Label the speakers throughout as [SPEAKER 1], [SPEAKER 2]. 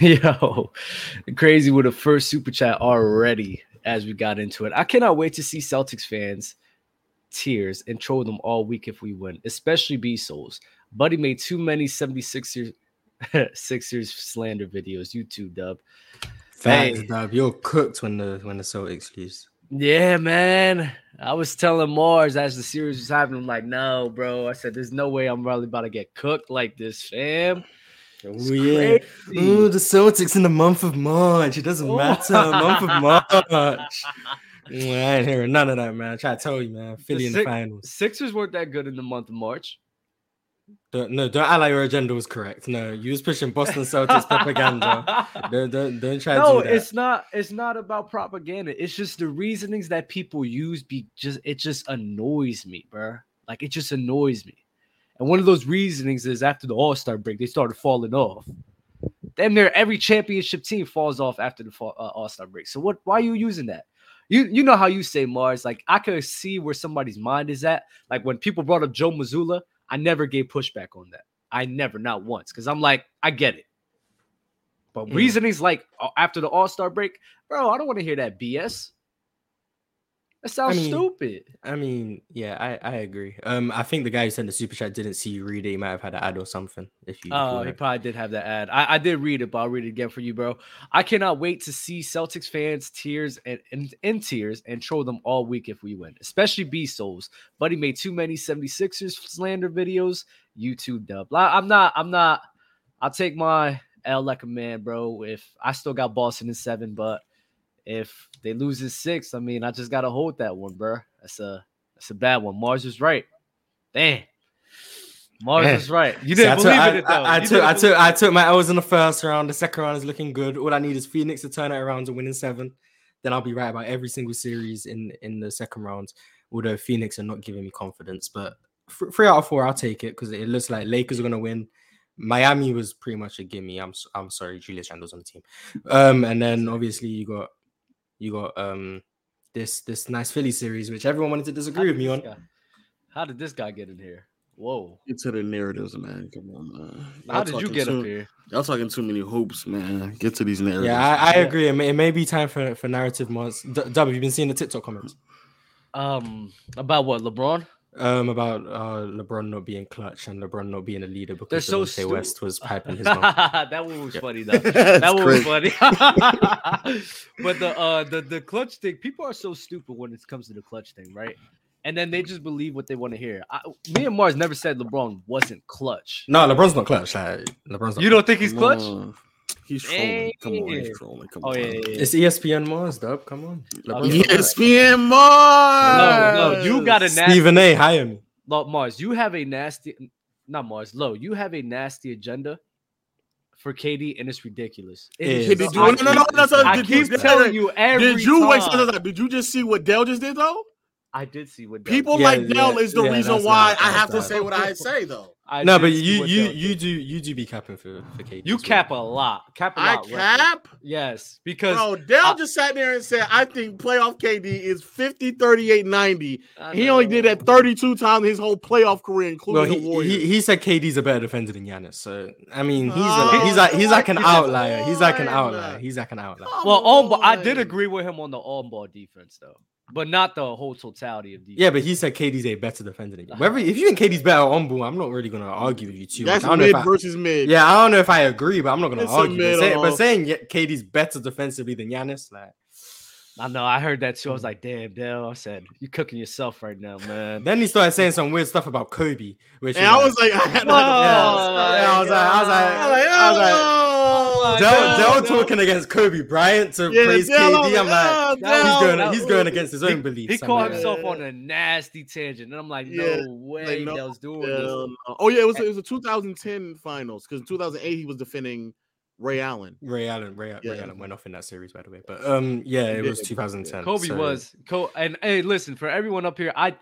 [SPEAKER 1] Yo, crazy with a first super chat already as we got into it. I cannot wait to see Celtics fans tears and troll them all week if we win, especially B Souls. Buddy made too many 76ers Sixers slander videos. You too, Dub.
[SPEAKER 2] Thanks, Dub. You're cooked when the when the Celtics lose.
[SPEAKER 1] Yeah, man. I was telling Mars as the series was happening, I'm like, no, bro. I said, there's no way I'm really about to get cooked like this, fam.
[SPEAKER 2] Oh yeah. Ooh, the Celtics in the month of March. It
[SPEAKER 1] Oh.
[SPEAKER 2] doesn't matter. month of March. Yeah, I ain't hearing none of that, man. I try to tell you, man. Philly
[SPEAKER 1] The
[SPEAKER 2] in the
[SPEAKER 1] Six-
[SPEAKER 2] finals.
[SPEAKER 1] Sixers weren't that good in the month of March.
[SPEAKER 2] Don't, no, don't act like your agenda was correct. No, you was pushing Boston Celtics propaganda. Don't, don't, don't try
[SPEAKER 1] no,
[SPEAKER 2] to do that.
[SPEAKER 1] it's not. It's not about propaganda. It's just the reasonings that people use. Be just it just annoys me, bruh. Like it just annoys me. And one of those reasonings is after the All Star break, they started falling off. Damn near every championship team falls off after the fall, uh, All Star break. So what? Why are you using that? You you know how you say Mars. Like I could see where somebody's mind is at. Like when people brought up Joe Missoula, I never gave pushback on that. I never, not once, because I'm like, I get it. But
[SPEAKER 2] Mm.
[SPEAKER 1] reasonings like uh, after the All Star break, bro, I don't want to hear that BS. That sounds
[SPEAKER 2] mean,
[SPEAKER 1] stupid.
[SPEAKER 2] I mean, yeah, I, I agree. Um, I think the guy who sent the super chat didn't see you read it. He might have had an ad or something. If you, if you
[SPEAKER 1] Oh, he
[SPEAKER 2] wanna-
[SPEAKER 1] probably did have that ad. I, I did read it, but I'll read it again for you, bro. I cannot wait to see Celtics fans tears and in, in tears and troll them all week if we win, especially B Souls. Buddy made too many 76ers slander videos. YouTube dub. Li- I'm not, I'm not, I'll take my L like a man, bro. If I still got Boston in seven, but if they lose in six, I mean, I just gotta hold that one, bro. That's a that's a bad one. Mars is right. Damn. Mars
[SPEAKER 2] Man.
[SPEAKER 1] is right. You
[SPEAKER 2] See,
[SPEAKER 1] didn't
[SPEAKER 2] I took,
[SPEAKER 1] believe
[SPEAKER 2] I,
[SPEAKER 1] in it though.
[SPEAKER 2] I, I
[SPEAKER 1] You
[SPEAKER 2] took,
[SPEAKER 1] didn't
[SPEAKER 2] I
[SPEAKER 1] believe-
[SPEAKER 2] took, I took my L's in the first round. The second round is looking good. All I need is Phoenix to turn it around to win in seven. Then I'll be right about every single series in in the second round. Although Phoenix are not giving me confidence, but th- three out of four, I'll take it because it looks like Lakers are gonna win. Miami was pretty much a gimme. I'm s- I'm sorry, Julius Randle's on the team. Um, and then obviously you got you got um this this nice Philly series, which everyone wanted to
[SPEAKER 1] How
[SPEAKER 2] disagree
[SPEAKER 1] did
[SPEAKER 2] with me
[SPEAKER 1] this
[SPEAKER 2] on.
[SPEAKER 1] guy- How did this guy get in here? Whoa.
[SPEAKER 3] Into the narratives, man. Come on, man. Y'all
[SPEAKER 1] How did you
[SPEAKER 3] talking
[SPEAKER 1] get
[SPEAKER 3] too,
[SPEAKER 1] up here?
[SPEAKER 3] Y'all talking too many hopes, man. Get to these narratives.
[SPEAKER 2] Yeah, I, I
[SPEAKER 1] Yeah.
[SPEAKER 2] agree. It may, it may be time for, for narrative months. D- Dub, have you been seeing the TikTok comments
[SPEAKER 1] Um, about what LeBron?
[SPEAKER 2] um, about uh, LeBron not being clutch and LeBron not being a leader because
[SPEAKER 1] so
[SPEAKER 2] Delonte
[SPEAKER 1] stu-
[SPEAKER 2] West was piping his mouth?
[SPEAKER 1] that one was
[SPEAKER 2] Yeah.
[SPEAKER 1] funny though. that
[SPEAKER 3] That's
[SPEAKER 1] one was
[SPEAKER 3] crazy.
[SPEAKER 1] funny. but the uh the the clutch thing, people are so stupid when it comes to the clutch thing, right? And then they just believe what they want to hear. I, me and Mars never said LeBron wasn't clutch.
[SPEAKER 2] No, LeBron's not clutch. Like, LeBron's not
[SPEAKER 1] You don't think he's
[SPEAKER 3] Come
[SPEAKER 1] clutch?
[SPEAKER 3] on. He's trolling. Come on,
[SPEAKER 1] Dang.
[SPEAKER 3] he's trolling. Come
[SPEAKER 1] Oh
[SPEAKER 3] on.
[SPEAKER 1] yeah, yeah, yeah.
[SPEAKER 2] It's E ESPN Mars, Dub. Come on. LeBron's not clutch.
[SPEAKER 3] ESPN more.
[SPEAKER 1] No, no, you got a nasty
[SPEAKER 2] Stephen A. Hire me.
[SPEAKER 1] Lo- Mars, you have a nasty, n- not Mars, Lo, you have a nasty agenda for Katie, and it's ridiculous. It
[SPEAKER 2] Yeah.
[SPEAKER 1] is
[SPEAKER 2] Did
[SPEAKER 3] Did you,
[SPEAKER 1] so- I,
[SPEAKER 3] no, no, no, that's
[SPEAKER 2] I
[SPEAKER 3] what,
[SPEAKER 1] I
[SPEAKER 3] did
[SPEAKER 1] keep
[SPEAKER 3] you,
[SPEAKER 1] telling you every
[SPEAKER 3] Did you wait?
[SPEAKER 1] time.
[SPEAKER 3] Did you just see what Dell just did though?
[SPEAKER 1] I did see what Del
[SPEAKER 3] People
[SPEAKER 1] did.
[SPEAKER 2] Yeah,
[SPEAKER 3] like Dell
[SPEAKER 2] yeah,
[SPEAKER 3] is the
[SPEAKER 2] yeah,
[SPEAKER 3] reason
[SPEAKER 2] that's
[SPEAKER 3] why
[SPEAKER 2] not-
[SPEAKER 3] I
[SPEAKER 2] that's
[SPEAKER 3] have to
[SPEAKER 2] not-
[SPEAKER 3] say what I say though.
[SPEAKER 1] I
[SPEAKER 2] No, but
[SPEAKER 1] did see
[SPEAKER 2] you
[SPEAKER 1] what
[SPEAKER 2] you
[SPEAKER 1] Del
[SPEAKER 2] you
[SPEAKER 1] did.
[SPEAKER 2] do you do be capping for for KD.
[SPEAKER 1] you
[SPEAKER 2] as well.
[SPEAKER 1] cap a lot, cap a
[SPEAKER 3] I
[SPEAKER 1] lot. Wesley.
[SPEAKER 3] cap.
[SPEAKER 1] Yes, because
[SPEAKER 3] Bro, Dell
[SPEAKER 1] I-
[SPEAKER 3] just sat there and said, I think playoff KD is 50, 38, 90.
[SPEAKER 1] I
[SPEAKER 3] He only
[SPEAKER 1] know.
[SPEAKER 3] did that 32 times his whole playoff career,
[SPEAKER 2] Well,
[SPEAKER 3] including
[SPEAKER 2] he,
[SPEAKER 3] the Warriors.
[SPEAKER 2] he he said KD's a better defender than Giannis. So I mean, he's
[SPEAKER 3] Oh,
[SPEAKER 2] a, he's like he's like an
[SPEAKER 3] come
[SPEAKER 2] outlier. He's like an
[SPEAKER 3] on.
[SPEAKER 2] outlier. He's like an outlier.
[SPEAKER 1] Well, on ball, I
[SPEAKER 3] Come
[SPEAKER 1] did
[SPEAKER 3] on.
[SPEAKER 1] agree with him on the on ball defense though, but not the whole totality of defense.
[SPEAKER 2] Yeah, but he said KD's a better defender than you. Whether if you think KD's better on ball, I'm not really gonna argue with you too. much.
[SPEAKER 3] That's
[SPEAKER 2] I don't know if
[SPEAKER 3] mid
[SPEAKER 2] I-
[SPEAKER 3] versus mid.
[SPEAKER 2] yeah, I don't know if I agree, but I'm not gonna
[SPEAKER 3] It's a
[SPEAKER 2] argue. But, say, but
[SPEAKER 3] middle.
[SPEAKER 2] saying yeah, KD's better defensively than Giannis, like
[SPEAKER 1] I know. I heard that too. I was like, "Damn, Dell!" I said, "You cooking yourself right now, man."
[SPEAKER 2] then he started saying some weird stuff about Kobe, which
[SPEAKER 3] And I was like, I had
[SPEAKER 1] No.
[SPEAKER 2] yeah,
[SPEAKER 1] Oh
[SPEAKER 2] I was like, I was like,
[SPEAKER 3] I was like,
[SPEAKER 2] I was like,
[SPEAKER 3] oh,
[SPEAKER 2] Del,
[SPEAKER 1] Del-
[SPEAKER 2] Del talking against Kobe Bryant to
[SPEAKER 3] Yeah,
[SPEAKER 2] praise
[SPEAKER 3] Dell, I was
[SPEAKER 2] KD. I'm like,
[SPEAKER 3] oh,
[SPEAKER 1] that was
[SPEAKER 2] he's
[SPEAKER 3] Dell.
[SPEAKER 2] going, he's going against his own
[SPEAKER 1] He-
[SPEAKER 2] beliefs.
[SPEAKER 1] He
[SPEAKER 2] I'm
[SPEAKER 1] called
[SPEAKER 2] like,
[SPEAKER 1] himself
[SPEAKER 3] Yeah.
[SPEAKER 1] on a nasty tangent, and I'm like, no
[SPEAKER 3] Yeah,
[SPEAKER 1] way
[SPEAKER 3] no,
[SPEAKER 1] that was doing
[SPEAKER 3] Hell
[SPEAKER 1] this.
[SPEAKER 3] no. Oh yeah, it was it was a 2010 finals because in 2008 he was defending Ray Allen.
[SPEAKER 2] Ray Allen, Ray, Ray
[SPEAKER 3] Yeah.
[SPEAKER 2] Allen went off in that series, by the way. But um, yeah, it
[SPEAKER 3] Yeah,
[SPEAKER 2] was 2010.
[SPEAKER 1] Kobe
[SPEAKER 2] so-
[SPEAKER 1] was co and hey, listen for everyone up here, I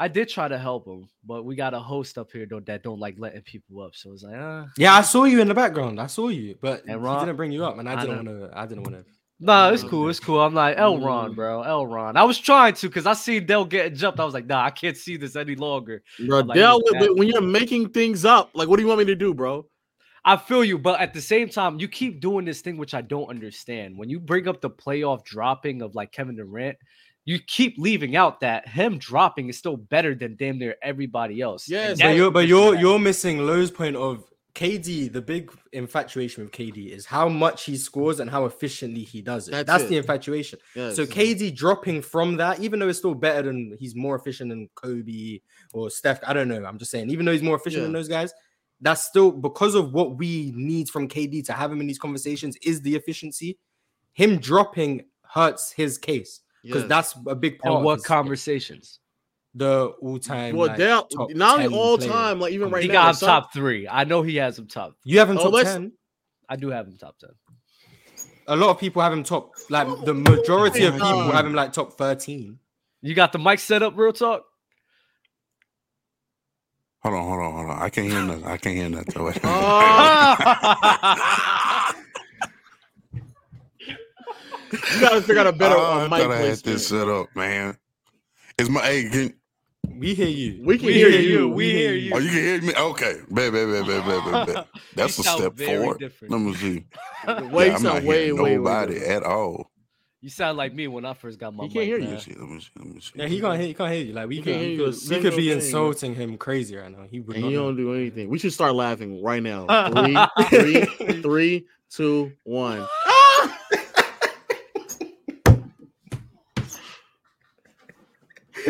[SPEAKER 1] I did try to help him, but we got a host up here though that don't like letting people up, so it's like, uh,
[SPEAKER 2] Yeah, I saw you in the background. I saw you, but
[SPEAKER 1] And
[SPEAKER 2] and
[SPEAKER 1] Ron-
[SPEAKER 2] he didn't bring you up, and I
[SPEAKER 1] I
[SPEAKER 2] didn't
[SPEAKER 1] know.
[SPEAKER 2] want to. I didn't want to.
[SPEAKER 1] nah, it's
[SPEAKER 3] Mm.
[SPEAKER 1] cool, it's cool. I'm like Elron,
[SPEAKER 3] Mm.
[SPEAKER 1] bro, Elron. I was trying to because I see Dell getting jumped. I was like, nah, I can't see this any longer.
[SPEAKER 3] Bro,
[SPEAKER 1] Like, he
[SPEAKER 3] Dell,
[SPEAKER 1] was
[SPEAKER 3] when- when
[SPEAKER 1] nasty.
[SPEAKER 3] you're making things up, like, what do you want me to do, bro?
[SPEAKER 1] I feel you, but at the same time, you keep doing this thing which I don't understand. When you bring up the playoff dropping of like Kevin Durant, you keep leaving out that him dropping is still better than damn near everybody else.
[SPEAKER 3] Yes,
[SPEAKER 1] And
[SPEAKER 3] but
[SPEAKER 2] But
[SPEAKER 1] that-
[SPEAKER 2] you're but you're you're missing Lowe's point of KD. The big infatuation with KD is how much he scores and how efficiently he does it.
[SPEAKER 3] That's
[SPEAKER 2] That's,
[SPEAKER 3] it.
[SPEAKER 2] the infatuation.
[SPEAKER 3] Yes.
[SPEAKER 2] So KD dropping from that, even though it's still better than he's more efficient than Kobe or Steph. I don't know. I'm just saying, even though he's more efficient than
[SPEAKER 3] Yeah.
[SPEAKER 2] those guys, that's still because of what we need from KD to have him in these conversations is the efficiency. Him dropping hurts his case because
[SPEAKER 3] Yes.
[SPEAKER 2] that's a big part.
[SPEAKER 1] and
[SPEAKER 2] of
[SPEAKER 1] what
[SPEAKER 2] his-
[SPEAKER 1] conversations?
[SPEAKER 2] the all time?
[SPEAKER 3] well,
[SPEAKER 2] like,
[SPEAKER 3] they're
[SPEAKER 2] top
[SPEAKER 3] not
[SPEAKER 2] 10
[SPEAKER 3] all
[SPEAKER 2] player.
[SPEAKER 3] time. Like even
[SPEAKER 2] He
[SPEAKER 3] right
[SPEAKER 1] He
[SPEAKER 3] now,
[SPEAKER 1] got him
[SPEAKER 3] some-
[SPEAKER 1] top three. I know he has him top.
[SPEAKER 2] You have him
[SPEAKER 3] Oh,
[SPEAKER 2] top
[SPEAKER 3] let's-
[SPEAKER 2] ten.
[SPEAKER 1] I do have him top ten.
[SPEAKER 2] a lot of people have him top like
[SPEAKER 3] Oh,
[SPEAKER 2] the majority of
[SPEAKER 3] my
[SPEAKER 2] people
[SPEAKER 3] God.
[SPEAKER 2] have him like top 13
[SPEAKER 1] You got the mic set up, real talk.
[SPEAKER 4] Hold on, hold on, hold on. I can't hear nothing. I can't hear nothing. Wait.
[SPEAKER 1] Oh,
[SPEAKER 3] Oh. you gotta figure out a better
[SPEAKER 4] Oh,
[SPEAKER 3] uh,
[SPEAKER 4] I
[SPEAKER 3] mic
[SPEAKER 4] thought I had
[SPEAKER 3] placement.
[SPEAKER 4] this set up, man. Is my hey? Can,
[SPEAKER 2] we hear you
[SPEAKER 3] We can
[SPEAKER 1] We
[SPEAKER 3] hear,
[SPEAKER 1] hear
[SPEAKER 3] you.
[SPEAKER 1] you. We hear you.
[SPEAKER 4] oh, you can hear me? Okay, bet, bet, bet, bet, bet, bet, bet. That's
[SPEAKER 1] You
[SPEAKER 4] a
[SPEAKER 1] sound
[SPEAKER 4] step
[SPEAKER 1] very
[SPEAKER 4] forward.
[SPEAKER 1] different.
[SPEAKER 4] Let me see.
[SPEAKER 3] Way
[SPEAKER 4] yeah, I'm not
[SPEAKER 3] sound way, way,
[SPEAKER 4] hearing
[SPEAKER 3] way
[SPEAKER 4] nobody
[SPEAKER 3] different.
[SPEAKER 4] at all.
[SPEAKER 1] You sound like me when I first got my.
[SPEAKER 3] He can't
[SPEAKER 1] mic,
[SPEAKER 3] hear you.
[SPEAKER 4] Let
[SPEAKER 1] man.
[SPEAKER 4] me see. Let me see. Let me see.
[SPEAKER 2] yeah he can't hear he can't hear you like we
[SPEAKER 3] He
[SPEAKER 2] could,
[SPEAKER 3] can't hear
[SPEAKER 2] we
[SPEAKER 3] you
[SPEAKER 2] could,
[SPEAKER 3] a
[SPEAKER 2] we
[SPEAKER 3] single
[SPEAKER 2] could be
[SPEAKER 3] thing.
[SPEAKER 2] insulting him crazy right now he would
[SPEAKER 3] And
[SPEAKER 2] not
[SPEAKER 3] you
[SPEAKER 2] know.
[SPEAKER 3] don't do anything. We should start laughing right now. Three, three, three, two, one.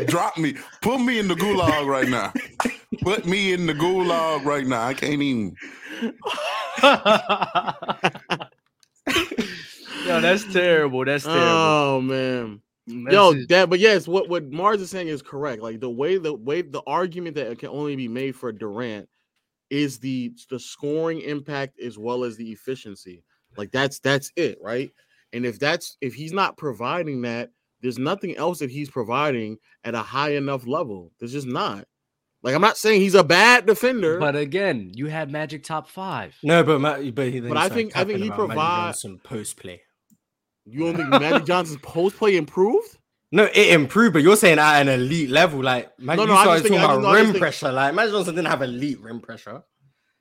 [SPEAKER 4] Drop me. Put me in the gulag right now. Put me in the gulag right now. I can't even.
[SPEAKER 1] Yo, that's terrible. That's terrible.
[SPEAKER 3] Oh man.
[SPEAKER 1] That's
[SPEAKER 3] Yo,
[SPEAKER 1] just-
[SPEAKER 3] that but yes, what what Mars is saying is correct. Like the way the way the argument that it can only be made for Durant is the the scoring impact as well as the efficiency. Like that's that's it, right? And if that's if he's not providing that, there's nothing else that he's providing at a high enough level. There's just not. Like I'm not saying he's a bad defender,
[SPEAKER 1] but again, you had Magic top five.
[SPEAKER 2] no but Matt, but, he, then
[SPEAKER 3] But
[SPEAKER 2] he
[SPEAKER 3] I
[SPEAKER 2] started
[SPEAKER 3] think- I think
[SPEAKER 2] capping
[SPEAKER 3] he
[SPEAKER 2] about Magic
[SPEAKER 3] provide-
[SPEAKER 2] Johnson post play
[SPEAKER 3] you don't think Magic Johnson's post play improved?
[SPEAKER 2] no it improved but you're saying at an elite level like Magic,
[SPEAKER 3] No, no,
[SPEAKER 2] you
[SPEAKER 3] I
[SPEAKER 2] started
[SPEAKER 3] just think-
[SPEAKER 2] talking
[SPEAKER 3] I just- no, I
[SPEAKER 2] about
[SPEAKER 3] just
[SPEAKER 2] rim
[SPEAKER 3] think-
[SPEAKER 2] pressure like Magic Johnson didn't have elite rim pressure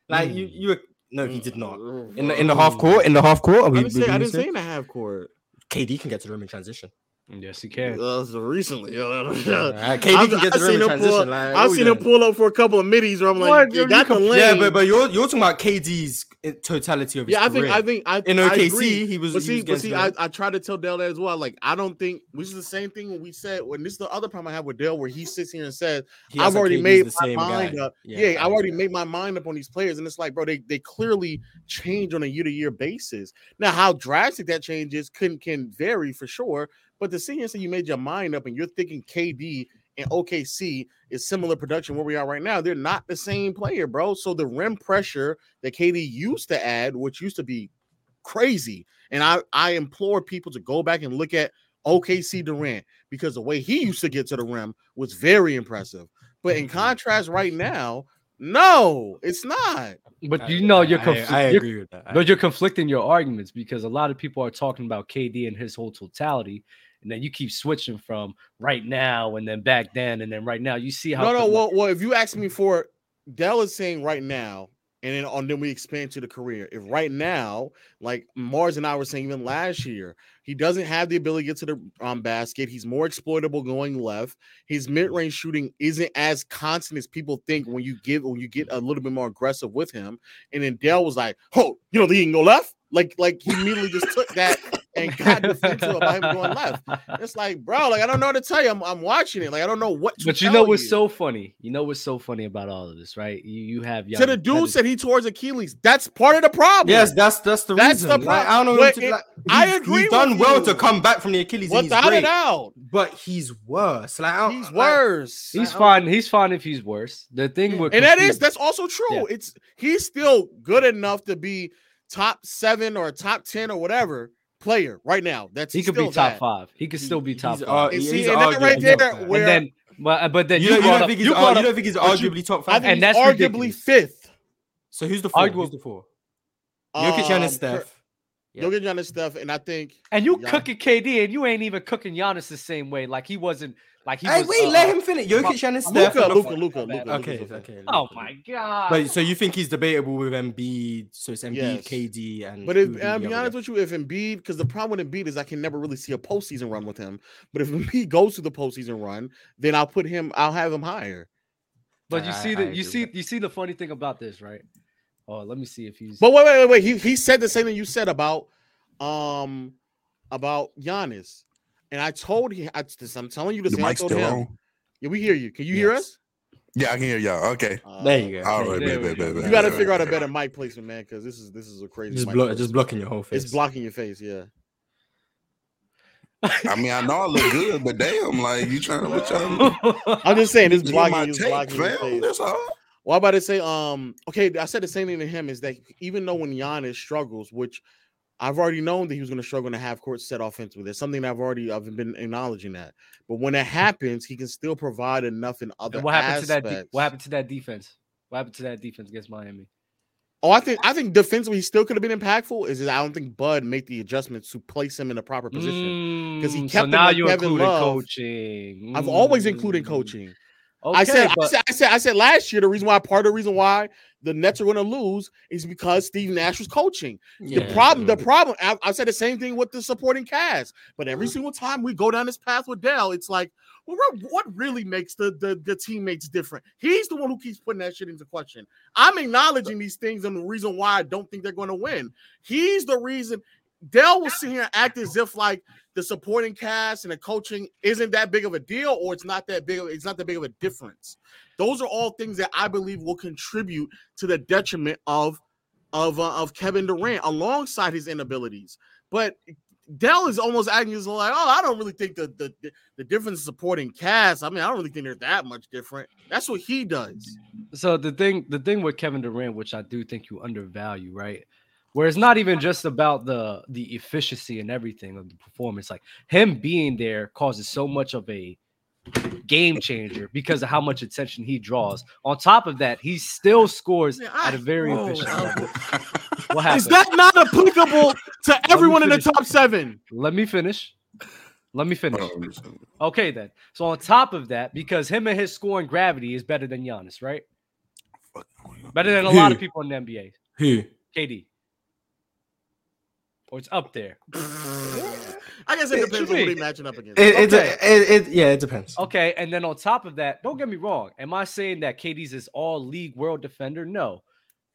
[SPEAKER 2] like you you were, no he did not in the, in the half court in the half court are
[SPEAKER 3] Mm. I
[SPEAKER 2] we,
[SPEAKER 3] didn't say I
[SPEAKER 2] we
[SPEAKER 3] didn't
[SPEAKER 2] saying?
[SPEAKER 3] say in the half court.
[SPEAKER 2] KD can get to the rim in transition
[SPEAKER 1] Yes, he
[SPEAKER 3] Uh,
[SPEAKER 1] can.
[SPEAKER 3] so recently, yeah,
[SPEAKER 2] Alright, KD
[SPEAKER 3] I've,
[SPEAKER 2] can get
[SPEAKER 3] I've
[SPEAKER 2] to the rim
[SPEAKER 3] seen
[SPEAKER 2] in
[SPEAKER 3] him pull.
[SPEAKER 2] transition
[SPEAKER 3] Up,
[SPEAKER 2] like, oh,
[SPEAKER 3] I've
[SPEAKER 2] what we
[SPEAKER 3] seen him
[SPEAKER 2] doing?
[SPEAKER 3] pull up for a couple of middies where I'm like,
[SPEAKER 1] What?
[SPEAKER 3] you
[SPEAKER 1] You
[SPEAKER 3] got the
[SPEAKER 1] compl-
[SPEAKER 3] lane.
[SPEAKER 2] Yeah, but but you're you're talking about KD's in totality of his
[SPEAKER 3] yeah, I think
[SPEAKER 2] career.
[SPEAKER 3] I think I
[SPEAKER 2] in
[SPEAKER 3] I
[SPEAKER 2] OKC
[SPEAKER 3] agree.
[SPEAKER 2] he was.
[SPEAKER 3] But
[SPEAKER 2] he
[SPEAKER 3] see,
[SPEAKER 2] was
[SPEAKER 3] but
[SPEAKER 2] getting
[SPEAKER 3] see,
[SPEAKER 2] to
[SPEAKER 3] I,
[SPEAKER 2] the-
[SPEAKER 3] I tried to tell Dale that as well. Like, I don't think which is the same thing when we said when this is the other problem I have with Dale, where he sits here and says,
[SPEAKER 2] he
[SPEAKER 3] I've
[SPEAKER 2] has, like,
[SPEAKER 3] already
[SPEAKER 2] KD's
[SPEAKER 3] made
[SPEAKER 2] the
[SPEAKER 3] my
[SPEAKER 2] same
[SPEAKER 3] mind
[SPEAKER 2] guy.
[SPEAKER 3] up. Yeah, I've already made my mind up on these players, and it's like, bro, they they clearly change on a year to year basis. Now, how drastic that change is can can vary for sure, but the senior say you made your mind up, and you're thinking KD and OKC is similar production where we are right now. They're not the same player, bro. So the rim pressure that KD used to add, which used to be crazy, and I I implore people to go back and look at OKC Durant because the way he used to get to the rim was very impressive. But in contrast, right now, no, it's not.
[SPEAKER 1] But you know, you're
[SPEAKER 2] I-
[SPEAKER 1] confl-
[SPEAKER 2] I, I
[SPEAKER 1] you're
[SPEAKER 2] agree with that.
[SPEAKER 1] But you're conflicting your arguments because a lot of people are talking about KD and his whole totality, and then you keep switching from right now and then back then and then right now. You see how
[SPEAKER 3] No, no.
[SPEAKER 1] com-
[SPEAKER 3] Well, well, if you ask me for it, Dell is saying right now, and then on then we expand to the career. If right now, like Mars and I were saying even last year, he doesn't have the ability to get to the um, basket. He's more exploitable going left. His mid-range shooting isn't as constant as people think when you give when you get a little bit more aggressive with him. And then Dell was like, "Oh, you know, he can go left." Like, like he immediately just took that and got defensive about him going left. It's like, bro, like I don't know what to tell you. I'm, I'm watching it. Like I don't know what. To
[SPEAKER 1] But you
[SPEAKER 3] tell
[SPEAKER 1] know what's
[SPEAKER 3] you.
[SPEAKER 1] so funny? You know what's so funny about all of this, right? You you have
[SPEAKER 3] to the
[SPEAKER 1] Giannis-
[SPEAKER 3] dude
[SPEAKER 1] Giannis-
[SPEAKER 3] said he tore his Achilles. That's part of the problem.
[SPEAKER 2] yes, that's that's the
[SPEAKER 3] That's
[SPEAKER 2] reason.
[SPEAKER 3] the
[SPEAKER 2] Like, I don't
[SPEAKER 3] problem.
[SPEAKER 2] know. what to-
[SPEAKER 3] But
[SPEAKER 2] like,
[SPEAKER 3] I
[SPEAKER 2] he's-
[SPEAKER 3] agree
[SPEAKER 2] He's done
[SPEAKER 3] with
[SPEAKER 2] well
[SPEAKER 3] you.
[SPEAKER 2] to come back from the Achilles. and
[SPEAKER 3] without
[SPEAKER 2] he's
[SPEAKER 3] a
[SPEAKER 2] great,
[SPEAKER 3] doubt,
[SPEAKER 2] but he's worse. Like I-
[SPEAKER 3] he's
[SPEAKER 2] like,
[SPEAKER 3] worse.
[SPEAKER 1] he's fine. He's fine if he's worse. The thing
[SPEAKER 2] Yeah.
[SPEAKER 1] with
[SPEAKER 3] and that
[SPEAKER 1] confused-
[SPEAKER 3] is that's also true.
[SPEAKER 1] Yeah.
[SPEAKER 3] It's he's still good enough to be top seven or top ten or whatever player right now. That's
[SPEAKER 1] he could be
[SPEAKER 3] still
[SPEAKER 1] top
[SPEAKER 3] that.
[SPEAKER 1] five. He could still be
[SPEAKER 2] he's
[SPEAKER 1] top
[SPEAKER 2] ar-
[SPEAKER 1] five.
[SPEAKER 3] And
[SPEAKER 2] Yeah,
[SPEAKER 3] see,
[SPEAKER 2] he's
[SPEAKER 3] and that right
[SPEAKER 2] arguably top
[SPEAKER 3] there,
[SPEAKER 2] five. And
[SPEAKER 3] where
[SPEAKER 1] and then, but, but then
[SPEAKER 2] you,
[SPEAKER 1] you,
[SPEAKER 2] don't, you
[SPEAKER 1] brought
[SPEAKER 2] don't
[SPEAKER 1] up,
[SPEAKER 2] think
[SPEAKER 1] you
[SPEAKER 2] he's, ar-
[SPEAKER 1] brought
[SPEAKER 2] you
[SPEAKER 1] up
[SPEAKER 2] don't think he's
[SPEAKER 1] but you-
[SPEAKER 2] arguably top
[SPEAKER 3] I
[SPEAKER 2] five?
[SPEAKER 3] think
[SPEAKER 1] and
[SPEAKER 3] he's
[SPEAKER 1] that's
[SPEAKER 3] arguably
[SPEAKER 1] ridiculous.
[SPEAKER 3] fifth.
[SPEAKER 2] so who's the four?
[SPEAKER 1] arguable-
[SPEAKER 2] Who's the four? Jokic,
[SPEAKER 3] um,
[SPEAKER 2] Giannis, Steph. Yeah.
[SPEAKER 3] Jokic, Giannis, Steph, and I think
[SPEAKER 1] and you
[SPEAKER 3] Giannis.
[SPEAKER 1] cooking KD, and you ain't even cooking Giannis the same way. Like he wasn't Like he
[SPEAKER 2] Hey,
[SPEAKER 1] was,
[SPEAKER 2] wait,
[SPEAKER 1] uh,
[SPEAKER 2] let him finish. Jokic and his staff.
[SPEAKER 3] Luca,
[SPEAKER 2] are the-
[SPEAKER 3] Luca, Luca, Luca.
[SPEAKER 2] Okay, okay.
[SPEAKER 1] Oh
[SPEAKER 2] Luka.
[SPEAKER 1] my god!
[SPEAKER 2] But so you think he's debatable with Embiid? So it's Embiid,
[SPEAKER 3] Yes.
[SPEAKER 2] KD, and
[SPEAKER 3] But if
[SPEAKER 2] who
[SPEAKER 3] and
[SPEAKER 2] would be
[SPEAKER 3] I'll
[SPEAKER 2] the
[SPEAKER 3] be
[SPEAKER 2] other
[SPEAKER 3] honest
[SPEAKER 2] guy?
[SPEAKER 3] with you, if Embiid, because the problem with Embiid is I can never really see a postseason run with him. But if Embiid goes to the postseason run, then I'll put him. I'll have him higher.
[SPEAKER 1] but you
[SPEAKER 2] I-
[SPEAKER 1] see
[SPEAKER 2] I
[SPEAKER 1] the
[SPEAKER 2] agree
[SPEAKER 1] you
[SPEAKER 2] with
[SPEAKER 1] see you see the funny thing about this, right? Oh, let me see if he's.
[SPEAKER 3] But wait, wait, wait, wait. He he said the same thing you said about um about Giannis, and I told him. I, am telling you the
[SPEAKER 4] The
[SPEAKER 3] same. I
[SPEAKER 4] mic's
[SPEAKER 3] told
[SPEAKER 4] still
[SPEAKER 3] him.
[SPEAKER 4] on.
[SPEAKER 3] Yeah, we hear you. Can you hear
[SPEAKER 2] Yes.
[SPEAKER 3] us?
[SPEAKER 4] Yeah, I can hear y'all. Okay.
[SPEAKER 3] Uh,
[SPEAKER 2] There you go.
[SPEAKER 4] All
[SPEAKER 2] there
[SPEAKER 4] right,
[SPEAKER 2] you
[SPEAKER 1] there
[SPEAKER 4] baby,
[SPEAKER 1] we
[SPEAKER 4] baby,
[SPEAKER 1] go.
[SPEAKER 4] baby.
[SPEAKER 3] You got to figure out a better mic placement, man, because this is this is a
[SPEAKER 2] go.
[SPEAKER 3] crazy.
[SPEAKER 2] Just
[SPEAKER 3] mic
[SPEAKER 2] blo-
[SPEAKER 3] placement.
[SPEAKER 2] just blocking your whole face.
[SPEAKER 3] It's blocking your face. Yeah.
[SPEAKER 4] I mean, I know I look good, but damn, like you trying to what y'all
[SPEAKER 1] I
[SPEAKER 3] I'm just saying it's
[SPEAKER 4] you
[SPEAKER 3] blocking.
[SPEAKER 4] my
[SPEAKER 3] you, It's
[SPEAKER 4] take,
[SPEAKER 3] blocking your
[SPEAKER 4] fam.
[SPEAKER 3] face.
[SPEAKER 4] That's all.
[SPEAKER 3] Well, I'm about to say, um, okay, I said the same thing to him is that even though when Giannis struggles, which I've already known that he was going to struggle in a half court set offensively, that's something I've already I've been acknowledging that. But when it happens, he can still provide enough in other.
[SPEAKER 1] Hmm. And what happened to that?
[SPEAKER 3] aspects.
[SPEAKER 1] De- what happened to that defense? What happened to that defense against Miami?
[SPEAKER 3] Oh, I think I think defensively he still could have been impactful. Is that I don't think Bud made the adjustments to place him in the proper position. he
[SPEAKER 1] Mm,
[SPEAKER 3] kept
[SPEAKER 1] so
[SPEAKER 3] him
[SPEAKER 1] now
[SPEAKER 3] with
[SPEAKER 1] you're
[SPEAKER 3] Kevin
[SPEAKER 1] including
[SPEAKER 3] Love.
[SPEAKER 1] coaching.
[SPEAKER 3] I've always included
[SPEAKER 1] Mm.
[SPEAKER 3] coaching.
[SPEAKER 1] Okay,
[SPEAKER 3] I, said, I
[SPEAKER 1] but-
[SPEAKER 3] said, I said, I said last year the reason why part of the reason why the Nets are going to lose is because Steve Nash was coaching. the problem, the problem, I, I said the same thing with the supporting cast, but every single time we go down this path with Dell, it's like, well, what- what really makes the, the the teammates different? He's the one who keeps putting that shit into question. I'm acknowledging these things and the reason why I don't think they're going to win. He's the reason. Dell will sit here and act as if like the supporting cast and the coaching isn't that big of a deal, or it's not that big. Of, it's not that big of a difference. Those are all things that I believe will contribute to the detriment of of uh, of Kevin Durant alongside his inabilities. But Dell is almost acting as like, oh, I don't really think the the the- the difference in supporting cast. I mean, I don't really think they're that much different. That's what he does.
[SPEAKER 1] so the thing the thing with Kevin Durant, which I do think you undervalue, right? Where it's not even just about the the efficiency and everything of the performance. Like him being there causes so much of a game changer because of how much attention he draws. On top of that, he still scores
[SPEAKER 3] Yeah,
[SPEAKER 1] at a
[SPEAKER 3] I-
[SPEAKER 1] very
[SPEAKER 2] Whoa.
[SPEAKER 1] efficient level. What happened?
[SPEAKER 3] Is that not applicable to everyone in the
[SPEAKER 1] finish.
[SPEAKER 3] top seven?
[SPEAKER 1] Let me finish. Let me finish.
[SPEAKER 3] Oh,
[SPEAKER 4] Um,
[SPEAKER 1] Okay, then. So on top of that, because him and his scoring gravity is better than Giannis, right? Better than a lot of
[SPEAKER 2] Who?
[SPEAKER 1] people in the NBA.
[SPEAKER 2] Who?
[SPEAKER 1] KD. Or it's up there.
[SPEAKER 3] I guess it
[SPEAKER 2] What
[SPEAKER 3] depends
[SPEAKER 1] you
[SPEAKER 3] on who
[SPEAKER 1] mean?
[SPEAKER 3] they matching up against.
[SPEAKER 2] It, it,
[SPEAKER 1] Okay.
[SPEAKER 2] it, it, yeah, it depends.
[SPEAKER 1] Okay, and then on top of that, don't get me wrong. Am I saying that KD's is all league world defender? No.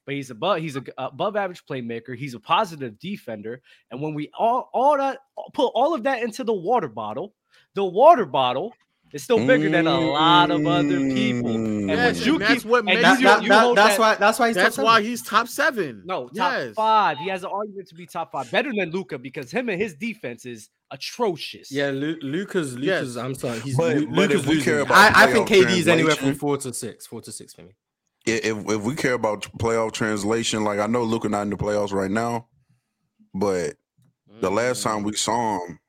[SPEAKER 1] But he's above he's a g- above average playmaker, he's a positive defender, and when we all all that put all of that into the water bottle, the water bottle is still bigger than a lot of other people. And
[SPEAKER 3] Yes,
[SPEAKER 1] what you
[SPEAKER 3] and that's
[SPEAKER 1] keep
[SPEAKER 3] what
[SPEAKER 1] and
[SPEAKER 3] makes
[SPEAKER 2] That-
[SPEAKER 1] you-
[SPEAKER 2] that-
[SPEAKER 1] you
[SPEAKER 2] that-
[SPEAKER 1] hold
[SPEAKER 2] that's
[SPEAKER 1] that-
[SPEAKER 2] why. That's why. He's
[SPEAKER 3] That's
[SPEAKER 2] top
[SPEAKER 3] why
[SPEAKER 2] seven.
[SPEAKER 3] he's top seven.
[SPEAKER 1] No, top
[SPEAKER 3] Yes.
[SPEAKER 1] five. He has an argument to be top five, better than Luca because him and his defense is atrocious.
[SPEAKER 2] Yeah, Lu- Luca's. Luca's.
[SPEAKER 3] Yes.
[SPEAKER 2] I'm sorry. He's
[SPEAKER 4] But-
[SPEAKER 2] Lu-
[SPEAKER 4] but
[SPEAKER 2] Luca's
[SPEAKER 4] if we care
[SPEAKER 2] losing.
[SPEAKER 4] about
[SPEAKER 2] I, I think
[SPEAKER 4] playoff
[SPEAKER 2] KD is anywhere from
[SPEAKER 4] translation-
[SPEAKER 2] four to six. Four to six for me.
[SPEAKER 4] if if if we care about playoff translation, like I know Luca not in the playoffs right now, but the
[SPEAKER 3] Mm.
[SPEAKER 4] last time we saw him,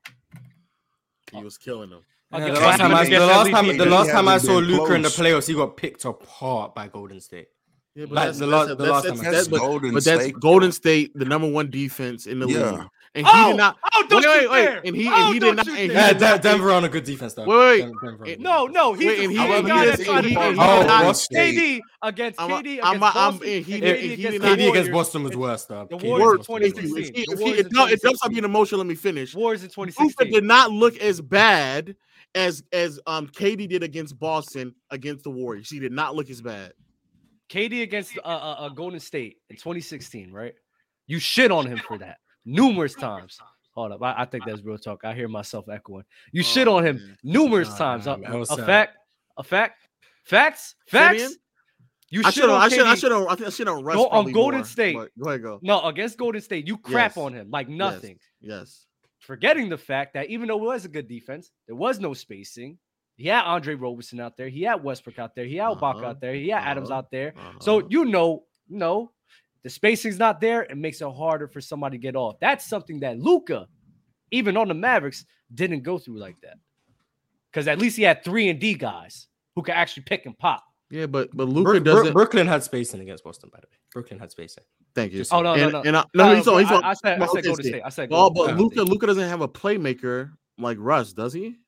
[SPEAKER 3] he was killing them.
[SPEAKER 1] Okay,
[SPEAKER 2] Yeah, the
[SPEAKER 1] so
[SPEAKER 2] last
[SPEAKER 1] I
[SPEAKER 2] time, I,
[SPEAKER 1] have to
[SPEAKER 2] the
[SPEAKER 1] guess
[SPEAKER 2] last
[SPEAKER 1] at
[SPEAKER 2] time,
[SPEAKER 1] least
[SPEAKER 2] the
[SPEAKER 1] eight.
[SPEAKER 2] last time I
[SPEAKER 4] Hasn't
[SPEAKER 2] saw
[SPEAKER 4] been
[SPEAKER 2] Luca in the
[SPEAKER 4] close.
[SPEAKER 2] playoffs, he got picked apart by Golden State.
[SPEAKER 3] Yeah, but
[SPEAKER 2] Like,
[SPEAKER 3] that's
[SPEAKER 2] the
[SPEAKER 3] the
[SPEAKER 2] last-
[SPEAKER 3] last,
[SPEAKER 2] the
[SPEAKER 3] that's, that's,
[SPEAKER 2] last time I
[SPEAKER 3] that's,
[SPEAKER 4] that's
[SPEAKER 3] but,
[SPEAKER 4] Golden
[SPEAKER 3] but that's
[SPEAKER 4] State.
[SPEAKER 3] Golden State, the number one defense in the
[SPEAKER 4] Yeah.
[SPEAKER 3] league, and he
[SPEAKER 1] Oh,
[SPEAKER 3] did not.
[SPEAKER 1] oh,
[SPEAKER 3] wait,
[SPEAKER 1] don't
[SPEAKER 3] wait,
[SPEAKER 1] you
[SPEAKER 3] wait,
[SPEAKER 1] dare.
[SPEAKER 3] and he
[SPEAKER 1] Oh,
[SPEAKER 3] and he did
[SPEAKER 1] don't
[SPEAKER 3] not.
[SPEAKER 1] you
[SPEAKER 3] And he
[SPEAKER 1] dare.
[SPEAKER 2] Yeah,
[SPEAKER 3] did
[SPEAKER 2] De-
[SPEAKER 3] not-
[SPEAKER 2] Denver on a good defense though.
[SPEAKER 3] Wait, wait.
[SPEAKER 2] Den- Denver on a
[SPEAKER 3] It-
[SPEAKER 2] good
[SPEAKER 1] No,
[SPEAKER 2] defense.
[SPEAKER 1] no, he's
[SPEAKER 3] Wait, and
[SPEAKER 1] the
[SPEAKER 3] he-
[SPEAKER 1] fucking
[SPEAKER 4] and
[SPEAKER 1] guy
[SPEAKER 4] he
[SPEAKER 1] that's
[SPEAKER 4] is-
[SPEAKER 1] trying
[SPEAKER 4] and
[SPEAKER 1] to
[SPEAKER 4] he-
[SPEAKER 1] fuck
[SPEAKER 4] and
[SPEAKER 1] me
[SPEAKER 4] he
[SPEAKER 1] up.
[SPEAKER 4] did
[SPEAKER 2] not-
[SPEAKER 1] against
[SPEAKER 4] I'm-
[SPEAKER 1] KD
[SPEAKER 3] I'm-
[SPEAKER 1] against KD
[SPEAKER 3] I'm-
[SPEAKER 1] against
[SPEAKER 3] I'm-
[SPEAKER 1] Boston,
[SPEAKER 3] and he-
[SPEAKER 1] and
[SPEAKER 3] and
[SPEAKER 1] KD
[SPEAKER 3] he
[SPEAKER 1] against
[SPEAKER 3] did
[SPEAKER 1] the
[SPEAKER 3] not-
[SPEAKER 2] KD against
[SPEAKER 1] Warriors.
[SPEAKER 2] Boston was worse though.
[SPEAKER 1] The
[SPEAKER 2] KD
[SPEAKER 1] Warriors
[SPEAKER 2] was
[SPEAKER 1] in
[SPEAKER 2] worse.
[SPEAKER 3] If he, if he,
[SPEAKER 1] 2016. The
[SPEAKER 3] if he,
[SPEAKER 1] Warriors in
[SPEAKER 3] no, it does
[SPEAKER 1] 2016.
[SPEAKER 3] stop being emotional. Let me finish.
[SPEAKER 1] Warriors in
[SPEAKER 3] Luka
[SPEAKER 1] 2016.
[SPEAKER 3] did not look as bad as as um Katie did against Boston against the Warriors. She did not look as bad.
[SPEAKER 1] KD against uh, uh, uh, Golden State in 2016, right? You shit on him for that numerous times. Hold up, I, I think that's real talk. I hear myself echoing. You shit
[SPEAKER 3] Oh,
[SPEAKER 1] on him
[SPEAKER 3] man.
[SPEAKER 1] numerous
[SPEAKER 2] Nah,
[SPEAKER 1] times. Uh,
[SPEAKER 2] nah,
[SPEAKER 1] A-
[SPEAKER 2] man, I was
[SPEAKER 1] a
[SPEAKER 2] sad.
[SPEAKER 1] fact, a fact, facts, facts.
[SPEAKER 3] Simeon?
[SPEAKER 1] You
[SPEAKER 3] I
[SPEAKER 1] shit
[SPEAKER 3] should have.
[SPEAKER 1] on
[SPEAKER 3] I should. I
[SPEAKER 1] KD.
[SPEAKER 3] should have. I should have.
[SPEAKER 1] Go- on Golden State.
[SPEAKER 3] Go ahead. Go.
[SPEAKER 1] No, against Golden State, you crap
[SPEAKER 3] Yes.
[SPEAKER 1] on him like nothing.
[SPEAKER 3] Yes.
[SPEAKER 1] forgetting the fact that even though it was a good defense, there was no spacing. He had Andre Roberson out there. He had Westbrook out there. He had Ibaka
[SPEAKER 3] Uh-huh,
[SPEAKER 1] out there. He had Adams
[SPEAKER 3] uh-huh,
[SPEAKER 1] out there. So you know, you know, the spacing's not there. It makes it harder for somebody to get off. That's something that Luca, even on the Mavericks, didn't go through like that. Because at least he had three and D guys who could actually pick and pop.
[SPEAKER 3] yeah, but but
[SPEAKER 2] Bro-
[SPEAKER 3] Luca
[SPEAKER 2] Bro-
[SPEAKER 3] doesn't.
[SPEAKER 2] Brooklyn had spacing against Boston, by the way. Brooklyn had spacing.
[SPEAKER 3] thank you.
[SPEAKER 2] just-
[SPEAKER 1] Oh no,
[SPEAKER 3] and,
[SPEAKER 1] no, no.
[SPEAKER 3] and I, no,
[SPEAKER 1] No,
[SPEAKER 3] he's on. He's
[SPEAKER 1] I-
[SPEAKER 3] on.
[SPEAKER 1] I, said, I
[SPEAKER 3] Golden
[SPEAKER 1] said Golden
[SPEAKER 3] State.
[SPEAKER 1] State. I said.
[SPEAKER 3] Oh,
[SPEAKER 1] Golden
[SPEAKER 3] but
[SPEAKER 1] State.
[SPEAKER 3] Luca. Luca doesn't have a playmaker like Russ, does he?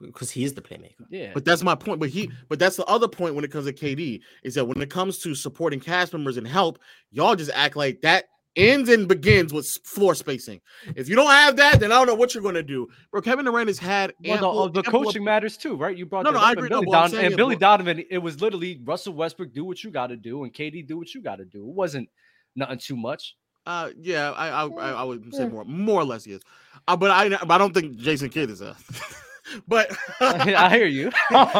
[SPEAKER 2] because he is the playmaker.
[SPEAKER 1] Yeah.
[SPEAKER 3] But that's my point. But he, but that's the other point when it comes to KD is that when it comes to supporting cast members and help, y'all just act like that ends and begins with s- floor spacing. If you don't have that, then I don't know what you're going to do. Bro, Kevin Durant has had
[SPEAKER 1] well,
[SPEAKER 3] ample-
[SPEAKER 1] the, the
[SPEAKER 3] ample-
[SPEAKER 1] coaching matters too, right? You brought
[SPEAKER 3] No,
[SPEAKER 1] that
[SPEAKER 3] no,
[SPEAKER 1] up,
[SPEAKER 3] I
[SPEAKER 1] and
[SPEAKER 3] agree. No,
[SPEAKER 1] Billy,
[SPEAKER 3] but I'm
[SPEAKER 1] Don-
[SPEAKER 3] saying
[SPEAKER 1] and
[SPEAKER 3] it-
[SPEAKER 1] Billy Donovan. It was literally Russell Westbrook do what you got to do, and KD do what you got to do. It wasn't nothing too much.
[SPEAKER 3] Uh, yeah, I, I, I, I would say more, more or less yes. Uh, but I, but I don't think Jason Kidd is a. but
[SPEAKER 1] I hear you.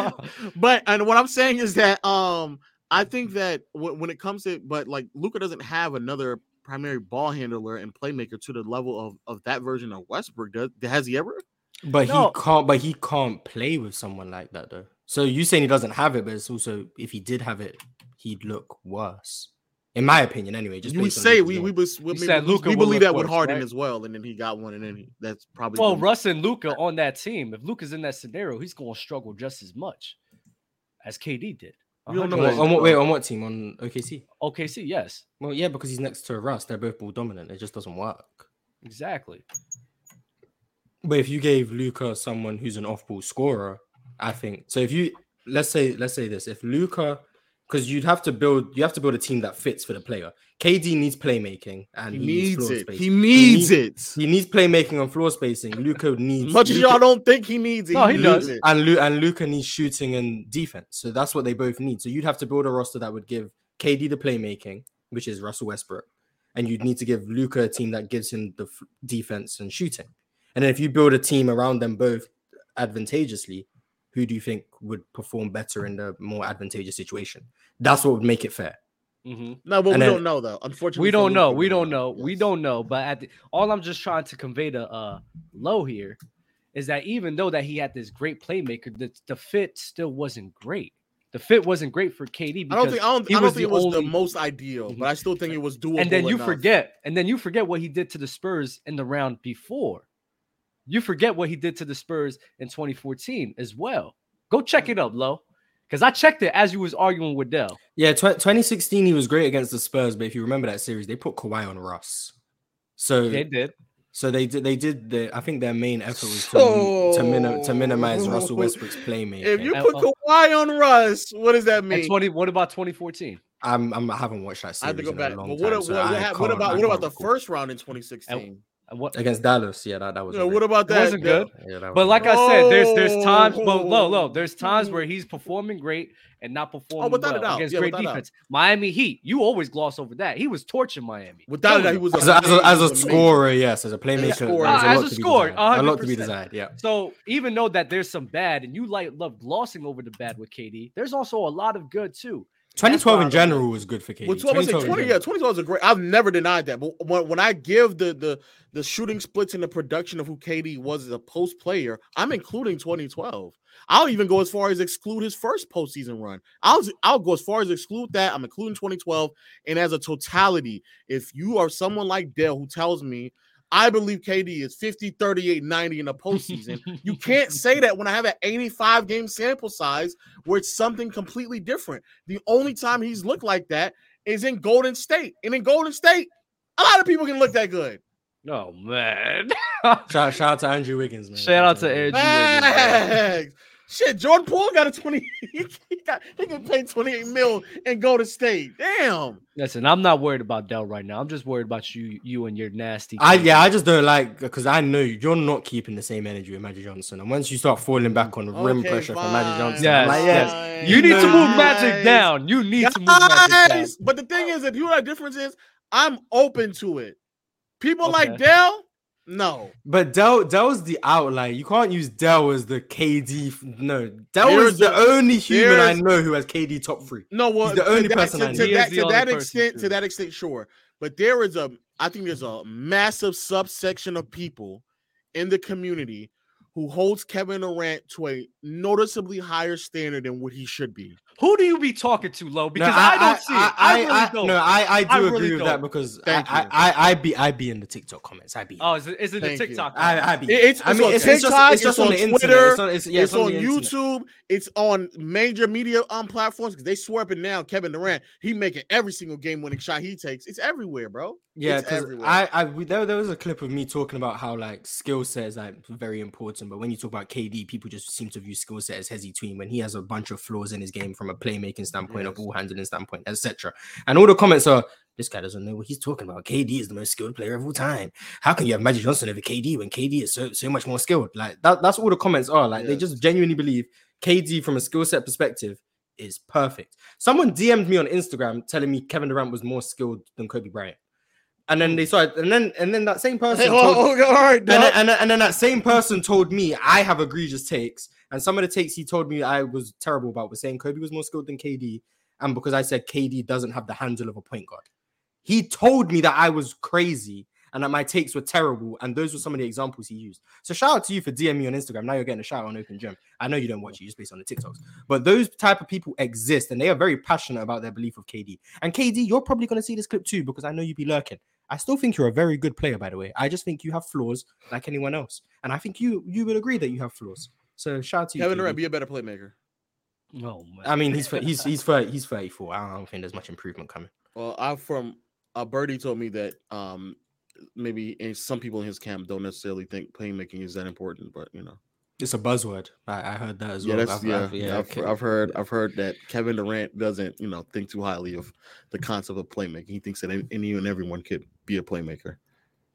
[SPEAKER 3] but and what I'm saying is that um I think that w- when it comes to but like Luca doesn't have another primary ball handler and playmaker to the level of of that version of Westbrook does has he ever
[SPEAKER 2] But
[SPEAKER 1] No.
[SPEAKER 2] he can't. But he can't play with someone like that though. So you saying he doesn't have it, but it's also if he did have it, he'd look worse, in my opinion. Anyway, just
[SPEAKER 3] you would
[SPEAKER 2] based on
[SPEAKER 3] say
[SPEAKER 2] Luka's
[SPEAKER 3] we we,
[SPEAKER 2] knowledge.
[SPEAKER 3] was, we,
[SPEAKER 1] You said
[SPEAKER 3] we-
[SPEAKER 1] Luka
[SPEAKER 3] we
[SPEAKER 1] will
[SPEAKER 3] believe
[SPEAKER 1] look
[SPEAKER 3] that with
[SPEAKER 1] worse,
[SPEAKER 3] Harden
[SPEAKER 1] right?
[SPEAKER 3] as well and then he got one and then he, that's probably
[SPEAKER 1] well,
[SPEAKER 3] the-
[SPEAKER 1] Russ and Luca on that team. If Luca's in that scenario, he's going to struggle just as much as KD did.
[SPEAKER 3] We don't know
[SPEAKER 2] On what-
[SPEAKER 1] 100%.
[SPEAKER 2] on what wait on what team on OKC?
[SPEAKER 1] OKC, yes,
[SPEAKER 2] Well, yeah, because he's next to Russ. They're both ball dominant. It just doesn't work.
[SPEAKER 1] exactly.
[SPEAKER 2] But if you gave Luca someone who's an off-ball scorer, I think so. If you let's say let's say this, if Luca, because you'd have to build you have to build a team that fits for the player. KD needs playmaking and
[SPEAKER 3] he
[SPEAKER 2] he,
[SPEAKER 3] needs
[SPEAKER 2] floor
[SPEAKER 3] it
[SPEAKER 2] space.
[SPEAKER 3] he needs
[SPEAKER 2] need-
[SPEAKER 3] it
[SPEAKER 2] He needs playmaking and floor spacing. Luca needs
[SPEAKER 3] as much as
[SPEAKER 2] Luka-
[SPEAKER 3] y'all don't think he needs it
[SPEAKER 1] No, he
[SPEAKER 3] needs
[SPEAKER 1] does.
[SPEAKER 3] it.
[SPEAKER 2] and Lu- and Luca needs shooting and defense. So that's what they both need. So you'd have to build a roster that would give KD the playmaking, which is Russell Westbrook, and you'd need to give Luca a team that gives him the f- defense and shooting. And then if you build a team around them both advantageously, who do you think would perform better in the more advantageous situation? That's what would make it fair.
[SPEAKER 1] Mhm.
[SPEAKER 3] no but we
[SPEAKER 2] and then-
[SPEAKER 3] don't know though unfortunately
[SPEAKER 1] We
[SPEAKER 3] for
[SPEAKER 1] don't
[SPEAKER 3] Luka,
[SPEAKER 1] know. We don't know. We
[SPEAKER 3] Yes.
[SPEAKER 1] don't know. But at the, all, I'm just trying to convey to uh, Low here is that even though that he had this great playmaker, the, the fit still wasn't great. The fit wasn't great for KD.
[SPEAKER 3] I
[SPEAKER 1] Because
[SPEAKER 3] don't think I don't,
[SPEAKER 1] he
[SPEAKER 3] I don't
[SPEAKER 1] was
[SPEAKER 3] think it
[SPEAKER 1] the
[SPEAKER 3] was the
[SPEAKER 1] only- Mm-hmm.
[SPEAKER 3] most ideal, but I still think it was doable.
[SPEAKER 1] and then you
[SPEAKER 3] enough.
[SPEAKER 1] forget, and then you forget what he did to the Spurs in the round before. You forget what he did to the Spurs in 2014 as well. Go check
[SPEAKER 3] Mm.
[SPEAKER 1] it up, Lo, because I checked it as you was arguing with Dell.
[SPEAKER 2] Yeah, tw- 2016 he was great against the Spurs, but if you remember that series, they put Kawhi on Russ. So
[SPEAKER 1] They did.
[SPEAKER 2] So they did. They did. The, I think their main effort was to, min- to, minim, to minimize
[SPEAKER 3] So-
[SPEAKER 2] Russell Westbrook's playmaking.
[SPEAKER 3] If you
[SPEAKER 1] And-
[SPEAKER 3] put
[SPEAKER 1] oh.
[SPEAKER 3] Kawhi on Russ, what does that
[SPEAKER 1] And
[SPEAKER 3] mean?
[SPEAKER 1] 20. What about 2014?
[SPEAKER 2] I'm, I'm, I haven't watched that
[SPEAKER 3] I
[SPEAKER 2] series
[SPEAKER 3] have to go
[SPEAKER 2] in
[SPEAKER 3] back.
[SPEAKER 2] a
[SPEAKER 3] But
[SPEAKER 2] long
[SPEAKER 3] what,
[SPEAKER 2] time.
[SPEAKER 3] what,
[SPEAKER 2] so
[SPEAKER 3] what
[SPEAKER 2] I
[SPEAKER 3] hap- what
[SPEAKER 2] can't- I
[SPEAKER 3] about what about
[SPEAKER 2] can't
[SPEAKER 3] the
[SPEAKER 2] recall.
[SPEAKER 3] first round in 2016?
[SPEAKER 1] And What,
[SPEAKER 2] against Dallas? Yeah, that, that was.
[SPEAKER 3] Yeah, what about
[SPEAKER 1] It
[SPEAKER 3] that?
[SPEAKER 1] wasn't good.
[SPEAKER 2] Yeah, that
[SPEAKER 1] But
[SPEAKER 2] was
[SPEAKER 1] like I said, there's there's times, but
[SPEAKER 3] Oh.
[SPEAKER 1] low, low. There's times where he's performing great and not performing
[SPEAKER 3] without a
[SPEAKER 1] well
[SPEAKER 3] doubt.
[SPEAKER 1] against
[SPEAKER 3] Yeah,
[SPEAKER 1] great
[SPEAKER 3] without a doubt.
[SPEAKER 1] defense. Miami Heat, you always gloss over that. He was torching Miami.
[SPEAKER 3] Without
[SPEAKER 1] Killing
[SPEAKER 3] that, he
[SPEAKER 1] them.
[SPEAKER 3] was
[SPEAKER 2] as a, as a, as a
[SPEAKER 3] amazing.
[SPEAKER 2] scorer, yes, as a playmaker,
[SPEAKER 3] scorer.
[SPEAKER 2] there's
[SPEAKER 1] Ah, as
[SPEAKER 2] lot
[SPEAKER 1] a
[SPEAKER 2] to be
[SPEAKER 1] scorer,
[SPEAKER 2] desired. a lot to be
[SPEAKER 1] 100%.
[SPEAKER 2] desired. Yeah,
[SPEAKER 1] So even though that there's some bad, and you like love glossing over the bad with KD, there's also a lot of good too.
[SPEAKER 2] 2012
[SPEAKER 1] why
[SPEAKER 2] in
[SPEAKER 1] I-
[SPEAKER 2] general was good for KD.
[SPEAKER 3] Well, 12, I say 20, yeah, 2012 is a great. I've never denied that. But when, when I give the the the shooting splits and the production of who KD was as a post player, I'm including 2012. I'll even go as far as exclude his first postseason run. I'll I'll go as far as exclude that. I'm including 2012. And as a totality, if you are someone like Dell who tells me I believe KD is 50, 38, 90 in the postseason, you can't say that when I have an 85 game sample size where it's something completely different. The only time he's looked like that is in Golden State. And in Golden State, a lot of people can look that good.
[SPEAKER 1] Oh man.
[SPEAKER 2] Shout, shout out to Andrew Wiggins, man.
[SPEAKER 1] Shout out to
[SPEAKER 2] Wiggins.
[SPEAKER 1] Andrew. Wiggins, bro.
[SPEAKER 3] Facts. Shit, Jordan Poole got a 20. He got he can pay 28 mil and go to state. Damn.
[SPEAKER 1] Listen, I'm not worried about Dell right now. I'm just worried about you, you and your nasty.
[SPEAKER 2] I
[SPEAKER 1] KD.
[SPEAKER 2] yeah, I just don't like because I know you're not keeping the same energy with Magic Johnson, and once you start falling back on rim
[SPEAKER 3] Okay,
[SPEAKER 2] pressure from Magic Johnson,
[SPEAKER 1] Yes,
[SPEAKER 2] I'm like,
[SPEAKER 1] yes.
[SPEAKER 3] fine,
[SPEAKER 1] you need to
[SPEAKER 3] guys.
[SPEAKER 1] move Magic down. You need to move Magic down.
[SPEAKER 3] Guys, But the thing is, if you know what the difference is, I'm open to it. People like
[SPEAKER 1] Okay.
[SPEAKER 3] Dell, no.
[SPEAKER 2] But Dell Dell's the outlier. You can't use Dell as the KD. f- No, Dell
[SPEAKER 3] There's
[SPEAKER 2] is the
[SPEAKER 3] a-
[SPEAKER 2] only human I
[SPEAKER 3] there's-
[SPEAKER 2] know who has KD top three.
[SPEAKER 3] No, well,
[SPEAKER 2] the only
[SPEAKER 3] to that,
[SPEAKER 2] person
[SPEAKER 3] to,
[SPEAKER 2] I
[SPEAKER 3] to
[SPEAKER 2] know. He
[SPEAKER 1] is
[SPEAKER 3] that,
[SPEAKER 1] the
[SPEAKER 3] to
[SPEAKER 1] only
[SPEAKER 3] that
[SPEAKER 1] person,
[SPEAKER 3] extent,
[SPEAKER 1] true.
[SPEAKER 3] to that extent, sure. But there is a, I think there's a massive subsection of people in the community who holds Kevin Durant to a noticeably higher standard than what he should be.
[SPEAKER 1] Who do you be talking to, Low? Because I, don't see it. I, really don't.
[SPEAKER 2] No, I, I do
[SPEAKER 1] I
[SPEAKER 2] agree
[SPEAKER 1] really
[SPEAKER 2] with that
[SPEAKER 1] don't.
[SPEAKER 2] because I,
[SPEAKER 3] Thank
[SPEAKER 2] I,
[SPEAKER 3] you.
[SPEAKER 2] I, I be I be in the TikTok comments. I be.
[SPEAKER 1] oh, is it, is it a
[SPEAKER 3] Thank you.
[SPEAKER 1] TikTok?
[SPEAKER 2] I, I be.
[SPEAKER 3] It- it's-
[SPEAKER 2] I
[SPEAKER 3] it's
[SPEAKER 2] mean,
[SPEAKER 3] on
[SPEAKER 2] it's, it's
[SPEAKER 3] TikTok,
[SPEAKER 2] just it's
[SPEAKER 3] it's
[SPEAKER 2] just on,
[SPEAKER 3] on
[SPEAKER 2] the internet.
[SPEAKER 3] Twitter,
[SPEAKER 2] It's on, it's, yeah,
[SPEAKER 3] it's, on,
[SPEAKER 2] the internet.
[SPEAKER 3] YouTube. It's on major media um platforms because they swerving now. Kevin Durant, he making every single game winning shot he takes. It's everywhere, bro.
[SPEAKER 2] Yeah,
[SPEAKER 3] It's
[SPEAKER 2] 'cause
[SPEAKER 3] everywhere.
[SPEAKER 2] I, I we, there, there was a clip of me talking about how like skill set is like very important, but when you talk about KD, people just seem to view skill set as hezzy tween when he has a bunch of flaws in his game from a playmaking standpoint, a
[SPEAKER 3] Yes.
[SPEAKER 2] ball handling standpoint, etc. And all the comments are this guy doesn't know what he's talking about. KD is the most skilled player of all time. How can you have Magic Johnson over KD when KD is so so much more skilled? Like that, that's all the comments are. Like they
[SPEAKER 3] Yes.
[SPEAKER 2] just genuinely believe KD from a skill set perspective is perfect. Someone DM'd me on Instagram telling me Kevin Durant was more skilled than Kobe Bryant. And then they started, and then and then that same person
[SPEAKER 3] Mm. Hey,
[SPEAKER 2] told,
[SPEAKER 3] oh, oh, all right,
[SPEAKER 2] and, then,
[SPEAKER 3] dog.
[SPEAKER 2] and, then, and then that same person told me I have egregious takes. And some of the takes he told me I was terrible about was saying Kobe was more skilled than KD. And because I said KD doesn't have the handle of a point guard. He told me that I was crazy and that my takes were terrible. And those were some of the examples he used. So shout out to you for DM me on Instagram. Now you're getting a shout out on Open Gym. I know you don't watch it, you just based on the TikToks. But those type of people exist and they are very passionate about their belief of KD. And KD, you're probably going to see this clip too because I know you be lurking. I still think you're a very good player, by the way. I just think you have flaws like anyone else. And I think you you would agree that you have flaws. So shout out to you.
[SPEAKER 3] Kevin
[SPEAKER 2] KD.
[SPEAKER 3] Durant, be a better playmaker.
[SPEAKER 1] oh, man.
[SPEAKER 2] I mean, he's fi- he's he's 30, he's 34. I don't think there's much improvement coming.
[SPEAKER 3] Well, I'm from uh, Birdie told me that um maybe and some people in his camp don't necessarily think playmaking is that important, but you know.
[SPEAKER 2] It's a buzzword. I, I heard that as
[SPEAKER 3] Yeah,
[SPEAKER 2] well.
[SPEAKER 3] that's
[SPEAKER 2] I've-
[SPEAKER 3] yeah.
[SPEAKER 2] I've-
[SPEAKER 3] yeah, I've,
[SPEAKER 2] okay.
[SPEAKER 3] I've heard I've heard that Kevin Durant doesn't you know think too highly of the concept of playmaking. He thinks that any, any and everyone could be a playmaker,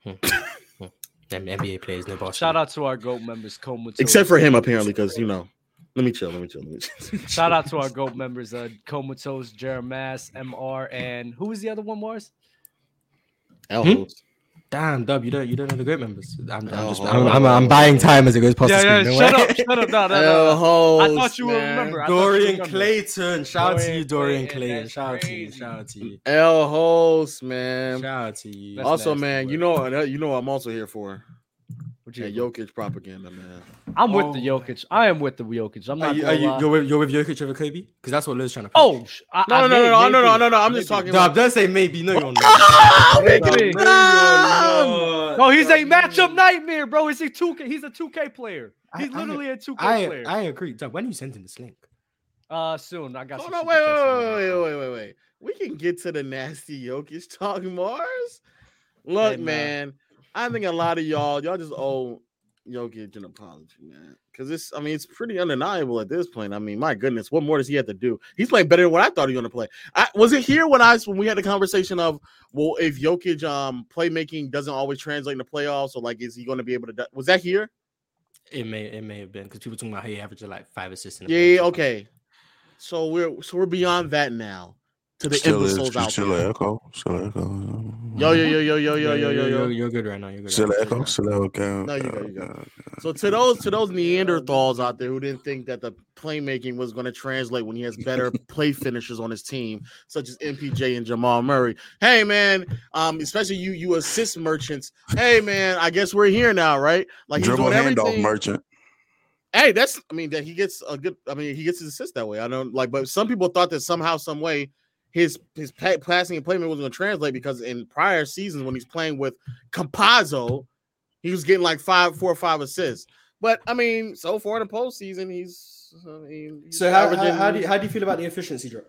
[SPEAKER 2] Hmm. Them NBA players, no boss.
[SPEAKER 1] Shout out to our GOAT members, Coma.
[SPEAKER 3] except for him apparently, because you know. Let me chill. Let me chill. Let me chill.
[SPEAKER 1] Shout out to our GOAT members, uh, Comatose, Jeremias, MR, and who was the other one, Mars?
[SPEAKER 3] Al
[SPEAKER 2] Hmm?
[SPEAKER 3] Holtz.
[SPEAKER 2] Damn, Dub, you don't you don't know the great members. I'm, I'm,
[SPEAKER 3] Oh,
[SPEAKER 2] just,
[SPEAKER 3] hold
[SPEAKER 2] I'm,
[SPEAKER 3] on,
[SPEAKER 2] I'm,
[SPEAKER 3] hold on,
[SPEAKER 2] I'm
[SPEAKER 3] hold
[SPEAKER 2] buying
[SPEAKER 3] on.
[SPEAKER 2] time as it goes past the
[SPEAKER 1] yeah, yeah,
[SPEAKER 2] screen, don't
[SPEAKER 1] shut
[SPEAKER 2] worry.
[SPEAKER 1] up, shut up. No, no, no,
[SPEAKER 3] Al
[SPEAKER 1] no.
[SPEAKER 3] Holtz.
[SPEAKER 1] I thought you would
[SPEAKER 3] man.
[SPEAKER 1] remember. I thought you would
[SPEAKER 2] Dorian
[SPEAKER 1] remember.
[SPEAKER 2] Clayton. Shout out to you,
[SPEAKER 1] Dorian
[SPEAKER 2] Dorian
[SPEAKER 1] Clayton,
[SPEAKER 2] Clayton.
[SPEAKER 1] that's
[SPEAKER 2] Shout out to you.
[SPEAKER 1] crazy.
[SPEAKER 2] Shout out to you.
[SPEAKER 3] Al Holtz, man.
[SPEAKER 2] Shout out to you.
[SPEAKER 1] That's
[SPEAKER 3] also,
[SPEAKER 1] nasty
[SPEAKER 3] man,
[SPEAKER 1] work.
[SPEAKER 3] you know, and, uh, you know, what I'm also here for
[SPEAKER 1] What you-
[SPEAKER 3] yeah, Jokic propaganda, man.
[SPEAKER 1] I'm with the
[SPEAKER 2] Oh.
[SPEAKER 1] Jokic. I am with the Jokic. I'm
[SPEAKER 2] Are
[SPEAKER 1] not.
[SPEAKER 2] you,
[SPEAKER 1] gonna
[SPEAKER 2] are you,
[SPEAKER 1] lie.
[SPEAKER 2] you're, with, you're with Jokic over Kobe? Because that's what Liz trying to. push.
[SPEAKER 1] oh, sh- I,
[SPEAKER 3] No,
[SPEAKER 1] I
[SPEAKER 3] no, no,
[SPEAKER 1] may-
[SPEAKER 3] no, no, no,
[SPEAKER 1] maybe.
[SPEAKER 3] no, no. I'm just
[SPEAKER 1] Maybe.
[SPEAKER 3] talking
[SPEAKER 2] Dub,
[SPEAKER 3] about.
[SPEAKER 2] don't say maybe. No, you're
[SPEAKER 3] Ah,
[SPEAKER 2] not.
[SPEAKER 1] Maybe.
[SPEAKER 2] No, you're not.
[SPEAKER 1] No, he's a matchup nightmare, bro. Is he two K? He's a two K player.
[SPEAKER 2] I-
[SPEAKER 1] He's
[SPEAKER 2] I-
[SPEAKER 1] literally a two K
[SPEAKER 2] I,
[SPEAKER 1] player.
[SPEAKER 2] I agree. Dub, when are you sending this link?
[SPEAKER 1] uh, soon. I got.
[SPEAKER 3] Oh
[SPEAKER 1] some
[SPEAKER 3] no!
[SPEAKER 1] super
[SPEAKER 3] Wait,
[SPEAKER 1] chats in
[SPEAKER 3] wait,
[SPEAKER 1] there.
[SPEAKER 3] wait, wait, wait, wait, wait. We can get to the nasty Jokic talk, Mars. Look,
[SPEAKER 1] Hey, man.
[SPEAKER 3] man, I think a lot of y'all, y'all just owe Jokic an apology, man. Because it's, I mean, it's pretty undeniable at this point. I mean, my goodness, what more does he have to do? He's playing better than what I thought he was gonna play. I was it here when I when we had the conversation of, well, if Jokic um playmaking doesn't always translate in the playoffs, so like, is he going to be able to? do- Was that here?
[SPEAKER 2] It may it may have been because people talking about how he averages like five assists. in a
[SPEAKER 3] Yeah,
[SPEAKER 2] playoff
[SPEAKER 3] yeah,
[SPEAKER 2] or
[SPEAKER 3] okay. So we're so we're beyond that now. To the
[SPEAKER 4] Still is.
[SPEAKER 3] imbeciles out
[SPEAKER 4] Still
[SPEAKER 3] there.
[SPEAKER 4] an echo. Still an echo.
[SPEAKER 3] Yo, yo, yo, yo, yo,
[SPEAKER 2] something.
[SPEAKER 3] yo, yo, yo, yo.
[SPEAKER 2] You're good right now. You're good.
[SPEAKER 4] Still
[SPEAKER 2] Right
[SPEAKER 4] an
[SPEAKER 2] now.
[SPEAKER 4] echo. Still an echo.
[SPEAKER 3] No, you go, you go. So to those to those Neanderthals out there who didn't think that the playmaking was going to translate when he has better play finishers on his team, such as MPJ and Jamal Murray. Hey man, um, especially you you assist merchants. Hey man, I guess we're here now, right? Like he's
[SPEAKER 4] Dribble
[SPEAKER 3] doing
[SPEAKER 4] handoff
[SPEAKER 3] everything.
[SPEAKER 4] merchant.
[SPEAKER 3] hey, that's I mean that he gets a good. I mean he gets his assist that way. I don't like, but some people thought that somehow, some way, his his pa- passing and playmaking was going to translate because in prior seasons when he's playing with Compazzo, he was getting like five, four or five assists. But I mean, so far in the postseason, he's. I mean, he's
[SPEAKER 2] So how, how,
[SPEAKER 3] averaging-
[SPEAKER 2] how do you, how do you feel about the efficiency drop?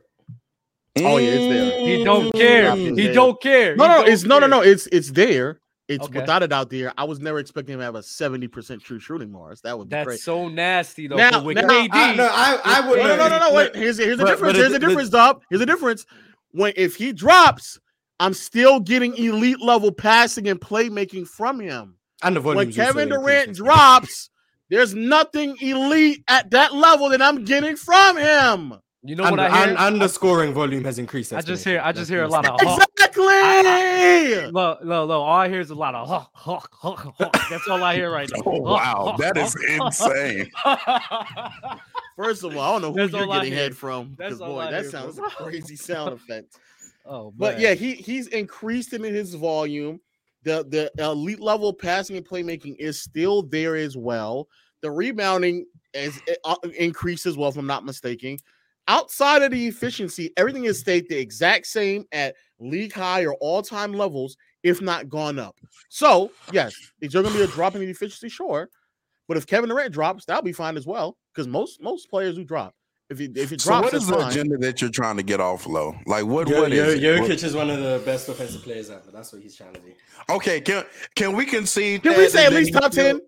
[SPEAKER 3] Oh, yeah, it's there.
[SPEAKER 1] He don't care.
[SPEAKER 3] Mm.
[SPEAKER 1] He don't care.
[SPEAKER 3] No,
[SPEAKER 1] He
[SPEAKER 3] no,
[SPEAKER 1] don't
[SPEAKER 3] it's no, no,
[SPEAKER 1] care.
[SPEAKER 3] no. It's it's there. It's
[SPEAKER 1] Okay.
[SPEAKER 3] without a doubt there. I was never expecting him to have a seventy percent true shooting, Mars. That would be
[SPEAKER 1] That's
[SPEAKER 3] great.
[SPEAKER 1] so nasty though.
[SPEAKER 3] Now-
[SPEAKER 1] but with
[SPEAKER 3] now-
[SPEAKER 1] KD,
[SPEAKER 2] I, no, I, I would.
[SPEAKER 3] No, no, no, no, no. Wait. Here's here's the
[SPEAKER 2] But-
[SPEAKER 3] difference.
[SPEAKER 2] but it-
[SPEAKER 3] Here's the
[SPEAKER 2] but-
[SPEAKER 3] difference, Dub. Here's the difference. When if he drops, I'm still getting elite level passing and playmaking from him.
[SPEAKER 2] And the
[SPEAKER 3] When
[SPEAKER 2] volume's also
[SPEAKER 3] Kevin
[SPEAKER 2] increased
[SPEAKER 3] Durant
[SPEAKER 2] as well.
[SPEAKER 3] drops, there's nothing elite at that level that I'm getting from him.
[SPEAKER 1] you know
[SPEAKER 2] and,
[SPEAKER 1] what I hear?
[SPEAKER 2] and, and the scoring volume has increased.
[SPEAKER 1] I just hear- I
[SPEAKER 2] exponentially.
[SPEAKER 1] just hear a
[SPEAKER 2] That's
[SPEAKER 1] lot of
[SPEAKER 2] the-
[SPEAKER 1] honk.
[SPEAKER 3] Exactly.
[SPEAKER 1] Low, low, low. All I hear is a lot of huh, huh, huh, huh. That's all I hear right now.
[SPEAKER 4] Oh, wow. That is insane.
[SPEAKER 3] First of all, I don't know who
[SPEAKER 1] That's
[SPEAKER 3] you're
[SPEAKER 1] all I
[SPEAKER 3] getting
[SPEAKER 1] hear.
[SPEAKER 3] head from.
[SPEAKER 1] That's
[SPEAKER 3] Because
[SPEAKER 1] all
[SPEAKER 3] boy,
[SPEAKER 1] I
[SPEAKER 3] that
[SPEAKER 1] hear, bro.
[SPEAKER 3] sounds like a crazy sound effect.
[SPEAKER 1] oh,
[SPEAKER 3] But
[SPEAKER 1] man.
[SPEAKER 3] yeah, he he's increased in his volume. The the elite level passing and playmaking is still eh, there as well. The rebounding is uh, increased as well, if I'm not mistaken. Outside of the efficiency, everything has stayed the exact same at league high or all time levels, if not gone up. So, yes, is there going to be a drop in the efficiency? Sure. But if Kevin Durant drops, that'll be fine as well. Because most most players do drop. If it, if it drops,
[SPEAKER 4] So what is
[SPEAKER 3] that's
[SPEAKER 4] the
[SPEAKER 3] fine.
[SPEAKER 4] agenda that you're trying to get off, low? Like what?
[SPEAKER 2] Yo,
[SPEAKER 4] what
[SPEAKER 2] yo,
[SPEAKER 4] is it?
[SPEAKER 2] Jokic is one of the best offensive players ever. That's what he's trying to do.
[SPEAKER 4] Okay, can can we concede?
[SPEAKER 3] Did we
[SPEAKER 4] that
[SPEAKER 3] say
[SPEAKER 4] and
[SPEAKER 3] at
[SPEAKER 4] then
[SPEAKER 3] least
[SPEAKER 4] he's
[SPEAKER 3] top
[SPEAKER 4] still-
[SPEAKER 3] ten?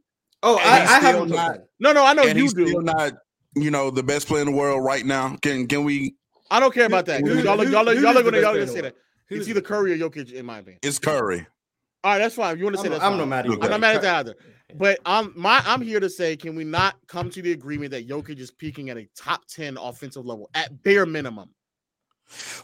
[SPEAKER 2] Oh,
[SPEAKER 4] And
[SPEAKER 2] I,
[SPEAKER 4] he's
[SPEAKER 2] I
[SPEAKER 4] still
[SPEAKER 2] haven't.
[SPEAKER 4] not-
[SPEAKER 3] No, no, I know
[SPEAKER 4] and
[SPEAKER 3] you
[SPEAKER 4] he's still
[SPEAKER 3] do.
[SPEAKER 4] not, you know, the best player in the world right now. Can can we?
[SPEAKER 3] I don't care about that.
[SPEAKER 4] Who-
[SPEAKER 3] y'all,
[SPEAKER 2] who-
[SPEAKER 3] y'all, y'all
[SPEAKER 2] who is
[SPEAKER 3] are gonna, y'all
[SPEAKER 2] the best
[SPEAKER 3] are gonna
[SPEAKER 2] player
[SPEAKER 3] say
[SPEAKER 2] in the
[SPEAKER 3] that.
[SPEAKER 2] Who's
[SPEAKER 3] It's
[SPEAKER 2] the
[SPEAKER 3] either
[SPEAKER 2] best
[SPEAKER 3] Curry or Jokic, in my opinion.
[SPEAKER 4] It's Curry.
[SPEAKER 3] All right, that's fine. You want to say
[SPEAKER 2] I'm,
[SPEAKER 3] that?
[SPEAKER 2] I'm not mad at you.
[SPEAKER 4] I'm
[SPEAKER 3] I'm not mad at that either. But I'm my I'm here to say, can we not come to the agreement that Jokic is peaking at a top ten offensive level at bare minimum?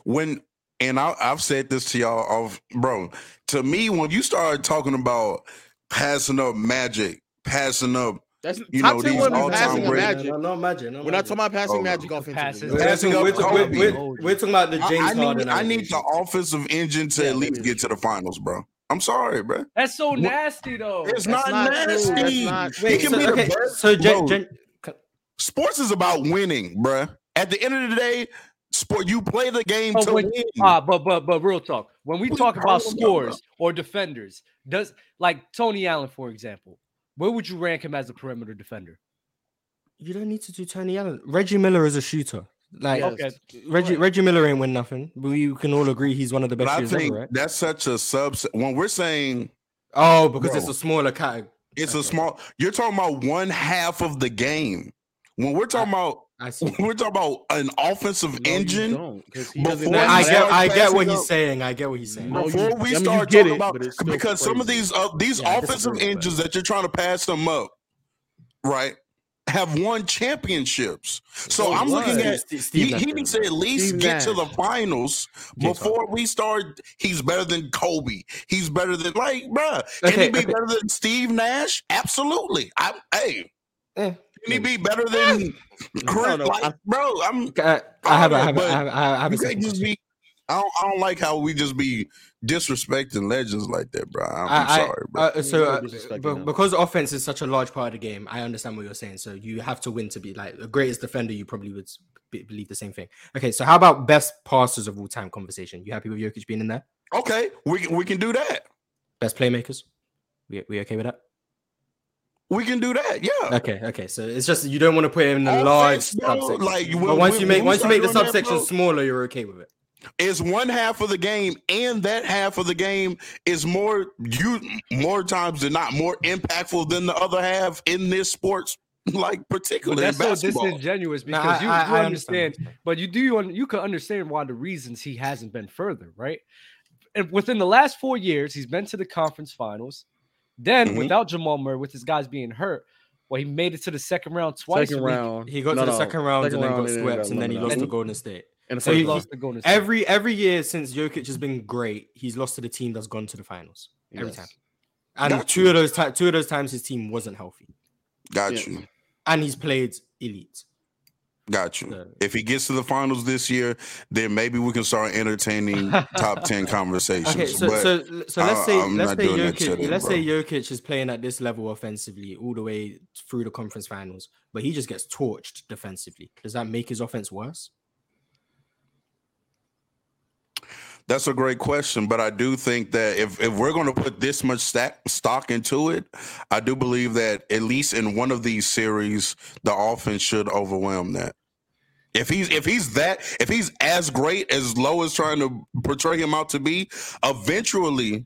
[SPEAKER 4] when and I, I've said this to y'all off, bro. To me, when you start talking about passing up magic, passing up
[SPEAKER 3] That's
[SPEAKER 4] You
[SPEAKER 3] top
[SPEAKER 4] know,
[SPEAKER 3] ten
[SPEAKER 4] these
[SPEAKER 3] wouldn't be
[SPEAKER 4] all-time
[SPEAKER 3] passing
[SPEAKER 4] greats-
[SPEAKER 3] magic.
[SPEAKER 2] No, no, magic. No,
[SPEAKER 3] We're not talking about passing
[SPEAKER 4] Oh,
[SPEAKER 3] magic
[SPEAKER 1] no.
[SPEAKER 3] offensively.
[SPEAKER 1] Passes.
[SPEAKER 4] We're
[SPEAKER 2] We're,
[SPEAKER 4] passing up
[SPEAKER 2] we're,
[SPEAKER 4] Kobe.
[SPEAKER 2] we're, we're talking about the
[SPEAKER 4] I-
[SPEAKER 2] James
[SPEAKER 4] I, need,
[SPEAKER 2] Harden.
[SPEAKER 4] I need the
[SPEAKER 2] to.
[SPEAKER 4] offensive engine to
[SPEAKER 2] Yeah,
[SPEAKER 4] at least
[SPEAKER 2] maybe.
[SPEAKER 4] get to the finals, bro. I'm sorry, bro.
[SPEAKER 1] That's so nasty though.
[SPEAKER 4] It's
[SPEAKER 3] That's
[SPEAKER 4] not,
[SPEAKER 3] not true. That's
[SPEAKER 4] nasty.
[SPEAKER 3] not
[SPEAKER 4] It
[SPEAKER 2] Wait,
[SPEAKER 4] can
[SPEAKER 2] so,
[SPEAKER 4] be the
[SPEAKER 2] okay,
[SPEAKER 4] best.
[SPEAKER 2] so Jen,
[SPEAKER 4] Bro,
[SPEAKER 2] Jen,
[SPEAKER 4] sports is about winning, bro. At the end of the day, sport you play the game
[SPEAKER 1] Oh,
[SPEAKER 4] to
[SPEAKER 1] when-
[SPEAKER 4] win.
[SPEAKER 1] Ah, but but but real talk. When we
[SPEAKER 4] What
[SPEAKER 1] talk
[SPEAKER 4] you
[SPEAKER 1] about
[SPEAKER 4] talking about, bro?
[SPEAKER 1] scores or defenders, does like Tony Allen, for example, where would you rank him as a perimeter defender?
[SPEAKER 2] you don't need to do Tony Allen. Reggie Miller is a shooter. Like
[SPEAKER 3] Yes.
[SPEAKER 1] Okay.
[SPEAKER 2] Reggie, Reggie Miller ain't win nothing. We can all agree he's one of the
[SPEAKER 4] But
[SPEAKER 2] best
[SPEAKER 4] I
[SPEAKER 2] shooters
[SPEAKER 4] think
[SPEAKER 2] ever, right?
[SPEAKER 4] that's such a subset. When we're saying
[SPEAKER 2] Oh, because it's
[SPEAKER 4] Bro.
[SPEAKER 2] a smaller category.
[SPEAKER 4] It's a
[SPEAKER 2] Okay.
[SPEAKER 4] small. You're talking about one half of the game. When we're talking about
[SPEAKER 2] I see.
[SPEAKER 4] when we're talking about an offensive
[SPEAKER 3] No, you
[SPEAKER 4] engine,
[SPEAKER 3] don't, 'cause he doesn't
[SPEAKER 4] Before
[SPEAKER 2] No,
[SPEAKER 3] have
[SPEAKER 2] I
[SPEAKER 3] that-
[SPEAKER 2] get,
[SPEAKER 4] Now
[SPEAKER 2] I get what
[SPEAKER 4] passing
[SPEAKER 2] he's
[SPEAKER 4] up-
[SPEAKER 2] saying. I get what he's saying.
[SPEAKER 3] No, you-
[SPEAKER 4] before
[SPEAKER 3] I
[SPEAKER 4] we
[SPEAKER 3] mean, you
[SPEAKER 4] start
[SPEAKER 3] get
[SPEAKER 4] talking
[SPEAKER 3] it,
[SPEAKER 4] about
[SPEAKER 3] but it's still
[SPEAKER 4] because some of
[SPEAKER 3] crazy.
[SPEAKER 4] these uh, these
[SPEAKER 2] Yeah, I disagree
[SPEAKER 4] offensive
[SPEAKER 2] with that.
[SPEAKER 4] engines that you're trying to pass them up, right, have won championships. So
[SPEAKER 3] Oh,
[SPEAKER 4] I'm looking
[SPEAKER 3] what?
[SPEAKER 4] at
[SPEAKER 2] Steve, Steve
[SPEAKER 4] he,
[SPEAKER 2] Nash
[SPEAKER 4] he
[SPEAKER 2] did
[SPEAKER 4] needs to at least
[SPEAKER 3] Steve
[SPEAKER 4] get to the
[SPEAKER 3] Nash.
[SPEAKER 4] finals
[SPEAKER 2] James
[SPEAKER 4] before we start. He's better than Kobe. He's better than like, bruh. Can
[SPEAKER 2] Okay,
[SPEAKER 4] he be
[SPEAKER 2] okay.
[SPEAKER 4] better than Steve Nash? Absolutely. I hey.
[SPEAKER 2] Eh.
[SPEAKER 4] Can he be better than Chris?
[SPEAKER 3] no,
[SPEAKER 4] like,
[SPEAKER 3] I-
[SPEAKER 4] bro, I'm.
[SPEAKER 2] that. I, I have, a- I have, a-
[SPEAKER 4] But
[SPEAKER 2] I have, a- I have a
[SPEAKER 4] You
[SPEAKER 2] second
[SPEAKER 4] can't just
[SPEAKER 2] question.
[SPEAKER 4] be. I don't, I don't like how we just be disrespecting legends like that, bro. I'm, I'm
[SPEAKER 2] I, I-
[SPEAKER 4] sorry, bro.
[SPEAKER 2] uh, so
[SPEAKER 3] no
[SPEAKER 2] uh,
[SPEAKER 3] disrespect,
[SPEAKER 2] be-
[SPEAKER 3] you know.
[SPEAKER 2] because offense is such a large part of the game, I understand what you're saying. So you have to win to be like the greatest defender. You probably would s- be- believe the same thing. Okay, so how about best passers of all time conversation? You happy with Jokic being in there?
[SPEAKER 4] okay, we can we can do that.
[SPEAKER 2] Best playmakers? We, we okay with that?
[SPEAKER 4] We can do that. Yeah.
[SPEAKER 2] Okay, okay. So it's just you don't want to put him in a large
[SPEAKER 4] Offense, bro,
[SPEAKER 2] subsection.
[SPEAKER 4] like,
[SPEAKER 2] but
[SPEAKER 4] when-
[SPEAKER 2] once
[SPEAKER 4] when-
[SPEAKER 2] you make
[SPEAKER 4] when we
[SPEAKER 2] once you
[SPEAKER 4] start
[SPEAKER 2] make the
[SPEAKER 4] doing that,
[SPEAKER 2] subsection
[SPEAKER 4] bro,
[SPEAKER 2] smaller, you're okay with it.
[SPEAKER 4] it's one half of the game, and that half of the game is more you more times than not more impactful than the other half in this sports, like
[SPEAKER 1] But
[SPEAKER 4] particularly
[SPEAKER 1] that's
[SPEAKER 4] in
[SPEAKER 1] so
[SPEAKER 4] basketball.
[SPEAKER 1] disingenuous
[SPEAKER 2] No,
[SPEAKER 1] because
[SPEAKER 2] I-
[SPEAKER 1] you,
[SPEAKER 2] I-
[SPEAKER 1] you
[SPEAKER 2] I
[SPEAKER 1] understand, but you do un- you can understand why the reasons he hasn't been further, right? And within the last four years, he's been to the conference finals. Then
[SPEAKER 4] Mhm.
[SPEAKER 1] without Jamal Murray, with his guys being hurt, well, he made it to the second round twice.
[SPEAKER 3] Second
[SPEAKER 1] with-
[SPEAKER 3] round.
[SPEAKER 2] He got
[SPEAKER 3] No,
[SPEAKER 2] to the
[SPEAKER 3] no,
[SPEAKER 2] second round
[SPEAKER 3] second
[SPEAKER 2] and then
[SPEAKER 3] round
[SPEAKER 2] got
[SPEAKER 3] and
[SPEAKER 2] swept, and then he
[SPEAKER 3] got
[SPEAKER 2] lost to
[SPEAKER 3] eliminated.
[SPEAKER 2] Golden State.
[SPEAKER 3] And the
[SPEAKER 2] So
[SPEAKER 3] first
[SPEAKER 1] He
[SPEAKER 2] he-
[SPEAKER 3] round.
[SPEAKER 1] lost to Golden State.
[SPEAKER 2] Every every year since Jokic has been great, he's lost to the team that's gone to the finals every
[SPEAKER 3] Yes.
[SPEAKER 2] time. And
[SPEAKER 4] Got
[SPEAKER 2] two
[SPEAKER 4] you.
[SPEAKER 2] of those ti- two of those times his team wasn't healthy,
[SPEAKER 4] Got
[SPEAKER 3] Yeah.
[SPEAKER 4] you.
[SPEAKER 2] and he's played elite.
[SPEAKER 4] Got you.
[SPEAKER 2] Yeah.
[SPEAKER 4] If he gets to the finals this year, then maybe we can start entertaining top ten conversations.
[SPEAKER 2] Okay, so
[SPEAKER 4] but
[SPEAKER 2] so so let's
[SPEAKER 4] I-
[SPEAKER 2] say
[SPEAKER 4] I'm
[SPEAKER 2] let's
[SPEAKER 4] not
[SPEAKER 2] say
[SPEAKER 4] doing that
[SPEAKER 2] Jokic
[SPEAKER 4] shit,
[SPEAKER 2] let's
[SPEAKER 4] bro.
[SPEAKER 2] say Jokic is playing at this level offensively all the way through the conference finals, but he just gets torched defensively. Does that make his offense worse?
[SPEAKER 4] that's a great question. But I do think that if if we're going to put this much stack, stock into it, I do believe that at least in one of these series, the offense should overwhelm that. If he's if he's that if he's as great as Lowe is trying to portray him out to be, eventually,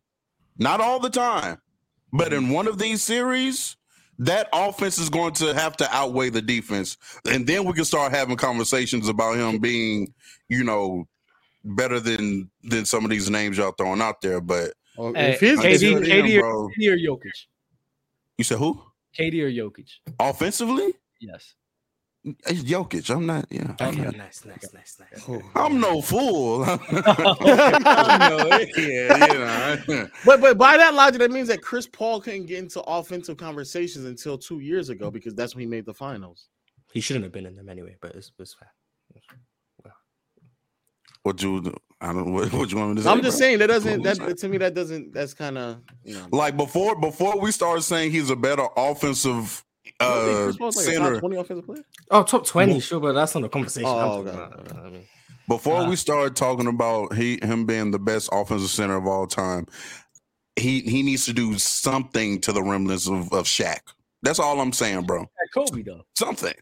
[SPEAKER 4] not all the time, but in one of these series, that offense is going to have to outweigh the defense, and then we can start having conversations about him being, you know, better than than some of these names y'all throwing out there. But
[SPEAKER 3] Well,
[SPEAKER 1] Hey,
[SPEAKER 3] Oh, if his-
[SPEAKER 1] KD
[SPEAKER 4] until then,
[SPEAKER 1] KD
[SPEAKER 4] bro,
[SPEAKER 1] KD or Jokic?
[SPEAKER 4] you said who
[SPEAKER 1] KD or Jokic?
[SPEAKER 4] offensively?
[SPEAKER 1] Yes.
[SPEAKER 4] It's Jokic. I'm not. Yeah, I'm,
[SPEAKER 2] Okay,
[SPEAKER 4] not-
[SPEAKER 2] Oh, nice, nice, nice, nice.
[SPEAKER 4] I'm no fool. Oh, yeah, you know.
[SPEAKER 3] But but by that logic, that means that Chris Paul couldn't get into offensive conversations until two years ago because that's when he made the finals.
[SPEAKER 2] He shouldn't have been in them anyway, but it's, it's fair.
[SPEAKER 4] What you? I don't. What, what you want me to say?
[SPEAKER 3] I'm just
[SPEAKER 4] bro?
[SPEAKER 3] saying that doesn't
[SPEAKER 4] What was that?
[SPEAKER 3] that to me that doesn't that's kind of you know
[SPEAKER 4] Like before, before we start saying he's a better offensive
[SPEAKER 3] Wasn't
[SPEAKER 4] uh,
[SPEAKER 3] Chris Paul's, like, a top
[SPEAKER 4] center.
[SPEAKER 3] 20 offensive player?
[SPEAKER 2] Oh, top 20, sure, but that's not the conversation. I'm
[SPEAKER 3] Oh,
[SPEAKER 2] talking
[SPEAKER 3] okay.
[SPEAKER 2] about. I mean,
[SPEAKER 4] Before
[SPEAKER 2] Uh,
[SPEAKER 4] we start talking about he him being the best offensive center of all time, he he needs to do something to the remnants of, of Shaq. That's all I'm saying, bro.
[SPEAKER 1] Kobe though.
[SPEAKER 4] Something.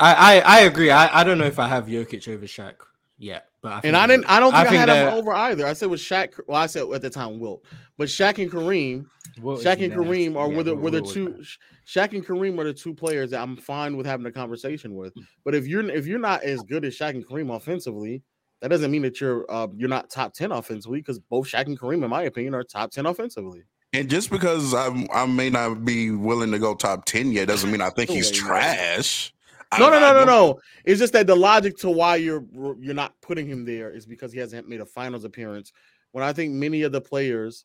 [SPEAKER 2] I, I, I agree. I, I don't know if I have Jokic over Shaq yet, but I
[SPEAKER 3] And I didn't. I don't
[SPEAKER 2] I
[SPEAKER 3] think I,
[SPEAKER 2] think
[SPEAKER 3] had
[SPEAKER 2] that-
[SPEAKER 3] him over either. I said with Shaq. Well, I said at the time Wilt, but Shaq and Kareem,
[SPEAKER 2] Wilt is
[SPEAKER 3] Shaq and
[SPEAKER 2] nasty.
[SPEAKER 3] Kareem are
[SPEAKER 2] Yeah,
[SPEAKER 3] were the
[SPEAKER 2] Wilt-
[SPEAKER 3] were the
[SPEAKER 2] Wilt was
[SPEAKER 3] two.
[SPEAKER 2] bad.
[SPEAKER 3] Sh- Shaq and Kareem are the two players that I'm fine with having a conversation with.
[SPEAKER 2] Mm.
[SPEAKER 3] But if you're if you're not as good as Shaq and Kareem offensively, that doesn't mean that you're uh, you're not top ten offensively because both Shaq and Kareem, in my opinion, are top ten offensively.
[SPEAKER 4] And just because I I may not be willing to go top ten yet doesn't mean I think he's
[SPEAKER 3] Wait, no.
[SPEAKER 4] trash. I-
[SPEAKER 3] No, no,
[SPEAKER 4] I
[SPEAKER 3] no, no,
[SPEAKER 4] don't-
[SPEAKER 3] no. It's just that the logic to why you're you're not putting him there is because he hasn't made a finals appearance. When I think many of the players,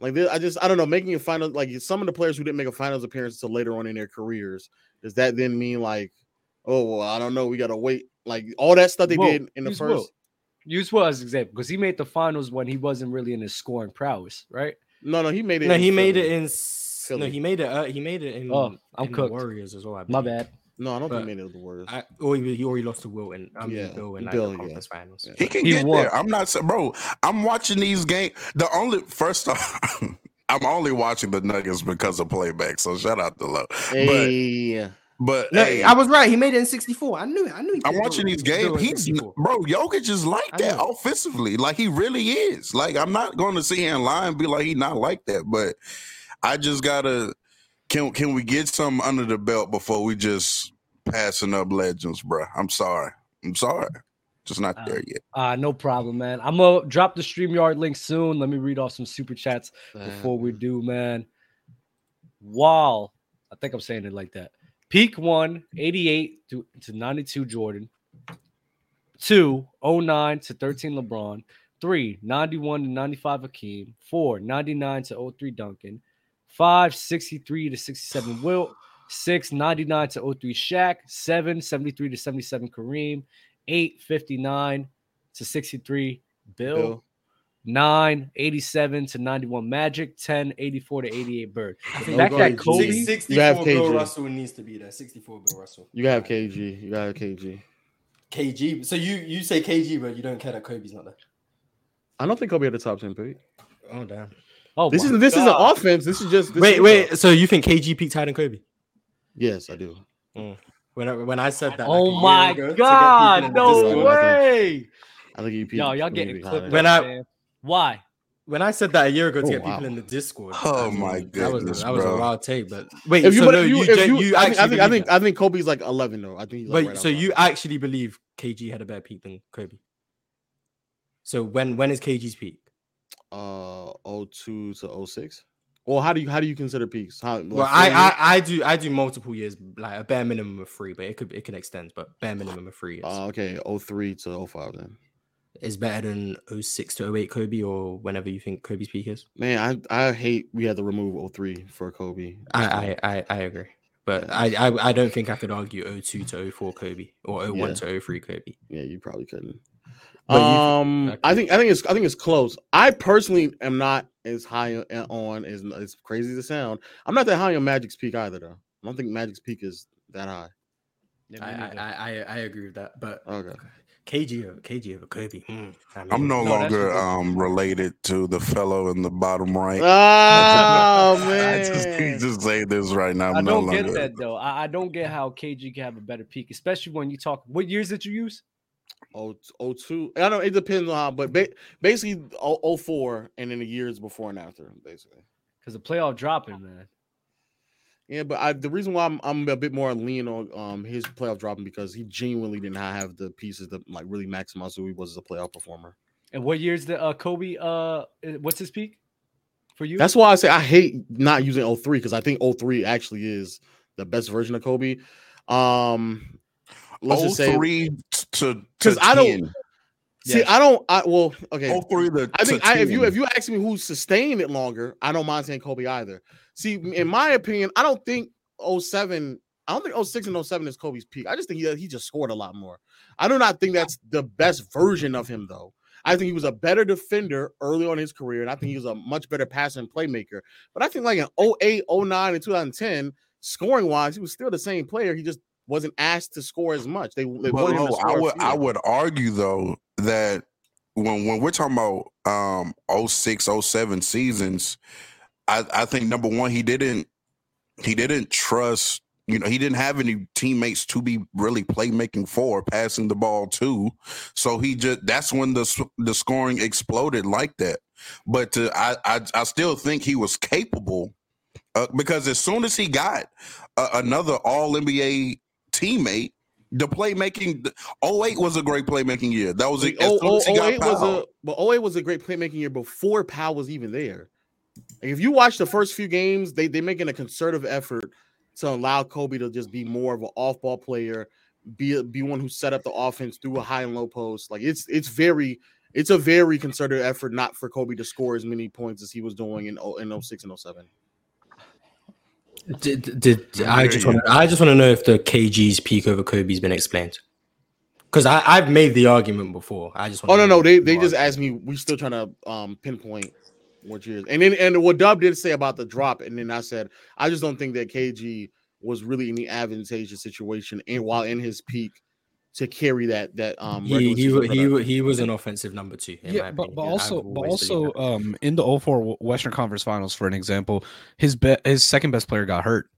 [SPEAKER 3] like they- I just I don't know, making a final like some of the players who didn't make a finals appearance until later on in their careers, does that then mean like, oh well, I don't know, we gotta wait, like all that stuff they
[SPEAKER 1] Wilt.
[SPEAKER 3] did in the
[SPEAKER 1] Use
[SPEAKER 3] first.
[SPEAKER 1] Wilt. Use Will as an example because he made the finals when he wasn't really in his scoring prowess, right?
[SPEAKER 3] No, no, he made it.
[SPEAKER 2] No,
[SPEAKER 3] in
[SPEAKER 2] he made
[SPEAKER 3] Philly.
[SPEAKER 2] it in. s- No,
[SPEAKER 3] Philly.
[SPEAKER 2] he made it. Uh, he made it in.
[SPEAKER 1] Oh, I'm
[SPEAKER 2] in the
[SPEAKER 1] cooked.
[SPEAKER 2] Warriors as well. I
[SPEAKER 1] My
[SPEAKER 2] believe.
[SPEAKER 1] bad.
[SPEAKER 3] No, I don't think
[SPEAKER 2] but
[SPEAKER 3] he made it with the Warriors.
[SPEAKER 2] I, or he, he already lost to Will and I mean
[SPEAKER 3] Yeah,
[SPEAKER 2] Bill in like,
[SPEAKER 3] Bill,
[SPEAKER 2] the
[SPEAKER 3] yeah.
[SPEAKER 2] conference finals.
[SPEAKER 3] Yeah.
[SPEAKER 4] He can
[SPEAKER 1] He
[SPEAKER 4] get
[SPEAKER 1] won.
[SPEAKER 4] there. I'm not, sa- bro. I'm watching these games. The only first off, I'm only watching the Nuggets because of playback. So shout out to Low.
[SPEAKER 3] hey,
[SPEAKER 4] But
[SPEAKER 2] No,
[SPEAKER 4] hey,
[SPEAKER 2] I was right. He made it in '64. I knew it. I knew. He
[SPEAKER 4] I'm
[SPEAKER 2] did.
[SPEAKER 4] watching
[SPEAKER 2] Bill-
[SPEAKER 4] these
[SPEAKER 2] Bill
[SPEAKER 4] games.
[SPEAKER 2] in
[SPEAKER 4] He's
[SPEAKER 2] 64.
[SPEAKER 4] bro, Jokic is like
[SPEAKER 2] I
[SPEAKER 4] that
[SPEAKER 2] know.
[SPEAKER 4] offensively. Like he really is. Like I'm not going to see him lie and be like he not like that. But I just gotta can can we get some under the belt before we just passing up legends, bro? I'm sorry. I'm sorry. Just not
[SPEAKER 1] Uh,
[SPEAKER 4] there yet.
[SPEAKER 1] Uh, no problem, man. I'm gonna drop the StreamYard link soon. Let me read off some super chats before we do, man. Wall, I think I'm saying it like that. Peak one, 88 to, to 92 Jordan. Two, 09 to 13 LeBron. Three, 91 to 95 Akeem. Four, 99 to 03 Duncan. Five, 63 to 67 Wilt. Six, 99 to 03 Shaq. Seven, 73 to 77 Kareem. Eight, 59 to 63 Bill.
[SPEAKER 3] Bill.
[SPEAKER 1] 9, 87 to 91 Magic, 10, 84 to 88 Bird.
[SPEAKER 2] I
[SPEAKER 1] fact that
[SPEAKER 2] Bill-
[SPEAKER 1] Kobe-
[SPEAKER 2] Six-
[SPEAKER 3] You have KG.
[SPEAKER 2] 64 Bill Russell needs to be there. 64 Bill Russell.
[SPEAKER 3] you gotta have KG. You gotta have KG.
[SPEAKER 2] KG. So you you say KG, but you don't care that Kobe's not there.
[SPEAKER 3] I don't think Kobe had the top ten pick.
[SPEAKER 2] Oh damn.
[SPEAKER 1] Oh,
[SPEAKER 3] This
[SPEAKER 1] my
[SPEAKER 3] is this is an
[SPEAKER 1] God.
[SPEAKER 3] offense. This is just this
[SPEAKER 2] wait,
[SPEAKER 3] is-
[SPEAKER 2] wait. So you think KG peaked higher than Kobe?
[SPEAKER 3] Yes, I do.
[SPEAKER 2] Mm. When I, when I said that.
[SPEAKER 1] Oh my
[SPEAKER 2] like, a year ago to get people
[SPEAKER 1] God.
[SPEAKER 2] in
[SPEAKER 3] this
[SPEAKER 1] No
[SPEAKER 3] level,
[SPEAKER 2] Discord-
[SPEAKER 3] I
[SPEAKER 1] way.
[SPEAKER 3] I think you
[SPEAKER 1] Yo, y'all getting clipped.
[SPEAKER 2] When
[SPEAKER 1] When
[SPEAKER 2] I-
[SPEAKER 1] I, why?
[SPEAKER 2] When I said that a year ago to
[SPEAKER 3] Oh,
[SPEAKER 2] get people
[SPEAKER 3] wow.
[SPEAKER 2] in the Discord.
[SPEAKER 4] Oh
[SPEAKER 2] I
[SPEAKER 4] my
[SPEAKER 2] That was,
[SPEAKER 4] goodness,
[SPEAKER 2] that was a
[SPEAKER 4] bro.
[SPEAKER 2] wild take, but wait.
[SPEAKER 3] If you,
[SPEAKER 2] so
[SPEAKER 3] but
[SPEAKER 2] no,
[SPEAKER 3] if you,
[SPEAKER 2] you,
[SPEAKER 3] if you,
[SPEAKER 2] gen- you
[SPEAKER 3] I think,
[SPEAKER 2] actually
[SPEAKER 3] I think, I think,
[SPEAKER 2] believe
[SPEAKER 3] I think Kobe's like eleven though. I think he's
[SPEAKER 2] that.
[SPEAKER 3] like
[SPEAKER 2] Wait,
[SPEAKER 3] right
[SPEAKER 2] so
[SPEAKER 3] outside.
[SPEAKER 2] you actually believe KG had a better peak than Kobe? So when when is KG's peak?
[SPEAKER 3] uh 02 to 06. Well, how do you how do you consider peaks? How, like,
[SPEAKER 2] Well, I,
[SPEAKER 3] four
[SPEAKER 2] I I do I do multiple years, like a bare minimum of three, but it could it can extend, but bare minimum of three
[SPEAKER 3] years?
[SPEAKER 2] years.
[SPEAKER 3] uh, okay, 03 to 05 then.
[SPEAKER 2] is better than 06 to 08 Kobe or whenever you think Kobe's peak is.
[SPEAKER 3] Man, I I hate we had to remove 03 for Kobe.
[SPEAKER 2] I I I, I agree. But I, I I don't think I could argue 02 to 04 Kobe or 01
[SPEAKER 3] Yeah.
[SPEAKER 2] to 03 Kobe.
[SPEAKER 3] Yeah, you probably couldn't.
[SPEAKER 2] But you-
[SPEAKER 3] um, I
[SPEAKER 2] okay.
[SPEAKER 3] think I think it's I think it's close. I personally am not as high o- on as as crazy as it sound. I'm not that high on Magic's peak either, though. I don't think Magic's peak is that high.
[SPEAKER 2] I, I, I, I- I agree with that. But
[SPEAKER 3] Okay.
[SPEAKER 2] KG over KG over Kobe. hmm, I
[SPEAKER 4] I'm
[SPEAKER 2] mean,
[SPEAKER 4] no,
[SPEAKER 1] No, that's
[SPEAKER 4] longer
[SPEAKER 1] a good-
[SPEAKER 4] um related to the fellow in the bottom right.
[SPEAKER 3] Oh
[SPEAKER 4] I just, he
[SPEAKER 3] man!
[SPEAKER 4] just say this right now. I'm
[SPEAKER 1] I
[SPEAKER 4] no
[SPEAKER 1] don't
[SPEAKER 4] longer.
[SPEAKER 1] get that though. I, I don't get how KG can have a better peak, especially when you talk. What years did you use?
[SPEAKER 3] Oh, oh two. I don't. It depends on how, but ba- basically, oh, oh four, and then the years before and after, basically.
[SPEAKER 1] Because the playoff dropping, man.
[SPEAKER 3] Yeah, but I, the reason why I'm, I'm a bit more lean on um his playoff dropping because he genuinely did not have the pieces to like really maximize who he was as a playoff performer.
[SPEAKER 1] And what years the uh, Kobe? Uh, uh, what's his peak for you?
[SPEAKER 3] That's why I say I hate not using 03 because I think 03 actually is the best version of Kobe. Um, let's just say
[SPEAKER 4] 03 t- to
[SPEAKER 3] because
[SPEAKER 4] because
[SPEAKER 3] I don't see.
[SPEAKER 1] Yes.
[SPEAKER 3] I don't. I well, okay.
[SPEAKER 4] 03 to
[SPEAKER 3] I
[SPEAKER 4] to
[SPEAKER 3] think I, if you
[SPEAKER 4] 10.
[SPEAKER 3] if you ask me who sustained it longer, I don't mind saying Kobe either. See,
[SPEAKER 4] Mm-hmm.
[SPEAKER 3] in my opinion, I don't think 07, I don't think 06 and 07 is Kobe's peak. I just think he, he just scored a lot more. I do not think that's the best version of him though. I think he was a better defender early on in his oh career, and I think he was a much better passer and playmaker. But I think like in 08, 09, and 2010, scoring wise, he was still the same player. He just wasn't asked to score as much. They, they
[SPEAKER 4] Well,
[SPEAKER 3] wanted him to
[SPEAKER 4] no,
[SPEAKER 3] score
[SPEAKER 4] oh, I would
[SPEAKER 3] fewer.
[SPEAKER 4] I would argue though that when when we're talking about um 06, 07 seasons, I, I think number one, he didn't he didn't trust, you know, he didn't have any teammates to be really playmaking for, passing the ball to. So he just that's when the s- the scoring exploded like that. But uh, I, I I still think he was capable uh, because as soon as he got uh, another All NBA teammate, the playmaking 08 was a great playmaking year. That was
[SPEAKER 3] Like, oh,
[SPEAKER 4] it. As soon as he got
[SPEAKER 3] 08 was
[SPEAKER 4] Powell.
[SPEAKER 3] a but 08 was a great playmaking year before Powell was even there. Like, if you watch the first few games, they they making a concerted effort to allow Kobe to just be more of an off ball player, be a, be one who set up the offense through a high and low post. Like it's it's very it's a very concerted effort not for Kobe to score as many points as he was doing in, O- in 06 and 07.
[SPEAKER 2] Did, did,
[SPEAKER 4] I
[SPEAKER 2] I
[SPEAKER 4] hear
[SPEAKER 2] just
[SPEAKER 4] you.
[SPEAKER 2] want to I just want to know if the KG's peak over Kobe's been explained. Because I I've made the argument before. I just
[SPEAKER 3] Oh
[SPEAKER 2] want
[SPEAKER 3] no, no, they they just asked me. We still trying to um pinpoint what years, and then and what Dub did say about the drop, and then I said I just don't think that KG was really in the advantageous situation, and while in his peak, to carry that that um.
[SPEAKER 2] He
[SPEAKER 3] regular
[SPEAKER 2] he
[SPEAKER 3] season
[SPEAKER 2] wa- he
[SPEAKER 3] production.
[SPEAKER 2] wa- he was an offensive number two. In
[SPEAKER 5] yeah,
[SPEAKER 2] my
[SPEAKER 5] but, but
[SPEAKER 2] opinion. I've
[SPEAKER 5] also, but
[SPEAKER 2] always believed
[SPEAKER 5] also,
[SPEAKER 2] that.
[SPEAKER 5] um, in the 04 Western Conference Finals, for an example, his be- his second best player got hurt.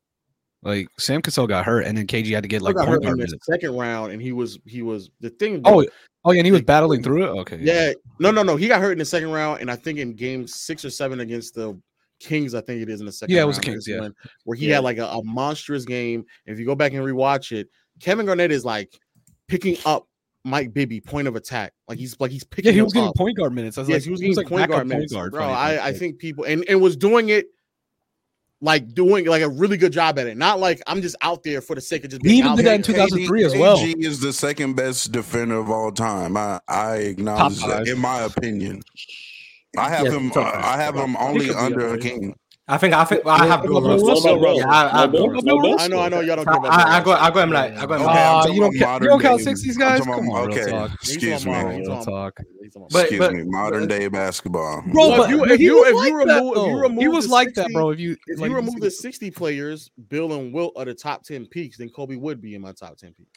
[SPEAKER 5] Like Sam Cassell got hurt, and then KG had to get like
[SPEAKER 3] got
[SPEAKER 5] point
[SPEAKER 3] hurt
[SPEAKER 5] guard
[SPEAKER 3] in the
[SPEAKER 5] minutes.
[SPEAKER 3] second round, and he was he was the thing.
[SPEAKER 5] Oh,
[SPEAKER 3] was-
[SPEAKER 5] oh yeah, and he was
[SPEAKER 3] Like,
[SPEAKER 5] battling through it. Okay,
[SPEAKER 3] yeah, no, no, no, he got hurt in the second round, and I think in game six or seven against the. Kings, I think it is in the second.
[SPEAKER 5] Yeah, it was
[SPEAKER 3] round,
[SPEAKER 5] the Kings,
[SPEAKER 3] is
[SPEAKER 5] yeah.
[SPEAKER 3] when- where he
[SPEAKER 2] Yeah.
[SPEAKER 3] had like a, a monstrous game. If you go back and rewatch it, Kevin Garnett is like picking up Mike Bibby point of attack. Like he's like he's picking.
[SPEAKER 5] yeah, he
[SPEAKER 3] him
[SPEAKER 5] was getting
[SPEAKER 3] up.
[SPEAKER 5] point guard minutes. I was
[SPEAKER 3] Yes,
[SPEAKER 5] like,
[SPEAKER 3] he was getting
[SPEAKER 5] like
[SPEAKER 3] point
[SPEAKER 5] backup
[SPEAKER 3] guard minutes, bro.
[SPEAKER 5] for him.
[SPEAKER 3] I, I
[SPEAKER 5] Like,
[SPEAKER 3] think people and and was doing it like doing like a really good job at it. Not like I'm just out there for the sake of just
[SPEAKER 5] He
[SPEAKER 3] being
[SPEAKER 5] even
[SPEAKER 3] out
[SPEAKER 5] did
[SPEAKER 3] there.
[SPEAKER 5] that in 2003 as well.
[SPEAKER 4] KG is the second best defender of all time. I I acknowledge
[SPEAKER 5] five.
[SPEAKER 4] that, in my opinion. I have
[SPEAKER 2] Yeah,
[SPEAKER 4] him. uh,
[SPEAKER 2] top five.
[SPEAKER 4] I have him
[SPEAKER 1] He
[SPEAKER 4] only
[SPEAKER 1] could be
[SPEAKER 4] under
[SPEAKER 1] up there.
[SPEAKER 4] Hakeem.
[SPEAKER 2] I think I think well, I have Bill
[SPEAKER 5] Bill
[SPEAKER 2] Russell.
[SPEAKER 5] Russell, bro.
[SPEAKER 2] Yeah, I, I have Bill
[SPEAKER 6] Bill-
[SPEAKER 2] Russell.
[SPEAKER 6] Bill Russell.
[SPEAKER 3] I know, I know, y'all don't care about
[SPEAKER 2] I, I
[SPEAKER 3] that.
[SPEAKER 2] got I got him like I got him.
[SPEAKER 4] Okay,
[SPEAKER 2] like-
[SPEAKER 5] Ah,
[SPEAKER 4] I'm talking
[SPEAKER 5] you don't
[SPEAKER 4] about
[SPEAKER 5] ca- you
[SPEAKER 4] modern
[SPEAKER 5] don't count
[SPEAKER 4] day.
[SPEAKER 5] 60s
[SPEAKER 4] I'm
[SPEAKER 5] guys?
[SPEAKER 4] talking about-
[SPEAKER 5] Come on, real
[SPEAKER 4] okay,
[SPEAKER 5] talk.
[SPEAKER 3] He's
[SPEAKER 4] excuse
[SPEAKER 3] on
[SPEAKER 4] me,
[SPEAKER 3] my-
[SPEAKER 5] Real
[SPEAKER 3] he's on my-
[SPEAKER 5] talk.
[SPEAKER 3] he's on my-
[SPEAKER 2] But-
[SPEAKER 4] excuse
[SPEAKER 2] but-
[SPEAKER 4] me. Modern day basketball,
[SPEAKER 5] Bro,
[SPEAKER 3] Well,
[SPEAKER 5] but
[SPEAKER 3] if you-
[SPEAKER 5] but
[SPEAKER 3] if
[SPEAKER 5] he
[SPEAKER 3] you-
[SPEAKER 5] was
[SPEAKER 3] if
[SPEAKER 5] like
[SPEAKER 3] you
[SPEAKER 5] that,
[SPEAKER 3] remove- if you
[SPEAKER 5] though. he
[SPEAKER 3] remove
[SPEAKER 5] was
[SPEAKER 3] the
[SPEAKER 5] like that,
[SPEAKER 3] 60
[SPEAKER 5] bro. If you
[SPEAKER 3] If
[SPEAKER 5] like,
[SPEAKER 3] you remove the 60 players, Bill and Wilt are the top 10 peaks, then Kobe would be in my top 10 peaks.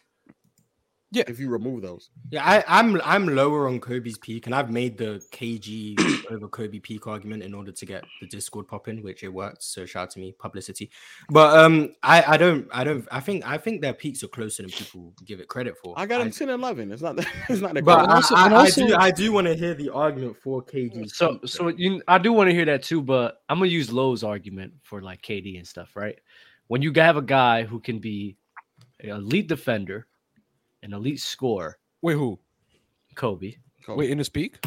[SPEAKER 5] Yeah.
[SPEAKER 3] If you remove those.
[SPEAKER 2] Yeah, I, I'm I'm lower on Kobe's peak, and I've made the KG over Kobe peak argument in order to get the Discord popping, which it worked. So shout out to me, publicity. But um, I I don't I don't I think I think their peaks are closer than people give it credit for.
[SPEAKER 3] I got him 10 and 11. It's not that it's not that
[SPEAKER 2] but
[SPEAKER 3] crazy.
[SPEAKER 2] I,
[SPEAKER 5] also-
[SPEAKER 2] I,
[SPEAKER 5] and
[SPEAKER 2] I
[SPEAKER 5] also-
[SPEAKER 2] do I do want to hear the argument for KG.
[SPEAKER 1] So, so you, I do want to hear that too, but I'm gonna use Lowe's argument for like KD and stuff, right? When you have a guy who can be an elite defender, an elite scorer,
[SPEAKER 5] wait, who?
[SPEAKER 1] Kobe,
[SPEAKER 3] Kobe.
[SPEAKER 5] Wait, in his peak?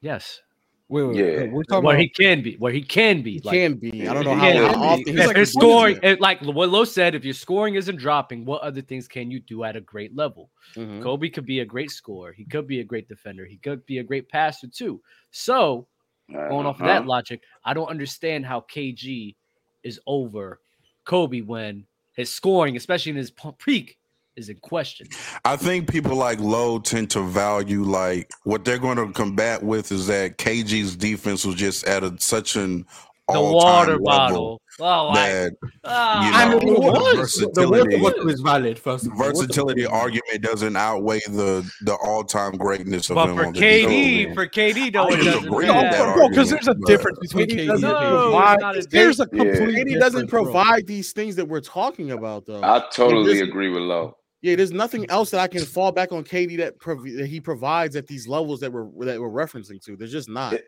[SPEAKER 1] yes,
[SPEAKER 5] Wait, wait, wait,
[SPEAKER 6] Yeah.
[SPEAKER 5] we're talking
[SPEAKER 1] where
[SPEAKER 5] about
[SPEAKER 1] he can be, where he can be,
[SPEAKER 3] He
[SPEAKER 1] like,
[SPEAKER 3] can be. I don't know
[SPEAKER 6] he
[SPEAKER 3] how,
[SPEAKER 1] can
[SPEAKER 3] how
[SPEAKER 5] be.
[SPEAKER 3] often
[SPEAKER 5] He's
[SPEAKER 1] if
[SPEAKER 5] like
[SPEAKER 1] you're
[SPEAKER 5] a
[SPEAKER 1] scoring, it, like what Lowe said, if your scoring isn't dropping, what other things can you do at a great level?
[SPEAKER 3] Mhm.
[SPEAKER 1] Kobe could be a great scorer. He could be a great defender. He could be a great passer too. So going off of
[SPEAKER 3] Uh-huh.
[SPEAKER 1] that logic, I don't understand how KG is over Kobe when his scoring, especially in his p- peak, is in question.
[SPEAKER 4] I think people like Lowe tend to value like what they're going to combat with is that KG's defense was just at a, such an
[SPEAKER 1] The
[SPEAKER 4] all-time
[SPEAKER 1] water
[SPEAKER 4] level
[SPEAKER 1] bottle. Oh, I,
[SPEAKER 4] that
[SPEAKER 1] ah,
[SPEAKER 4] you
[SPEAKER 2] I
[SPEAKER 4] know,
[SPEAKER 2] mean, it was the
[SPEAKER 4] versatility-
[SPEAKER 2] water bottle is valid. First of all, The water
[SPEAKER 4] versatility
[SPEAKER 2] bottle is valid.
[SPEAKER 4] argument doesn't outweigh the the all-time greatness of
[SPEAKER 1] but
[SPEAKER 4] him.
[SPEAKER 1] for
[SPEAKER 4] on the
[SPEAKER 1] KD,
[SPEAKER 4] defense.
[SPEAKER 1] for KD, though,
[SPEAKER 4] I
[SPEAKER 1] it doesn't
[SPEAKER 4] disagree with
[SPEAKER 5] No,
[SPEAKER 4] that
[SPEAKER 1] matter.
[SPEAKER 5] bro, bro, because
[SPEAKER 4] argument,
[SPEAKER 5] there's a
[SPEAKER 4] but-
[SPEAKER 5] difference between
[SPEAKER 3] KD
[SPEAKER 5] KD
[SPEAKER 3] doesn't
[SPEAKER 5] and
[SPEAKER 1] know.
[SPEAKER 5] Why-
[SPEAKER 1] It's not as
[SPEAKER 5] There's a
[SPEAKER 6] big.
[SPEAKER 5] complete.
[SPEAKER 3] Katie doesn't
[SPEAKER 5] difference, bro.
[SPEAKER 3] provide these things that we're talking about, though.
[SPEAKER 6] I totally
[SPEAKER 3] Listen.
[SPEAKER 6] agree with Low.
[SPEAKER 3] yeah, there's nothing else that I can fall back on Katie that, prov- that he provides at these levels that we're that we're referencing to. There's just not.
[SPEAKER 6] It-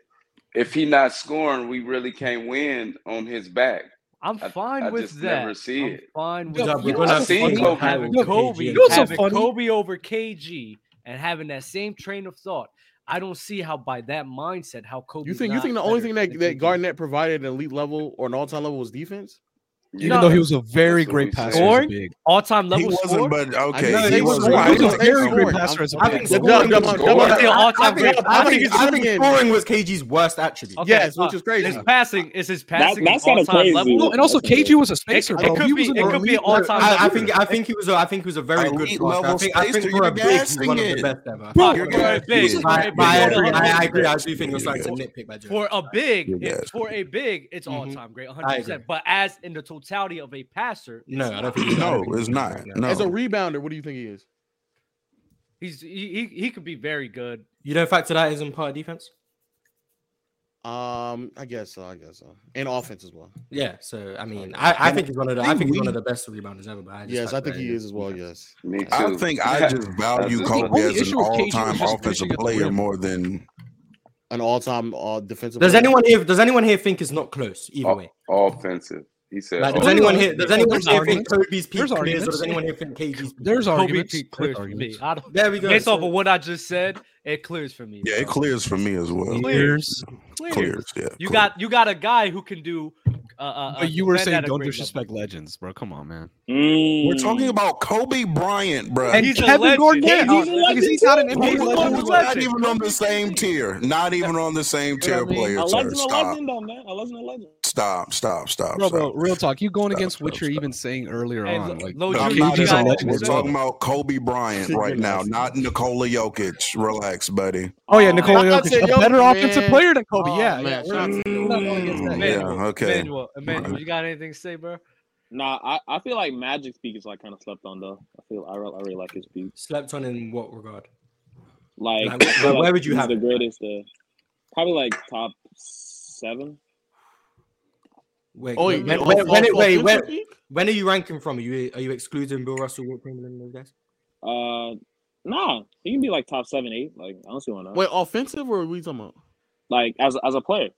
[SPEAKER 6] If he not scoring, we really can't win on his back.
[SPEAKER 1] I'm
[SPEAKER 6] I-
[SPEAKER 1] fine
[SPEAKER 6] I
[SPEAKER 1] with
[SPEAKER 6] just
[SPEAKER 1] that.
[SPEAKER 6] never see
[SPEAKER 1] I'm
[SPEAKER 6] it.
[SPEAKER 1] Fine with
[SPEAKER 5] Yeah,
[SPEAKER 1] that.
[SPEAKER 5] but we're not seeing
[SPEAKER 1] having
[SPEAKER 6] Kobe.
[SPEAKER 1] having
[SPEAKER 5] Look,
[SPEAKER 1] Kobe,
[SPEAKER 2] you
[SPEAKER 5] know what's so
[SPEAKER 1] having
[SPEAKER 5] funny?
[SPEAKER 1] Kobe over KG, and having that same train of thought. I don't see how by that mindset how Kobe.
[SPEAKER 3] You think you think the only thing that, that Garnett provided at an elite level or an all-time level was defense?
[SPEAKER 5] Even
[SPEAKER 1] No.
[SPEAKER 5] though he was a very
[SPEAKER 6] That's what
[SPEAKER 5] great
[SPEAKER 6] we said.
[SPEAKER 5] passer, as a
[SPEAKER 1] Scoring?
[SPEAKER 5] big.
[SPEAKER 1] all time
[SPEAKER 4] He
[SPEAKER 1] level
[SPEAKER 4] wasn't,
[SPEAKER 1] scorer?
[SPEAKER 4] but
[SPEAKER 3] I
[SPEAKER 4] okay,
[SPEAKER 3] know
[SPEAKER 4] he
[SPEAKER 3] they
[SPEAKER 4] was
[SPEAKER 3] scored.
[SPEAKER 4] right.
[SPEAKER 5] He was a
[SPEAKER 3] They
[SPEAKER 5] very
[SPEAKER 3] scored.
[SPEAKER 5] great passer as a
[SPEAKER 2] I
[SPEAKER 5] big.
[SPEAKER 2] think
[SPEAKER 3] Yeah,
[SPEAKER 2] scoring
[SPEAKER 3] Dub,
[SPEAKER 2] was-
[SPEAKER 3] Dub, Dub,
[SPEAKER 2] I think-
[SPEAKER 1] all-time
[SPEAKER 2] I think-
[SPEAKER 1] great.
[SPEAKER 2] I think-
[SPEAKER 3] I
[SPEAKER 2] I
[SPEAKER 3] think
[SPEAKER 2] think
[SPEAKER 3] it's-
[SPEAKER 2] scoring was KG's worst attribute.
[SPEAKER 1] Okay,
[SPEAKER 3] yes, which
[SPEAKER 1] uh,
[SPEAKER 3] is crazy.
[SPEAKER 1] His passing is his passing
[SPEAKER 6] that's
[SPEAKER 1] an
[SPEAKER 6] kinda
[SPEAKER 1] all-time
[SPEAKER 6] crazy.
[SPEAKER 1] level.
[SPEAKER 5] No, and also KG was a spacer,
[SPEAKER 1] it
[SPEAKER 5] bro.
[SPEAKER 1] could
[SPEAKER 5] he
[SPEAKER 1] be-
[SPEAKER 5] was an
[SPEAKER 1] it could be
[SPEAKER 5] elite-
[SPEAKER 1] an all-time
[SPEAKER 2] I, I
[SPEAKER 1] level.
[SPEAKER 2] think I think he was a, I think he was a very
[SPEAKER 4] Elite
[SPEAKER 2] good passer. I
[SPEAKER 4] level
[SPEAKER 2] think, I
[SPEAKER 4] spacer,
[SPEAKER 2] think for
[SPEAKER 4] you're
[SPEAKER 2] a big, he's
[SPEAKER 4] gassing
[SPEAKER 2] one of the
[SPEAKER 4] it.
[SPEAKER 2] best ever.
[SPEAKER 5] Bro,
[SPEAKER 1] Fuck,
[SPEAKER 4] you're
[SPEAKER 1] for a
[SPEAKER 4] guys-
[SPEAKER 1] big,
[SPEAKER 4] Yeah.
[SPEAKER 1] for a
[SPEAKER 2] By,
[SPEAKER 1] big,
[SPEAKER 2] by
[SPEAKER 1] hold
[SPEAKER 2] every,
[SPEAKER 1] on, hold on.
[SPEAKER 2] I, I agree. I do think it's like a nitpick by Jared.
[SPEAKER 1] for a big,
[SPEAKER 4] Yeah.
[SPEAKER 1] for a big, it's
[SPEAKER 2] Mhm.
[SPEAKER 1] all time great,
[SPEAKER 2] I
[SPEAKER 1] 100.
[SPEAKER 2] agree.
[SPEAKER 1] percent But as in the totality of a passer. it's
[SPEAKER 2] No, I don't
[SPEAKER 1] not.
[SPEAKER 2] think
[SPEAKER 4] No, it's not. No,
[SPEAKER 3] As a rebounder, what do you think he is?
[SPEAKER 1] he's he, he he could be very good.
[SPEAKER 2] You don't factor that as in part of defense?
[SPEAKER 3] Um, I guess so. I guess so. And offense as well.
[SPEAKER 2] Yeah. So I mean, I, I think he's one of the I think he's one of the best rebounders ever. But I just
[SPEAKER 3] yes, I
[SPEAKER 2] factor
[SPEAKER 3] think
[SPEAKER 2] that
[SPEAKER 3] he
[SPEAKER 2] in.
[SPEAKER 3] is as well.
[SPEAKER 2] Yeah.
[SPEAKER 3] Yes.
[SPEAKER 6] Me too.
[SPEAKER 4] I think I just value
[SPEAKER 6] That's the
[SPEAKER 4] Kobe
[SPEAKER 6] only
[SPEAKER 4] as an
[SPEAKER 5] issue with KG was
[SPEAKER 4] all-time
[SPEAKER 5] just
[SPEAKER 4] offensive
[SPEAKER 5] finishing at the
[SPEAKER 4] player
[SPEAKER 5] rim.
[SPEAKER 4] more than
[SPEAKER 3] An all-time uh, defensive.
[SPEAKER 2] Does
[SPEAKER 3] player.
[SPEAKER 2] anyone here? Does anyone here think it's not close either way?
[SPEAKER 6] offensive. He said. "Oh,
[SPEAKER 2] Like, does
[SPEAKER 6] offensive.
[SPEAKER 2] anyone here? Does anyone
[SPEAKER 5] There's
[SPEAKER 2] here think Kobe's peak
[SPEAKER 5] There's
[SPEAKER 2] clears, or
[SPEAKER 5] arguments.
[SPEAKER 2] does anyone here think KG's? peak
[SPEAKER 5] There's
[SPEAKER 1] Kobe
[SPEAKER 5] arguments.
[SPEAKER 1] Peak
[SPEAKER 5] There's
[SPEAKER 1] clears for me.
[SPEAKER 5] arguments.
[SPEAKER 1] I don't,
[SPEAKER 2] There we go.
[SPEAKER 1] based
[SPEAKER 2] so-
[SPEAKER 1] off of what I just said, it clears for me.
[SPEAKER 4] yeah, it
[SPEAKER 1] bro.
[SPEAKER 4] clears for me as well.
[SPEAKER 1] Clear.
[SPEAKER 5] Clears.
[SPEAKER 1] Clears.
[SPEAKER 4] Clears, yeah.
[SPEAKER 1] You
[SPEAKER 4] clear.
[SPEAKER 1] got you got a guy who can do. Uh, uh,
[SPEAKER 5] But you
[SPEAKER 1] uh,
[SPEAKER 5] were
[SPEAKER 1] defend at
[SPEAKER 5] saying
[SPEAKER 1] a
[SPEAKER 5] don't
[SPEAKER 1] great level.
[SPEAKER 5] disrespect legends, bro. Come on, man.
[SPEAKER 6] Mm.
[SPEAKER 4] We're talking about Kobe Bryant, bro.
[SPEAKER 1] And he's a legend.
[SPEAKER 5] Gordon-
[SPEAKER 1] He's a
[SPEAKER 5] Oh,
[SPEAKER 1] legend
[SPEAKER 5] because he's not an
[SPEAKER 1] too.
[SPEAKER 5] NBA
[SPEAKER 1] He's a
[SPEAKER 5] legend.
[SPEAKER 1] legend.
[SPEAKER 4] We're not even on the same tier. Not even on the same
[SPEAKER 6] You know what
[SPEAKER 4] tier
[SPEAKER 6] I mean?
[SPEAKER 4] player.
[SPEAKER 6] A
[SPEAKER 4] Sir.
[SPEAKER 6] legend, a
[SPEAKER 4] Stop.
[SPEAKER 6] legend, though, man. A legend, a legend.
[SPEAKER 4] Stop. Stop. Stop.
[SPEAKER 5] Bro,
[SPEAKER 4] stop.
[SPEAKER 5] bro, real talk. You going
[SPEAKER 4] Stop,
[SPEAKER 5] against what
[SPEAKER 4] stop,
[SPEAKER 5] you're
[SPEAKER 4] stop.
[SPEAKER 5] even saying earlier
[SPEAKER 1] Hey,
[SPEAKER 5] on.
[SPEAKER 1] Lo-
[SPEAKER 5] Like,
[SPEAKER 1] Lo
[SPEAKER 4] No,
[SPEAKER 1] Jr.
[SPEAKER 4] I'm
[SPEAKER 5] KG's
[SPEAKER 4] not
[SPEAKER 5] a
[SPEAKER 1] you got-
[SPEAKER 5] legend
[SPEAKER 4] We're
[SPEAKER 5] as
[SPEAKER 4] talking
[SPEAKER 5] well.
[SPEAKER 4] about Kobe Bryant right now, not Nikola Jokic. Relax, buddy.
[SPEAKER 5] oh yeah,
[SPEAKER 1] Oh,
[SPEAKER 5] Nikola
[SPEAKER 3] I
[SPEAKER 5] Jokic,
[SPEAKER 3] said,
[SPEAKER 5] a
[SPEAKER 3] yo,
[SPEAKER 5] better
[SPEAKER 3] man.
[SPEAKER 5] offensive player than Kobe.
[SPEAKER 3] Oh,
[SPEAKER 5] yeah,
[SPEAKER 3] man,
[SPEAKER 5] yeah, we're not-
[SPEAKER 3] shout
[SPEAKER 5] we're not going against that.
[SPEAKER 4] Yeah, okay.
[SPEAKER 1] Emmanuel, Emmanuel, you got anything to say, bro?
[SPEAKER 7] Nah, I, I feel like Magic's peak is like kind of slept on though. I feel I, re- I really like his peak.
[SPEAKER 2] slept on in what regard?
[SPEAKER 7] Like,
[SPEAKER 2] Like,
[SPEAKER 7] I feel
[SPEAKER 2] where- where
[SPEAKER 7] like
[SPEAKER 2] would you
[SPEAKER 7] he's
[SPEAKER 2] have
[SPEAKER 7] the
[SPEAKER 2] it?
[SPEAKER 7] greatest? Uh, probably like top seven.
[SPEAKER 2] Wait,
[SPEAKER 3] Oh,
[SPEAKER 2] when,
[SPEAKER 3] you mean
[SPEAKER 2] when,
[SPEAKER 3] off-
[SPEAKER 2] when,
[SPEAKER 3] off-
[SPEAKER 2] when- wait,
[SPEAKER 3] offensive
[SPEAKER 2] when,
[SPEAKER 3] peak?
[SPEAKER 2] when are you ranking from? Are you are you excluding Bill Russell, Wilt Chamberlain, and those guys?
[SPEAKER 7] Uh, nah, he can be like top seven, eight. Like I don't see why not.
[SPEAKER 3] Wait, offensive or are we talking about?
[SPEAKER 7] Like as as a player,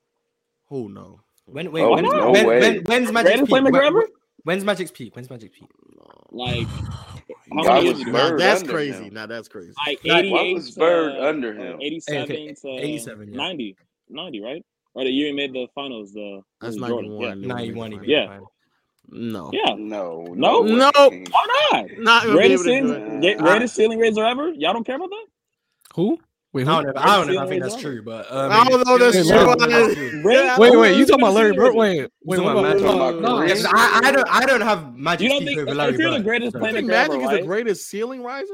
[SPEAKER 3] Who no?
[SPEAKER 2] When wait,
[SPEAKER 6] Oh,
[SPEAKER 2] when,
[SPEAKER 6] no
[SPEAKER 2] when,
[SPEAKER 6] way.
[SPEAKER 2] when, when's Magic's
[SPEAKER 7] Brandon
[SPEAKER 2] peak?
[SPEAKER 7] Clay
[SPEAKER 2] When-
[SPEAKER 7] McGregor.
[SPEAKER 2] when's Magic's peak? When's Magic's peak?
[SPEAKER 7] Like how
[SPEAKER 6] Why
[SPEAKER 3] Now,
[SPEAKER 7] many
[SPEAKER 6] was
[SPEAKER 7] years ago?
[SPEAKER 6] Bird
[SPEAKER 3] that's
[SPEAKER 6] under
[SPEAKER 3] crazy.
[SPEAKER 6] him?
[SPEAKER 3] Now that's crazy.
[SPEAKER 7] Like
[SPEAKER 2] Why
[SPEAKER 7] eighty-eight.
[SPEAKER 6] was Bird
[SPEAKER 7] to,
[SPEAKER 6] under him?
[SPEAKER 7] Eighty-seven
[SPEAKER 2] Okay,
[SPEAKER 7] to
[SPEAKER 2] 87, yeah.
[SPEAKER 7] 90, 90, right? Or the year he made the finals. The
[SPEAKER 3] That's
[SPEAKER 7] who was
[SPEAKER 3] not
[SPEAKER 7] Jordan?
[SPEAKER 3] even one.
[SPEAKER 2] Nah, you won't even.
[SPEAKER 7] Yeah.
[SPEAKER 2] find it.
[SPEAKER 3] No.
[SPEAKER 7] Yeah. yeah.
[SPEAKER 6] No,
[SPEAKER 7] No.
[SPEAKER 6] way.
[SPEAKER 3] No.
[SPEAKER 7] Why not?
[SPEAKER 3] Not even
[SPEAKER 7] Greatest,
[SPEAKER 3] be able to do
[SPEAKER 6] in-
[SPEAKER 7] ceiling,
[SPEAKER 6] it.
[SPEAKER 7] ge- greatest ceiling raiser ever. Y'all don't care about that.
[SPEAKER 5] Who? Wait,
[SPEAKER 2] I
[SPEAKER 5] who?
[SPEAKER 2] don't know. I don't know. if I
[SPEAKER 7] Wait,
[SPEAKER 2] think that's
[SPEAKER 7] wait,
[SPEAKER 2] true, but um,
[SPEAKER 3] I don't know if that's
[SPEAKER 5] true.
[SPEAKER 2] true.
[SPEAKER 7] Great-
[SPEAKER 5] Wait, wait. You talking about
[SPEAKER 7] Greatest ceiling
[SPEAKER 5] Larry Bird?
[SPEAKER 7] raiser.
[SPEAKER 5] Wait, wait.
[SPEAKER 2] talking
[SPEAKER 5] What
[SPEAKER 2] about
[SPEAKER 5] about
[SPEAKER 2] Magic?
[SPEAKER 5] no, no,
[SPEAKER 2] Yeah, 'cause I, I don't. I don't have Magic
[SPEAKER 7] You don't
[SPEAKER 2] peak
[SPEAKER 7] think
[SPEAKER 2] over
[SPEAKER 7] if
[SPEAKER 2] Larry
[SPEAKER 7] you're the
[SPEAKER 2] Bird,
[SPEAKER 7] greatest
[SPEAKER 2] so-
[SPEAKER 3] You
[SPEAKER 7] player-
[SPEAKER 3] think
[SPEAKER 7] Playmaker
[SPEAKER 3] Magic
[SPEAKER 7] ever,
[SPEAKER 3] is the
[SPEAKER 7] right?
[SPEAKER 3] greatest ceiling riser?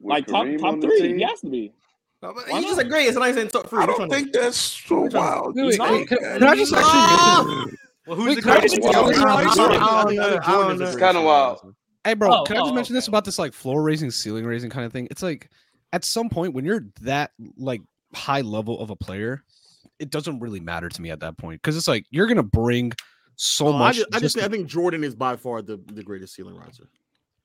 [SPEAKER 6] With
[SPEAKER 7] Like top
[SPEAKER 6] Kareem on
[SPEAKER 7] top
[SPEAKER 6] the
[SPEAKER 7] three.
[SPEAKER 6] team?
[SPEAKER 7] He has to be.
[SPEAKER 2] But- but
[SPEAKER 7] Why
[SPEAKER 2] He's just
[SPEAKER 7] not?
[SPEAKER 2] a great. It's not even saying top three.
[SPEAKER 4] I
[SPEAKER 2] Which
[SPEAKER 4] don't
[SPEAKER 2] one?
[SPEAKER 4] think that's so
[SPEAKER 2] Which one?
[SPEAKER 4] wild.
[SPEAKER 5] Wait, wait,
[SPEAKER 4] Like
[SPEAKER 5] can,
[SPEAKER 4] that.
[SPEAKER 5] can I just actually?
[SPEAKER 1] Well, who's
[SPEAKER 5] Wait,
[SPEAKER 1] the
[SPEAKER 5] can I
[SPEAKER 1] greatest?
[SPEAKER 5] just-
[SPEAKER 6] Wow.
[SPEAKER 5] I don't- I don't-
[SPEAKER 3] I think- I think
[SPEAKER 2] I don't
[SPEAKER 3] Jordan's
[SPEAKER 2] know.
[SPEAKER 3] a
[SPEAKER 2] It's
[SPEAKER 3] great
[SPEAKER 6] kinda
[SPEAKER 3] ceiling
[SPEAKER 6] wild.
[SPEAKER 3] riser.
[SPEAKER 5] Hey, bro,
[SPEAKER 1] Oh,
[SPEAKER 5] can I just
[SPEAKER 1] oh,
[SPEAKER 5] mention this
[SPEAKER 1] okay.
[SPEAKER 5] about this like floor raising, ceiling raising kind of thing? It's like at some point when you're that like high level of a player, it doesn't really matter to me at that point because it's like you're gonna bring so
[SPEAKER 3] Oh, I
[SPEAKER 5] much.
[SPEAKER 3] just, I just
[SPEAKER 5] just
[SPEAKER 3] think, I think Jordan is by far the, the greatest ceiling riser.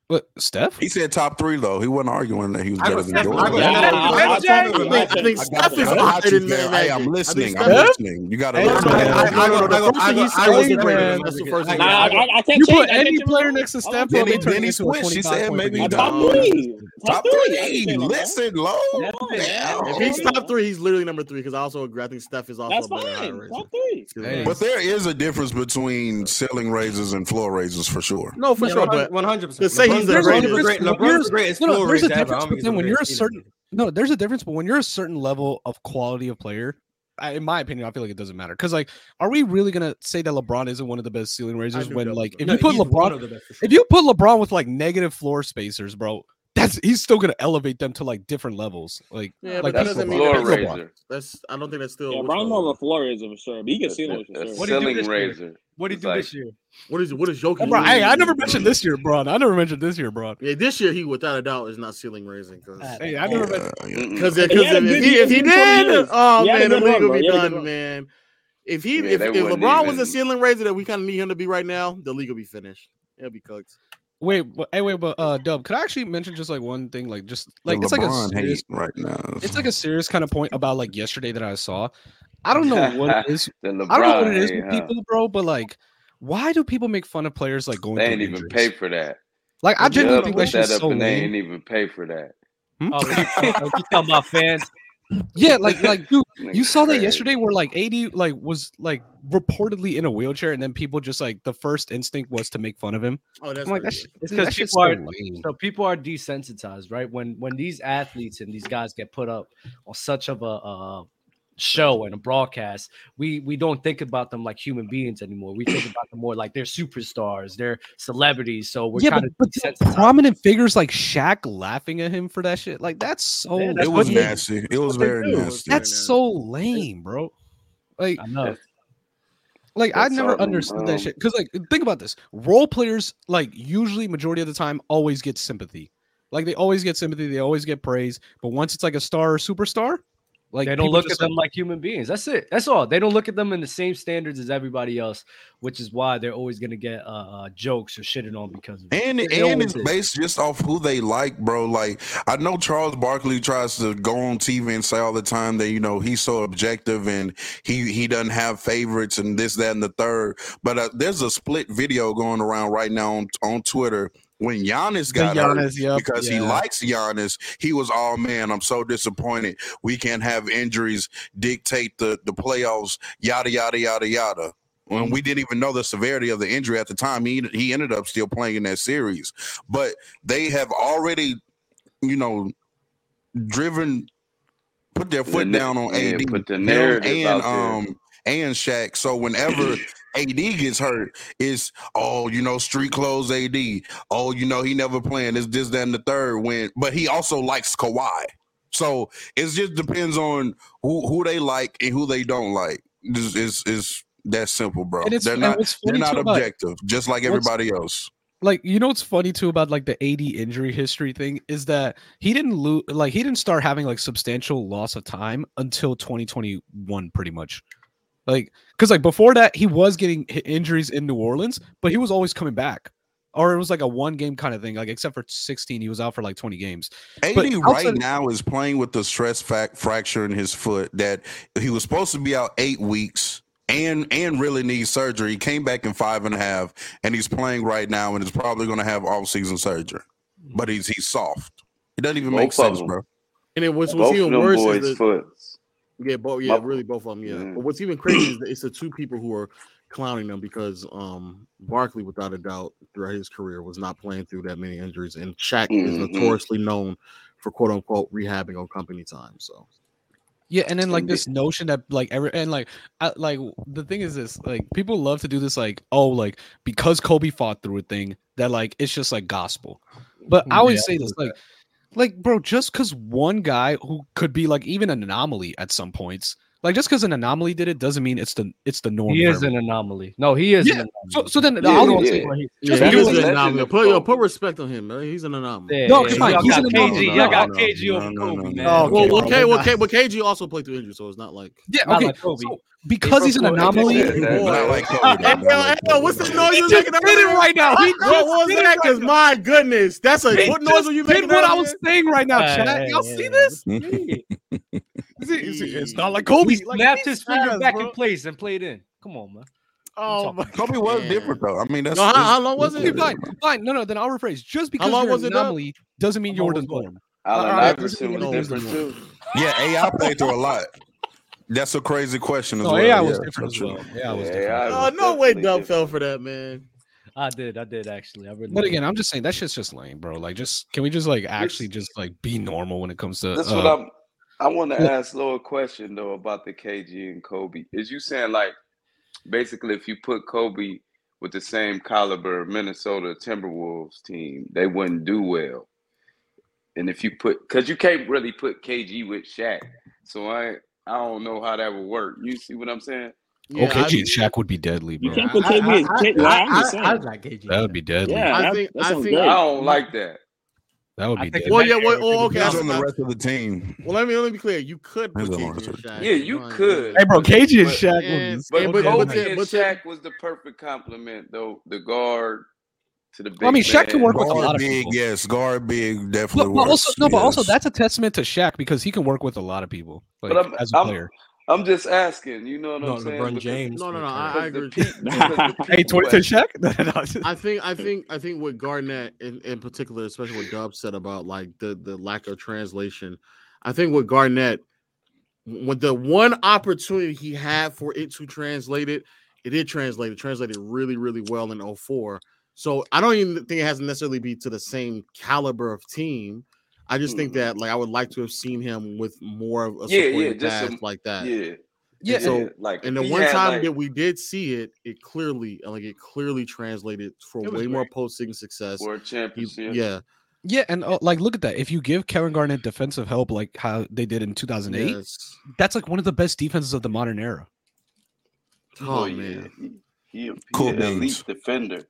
[SPEAKER 5] what, Steph?
[SPEAKER 4] He said top three though. He wasn't arguing that he was
[SPEAKER 2] I
[SPEAKER 4] better
[SPEAKER 2] got
[SPEAKER 4] than
[SPEAKER 2] Steph. I
[SPEAKER 4] Jordan.
[SPEAKER 1] Yeah.
[SPEAKER 2] got Steph. I got Steph over
[SPEAKER 3] I think,
[SPEAKER 2] Magic.
[SPEAKER 3] I think
[SPEAKER 4] I got
[SPEAKER 3] Steph
[SPEAKER 4] you.
[SPEAKER 3] is
[SPEAKER 4] I got you,
[SPEAKER 3] higher than
[SPEAKER 4] man.
[SPEAKER 3] Magic.
[SPEAKER 4] Hey,
[SPEAKER 3] I
[SPEAKER 4] I'm
[SPEAKER 3] think
[SPEAKER 4] listening.
[SPEAKER 3] Steph
[SPEAKER 4] I'm
[SPEAKER 3] is-
[SPEAKER 4] listening. You gotta
[SPEAKER 5] Hey,
[SPEAKER 4] listen.
[SPEAKER 5] I- I-
[SPEAKER 4] man.
[SPEAKER 5] I-
[SPEAKER 7] Nah, I, I, I can't
[SPEAKER 5] You
[SPEAKER 7] change.
[SPEAKER 5] put
[SPEAKER 7] I can't
[SPEAKER 5] any
[SPEAKER 7] change my
[SPEAKER 5] player
[SPEAKER 7] mind.
[SPEAKER 5] next to
[SPEAKER 7] I
[SPEAKER 5] Steph,
[SPEAKER 7] like
[SPEAKER 5] they'll
[SPEAKER 4] Then
[SPEAKER 5] be
[SPEAKER 4] he- then
[SPEAKER 5] turning
[SPEAKER 4] he
[SPEAKER 5] into a
[SPEAKER 4] switched. He
[SPEAKER 5] 25
[SPEAKER 4] said
[SPEAKER 5] point
[SPEAKER 4] maybe
[SPEAKER 5] guard.
[SPEAKER 4] not.
[SPEAKER 7] Top
[SPEAKER 4] Nah.
[SPEAKER 7] three.
[SPEAKER 4] Top three. Hey, listen, low.
[SPEAKER 1] That's the thing.
[SPEAKER 3] If
[SPEAKER 4] Damn.
[SPEAKER 3] he's top three, he's literally number three because I also agree. I think Steph is also
[SPEAKER 7] That's
[SPEAKER 3] a better higher
[SPEAKER 7] fine.
[SPEAKER 3] riser.
[SPEAKER 7] Top three.
[SPEAKER 5] Hey.
[SPEAKER 3] Ceiling riser.
[SPEAKER 4] But there is a difference between ceiling raises and floor raises for sure.
[SPEAKER 3] No, for
[SPEAKER 2] Yeah,
[SPEAKER 3] sure. But
[SPEAKER 2] one hundred
[SPEAKER 3] to
[SPEAKER 2] percent.
[SPEAKER 3] say he's the
[SPEAKER 5] There's a
[SPEAKER 3] greatest-
[SPEAKER 5] difference-
[SPEAKER 2] LeBron's the
[SPEAKER 5] there's-
[SPEAKER 2] greatest.
[SPEAKER 5] no, no,
[SPEAKER 2] floor
[SPEAKER 5] there's a
[SPEAKER 2] raiser ever. I don't
[SPEAKER 5] difference
[SPEAKER 2] think he's
[SPEAKER 5] between
[SPEAKER 2] the
[SPEAKER 5] when you're a
[SPEAKER 2] greatest
[SPEAKER 5] certain-
[SPEAKER 2] either.
[SPEAKER 5] No, there's a difference, but when you're a certain level of quality of player, I, in my opinion, I feel like it doesn't matter. Because like, are we really gonna say that LeBron isn't one of the best ceiling raisers
[SPEAKER 3] do
[SPEAKER 5] when
[SPEAKER 3] doubt
[SPEAKER 5] like
[SPEAKER 3] that.
[SPEAKER 5] if
[SPEAKER 2] No,
[SPEAKER 5] you put
[SPEAKER 2] he's one
[SPEAKER 5] LeBron
[SPEAKER 2] of the best for sure.
[SPEAKER 5] if you put LeBron with like negative floor spacers, bro, that's he's still gonna elevate them to like different levels. Like
[SPEAKER 3] yeah,
[SPEAKER 5] like
[SPEAKER 3] but that
[SPEAKER 5] that's
[SPEAKER 3] doesn't
[SPEAKER 5] LeBron.
[SPEAKER 3] mean
[SPEAKER 6] floor
[SPEAKER 3] that that's-
[SPEAKER 5] That's LeBron.
[SPEAKER 6] raiser.
[SPEAKER 3] that's. I don't think that's still.
[SPEAKER 7] Yeah,
[SPEAKER 3] what's
[SPEAKER 7] Brian
[SPEAKER 3] going on.
[SPEAKER 7] on the floor is for sure, but he can seal
[SPEAKER 6] A-
[SPEAKER 7] it for
[SPEAKER 6] a
[SPEAKER 7] sure.
[SPEAKER 1] What do you do
[SPEAKER 6] Ceiling
[SPEAKER 1] this year?
[SPEAKER 6] raiser.
[SPEAKER 1] What did he
[SPEAKER 6] It's
[SPEAKER 1] do
[SPEAKER 6] like-
[SPEAKER 1] this year?
[SPEAKER 3] What is what is Jokic?
[SPEAKER 5] Hey, bro, hey, I never
[SPEAKER 3] doing?
[SPEAKER 5] mentioned this year, bro. I never mentioned this year, bro.
[SPEAKER 3] Yeah, this year he without a doubt is not ceiling raising because
[SPEAKER 5] Hey, I never mentioned.
[SPEAKER 4] Yeah, yeah.
[SPEAKER 6] Mm-mm.
[SPEAKER 3] because if,
[SPEAKER 7] He had a good
[SPEAKER 3] he,
[SPEAKER 7] year,
[SPEAKER 3] if he
[SPEAKER 7] he had a good
[SPEAKER 3] did,
[SPEAKER 7] run.
[SPEAKER 3] oh
[SPEAKER 7] He had a
[SPEAKER 3] man, the
[SPEAKER 7] good
[SPEAKER 3] league
[SPEAKER 7] run,
[SPEAKER 3] would
[SPEAKER 7] bro.
[SPEAKER 3] be
[SPEAKER 7] He had a good
[SPEAKER 3] done,
[SPEAKER 7] run.
[SPEAKER 3] man. If he
[SPEAKER 6] Yeah,
[SPEAKER 3] if,
[SPEAKER 6] they
[SPEAKER 3] if
[SPEAKER 6] wouldn't
[SPEAKER 3] LeBron was
[SPEAKER 6] even-
[SPEAKER 3] the ceiling raiser that we kind of need him to be right now, the league will be finished. It'll be cooked.
[SPEAKER 5] Wait, but, hey, wait, but uh, Dub, could I actually mention just like one thing? Like, just like
[SPEAKER 4] The
[SPEAKER 5] it's like a
[SPEAKER 4] LeBron
[SPEAKER 5] serious
[SPEAKER 4] hate right now.
[SPEAKER 5] it's like a serious kind of point about like yesterday that I saw. I don't know what it is.
[SPEAKER 6] The LeBron
[SPEAKER 5] I don't know what it is
[SPEAKER 6] hate,
[SPEAKER 5] with
[SPEAKER 6] huh?
[SPEAKER 5] people, bro. But like, why do people make fun of players like going?
[SPEAKER 6] They
[SPEAKER 5] through
[SPEAKER 6] ain't even
[SPEAKER 5] injuries?
[SPEAKER 6] pay for that.
[SPEAKER 5] Like, I
[SPEAKER 6] Yup,
[SPEAKER 5] genuinely think
[SPEAKER 6] put
[SPEAKER 5] that shit's
[SPEAKER 6] that up
[SPEAKER 5] so
[SPEAKER 6] and they
[SPEAKER 5] lame.
[SPEAKER 6] ain't even pay for that.
[SPEAKER 1] Oh, you talking you talking about fans?
[SPEAKER 5] Yeah, like, like, dude, you
[SPEAKER 6] Nigga
[SPEAKER 5] saw that
[SPEAKER 6] crazy.
[SPEAKER 5] yesterday where like eighty like was like reportedly in a wheelchair, and then people just like the first instinct was to make fun of him.
[SPEAKER 3] Oh, that's
[SPEAKER 5] I'm like,
[SPEAKER 3] crazy.
[SPEAKER 5] that's
[SPEAKER 1] It's
[SPEAKER 5] because
[SPEAKER 1] 'cause
[SPEAKER 5] people so
[SPEAKER 1] people are-
[SPEAKER 5] lame.
[SPEAKER 1] So people are desensitized, right? When when these athletes and these guys get put up on such of a uh, show and a broadcast, we we don't think about them like human beings anymore. We think about them more like they're superstars, they're celebrities. So we're
[SPEAKER 5] yeah, but,
[SPEAKER 1] kind of
[SPEAKER 5] but the prominent figures like Shaq laughing at him for that shit, like that's so.
[SPEAKER 1] Yeah, that's
[SPEAKER 4] It was
[SPEAKER 1] what
[SPEAKER 5] lame.
[SPEAKER 1] they-
[SPEAKER 4] nasty. It was
[SPEAKER 3] what they
[SPEAKER 4] very
[SPEAKER 3] do.
[SPEAKER 4] nasty.
[SPEAKER 5] That's
[SPEAKER 3] Internet.
[SPEAKER 5] so lame, bro. Like,
[SPEAKER 1] I know.
[SPEAKER 5] Like I
[SPEAKER 6] That's
[SPEAKER 5] never
[SPEAKER 6] something,
[SPEAKER 5] understood
[SPEAKER 6] um,
[SPEAKER 5] that shit. Because like think about this. Role players, like usually majority of the time, always get sympathy. Like they always get sympathy, they always get praise. But once it's like a star or superstar, like
[SPEAKER 1] they don't
[SPEAKER 5] people
[SPEAKER 1] look at
[SPEAKER 5] just,
[SPEAKER 1] them like human beings. That's it. That's all. They don't look at them in the same standards as everybody else, which is why they're always gonna get uh, uh jokes or shitted on because of it.
[SPEAKER 4] And
[SPEAKER 1] They
[SPEAKER 4] and
[SPEAKER 1] always
[SPEAKER 4] it's
[SPEAKER 1] do.
[SPEAKER 4] based just off who they like, bro. Like I know Charles Barkley tries to go on TV and say all the time that you know he's so objective and he he doesn't have favorites and this that and the third. But uh, there's a split video going around right now on on Twitter when Giannis
[SPEAKER 5] like
[SPEAKER 4] got hurt
[SPEAKER 5] Giannis, yep,
[SPEAKER 4] because he
[SPEAKER 5] yeah.
[SPEAKER 4] likes Giannis. He was all man. I'm so disappointed. We can't have injuries dictate the the playoffs. Yada yada yada yada. When we didn't even know the severity of the injury at the time, he he ended up still playing in that series. But they have already, you know, driven, put their foot
[SPEAKER 6] na-
[SPEAKER 4] down on
[SPEAKER 6] yeah,
[SPEAKER 4] AD
[SPEAKER 6] put the
[SPEAKER 4] them
[SPEAKER 6] narrative
[SPEAKER 4] and
[SPEAKER 6] out there.
[SPEAKER 4] um and Shaq. So whenever AD gets hurt, it's oh you know street clothes AD. Oh you know he never playing. It's this that and the third. When but he also likes Kawhi. So it just depends on who who they like and who they don't like. This is is that simple, bro.
[SPEAKER 5] and it's
[SPEAKER 4] They're
[SPEAKER 5] and
[SPEAKER 4] not
[SPEAKER 5] what's
[SPEAKER 4] they're
[SPEAKER 5] funny
[SPEAKER 4] not
[SPEAKER 5] too about-
[SPEAKER 4] objective, just like
[SPEAKER 5] what's-
[SPEAKER 4] everybody else.
[SPEAKER 5] like you know what's funny too about like the AD injury history thing is that he didn't lose like he didn't start having like substantial loss of time until 2021 pretty much. Like cuz like before that he was getting hi- injuries in New Orleans, but he was always coming back. Or it was like a one game kind of thing like except for 16 he was out for like 20 games.
[SPEAKER 4] AD
[SPEAKER 5] But outside
[SPEAKER 4] right
[SPEAKER 5] of-
[SPEAKER 4] now is playing with the stress fact fracture in his foot that he was supposed to be out eight weeks and and really needs surgery. He came back in five and a half, and he's playing right now, and is probably going to have off season surgery. But he's he's soft. It doesn't even make
[SPEAKER 6] Both of
[SPEAKER 4] sense,
[SPEAKER 6] them.
[SPEAKER 4] bro.
[SPEAKER 3] And then what's,
[SPEAKER 6] Both
[SPEAKER 3] what's
[SPEAKER 6] of
[SPEAKER 3] even
[SPEAKER 6] them
[SPEAKER 3] worse is
[SPEAKER 6] boys'
[SPEAKER 3] the,
[SPEAKER 6] foot.
[SPEAKER 3] Yeah, both. Yeah,
[SPEAKER 6] My-
[SPEAKER 3] really, both of them. Yeah.
[SPEAKER 6] Yeah.
[SPEAKER 3] But what's even crazy is that it's the two people who are clowning them because um Barkley, without a doubt, throughout his career, was not playing through that many injuries, and Shaq is
[SPEAKER 6] Mhm.
[SPEAKER 3] notoriously known for quote unquote rehabbing on company time. So
[SPEAKER 5] Yeah, and then like
[SPEAKER 6] And the-
[SPEAKER 5] this notion that like every and like I, like the thing is this like people love to do this like oh like because Kobe fought through a thing that like it's just like gospel, but I always say this like like bro just because one guy who could be like even an anomaly at some points like just because an anomaly did it doesn't mean it's the it's the norm.
[SPEAKER 1] He
[SPEAKER 5] for
[SPEAKER 1] is
[SPEAKER 5] everyone.
[SPEAKER 1] an anomaly. No, he is.
[SPEAKER 5] Yeah,
[SPEAKER 1] An anomaly.
[SPEAKER 5] so so then
[SPEAKER 6] Yeah,
[SPEAKER 5] I don't
[SPEAKER 6] yeah.
[SPEAKER 5] say like,
[SPEAKER 3] yeah,
[SPEAKER 5] Just
[SPEAKER 3] he
[SPEAKER 5] because
[SPEAKER 3] is
[SPEAKER 5] he's
[SPEAKER 3] an
[SPEAKER 6] a
[SPEAKER 3] anomaly.
[SPEAKER 6] legend,
[SPEAKER 3] Put, yo, put
[SPEAKER 6] Kobe.
[SPEAKER 3] respect on him, man. He's an anomaly.
[SPEAKER 1] Yeah,
[SPEAKER 5] No,
[SPEAKER 1] yeah,
[SPEAKER 5] it's
[SPEAKER 1] y'all
[SPEAKER 5] fine. He's
[SPEAKER 1] got
[SPEAKER 5] an anomaly.
[SPEAKER 1] KG. Y'all got
[SPEAKER 3] No, no,
[SPEAKER 1] KG
[SPEAKER 4] no,
[SPEAKER 1] over
[SPEAKER 4] no, no,
[SPEAKER 1] Kobe,
[SPEAKER 4] no.
[SPEAKER 1] man.
[SPEAKER 5] Oh,
[SPEAKER 3] Well,
[SPEAKER 5] okay,
[SPEAKER 3] well, okay,
[SPEAKER 5] we're
[SPEAKER 3] well,
[SPEAKER 5] not-
[SPEAKER 3] okay, well, KG also played through injury, so it's not like.
[SPEAKER 5] yeah
[SPEAKER 1] Not
[SPEAKER 5] okay
[SPEAKER 1] like Kobe.
[SPEAKER 5] so because he's an
[SPEAKER 3] Hey, bro, Kobe,
[SPEAKER 5] anomaly.
[SPEAKER 3] Kobe,
[SPEAKER 6] Yeah,
[SPEAKER 4] But
[SPEAKER 6] that-
[SPEAKER 4] I
[SPEAKER 3] boy.
[SPEAKER 4] like Kobe.
[SPEAKER 3] Hey,
[SPEAKER 4] though.
[SPEAKER 3] yo, hey,
[SPEAKER 4] I
[SPEAKER 3] yo,
[SPEAKER 4] like
[SPEAKER 3] what's the
[SPEAKER 4] Kobe.
[SPEAKER 3] noise you
[SPEAKER 5] He just
[SPEAKER 3] making
[SPEAKER 5] did it
[SPEAKER 3] earlier?
[SPEAKER 5] right now. He
[SPEAKER 3] What was
[SPEAKER 5] did it
[SPEAKER 3] that?
[SPEAKER 5] right
[SPEAKER 3] Because
[SPEAKER 5] now.
[SPEAKER 3] my goodness, that's a
[SPEAKER 5] He
[SPEAKER 3] what noise
[SPEAKER 5] just
[SPEAKER 3] were you
[SPEAKER 5] did
[SPEAKER 3] making?
[SPEAKER 5] what I
[SPEAKER 3] earlier?
[SPEAKER 5] was saying right now,
[SPEAKER 1] Hey,
[SPEAKER 5] chat.
[SPEAKER 1] hey,
[SPEAKER 5] Y'all
[SPEAKER 1] hey,
[SPEAKER 5] see
[SPEAKER 1] hey,
[SPEAKER 5] this?
[SPEAKER 4] Mm-hmm.
[SPEAKER 1] hey.
[SPEAKER 5] Is it- is it- It's
[SPEAKER 3] Jeez.
[SPEAKER 5] not like Kobe.
[SPEAKER 1] He
[SPEAKER 5] Like,
[SPEAKER 1] snapped
[SPEAKER 5] he's
[SPEAKER 1] his finger
[SPEAKER 5] ass,
[SPEAKER 1] back
[SPEAKER 5] bro.
[SPEAKER 1] in place and played in. Come on, man.
[SPEAKER 3] Oh my
[SPEAKER 4] Kobe was
[SPEAKER 3] man.
[SPEAKER 4] different though. I mean, that's
[SPEAKER 3] No, how,
[SPEAKER 4] that's-
[SPEAKER 3] how long was
[SPEAKER 5] Okay,
[SPEAKER 3] it?
[SPEAKER 5] fine, fine. No, no. Then I'll rephrase. Just because
[SPEAKER 3] long
[SPEAKER 5] you're
[SPEAKER 3] was
[SPEAKER 5] an
[SPEAKER 3] it up?
[SPEAKER 5] anomaly doesn't mean
[SPEAKER 3] How
[SPEAKER 5] you're
[SPEAKER 3] long
[SPEAKER 5] the
[SPEAKER 3] was it up?
[SPEAKER 5] norm.
[SPEAKER 6] Allen
[SPEAKER 5] Alright,
[SPEAKER 6] Iverson
[SPEAKER 3] this
[SPEAKER 6] was
[SPEAKER 3] is-
[SPEAKER 6] different too.
[SPEAKER 4] yeah. AI played through a lot. That's a crazy question as
[SPEAKER 5] No,
[SPEAKER 4] well.
[SPEAKER 5] AI
[SPEAKER 4] yeah,
[SPEAKER 5] was different as
[SPEAKER 4] so true.
[SPEAKER 5] well. AI was
[SPEAKER 6] Yeah,
[SPEAKER 5] different.
[SPEAKER 6] AI
[SPEAKER 3] Oh,
[SPEAKER 6] was
[SPEAKER 3] no way,
[SPEAKER 6] definitely
[SPEAKER 3] Dub
[SPEAKER 6] different.
[SPEAKER 3] fell for that, man.
[SPEAKER 1] I did. I did actually. I really.
[SPEAKER 5] But
[SPEAKER 1] did.
[SPEAKER 5] again, I'm just saying that shit's just lame, bro. Like, just can we just like actually just like be normal when it comes to?
[SPEAKER 6] That's
[SPEAKER 5] uh,
[SPEAKER 6] what I'm. I want to
[SPEAKER 5] yeah.
[SPEAKER 6] ask Lo a question though about the KG and Kobe. Is you saying like basically if you put Kobe with the same caliber of Minnesota Timberwolves team, they wouldn't do well. And if you put, because you can't really put KG with Shaq, so I I don't know how that would work. You see what I'm saying?
[SPEAKER 3] Yeah,
[SPEAKER 5] okay,
[SPEAKER 3] I-
[SPEAKER 5] Oh, G and Shaq would be deadly,
[SPEAKER 7] You
[SPEAKER 5] bro.
[SPEAKER 7] can't put KB and K- nah, I'm just saying.
[SPEAKER 2] like KG.
[SPEAKER 5] That would be deadly.
[SPEAKER 7] Yeah,
[SPEAKER 3] I
[SPEAKER 7] that-
[SPEAKER 3] think-
[SPEAKER 7] that
[SPEAKER 3] I
[SPEAKER 7] sounds
[SPEAKER 3] think-
[SPEAKER 6] I
[SPEAKER 7] good.
[SPEAKER 6] don't like that.
[SPEAKER 5] That would
[SPEAKER 1] I
[SPEAKER 5] be
[SPEAKER 1] think-
[SPEAKER 5] deadly.
[SPEAKER 3] Well, yeah. Well, oh, okay.
[SPEAKER 4] Depends
[SPEAKER 3] I-
[SPEAKER 4] on the
[SPEAKER 3] I-
[SPEAKER 4] rest of the team.
[SPEAKER 3] well, let me let me be clear. You could put
[SPEAKER 4] There's a
[SPEAKER 3] KG
[SPEAKER 4] lot
[SPEAKER 3] and
[SPEAKER 4] of search.
[SPEAKER 3] Shaq.
[SPEAKER 6] Yeah, you
[SPEAKER 3] Fine,
[SPEAKER 6] could.
[SPEAKER 5] Hey, bro, KG and
[SPEAKER 3] But-
[SPEAKER 5] Shaq
[SPEAKER 3] and-
[SPEAKER 5] would be.
[SPEAKER 6] But
[SPEAKER 3] but-
[SPEAKER 6] Kobe
[SPEAKER 3] but the-
[SPEAKER 6] and
[SPEAKER 3] but the-
[SPEAKER 6] Shaq was the perfect complement though. The guard to the big.
[SPEAKER 5] Well, I mean, Shaq can
[SPEAKER 6] man.
[SPEAKER 5] work with a lot
[SPEAKER 4] Guard
[SPEAKER 5] of
[SPEAKER 4] big,
[SPEAKER 5] people.
[SPEAKER 4] yes. Guard big
[SPEAKER 5] But,
[SPEAKER 4] definitely
[SPEAKER 5] but
[SPEAKER 4] works.
[SPEAKER 5] also, no, but also
[SPEAKER 4] yes.
[SPEAKER 5] that's a testament to Shaq because he can work with a lot of people, like
[SPEAKER 6] But I'm-
[SPEAKER 5] as a
[SPEAKER 6] I'm-
[SPEAKER 5] player.
[SPEAKER 6] I'm just asking. You know what
[SPEAKER 2] No,
[SPEAKER 6] I'm saying?
[SPEAKER 2] LeBron
[SPEAKER 6] Because-
[SPEAKER 2] James.
[SPEAKER 3] No, no,
[SPEAKER 2] would
[SPEAKER 3] no.
[SPEAKER 2] kinda-
[SPEAKER 3] I, I
[SPEAKER 6] because the
[SPEAKER 3] agree. with you.
[SPEAKER 6] peop- because the
[SPEAKER 5] Hey,
[SPEAKER 6] people
[SPEAKER 5] twenty to
[SPEAKER 6] at-
[SPEAKER 5] Shaq. No, no,
[SPEAKER 3] I think I think I think with Garnett in, in particular, especially what Dub said about like the the lack of translation. I think with Garnett, with the one opportunity he had for it to translate it, it did translate. It translated really, really well in 04. So I don't even think it has to necessarily be to the same caliber of team. I just think
[SPEAKER 6] Mhm.
[SPEAKER 3] that like I would like to have seen him with more of a
[SPEAKER 6] Yeah, yeah,
[SPEAKER 3] supporting
[SPEAKER 6] just
[SPEAKER 3] cast
[SPEAKER 6] some-
[SPEAKER 3] like that.
[SPEAKER 6] Yeah,
[SPEAKER 5] yeah,
[SPEAKER 3] so-
[SPEAKER 6] like
[SPEAKER 3] And the
[SPEAKER 6] he
[SPEAKER 3] one
[SPEAKER 6] had,
[SPEAKER 3] time
[SPEAKER 6] like-
[SPEAKER 3] that we did see it, it clearly uh, like it clearly translated for
[SPEAKER 1] It was
[SPEAKER 3] way more postseason success.
[SPEAKER 6] for a
[SPEAKER 3] He-
[SPEAKER 6] championship.
[SPEAKER 3] yeah,
[SPEAKER 5] Yeah, and uh, like look at that. If you give Kevin Garnett defensive help like how they did in 2008,
[SPEAKER 3] yes.
[SPEAKER 5] that's like one of the best defenses of the modern era.
[SPEAKER 3] Oh,
[SPEAKER 6] yeah.
[SPEAKER 3] man.
[SPEAKER 6] He, he,
[SPEAKER 4] Cool
[SPEAKER 6] cool an elite
[SPEAKER 4] beans.
[SPEAKER 6] defender.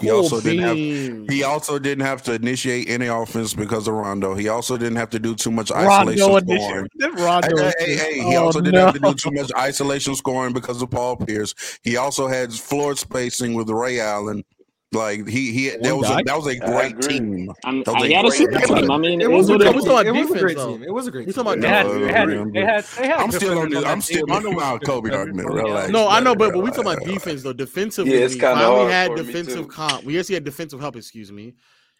[SPEAKER 4] He also didn't have-
[SPEAKER 3] beans.
[SPEAKER 4] He also didn't have to initiate any offense because of Rondo. He also didn't have to do too much isolation
[SPEAKER 5] Rondo
[SPEAKER 4] scoring.
[SPEAKER 5] initiative. Rondo.
[SPEAKER 4] Hey, hey, hey, He
[SPEAKER 5] Oh,
[SPEAKER 4] also didn't have to
[SPEAKER 5] no.
[SPEAKER 4] do too much isolation scoring because of Paul Pierce. He also had floor spacing with Ray Allen. Like he he that
[SPEAKER 5] One
[SPEAKER 4] was a,
[SPEAKER 5] guy?
[SPEAKER 4] that was a
[SPEAKER 6] I
[SPEAKER 4] great
[SPEAKER 6] agree.
[SPEAKER 4] team.
[SPEAKER 7] I'm,
[SPEAKER 4] That was
[SPEAKER 7] I
[SPEAKER 4] a
[SPEAKER 7] had a
[SPEAKER 4] great
[SPEAKER 7] super
[SPEAKER 4] effort.
[SPEAKER 7] team. I mean,
[SPEAKER 2] It
[SPEAKER 7] it
[SPEAKER 2] was
[SPEAKER 7] was
[SPEAKER 2] a
[SPEAKER 7] what it
[SPEAKER 3] we
[SPEAKER 2] good team.
[SPEAKER 7] was.
[SPEAKER 3] talking about
[SPEAKER 2] It was a
[SPEAKER 3] defense,
[SPEAKER 2] great
[SPEAKER 3] though.
[SPEAKER 2] team. It was a great
[SPEAKER 3] We
[SPEAKER 2] team.
[SPEAKER 3] talking about
[SPEAKER 1] They
[SPEAKER 4] Yeah,
[SPEAKER 1] had,
[SPEAKER 4] No,
[SPEAKER 1] they had,
[SPEAKER 4] man.
[SPEAKER 1] they had, they had
[SPEAKER 4] I'm still on
[SPEAKER 1] defenders
[SPEAKER 4] this.
[SPEAKER 1] that
[SPEAKER 4] I'm still.
[SPEAKER 1] team.
[SPEAKER 4] I know where I'm Kobe argument. Relax.
[SPEAKER 3] No, I know, but, but we
[SPEAKER 4] relax.
[SPEAKER 3] talking about defense though. Defensively,
[SPEAKER 6] Yeah, it's
[SPEAKER 3] he
[SPEAKER 6] kinda
[SPEAKER 3] finally
[SPEAKER 6] hard
[SPEAKER 3] had
[SPEAKER 6] for me,
[SPEAKER 3] defensive
[SPEAKER 6] too.
[SPEAKER 3] comp. We yes, he had defensive help. Excuse me.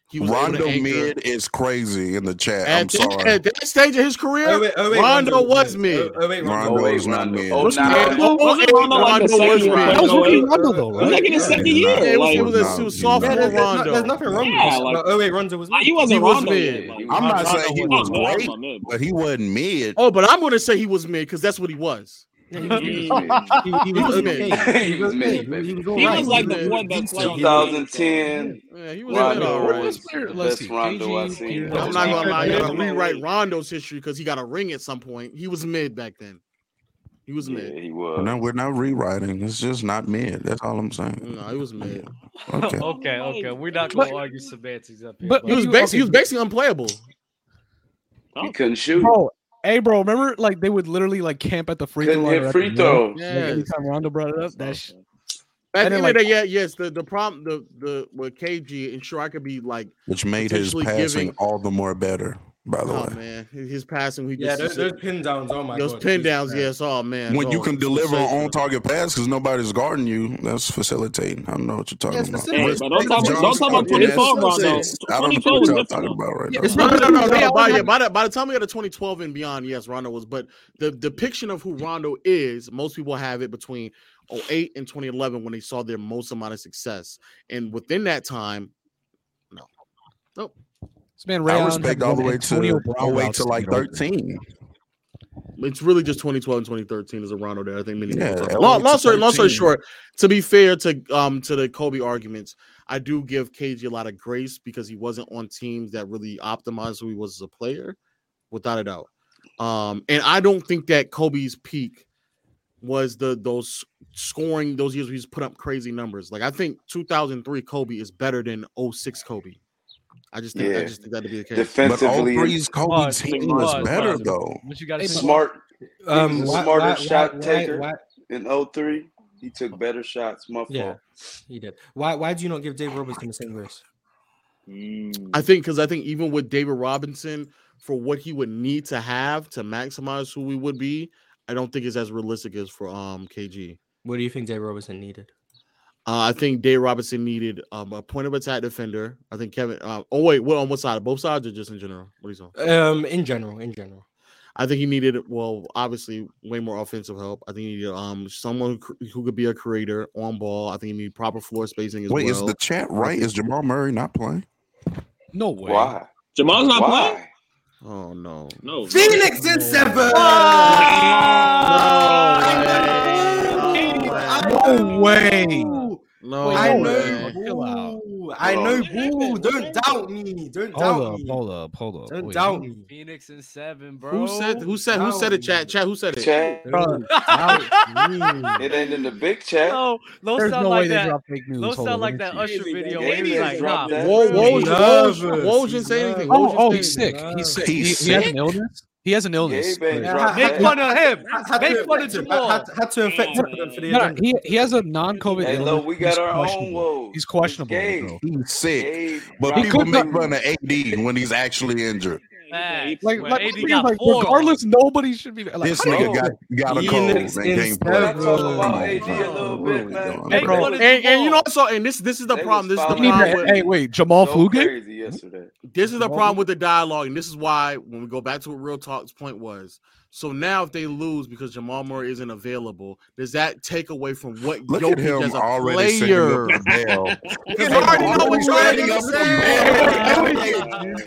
[SPEAKER 3] He able to
[SPEAKER 4] Rondo
[SPEAKER 3] anchor.
[SPEAKER 4] mid is crazy in the chat. I'm
[SPEAKER 3] At this,
[SPEAKER 4] sorry.
[SPEAKER 3] at this stage of his career,
[SPEAKER 2] Oh, wait, oh, wait,
[SPEAKER 3] Rondo was mid.
[SPEAKER 2] Oh, oh, wait, Rondo.
[SPEAKER 4] Rondo
[SPEAKER 6] Oh, wait,
[SPEAKER 4] is not
[SPEAKER 6] Rondo.
[SPEAKER 4] mid.
[SPEAKER 6] Oh,
[SPEAKER 5] What's
[SPEAKER 6] nah.
[SPEAKER 5] that?
[SPEAKER 6] Rondo-
[SPEAKER 3] Oh,
[SPEAKER 7] Wasn't
[SPEAKER 3] and
[SPEAKER 7] Rondo like
[SPEAKER 3] Rondo
[SPEAKER 7] the second
[SPEAKER 3] was
[SPEAKER 7] year
[SPEAKER 3] mid.
[SPEAKER 7] player?
[SPEAKER 5] That was
[SPEAKER 7] No,
[SPEAKER 5] rookie
[SPEAKER 7] it-
[SPEAKER 5] Rondo though,
[SPEAKER 7] It was
[SPEAKER 5] right?
[SPEAKER 7] like in his
[SPEAKER 4] Nah,
[SPEAKER 7] second
[SPEAKER 4] he's not.
[SPEAKER 3] Yeah,
[SPEAKER 7] year.
[SPEAKER 3] it was,
[SPEAKER 7] Like,
[SPEAKER 3] it was a, it
[SPEAKER 4] Nah,
[SPEAKER 3] was
[SPEAKER 4] he's
[SPEAKER 3] sophomore
[SPEAKER 4] not.
[SPEAKER 2] Yeah, there's, there's, not,
[SPEAKER 3] Rondo.
[SPEAKER 2] there's nothing wrong
[SPEAKER 7] Yeah,
[SPEAKER 2] with this.
[SPEAKER 7] like-
[SPEAKER 2] Like, oh, wait, Rondo was
[SPEAKER 7] like, he
[SPEAKER 2] mid.
[SPEAKER 7] wasn't
[SPEAKER 3] He was
[SPEAKER 7] Rondo
[SPEAKER 3] mid.
[SPEAKER 7] yet. Like,
[SPEAKER 4] I'm
[SPEAKER 7] Rondo-
[SPEAKER 4] not
[SPEAKER 3] Rondo
[SPEAKER 4] saying he
[SPEAKER 3] was
[SPEAKER 4] was
[SPEAKER 7] Rondo-
[SPEAKER 3] mid.
[SPEAKER 4] great,
[SPEAKER 7] Rondo mid, bro.
[SPEAKER 4] but he wasn't mid.
[SPEAKER 3] Oh, but I'm gonna say he was mid because that's what he was.
[SPEAKER 2] Yeah, he was
[SPEAKER 6] He
[SPEAKER 2] mid.
[SPEAKER 6] was mid.
[SPEAKER 3] He
[SPEAKER 2] He, he was
[SPEAKER 3] was mid.
[SPEAKER 2] okay.
[SPEAKER 6] He was mid,
[SPEAKER 2] okay. He
[SPEAKER 6] baby.
[SPEAKER 2] was all
[SPEAKER 7] He
[SPEAKER 2] right.
[SPEAKER 7] was like
[SPEAKER 3] He was
[SPEAKER 7] the
[SPEAKER 3] mid.
[SPEAKER 7] one that's like
[SPEAKER 2] Decent.
[SPEAKER 6] 2010.
[SPEAKER 3] Yeah, he was mid,
[SPEAKER 6] Rondo
[SPEAKER 3] all right.
[SPEAKER 6] was the
[SPEAKER 5] Let's
[SPEAKER 6] best
[SPEAKER 5] see,
[SPEAKER 6] Rondo I
[SPEAKER 5] KG,
[SPEAKER 6] seen.
[SPEAKER 5] Rondo.
[SPEAKER 3] I'm not gonna lie, you
[SPEAKER 2] Yeah.
[SPEAKER 3] gotta rewrite Rondo's history because he got a ring at some point. He was mid back then. He was
[SPEAKER 6] Yeah,
[SPEAKER 3] mid.
[SPEAKER 6] he
[SPEAKER 4] No,
[SPEAKER 6] was.
[SPEAKER 4] we're not rewriting. It's just not mid. That's all I'm saying.
[SPEAKER 3] No, he was mid.
[SPEAKER 4] Okay.
[SPEAKER 1] Okay, okay, we're not
[SPEAKER 5] But-
[SPEAKER 1] going to argue semantics up here.
[SPEAKER 5] but-
[SPEAKER 3] He was
[SPEAKER 5] You-
[SPEAKER 3] basically
[SPEAKER 5] okay.
[SPEAKER 3] he was basically unplayable.
[SPEAKER 6] He couldn't shoot.
[SPEAKER 5] Bro, hey, bro, remember like they would literally like camp at the free throw
[SPEAKER 6] Couldn't
[SPEAKER 5] line.
[SPEAKER 6] hit
[SPEAKER 5] or at
[SPEAKER 6] free
[SPEAKER 5] the rim?
[SPEAKER 6] throws.
[SPEAKER 5] Like,
[SPEAKER 3] Yeah.
[SPEAKER 5] anytime Rondo brought it up, that sh-
[SPEAKER 3] Back
[SPEAKER 5] And
[SPEAKER 3] in
[SPEAKER 5] then,
[SPEAKER 3] the day,
[SPEAKER 5] like-
[SPEAKER 3] yeah, yes. The the problem the the with KG and sure I could be like,
[SPEAKER 4] Which made his
[SPEAKER 3] Potentially
[SPEAKER 4] passing
[SPEAKER 3] giving-
[SPEAKER 4] all the more better, by the
[SPEAKER 3] oh
[SPEAKER 4] way.
[SPEAKER 3] man, his his passing, he
[SPEAKER 2] Yeah,
[SPEAKER 3] just
[SPEAKER 2] those,
[SPEAKER 3] those,
[SPEAKER 2] those pin downs. Oh my god.
[SPEAKER 3] pin
[SPEAKER 2] Jesus
[SPEAKER 3] downs,
[SPEAKER 2] Christ.
[SPEAKER 3] yes. Oh man,
[SPEAKER 4] When you
[SPEAKER 3] oh,
[SPEAKER 4] can
[SPEAKER 3] it's
[SPEAKER 4] deliver an
[SPEAKER 3] sensational.
[SPEAKER 4] on target pass because nobody's guarding you, that's facilitating. I don't know what you're talking
[SPEAKER 2] Yeah, it's
[SPEAKER 4] about.
[SPEAKER 2] facilitating.
[SPEAKER 7] Hey,
[SPEAKER 4] Where's
[SPEAKER 7] but don't talk,
[SPEAKER 4] John
[SPEAKER 7] don't talk about
[SPEAKER 4] Stockton?
[SPEAKER 7] 24
[SPEAKER 4] That's
[SPEAKER 7] Rondo.
[SPEAKER 4] facilitating. I don't know
[SPEAKER 7] 24
[SPEAKER 4] what
[SPEAKER 7] was
[SPEAKER 4] y'all
[SPEAKER 7] different.
[SPEAKER 4] talking
[SPEAKER 7] though.
[SPEAKER 4] about right
[SPEAKER 5] Yeah,
[SPEAKER 4] now.
[SPEAKER 5] it's
[SPEAKER 3] No, no, no, no.
[SPEAKER 5] They
[SPEAKER 3] no.
[SPEAKER 5] all
[SPEAKER 3] By, yeah,
[SPEAKER 5] have-
[SPEAKER 3] by, the, by the time we got to 2012 and beyond, yes, Rondo was. But the depiction of who Rondo is, most people have it between 08 and 2011 when they saw their most amount of success. And within that time,
[SPEAKER 5] this man Ray
[SPEAKER 4] I
[SPEAKER 5] Allen
[SPEAKER 4] respect
[SPEAKER 5] had
[SPEAKER 4] all the
[SPEAKER 5] run
[SPEAKER 4] way
[SPEAKER 5] Antonio
[SPEAKER 4] to
[SPEAKER 5] Brown
[SPEAKER 4] all the way
[SPEAKER 5] routes
[SPEAKER 4] to like
[SPEAKER 5] get open.
[SPEAKER 4] 13.
[SPEAKER 3] it's really just 2012 and 2013 is a Rondo there. I think many
[SPEAKER 4] Yeah,
[SPEAKER 3] people talk
[SPEAKER 4] all
[SPEAKER 3] about.
[SPEAKER 4] the
[SPEAKER 3] Long,
[SPEAKER 4] way
[SPEAKER 3] long
[SPEAKER 4] to
[SPEAKER 3] story, long story
[SPEAKER 4] 13.
[SPEAKER 3] short, to be fair to um to the Kobe arguments, I do give KG a lot of grace because he wasn't on teams that really optimized who he was as a player, without a doubt. Um, and I don't think that Kobe's peak was the those scoring those years where he's put up crazy numbers. Like I think 2003 Kobe is better than 06 Kobe. I just think I
[SPEAKER 6] Yeah.
[SPEAKER 3] just think that'd be the case.
[SPEAKER 4] But all
[SPEAKER 6] Defensively,
[SPEAKER 4] three's Kobe
[SPEAKER 1] Pause,
[SPEAKER 4] team
[SPEAKER 1] pause,
[SPEAKER 4] was
[SPEAKER 1] pause.
[SPEAKER 4] better though.
[SPEAKER 1] What you got to
[SPEAKER 5] Hey,
[SPEAKER 1] say?
[SPEAKER 6] smart
[SPEAKER 2] Um,
[SPEAKER 6] He was a
[SPEAKER 2] why-
[SPEAKER 6] smarter
[SPEAKER 2] why-
[SPEAKER 6] shot
[SPEAKER 2] why-
[SPEAKER 6] taker.
[SPEAKER 2] why-
[SPEAKER 6] in 03. He took better shots. My fault.
[SPEAKER 2] Yeah, he did. Why? Why do you not give Dave Robertson the same grace?
[SPEAKER 6] Mm.
[SPEAKER 3] I think because I think even with David Robinson, for what he would need to have to maximize who we would be, I don't think it's as realistic as for um KG.
[SPEAKER 2] What do you think Dave Robertson needed?
[SPEAKER 3] Uh, I think Dave Robinson needed um, a point of attack defender. I think Kevin. Uh, oh wait, what on what side? Both sides or just in general? What do you saying?
[SPEAKER 2] Um, in general, in general.
[SPEAKER 3] I think he needed well, obviously way more offensive help. I think he needed um someone who, cr- who could be a creator on ball. I think he needed proper floor spacing as
[SPEAKER 4] Wait,
[SPEAKER 3] well.
[SPEAKER 4] is the chat right? Is Jamal Murray not playing?
[SPEAKER 5] No way.
[SPEAKER 6] Why?
[SPEAKER 7] Jamal's not playing.
[SPEAKER 6] Why?
[SPEAKER 3] oh no,
[SPEAKER 7] No.
[SPEAKER 2] Phoenix in seven.
[SPEAKER 5] No way.
[SPEAKER 3] no,
[SPEAKER 5] Wait,
[SPEAKER 2] I
[SPEAKER 5] no
[SPEAKER 2] know.
[SPEAKER 5] way.
[SPEAKER 3] way.
[SPEAKER 5] Chill out.
[SPEAKER 2] Boo. I
[SPEAKER 6] Hold
[SPEAKER 2] know.
[SPEAKER 6] on.
[SPEAKER 2] Boo. Don't doubt me. Don't doubt
[SPEAKER 5] Hold up,
[SPEAKER 2] me.
[SPEAKER 5] hold up, hold up.
[SPEAKER 2] Don't
[SPEAKER 5] Wait,
[SPEAKER 2] doubt
[SPEAKER 5] who-
[SPEAKER 2] me.
[SPEAKER 1] Phoenix and seven, bro.
[SPEAKER 3] Who said? Who said? Who said it? Chat. Chat. Who said it?
[SPEAKER 6] Chat.
[SPEAKER 2] Don't doubt me.
[SPEAKER 6] It ain't in the big chat.
[SPEAKER 1] No, no
[SPEAKER 5] There's
[SPEAKER 1] sound
[SPEAKER 5] no way
[SPEAKER 1] like
[SPEAKER 5] they
[SPEAKER 1] that.
[SPEAKER 5] drop fake news.
[SPEAKER 1] No
[SPEAKER 5] Hold
[SPEAKER 1] sound
[SPEAKER 5] on, let
[SPEAKER 1] like
[SPEAKER 5] me
[SPEAKER 1] that
[SPEAKER 5] see.
[SPEAKER 1] Usher
[SPEAKER 6] Crazy,
[SPEAKER 1] video.
[SPEAKER 6] they
[SPEAKER 1] where he
[SPEAKER 6] didn't
[SPEAKER 1] like,
[SPEAKER 6] drop
[SPEAKER 1] nah,
[SPEAKER 6] that.
[SPEAKER 1] for
[SPEAKER 3] Whoa,
[SPEAKER 1] real.
[SPEAKER 3] whoa,
[SPEAKER 2] He
[SPEAKER 3] whoa,
[SPEAKER 2] loves us.
[SPEAKER 3] whoa, didn't
[SPEAKER 2] He
[SPEAKER 3] say anything.
[SPEAKER 2] loves
[SPEAKER 5] Oh,
[SPEAKER 3] Woj
[SPEAKER 5] oh,
[SPEAKER 3] didn't
[SPEAKER 5] he's
[SPEAKER 3] say anything.
[SPEAKER 5] sick. He's sick.
[SPEAKER 4] He's
[SPEAKER 5] he, he has
[SPEAKER 4] sick?
[SPEAKER 5] an illness. He has an illness.
[SPEAKER 6] Gabe ain't
[SPEAKER 5] Right.
[SPEAKER 6] dropped
[SPEAKER 1] Make
[SPEAKER 6] that.
[SPEAKER 1] fun of him.
[SPEAKER 2] Had- had to
[SPEAKER 1] Make fun of
[SPEAKER 2] infect him.
[SPEAKER 1] Jamal.
[SPEAKER 2] Had, had- had to infect
[SPEAKER 7] Yeah,
[SPEAKER 2] him for the
[SPEAKER 5] No, no,
[SPEAKER 2] agenda.
[SPEAKER 5] he, he has a non-COVID
[SPEAKER 6] Hey,
[SPEAKER 5] illness.
[SPEAKER 6] look, we
[SPEAKER 5] He's
[SPEAKER 6] got our own
[SPEAKER 5] questionable.
[SPEAKER 6] woes.
[SPEAKER 5] He's
[SPEAKER 6] It's
[SPEAKER 5] questionable,
[SPEAKER 6] Gabe.
[SPEAKER 5] bro.
[SPEAKER 4] He's sick.
[SPEAKER 6] Gabe
[SPEAKER 4] But
[SPEAKER 5] He
[SPEAKER 6] dropped
[SPEAKER 4] people
[SPEAKER 5] could
[SPEAKER 4] make
[SPEAKER 5] not-
[SPEAKER 4] fun of AD when he's actually injured.
[SPEAKER 1] Facts.
[SPEAKER 5] Like,
[SPEAKER 1] Well,
[SPEAKER 5] like,
[SPEAKER 1] AD
[SPEAKER 5] my thing is,
[SPEAKER 1] got
[SPEAKER 5] like
[SPEAKER 1] four
[SPEAKER 5] regardless, nobody should be like.
[SPEAKER 4] This
[SPEAKER 5] how do you-
[SPEAKER 4] nigga
[SPEAKER 6] Bro.
[SPEAKER 4] got, got a cold and
[SPEAKER 2] Phoenix in
[SPEAKER 4] can't
[SPEAKER 6] Can
[SPEAKER 4] play.
[SPEAKER 6] I talk
[SPEAKER 2] seven.
[SPEAKER 6] about
[SPEAKER 4] Come on,
[SPEAKER 6] AD a
[SPEAKER 4] bro.
[SPEAKER 6] little
[SPEAKER 4] Where are
[SPEAKER 6] bit,
[SPEAKER 4] we
[SPEAKER 6] man?
[SPEAKER 4] going?
[SPEAKER 1] Make
[SPEAKER 4] bro?
[SPEAKER 1] fun of
[SPEAKER 3] And, and you know
[SPEAKER 1] Jamal.
[SPEAKER 3] also, and this this is the
[SPEAKER 6] They
[SPEAKER 3] problem.
[SPEAKER 6] was
[SPEAKER 3] This is the
[SPEAKER 5] we need
[SPEAKER 3] problem
[SPEAKER 5] to-
[SPEAKER 6] following
[SPEAKER 5] hey,
[SPEAKER 3] with
[SPEAKER 5] wait, Jamal
[SPEAKER 6] so
[SPEAKER 5] Fugit.
[SPEAKER 6] crazy yesterday.
[SPEAKER 3] this is the
[SPEAKER 5] Jamal
[SPEAKER 3] problem with the dialogue, and this is why when we go back to what Real Talk's point was. So now, if they lose because Jamal Murray isn't available, does that take away from what
[SPEAKER 4] Look at
[SPEAKER 3] Jokic
[SPEAKER 4] him
[SPEAKER 3] as a
[SPEAKER 4] already sitting
[SPEAKER 3] player?
[SPEAKER 4] up the bell.
[SPEAKER 3] Because I already know what you're already
[SPEAKER 4] Already
[SPEAKER 3] gonna
[SPEAKER 4] up the
[SPEAKER 3] say.
[SPEAKER 4] bell.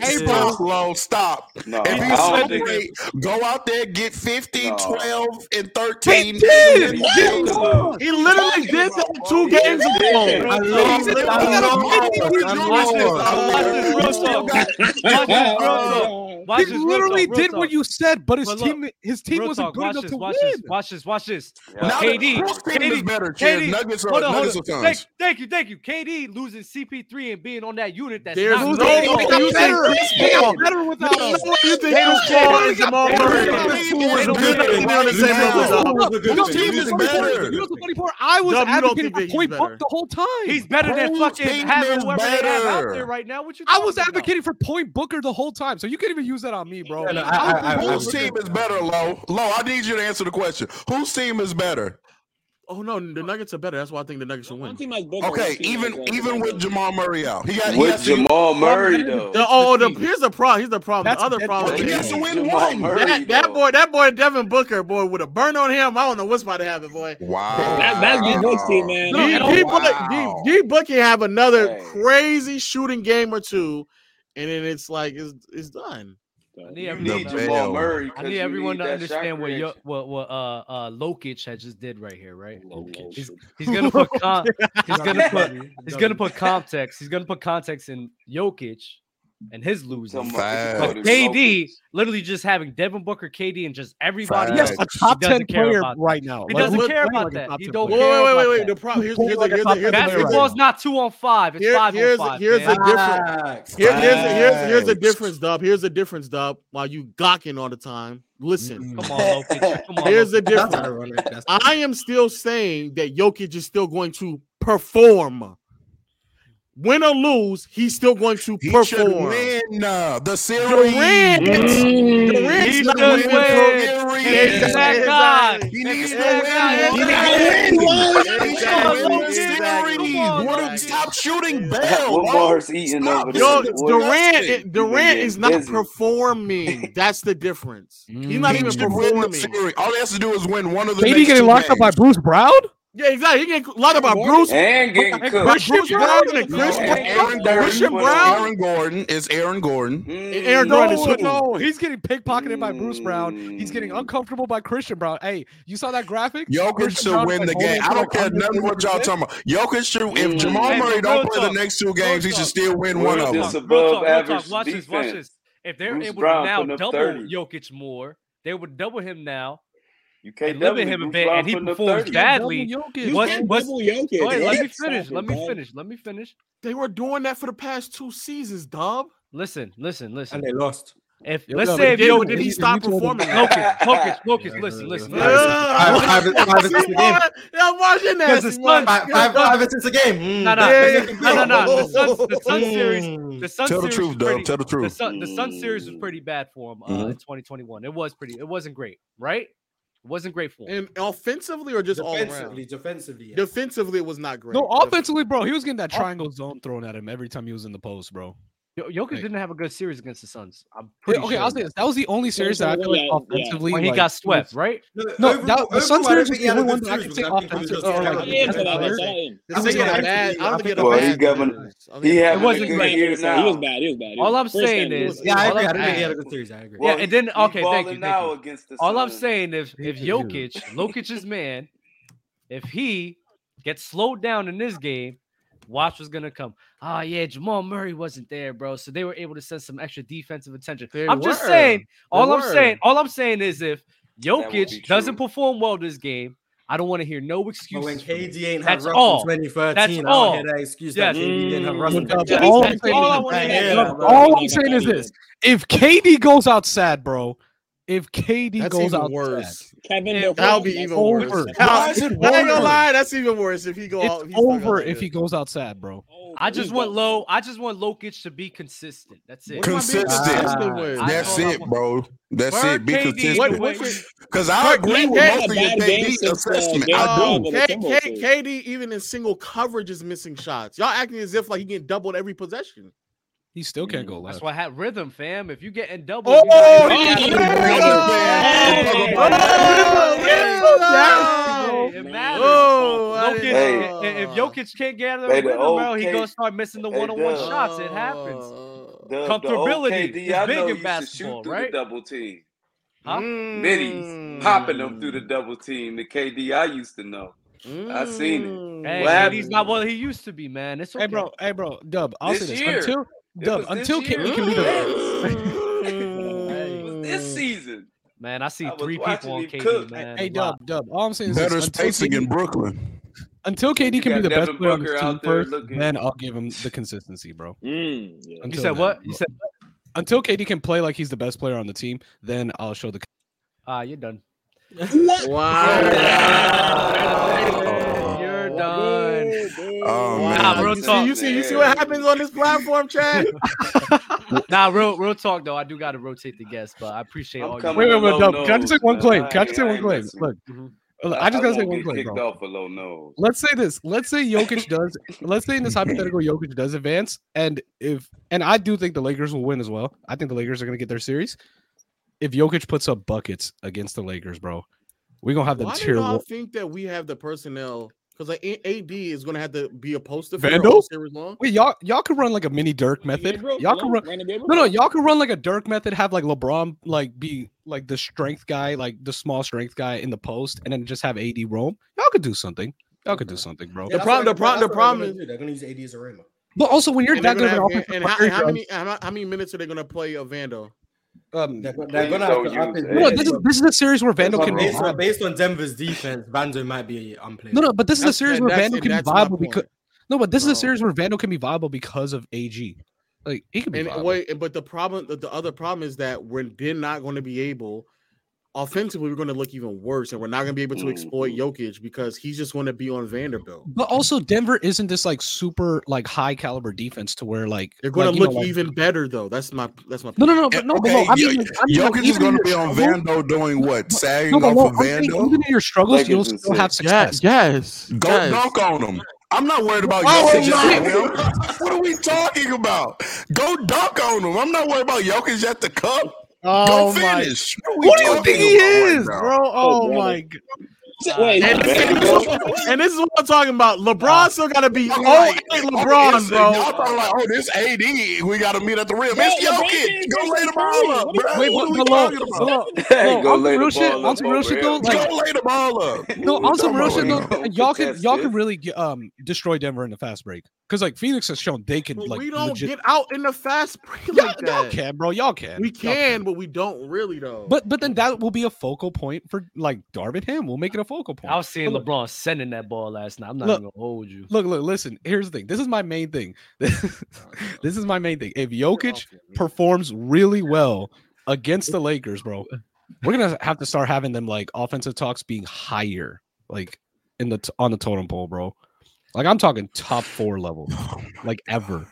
[SPEAKER 4] Hey,
[SPEAKER 2] Yeah.
[SPEAKER 4] bro, slow, stop.
[SPEAKER 6] No,
[SPEAKER 4] If you
[SPEAKER 6] I don't think
[SPEAKER 4] celebrate, go out there, get 15,
[SPEAKER 6] No.
[SPEAKER 4] 12, and 13.
[SPEAKER 5] did!
[SPEAKER 6] He did lose.
[SPEAKER 3] He literally did that two
[SPEAKER 6] He
[SPEAKER 3] games
[SPEAKER 6] did.
[SPEAKER 3] ago.
[SPEAKER 2] I love
[SPEAKER 4] He's
[SPEAKER 2] it.
[SPEAKER 4] got
[SPEAKER 2] I
[SPEAKER 4] a
[SPEAKER 2] love
[SPEAKER 4] ball.
[SPEAKER 2] it. I
[SPEAKER 4] Watch this.
[SPEAKER 2] love it.
[SPEAKER 1] Watch this real
[SPEAKER 4] You got-
[SPEAKER 1] talk. Watch this real talk. watch
[SPEAKER 5] he
[SPEAKER 1] this, real
[SPEAKER 5] literally
[SPEAKER 1] talk, real
[SPEAKER 5] did what
[SPEAKER 1] talk.
[SPEAKER 5] you said, but his
[SPEAKER 1] But look,
[SPEAKER 5] team his team
[SPEAKER 1] Real
[SPEAKER 5] wasn't
[SPEAKER 1] talk,
[SPEAKER 5] good
[SPEAKER 1] watch
[SPEAKER 5] enough
[SPEAKER 1] this,
[SPEAKER 5] to
[SPEAKER 1] watch
[SPEAKER 5] win.
[SPEAKER 1] this, watch this, watch this.
[SPEAKER 6] Yeah.
[SPEAKER 4] Now the
[SPEAKER 1] KD,
[SPEAKER 4] Bulls team is
[SPEAKER 1] KD,
[SPEAKER 4] better, Chad.
[SPEAKER 1] KD,
[SPEAKER 4] Nuggets
[SPEAKER 1] Hold
[SPEAKER 4] are
[SPEAKER 1] on, hold
[SPEAKER 4] Nuggets
[SPEAKER 1] on.
[SPEAKER 4] are
[SPEAKER 1] Thank,
[SPEAKER 4] cons.
[SPEAKER 1] thank you, thank you. KD losing CP3 and being on that unit that's
[SPEAKER 3] There's
[SPEAKER 1] not
[SPEAKER 3] no
[SPEAKER 1] good.
[SPEAKER 3] one
[SPEAKER 1] They
[SPEAKER 3] you
[SPEAKER 1] don't
[SPEAKER 3] think
[SPEAKER 1] care.
[SPEAKER 3] Chris
[SPEAKER 1] They don't
[SPEAKER 3] Paul-
[SPEAKER 1] care without
[SPEAKER 3] No
[SPEAKER 1] us.
[SPEAKER 3] one you think
[SPEAKER 1] They don't
[SPEAKER 3] Chris
[SPEAKER 1] care.
[SPEAKER 3] Paul and Jamal
[SPEAKER 1] They don't
[SPEAKER 3] Murray
[SPEAKER 1] care.
[SPEAKER 3] are.
[SPEAKER 1] They
[SPEAKER 4] Team is
[SPEAKER 1] don't
[SPEAKER 4] better.
[SPEAKER 1] care.
[SPEAKER 3] We're on the same
[SPEAKER 4] Now.
[SPEAKER 3] level. dog.
[SPEAKER 5] Look, you know
[SPEAKER 4] team is
[SPEAKER 5] the funny part?
[SPEAKER 4] better.
[SPEAKER 5] You know the funny part? I was
[SPEAKER 3] Dub, you don't
[SPEAKER 5] advocating
[SPEAKER 3] think that
[SPEAKER 5] for
[SPEAKER 3] he's
[SPEAKER 5] point
[SPEAKER 3] better.
[SPEAKER 5] Buck the whole time.
[SPEAKER 1] He's better than
[SPEAKER 4] Whose
[SPEAKER 1] fucking
[SPEAKER 4] team
[SPEAKER 1] having
[SPEAKER 4] is
[SPEAKER 1] whoever they have out
[SPEAKER 4] better?
[SPEAKER 1] there right now. What you?
[SPEAKER 5] I was
[SPEAKER 1] talking about?
[SPEAKER 5] advocating for point Booker the whole time, so you can't even use that on me, bro.
[SPEAKER 2] Yeah, no,
[SPEAKER 5] I was-
[SPEAKER 2] I- I-
[SPEAKER 4] Whose
[SPEAKER 2] I-
[SPEAKER 4] team is better, Low? Low, I need you to answer the question. Whose team is better?
[SPEAKER 3] Oh no, the Nuggets are better. That's why I think the Nuggets should
[SPEAKER 7] One
[SPEAKER 3] win.
[SPEAKER 7] team has Booker, one
[SPEAKER 4] Okay,
[SPEAKER 7] team has,
[SPEAKER 4] even
[SPEAKER 7] uh,
[SPEAKER 4] even with Jamal Murray out, he got he
[SPEAKER 6] With
[SPEAKER 4] has to,
[SPEAKER 6] Jamal Murray though.
[SPEAKER 3] The- oh, the, here's the problem. Here's the problem.
[SPEAKER 5] That's
[SPEAKER 3] the other
[SPEAKER 5] dead
[SPEAKER 3] problem.
[SPEAKER 5] point.
[SPEAKER 4] he
[SPEAKER 3] is-
[SPEAKER 4] has to win
[SPEAKER 6] Jamal
[SPEAKER 4] one.
[SPEAKER 6] Murray,
[SPEAKER 3] That, that
[SPEAKER 6] though.
[SPEAKER 3] boy, that boy, Devin Booker, boy, with a burn on him. I don't know what's about to happen, boy.
[SPEAKER 4] Wow,
[SPEAKER 7] That- that's the Bucks team, man.
[SPEAKER 3] D,
[SPEAKER 7] Look,
[SPEAKER 3] D,
[SPEAKER 7] he
[SPEAKER 3] Book,
[SPEAKER 4] wow.
[SPEAKER 3] D, D Book can have another
[SPEAKER 6] Hey.
[SPEAKER 3] crazy shooting game or two, and then it's like it's it's done.
[SPEAKER 7] I
[SPEAKER 1] need
[SPEAKER 6] You
[SPEAKER 1] everyone-
[SPEAKER 6] need
[SPEAKER 4] The
[SPEAKER 6] Jamal
[SPEAKER 4] Bell.
[SPEAKER 6] Murray. 'cause
[SPEAKER 1] I need
[SPEAKER 6] you
[SPEAKER 1] everyone to
[SPEAKER 6] that
[SPEAKER 1] understand
[SPEAKER 6] shot
[SPEAKER 1] what yo,
[SPEAKER 6] creation.
[SPEAKER 1] what what uh uh Lokic had just did right here, right?
[SPEAKER 7] Lokic.
[SPEAKER 1] He's, he's gonna put con- he's gonna put he's
[SPEAKER 2] Done.
[SPEAKER 1] gonna put context. He's gonna put context in Jokic and his losing.
[SPEAKER 6] Some motherfucker
[SPEAKER 4] Facts.
[SPEAKER 1] But
[SPEAKER 6] called him
[SPEAKER 1] KD
[SPEAKER 6] Jokic.
[SPEAKER 1] literally just having Devin Booker, KD, and just everybody
[SPEAKER 4] Facts.
[SPEAKER 1] else.
[SPEAKER 4] Yes,
[SPEAKER 5] a
[SPEAKER 4] a
[SPEAKER 5] top
[SPEAKER 1] He doesn't
[SPEAKER 5] ten
[SPEAKER 1] care
[SPEAKER 5] player
[SPEAKER 1] about that.
[SPEAKER 5] right now.
[SPEAKER 1] He
[SPEAKER 5] Like,
[SPEAKER 1] doesn't
[SPEAKER 5] we're
[SPEAKER 1] care
[SPEAKER 5] playing
[SPEAKER 1] about
[SPEAKER 5] like a
[SPEAKER 1] that.
[SPEAKER 5] top
[SPEAKER 1] He
[SPEAKER 5] 10
[SPEAKER 1] don't
[SPEAKER 3] Wait,
[SPEAKER 5] player.
[SPEAKER 1] care.
[SPEAKER 3] wait, wait,
[SPEAKER 1] about
[SPEAKER 3] wait, wait.
[SPEAKER 1] that.
[SPEAKER 3] The problem here's here's,
[SPEAKER 5] He's like a
[SPEAKER 3] here's, here's,
[SPEAKER 5] top
[SPEAKER 3] here's,
[SPEAKER 5] player
[SPEAKER 3] here's,
[SPEAKER 5] right
[SPEAKER 1] Basketball's not two on five. It's
[SPEAKER 3] Here-
[SPEAKER 1] five
[SPEAKER 3] here's-
[SPEAKER 1] on five.
[SPEAKER 3] here's
[SPEAKER 1] man.
[SPEAKER 3] the difference. Here- here's, the- here's, here's the
[SPEAKER 4] Facts.
[SPEAKER 3] difference, Dub. Here's the difference, Dub. While you gawking all the time, listen.
[SPEAKER 1] Come on, Lokic. Come on.
[SPEAKER 3] Here's
[SPEAKER 1] Lokic.
[SPEAKER 3] the
[SPEAKER 2] That's
[SPEAKER 3] difference.
[SPEAKER 2] ironic. That's
[SPEAKER 3] I am still saying that Jokic is still going to perform. Win or lose, he's still going to
[SPEAKER 4] He should
[SPEAKER 3] perform.
[SPEAKER 4] win uh, the series.
[SPEAKER 3] Durant. Durant's
[SPEAKER 1] He
[SPEAKER 3] not
[SPEAKER 1] should
[SPEAKER 3] winning
[SPEAKER 1] win.
[SPEAKER 4] the
[SPEAKER 1] He's
[SPEAKER 4] series.
[SPEAKER 3] Exactly.
[SPEAKER 1] that guy.
[SPEAKER 4] He
[SPEAKER 1] He's
[SPEAKER 4] needs to
[SPEAKER 1] that guy.
[SPEAKER 4] win
[SPEAKER 1] He's
[SPEAKER 4] one.
[SPEAKER 1] that guy.
[SPEAKER 4] He He should
[SPEAKER 1] Come on,
[SPEAKER 4] win the
[SPEAKER 1] Lokic.
[SPEAKER 4] series.
[SPEAKER 1] Come on,
[SPEAKER 4] What a-
[SPEAKER 1] Lokic.
[SPEAKER 4] Stop shooting Bell.
[SPEAKER 6] What
[SPEAKER 4] Low.
[SPEAKER 6] Morris eating
[SPEAKER 4] Stop
[SPEAKER 6] over
[SPEAKER 3] Yo,
[SPEAKER 6] there?
[SPEAKER 4] This is
[SPEAKER 6] What-
[SPEAKER 3] Durant, Durant
[SPEAKER 6] He's
[SPEAKER 3] is not
[SPEAKER 6] busy.
[SPEAKER 3] performing. That's the difference. He's not
[SPEAKER 4] He
[SPEAKER 3] even
[SPEAKER 4] should win the
[SPEAKER 3] performing.
[SPEAKER 4] series. All he has to do is win one of the
[SPEAKER 5] KD
[SPEAKER 4] next
[SPEAKER 5] getting
[SPEAKER 4] two
[SPEAKER 5] locked up by
[SPEAKER 4] games.
[SPEAKER 5] Bruce Brown.
[SPEAKER 3] Yeah, exactly. He getting a lot about Bruce.
[SPEAKER 6] And getting
[SPEAKER 3] Bruce
[SPEAKER 6] cooked.
[SPEAKER 3] Bruce Brown and Chris
[SPEAKER 6] No,
[SPEAKER 3] Brown.
[SPEAKER 6] and Aaron Gordon.
[SPEAKER 3] Christian
[SPEAKER 6] What
[SPEAKER 3] Brown?
[SPEAKER 6] up?
[SPEAKER 4] Aaron Gordon is Aaron Gordon.
[SPEAKER 6] Mm.
[SPEAKER 3] Aaron Gordon is who?
[SPEAKER 5] no, he's getting pickpocketed by Bruce Brown. He's getting
[SPEAKER 6] Mm.
[SPEAKER 5] uncomfortable by Christian Brown. Hey, you saw that graphic?
[SPEAKER 4] Jokic
[SPEAKER 5] Christian
[SPEAKER 4] should
[SPEAKER 5] Brown is,
[SPEAKER 4] win
[SPEAKER 5] like,
[SPEAKER 4] the
[SPEAKER 5] holding
[SPEAKER 4] game. I
[SPEAKER 5] for,
[SPEAKER 4] don't
[SPEAKER 5] like,
[SPEAKER 4] care
[SPEAKER 5] under
[SPEAKER 4] nothing what y'all
[SPEAKER 5] 30%.
[SPEAKER 4] talking about. Jokic should if
[SPEAKER 6] Mm.
[SPEAKER 4] Jamal
[SPEAKER 1] Hey,
[SPEAKER 4] Murray
[SPEAKER 1] real
[SPEAKER 4] don't play
[SPEAKER 1] talk.
[SPEAKER 4] the next two
[SPEAKER 1] Real
[SPEAKER 4] games, he should
[SPEAKER 1] talk.
[SPEAKER 4] still win
[SPEAKER 6] Real
[SPEAKER 4] one of
[SPEAKER 1] Real
[SPEAKER 6] talk.
[SPEAKER 4] them.
[SPEAKER 1] talk, real talk, real
[SPEAKER 6] above-average
[SPEAKER 1] talk. Watch this, watch
[SPEAKER 6] defense.
[SPEAKER 1] this. If they're
[SPEAKER 6] Bruce
[SPEAKER 1] able
[SPEAKER 6] Brown
[SPEAKER 1] to now
[SPEAKER 6] putting up
[SPEAKER 1] double
[SPEAKER 6] 30.
[SPEAKER 1] Jokic more, they would double him now
[SPEAKER 6] You can't
[SPEAKER 1] and limit him a bit, and he performs badly.
[SPEAKER 7] You
[SPEAKER 1] What's-
[SPEAKER 7] can't
[SPEAKER 1] what's-
[SPEAKER 7] double Jokic.
[SPEAKER 1] Go
[SPEAKER 7] That's
[SPEAKER 1] ahead, let me finish.
[SPEAKER 7] something,
[SPEAKER 1] Let me
[SPEAKER 7] bro.
[SPEAKER 1] finish. Let me finish.
[SPEAKER 3] They were doing that for the past two seasons, Dub.
[SPEAKER 1] Listen, listen, listen.
[SPEAKER 2] and they lost.
[SPEAKER 1] If
[SPEAKER 5] Yo,
[SPEAKER 1] let's
[SPEAKER 5] no,
[SPEAKER 1] say
[SPEAKER 5] they
[SPEAKER 1] if
[SPEAKER 3] Did,
[SPEAKER 5] Yo,
[SPEAKER 3] but did
[SPEAKER 1] Jokic,
[SPEAKER 3] he
[SPEAKER 5] you-
[SPEAKER 3] stop
[SPEAKER 5] you told him-
[SPEAKER 3] performing?
[SPEAKER 1] Lokic, Lokic, Lokic, listen, listen,
[SPEAKER 3] yeah,
[SPEAKER 1] listen.
[SPEAKER 2] Five- five- five assists a game.
[SPEAKER 3] I'm watching that.
[SPEAKER 1] Because the Suns,
[SPEAKER 2] Five, five, five assists a game. Mm.
[SPEAKER 1] No, no,
[SPEAKER 3] Yeah,
[SPEAKER 1] no, no, no. The Suns, the Suns series,
[SPEAKER 2] Mm.
[SPEAKER 1] the Suns
[SPEAKER 4] Tell the
[SPEAKER 1] series
[SPEAKER 4] truth,
[SPEAKER 1] was
[SPEAKER 4] Dub.
[SPEAKER 1] pretty,
[SPEAKER 4] Tell the
[SPEAKER 1] the
[SPEAKER 4] truth.
[SPEAKER 1] Sun, the Sun series was pretty bad for him uh,
[SPEAKER 4] Mhm.
[SPEAKER 1] in 2021. It was pretty. It wasn't great, right? It wasn't great for
[SPEAKER 3] And
[SPEAKER 1] him.
[SPEAKER 3] offensively or just all
[SPEAKER 2] Defensively,
[SPEAKER 3] around?
[SPEAKER 2] defensively. yeah.
[SPEAKER 3] Defensively, it was not great.
[SPEAKER 5] No, offensively, bro, he was getting that triangle zone thrown at him every time he was in the post, bro.
[SPEAKER 1] Yo- Jokic
[SPEAKER 5] Right.
[SPEAKER 1] didn't have a good series against the Suns. I'm
[SPEAKER 5] Yeah,
[SPEAKER 1] pretty
[SPEAKER 5] okay,
[SPEAKER 1] sure.
[SPEAKER 5] I'll say this. That was the only series that I feel like
[SPEAKER 7] Yeah, yeah.
[SPEAKER 5] offensively
[SPEAKER 1] when he
[SPEAKER 5] like,
[SPEAKER 1] got swept, right?
[SPEAKER 5] No,
[SPEAKER 2] overall-
[SPEAKER 5] that, the Suns
[SPEAKER 2] overall, I
[SPEAKER 5] series
[SPEAKER 2] think
[SPEAKER 5] was
[SPEAKER 2] he
[SPEAKER 5] the
[SPEAKER 2] had a
[SPEAKER 5] only one
[SPEAKER 2] good
[SPEAKER 5] that Oh, I could
[SPEAKER 2] series,
[SPEAKER 5] say
[SPEAKER 2] because I think he was
[SPEAKER 5] offensive.
[SPEAKER 2] just
[SPEAKER 5] Or
[SPEAKER 2] kind
[SPEAKER 5] like,
[SPEAKER 2] of-
[SPEAKER 7] Yeah, but I was
[SPEAKER 5] defensive player.
[SPEAKER 7] saying.
[SPEAKER 3] I think it was bad. I don't think it
[SPEAKER 6] Well,
[SPEAKER 3] was
[SPEAKER 6] he
[SPEAKER 3] bad.
[SPEAKER 6] governed-
[SPEAKER 3] series. I don't
[SPEAKER 6] He
[SPEAKER 3] think it
[SPEAKER 6] having
[SPEAKER 1] wasn't
[SPEAKER 6] a good
[SPEAKER 1] great.
[SPEAKER 6] year now.
[SPEAKER 7] He was bad. He was bad. He
[SPEAKER 1] All
[SPEAKER 7] was-
[SPEAKER 1] I'm
[SPEAKER 7] first
[SPEAKER 1] saying
[SPEAKER 7] game, he
[SPEAKER 1] is-
[SPEAKER 7] was-
[SPEAKER 2] Yeah, I
[SPEAKER 1] All
[SPEAKER 2] agree. I
[SPEAKER 1] I'm
[SPEAKER 2] don't think he had a
[SPEAKER 3] saying-
[SPEAKER 2] good series. I agree.
[SPEAKER 1] Yeah, and then-
[SPEAKER 6] he
[SPEAKER 1] okay, thank you,
[SPEAKER 6] balling
[SPEAKER 1] thank
[SPEAKER 6] now
[SPEAKER 1] you.
[SPEAKER 6] Against the
[SPEAKER 1] All I'm
[SPEAKER 6] Suns.
[SPEAKER 1] saying if if
[SPEAKER 5] Yeah.
[SPEAKER 1] Jokic, Lokic's man, if he gets slowed down in this game, watch was gonna come. Ah, yeah, Jamal Murray wasn't there, bro. So they were able to send some extra defensive attention.
[SPEAKER 3] They
[SPEAKER 1] I'm just
[SPEAKER 3] were.
[SPEAKER 1] saying, all I'm
[SPEAKER 3] were.
[SPEAKER 1] saying, all I'm saying is if
[SPEAKER 6] would be
[SPEAKER 1] Jokic doesn't
[SPEAKER 6] true.
[SPEAKER 1] perform well this game, I don't want to hear no
[SPEAKER 2] But when
[SPEAKER 1] excuses. from you.
[SPEAKER 2] KD ain't
[SPEAKER 1] That's
[SPEAKER 2] had Russ
[SPEAKER 1] all.
[SPEAKER 2] in 2013,
[SPEAKER 1] That's
[SPEAKER 2] I don't
[SPEAKER 1] all.
[SPEAKER 2] hear that excuse
[SPEAKER 1] Yes.
[SPEAKER 2] that KD didn't have Russ in
[SPEAKER 5] Mm.
[SPEAKER 2] 2013.
[SPEAKER 5] All I'm
[SPEAKER 7] That's
[SPEAKER 5] saying
[SPEAKER 7] all I
[SPEAKER 5] is-
[SPEAKER 7] wanted to
[SPEAKER 2] Yeah,
[SPEAKER 7] ask.
[SPEAKER 2] yeah,
[SPEAKER 7] Look,
[SPEAKER 2] bro.
[SPEAKER 5] All I'm saying is this: if KD goes out sad, bro, if KD
[SPEAKER 3] That's
[SPEAKER 5] goes
[SPEAKER 3] even
[SPEAKER 5] out sad,
[SPEAKER 3] worse.
[SPEAKER 7] Kevin
[SPEAKER 1] Yeah,
[SPEAKER 7] Durant.
[SPEAKER 3] That'll be even worse.
[SPEAKER 5] over.
[SPEAKER 3] That-
[SPEAKER 4] is it
[SPEAKER 3] I ain't gonna
[SPEAKER 4] worse?
[SPEAKER 3] lie, that's even worse if he go out.
[SPEAKER 5] it's
[SPEAKER 3] he's not
[SPEAKER 5] over
[SPEAKER 3] gonna
[SPEAKER 5] if
[SPEAKER 3] do
[SPEAKER 5] he
[SPEAKER 3] it.
[SPEAKER 5] goes out sad, bro.
[SPEAKER 1] I just want low. I just want Lokic to be consistent. That's it.
[SPEAKER 3] What am I being
[SPEAKER 4] Consistent.
[SPEAKER 5] Ah,
[SPEAKER 3] consistent with?
[SPEAKER 1] I
[SPEAKER 4] That's
[SPEAKER 1] know I
[SPEAKER 4] it,
[SPEAKER 1] want-
[SPEAKER 4] bro. That's
[SPEAKER 1] Bird
[SPEAKER 4] it. Be
[SPEAKER 1] KD
[SPEAKER 3] What,
[SPEAKER 1] Wait,
[SPEAKER 4] consistent.
[SPEAKER 1] wait,
[SPEAKER 3] what's it?
[SPEAKER 4] Because I
[SPEAKER 3] Bird
[SPEAKER 4] agree
[SPEAKER 3] KD
[SPEAKER 4] with
[SPEAKER 3] had
[SPEAKER 4] most
[SPEAKER 7] a
[SPEAKER 4] of your
[SPEAKER 7] bad game
[SPEAKER 4] KD
[SPEAKER 7] since, uh,
[SPEAKER 4] assessment.
[SPEAKER 7] game
[SPEAKER 4] I
[SPEAKER 7] five
[SPEAKER 4] do.
[SPEAKER 7] of-
[SPEAKER 3] K-
[SPEAKER 7] Timberwolves
[SPEAKER 3] K-
[SPEAKER 7] series.
[SPEAKER 3] KD even in single coverage is missing shots. Y'all acting as if like he getting doubled every possession.
[SPEAKER 5] He still can't go left.
[SPEAKER 1] That's why I had rhythm, fam. If you getting double,
[SPEAKER 3] Oh,
[SPEAKER 1] you
[SPEAKER 3] he
[SPEAKER 1] gotta-
[SPEAKER 3] got
[SPEAKER 1] you
[SPEAKER 3] rhythm.
[SPEAKER 1] gotta-
[SPEAKER 3] Oh,
[SPEAKER 1] Hey,
[SPEAKER 3] rhythm.
[SPEAKER 1] it matters.
[SPEAKER 3] Oh, I
[SPEAKER 1] Jokic,
[SPEAKER 3] didn't
[SPEAKER 6] Hey. uh,
[SPEAKER 1] i- i-
[SPEAKER 3] know.
[SPEAKER 1] if Jokic can't gather
[SPEAKER 6] Hey,
[SPEAKER 1] hey,
[SPEAKER 6] the
[SPEAKER 1] rhythm,
[SPEAKER 6] old
[SPEAKER 1] bro, he
[SPEAKER 6] K-
[SPEAKER 1] gonna start missing the
[SPEAKER 6] Hey,
[SPEAKER 1] one-on-one
[SPEAKER 6] Dub.
[SPEAKER 1] shots. It
[SPEAKER 5] Oh.
[SPEAKER 1] happens.
[SPEAKER 6] The,
[SPEAKER 1] Comfortability
[SPEAKER 6] The old
[SPEAKER 1] is
[SPEAKER 6] KD, I
[SPEAKER 1] big
[SPEAKER 6] know
[SPEAKER 1] in
[SPEAKER 6] you used to
[SPEAKER 1] basketball,
[SPEAKER 6] shoot through
[SPEAKER 1] right? Mm.
[SPEAKER 6] the double team.
[SPEAKER 1] Huh?
[SPEAKER 6] Middies, popping them through the double team. The KD I used to know. I seen it.
[SPEAKER 1] Hey,
[SPEAKER 6] What
[SPEAKER 1] KD's not
[SPEAKER 6] happened?
[SPEAKER 1] what he used to be, man. It's okay.
[SPEAKER 5] Hey, bro. Hey, bro. Dub. I'll
[SPEAKER 6] This
[SPEAKER 5] say this
[SPEAKER 6] year.
[SPEAKER 5] until
[SPEAKER 6] It
[SPEAKER 5] Dub
[SPEAKER 6] was this
[SPEAKER 5] until KD
[SPEAKER 6] year.
[SPEAKER 5] can be the
[SPEAKER 3] Mm.
[SPEAKER 1] Man, I see
[SPEAKER 6] I was
[SPEAKER 1] three
[SPEAKER 6] watching
[SPEAKER 1] people on
[SPEAKER 6] him
[SPEAKER 1] KD,
[SPEAKER 6] cook.
[SPEAKER 1] man.
[SPEAKER 5] Hey,
[SPEAKER 1] Wow.
[SPEAKER 5] Dub, Dub. All I'm saying is
[SPEAKER 4] Better
[SPEAKER 5] this, until
[SPEAKER 4] spacing
[SPEAKER 5] KD
[SPEAKER 4] in Brooklyn.
[SPEAKER 5] Until KD
[SPEAKER 6] You
[SPEAKER 5] can be
[SPEAKER 6] got
[SPEAKER 5] the best
[SPEAKER 6] Devin
[SPEAKER 5] player on
[SPEAKER 6] Booker
[SPEAKER 5] this team
[SPEAKER 6] out there
[SPEAKER 5] first,
[SPEAKER 6] looking-
[SPEAKER 5] then I'll give him the consistency, bro.
[SPEAKER 7] Mm, yeah.
[SPEAKER 5] Until
[SPEAKER 1] You said
[SPEAKER 5] then,
[SPEAKER 1] what? You
[SPEAKER 5] bro.
[SPEAKER 1] said
[SPEAKER 5] until KD can play like he's the best player on the team, then I'll show the.
[SPEAKER 1] ah, you're done.
[SPEAKER 3] Wow.
[SPEAKER 1] You're done.
[SPEAKER 4] Oh,
[SPEAKER 1] Nah,
[SPEAKER 4] man.
[SPEAKER 1] real
[SPEAKER 3] You
[SPEAKER 1] talk.
[SPEAKER 3] see, you see, you see what happens on this platform, Chad.
[SPEAKER 1] Nah, real real talk though. I do got to rotate the guests, but I appreciate all
[SPEAKER 6] I'm
[SPEAKER 1] you.
[SPEAKER 6] coming
[SPEAKER 5] Wait, wait, wait,
[SPEAKER 6] Low
[SPEAKER 5] Dub. Can I just say
[SPEAKER 6] nose,
[SPEAKER 5] one
[SPEAKER 6] man.
[SPEAKER 5] claim?
[SPEAKER 6] I
[SPEAKER 5] Can I just say
[SPEAKER 6] ain't- I
[SPEAKER 5] one
[SPEAKER 6] ain't
[SPEAKER 5] claim?
[SPEAKER 6] missing.
[SPEAKER 5] Look,
[SPEAKER 1] Mhm.
[SPEAKER 5] I
[SPEAKER 2] Mm-hmm.
[SPEAKER 5] just gotta
[SPEAKER 6] won't
[SPEAKER 5] say one
[SPEAKER 6] get
[SPEAKER 5] claim,
[SPEAKER 6] Kicked
[SPEAKER 5] bro.
[SPEAKER 6] off a low nose.
[SPEAKER 5] Let's say this. Let's say Jokic does. Let's say in this hypothetical, Jokic does advance, and if and I do think the Lakers will win as well. I think the Lakers are gonna get their series. If Jokic puts up buckets against the Lakers, bro, we're gonna have them
[SPEAKER 3] Why do
[SPEAKER 5] tier
[SPEAKER 3] y'all
[SPEAKER 5] one.
[SPEAKER 3] think that we have the personnel? Because like A- AD is going to have to be a poster
[SPEAKER 5] Vandal?
[SPEAKER 3] all series long.
[SPEAKER 5] Wait, y'all y'all could run like a mini Dirk method. Y'all could run No, no, y'all can run like a Dirk method, have like LeBron like be like the strength guy, like the small strength guy in the post, and then just have AD roam. Y'all could do something. Y'all could do something, bro.
[SPEAKER 3] Yeah. problem- the problem- the problem is-
[SPEAKER 2] they're gonna use AD as a rainbow.
[SPEAKER 5] But also, when you're
[SPEAKER 3] And, they're
[SPEAKER 5] that good
[SPEAKER 3] gonna
[SPEAKER 5] of an
[SPEAKER 3] have, and,
[SPEAKER 5] offensive
[SPEAKER 3] and how,
[SPEAKER 5] player,
[SPEAKER 3] and how many how, mu- how many minutes are they going to play of Vandal?
[SPEAKER 5] um,
[SPEAKER 2] They're,
[SPEAKER 6] Please
[SPEAKER 2] gonna have
[SPEAKER 6] don't
[SPEAKER 2] to up
[SPEAKER 6] use
[SPEAKER 2] his
[SPEAKER 6] AD.
[SPEAKER 5] no, no,
[SPEAKER 6] Yeah,
[SPEAKER 5] this
[SPEAKER 2] minutes,
[SPEAKER 5] is this is a series where Vandal
[SPEAKER 6] That's
[SPEAKER 5] can
[SPEAKER 6] what
[SPEAKER 5] be
[SPEAKER 2] based,
[SPEAKER 6] I'm
[SPEAKER 2] on,
[SPEAKER 5] viable.
[SPEAKER 2] based on Denver's defense, Vando might be unplayable.
[SPEAKER 5] No, no, but this is a
[SPEAKER 3] That's-
[SPEAKER 5] series
[SPEAKER 3] and
[SPEAKER 5] where
[SPEAKER 3] that's-
[SPEAKER 5] Vandal
[SPEAKER 3] and
[SPEAKER 5] can be
[SPEAKER 3] that's my
[SPEAKER 5] viable
[SPEAKER 3] point. Oh.
[SPEAKER 5] because no, but this is a
[SPEAKER 3] Bro.
[SPEAKER 5] series where Vandal can be viable because of AG. Like he can be
[SPEAKER 3] And
[SPEAKER 5] viable.
[SPEAKER 3] wait, but the problem, the, the other problem is that we're then not going to be able, offensively, we're going to look even worse, and we're not going to be able to exploit
[SPEAKER 6] Mhm.
[SPEAKER 4] Mm-hmm.
[SPEAKER 3] Jokic because he's just going to be on Vanderbilt.
[SPEAKER 5] But also, Denver isn't this like super like high caliber defense to where like
[SPEAKER 3] They're going
[SPEAKER 5] like,
[SPEAKER 3] to
[SPEAKER 5] you know,
[SPEAKER 3] look
[SPEAKER 5] like-
[SPEAKER 3] even better though. That's my that's my.
[SPEAKER 5] No, no, no,
[SPEAKER 4] Yeah,
[SPEAKER 5] but no,
[SPEAKER 4] okay,
[SPEAKER 5] but no. I
[SPEAKER 4] Yo-
[SPEAKER 5] mean, I mean, like,
[SPEAKER 4] Jokic is
[SPEAKER 5] even in
[SPEAKER 4] going to
[SPEAKER 5] your
[SPEAKER 4] be on
[SPEAKER 5] struggles-
[SPEAKER 4] Vando doing what?
[SPEAKER 5] No,
[SPEAKER 4] Sagging
[SPEAKER 5] but
[SPEAKER 4] off
[SPEAKER 5] well,
[SPEAKER 4] of
[SPEAKER 5] I'm saying
[SPEAKER 4] Vando?
[SPEAKER 5] even in your struggles,
[SPEAKER 6] Like,
[SPEAKER 5] you'll
[SPEAKER 6] it's
[SPEAKER 5] still have
[SPEAKER 6] insane.
[SPEAKER 3] Yeah,
[SPEAKER 5] success.
[SPEAKER 3] yes.
[SPEAKER 4] Go
[SPEAKER 3] yes.
[SPEAKER 4] dunk on him. I'm not worried about
[SPEAKER 3] Oh,
[SPEAKER 4] Jokic at the
[SPEAKER 3] no.
[SPEAKER 4] rim. What are we talking about? Go dunk on him. I'm not worried about Jokic at the cup. Go
[SPEAKER 1] Oh my!
[SPEAKER 4] finish. What are we
[SPEAKER 5] Who do you
[SPEAKER 4] talking
[SPEAKER 5] think he
[SPEAKER 4] about right
[SPEAKER 5] is,
[SPEAKER 4] now?
[SPEAKER 5] bro? Oh
[SPEAKER 7] brother.
[SPEAKER 5] my god!
[SPEAKER 7] Wait,
[SPEAKER 3] And, and this is what- and this is what I'm talking about. LeBron still got to be
[SPEAKER 4] Y'all
[SPEAKER 3] oh
[SPEAKER 4] like-
[SPEAKER 3] hey,
[SPEAKER 4] oh, it's-
[SPEAKER 3] LeBron, bro.
[SPEAKER 4] Y'all probably like, oh, this AD, we got to meet at the rim.
[SPEAKER 7] Yeah,
[SPEAKER 4] it's
[SPEAKER 7] LeBron
[SPEAKER 4] Jokic.
[SPEAKER 7] James
[SPEAKER 4] Go lay
[SPEAKER 7] versus
[SPEAKER 4] the ball
[SPEAKER 7] Curry.
[SPEAKER 4] up,
[SPEAKER 7] What are
[SPEAKER 4] bro.
[SPEAKER 5] Wait,
[SPEAKER 4] what
[SPEAKER 5] but
[SPEAKER 4] are we
[SPEAKER 5] but low,
[SPEAKER 4] talking
[SPEAKER 5] but
[SPEAKER 4] about?
[SPEAKER 5] low,
[SPEAKER 6] Hey, go
[SPEAKER 5] on
[SPEAKER 6] lay
[SPEAKER 5] some
[SPEAKER 6] the
[SPEAKER 5] real shit,
[SPEAKER 6] ball
[SPEAKER 5] on
[SPEAKER 6] up
[SPEAKER 5] some real
[SPEAKER 6] over
[SPEAKER 5] shit though,
[SPEAKER 6] him.
[SPEAKER 5] like
[SPEAKER 4] Go lay the ball up.
[SPEAKER 5] no,
[SPEAKER 4] What we
[SPEAKER 5] on some
[SPEAKER 4] talking
[SPEAKER 5] real
[SPEAKER 4] about
[SPEAKER 5] shit
[SPEAKER 4] right
[SPEAKER 5] though,
[SPEAKER 4] now?
[SPEAKER 6] now.
[SPEAKER 5] y'all can
[SPEAKER 6] Contest
[SPEAKER 5] y'all can
[SPEAKER 6] this.
[SPEAKER 5] really get, um destroy Denver in the fast break because like Phoenix has shown they can
[SPEAKER 3] But
[SPEAKER 5] like
[SPEAKER 3] we don't
[SPEAKER 5] legit.
[SPEAKER 3] get out in the fast break
[SPEAKER 5] Y'all-
[SPEAKER 3] like
[SPEAKER 5] y'all
[SPEAKER 3] that.
[SPEAKER 5] can, bro. Y'all can.
[SPEAKER 3] We
[SPEAKER 5] Y'all can.
[SPEAKER 3] can, but we don't really though.
[SPEAKER 5] But but then that will be a focal point for like Darvin Ham. We'll make it a focal point.
[SPEAKER 1] I was seeing
[SPEAKER 5] Look-
[SPEAKER 1] LeBron sending that ball last night. I'm not
[SPEAKER 5] Look.
[SPEAKER 1] even gonna hold you.
[SPEAKER 5] Look, look, listen. Here's the thing. This is my main thing. this is my main thing. If Jokic performs really well against the Lakers, bro, we're gonna have to start having them like offensive talks being higher, like in the t- on the totem pole, bro. Like I'm talking top four level, like ever.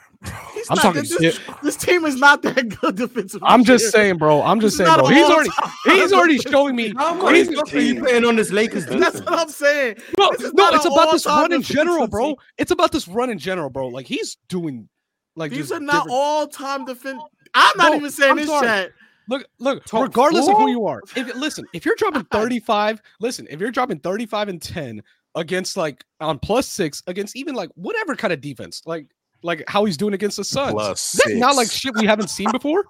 [SPEAKER 3] He's
[SPEAKER 5] I'm
[SPEAKER 3] not-
[SPEAKER 5] talking
[SPEAKER 3] this,
[SPEAKER 5] shit.
[SPEAKER 3] this team is not that good defensively.
[SPEAKER 5] I'm just
[SPEAKER 3] here.
[SPEAKER 5] saying, bro. I'm just
[SPEAKER 3] This is
[SPEAKER 5] saying,
[SPEAKER 3] not
[SPEAKER 5] bro.
[SPEAKER 3] an
[SPEAKER 5] He's already
[SPEAKER 3] all-time-
[SPEAKER 5] he's already showing me.
[SPEAKER 2] How
[SPEAKER 5] he's-
[SPEAKER 2] much stuff are you putting on this Lakers
[SPEAKER 3] That's
[SPEAKER 2] defense?
[SPEAKER 3] what I'm saying.
[SPEAKER 5] No,
[SPEAKER 3] This is
[SPEAKER 5] no,
[SPEAKER 3] not
[SPEAKER 5] it's
[SPEAKER 3] an
[SPEAKER 5] about this
[SPEAKER 3] all-time
[SPEAKER 5] run in general, bro.
[SPEAKER 3] deficiency.
[SPEAKER 5] It's about this run in general, bro. Like he's doing, like
[SPEAKER 3] These
[SPEAKER 5] just
[SPEAKER 3] are not
[SPEAKER 5] different-
[SPEAKER 3] all-time defense. I'm not
[SPEAKER 5] Bro,
[SPEAKER 3] even saying
[SPEAKER 5] I'm
[SPEAKER 3] this
[SPEAKER 5] sorry.
[SPEAKER 3] chat.
[SPEAKER 5] Look, look.
[SPEAKER 2] Top
[SPEAKER 5] regardless of
[SPEAKER 2] four?
[SPEAKER 5] who you are, if listen, if you're dropping thirty-five, listen, if you're dropping thirty-five and ten against like on plus six against even like whatever kind of defense, like like how he's doing against the Suns,
[SPEAKER 4] Plus
[SPEAKER 5] is that not like
[SPEAKER 4] six.
[SPEAKER 5] shit we haven't seen before?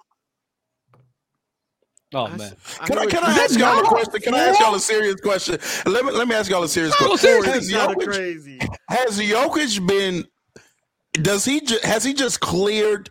[SPEAKER 1] Oh
[SPEAKER 3] I
[SPEAKER 1] man,
[SPEAKER 3] s-
[SPEAKER 4] Can I,
[SPEAKER 3] know
[SPEAKER 4] can
[SPEAKER 3] it's
[SPEAKER 4] I ask
[SPEAKER 3] crazy.
[SPEAKER 4] y'all a question? Can I ask y'all a serious question? Let me let me ask y'all a serious
[SPEAKER 5] No,
[SPEAKER 4] question.
[SPEAKER 5] seriously.
[SPEAKER 4] Has
[SPEAKER 3] It's kind of
[SPEAKER 4] Jokic,
[SPEAKER 3] crazy.
[SPEAKER 4] has Jokic been? Does he ju- has he just cleared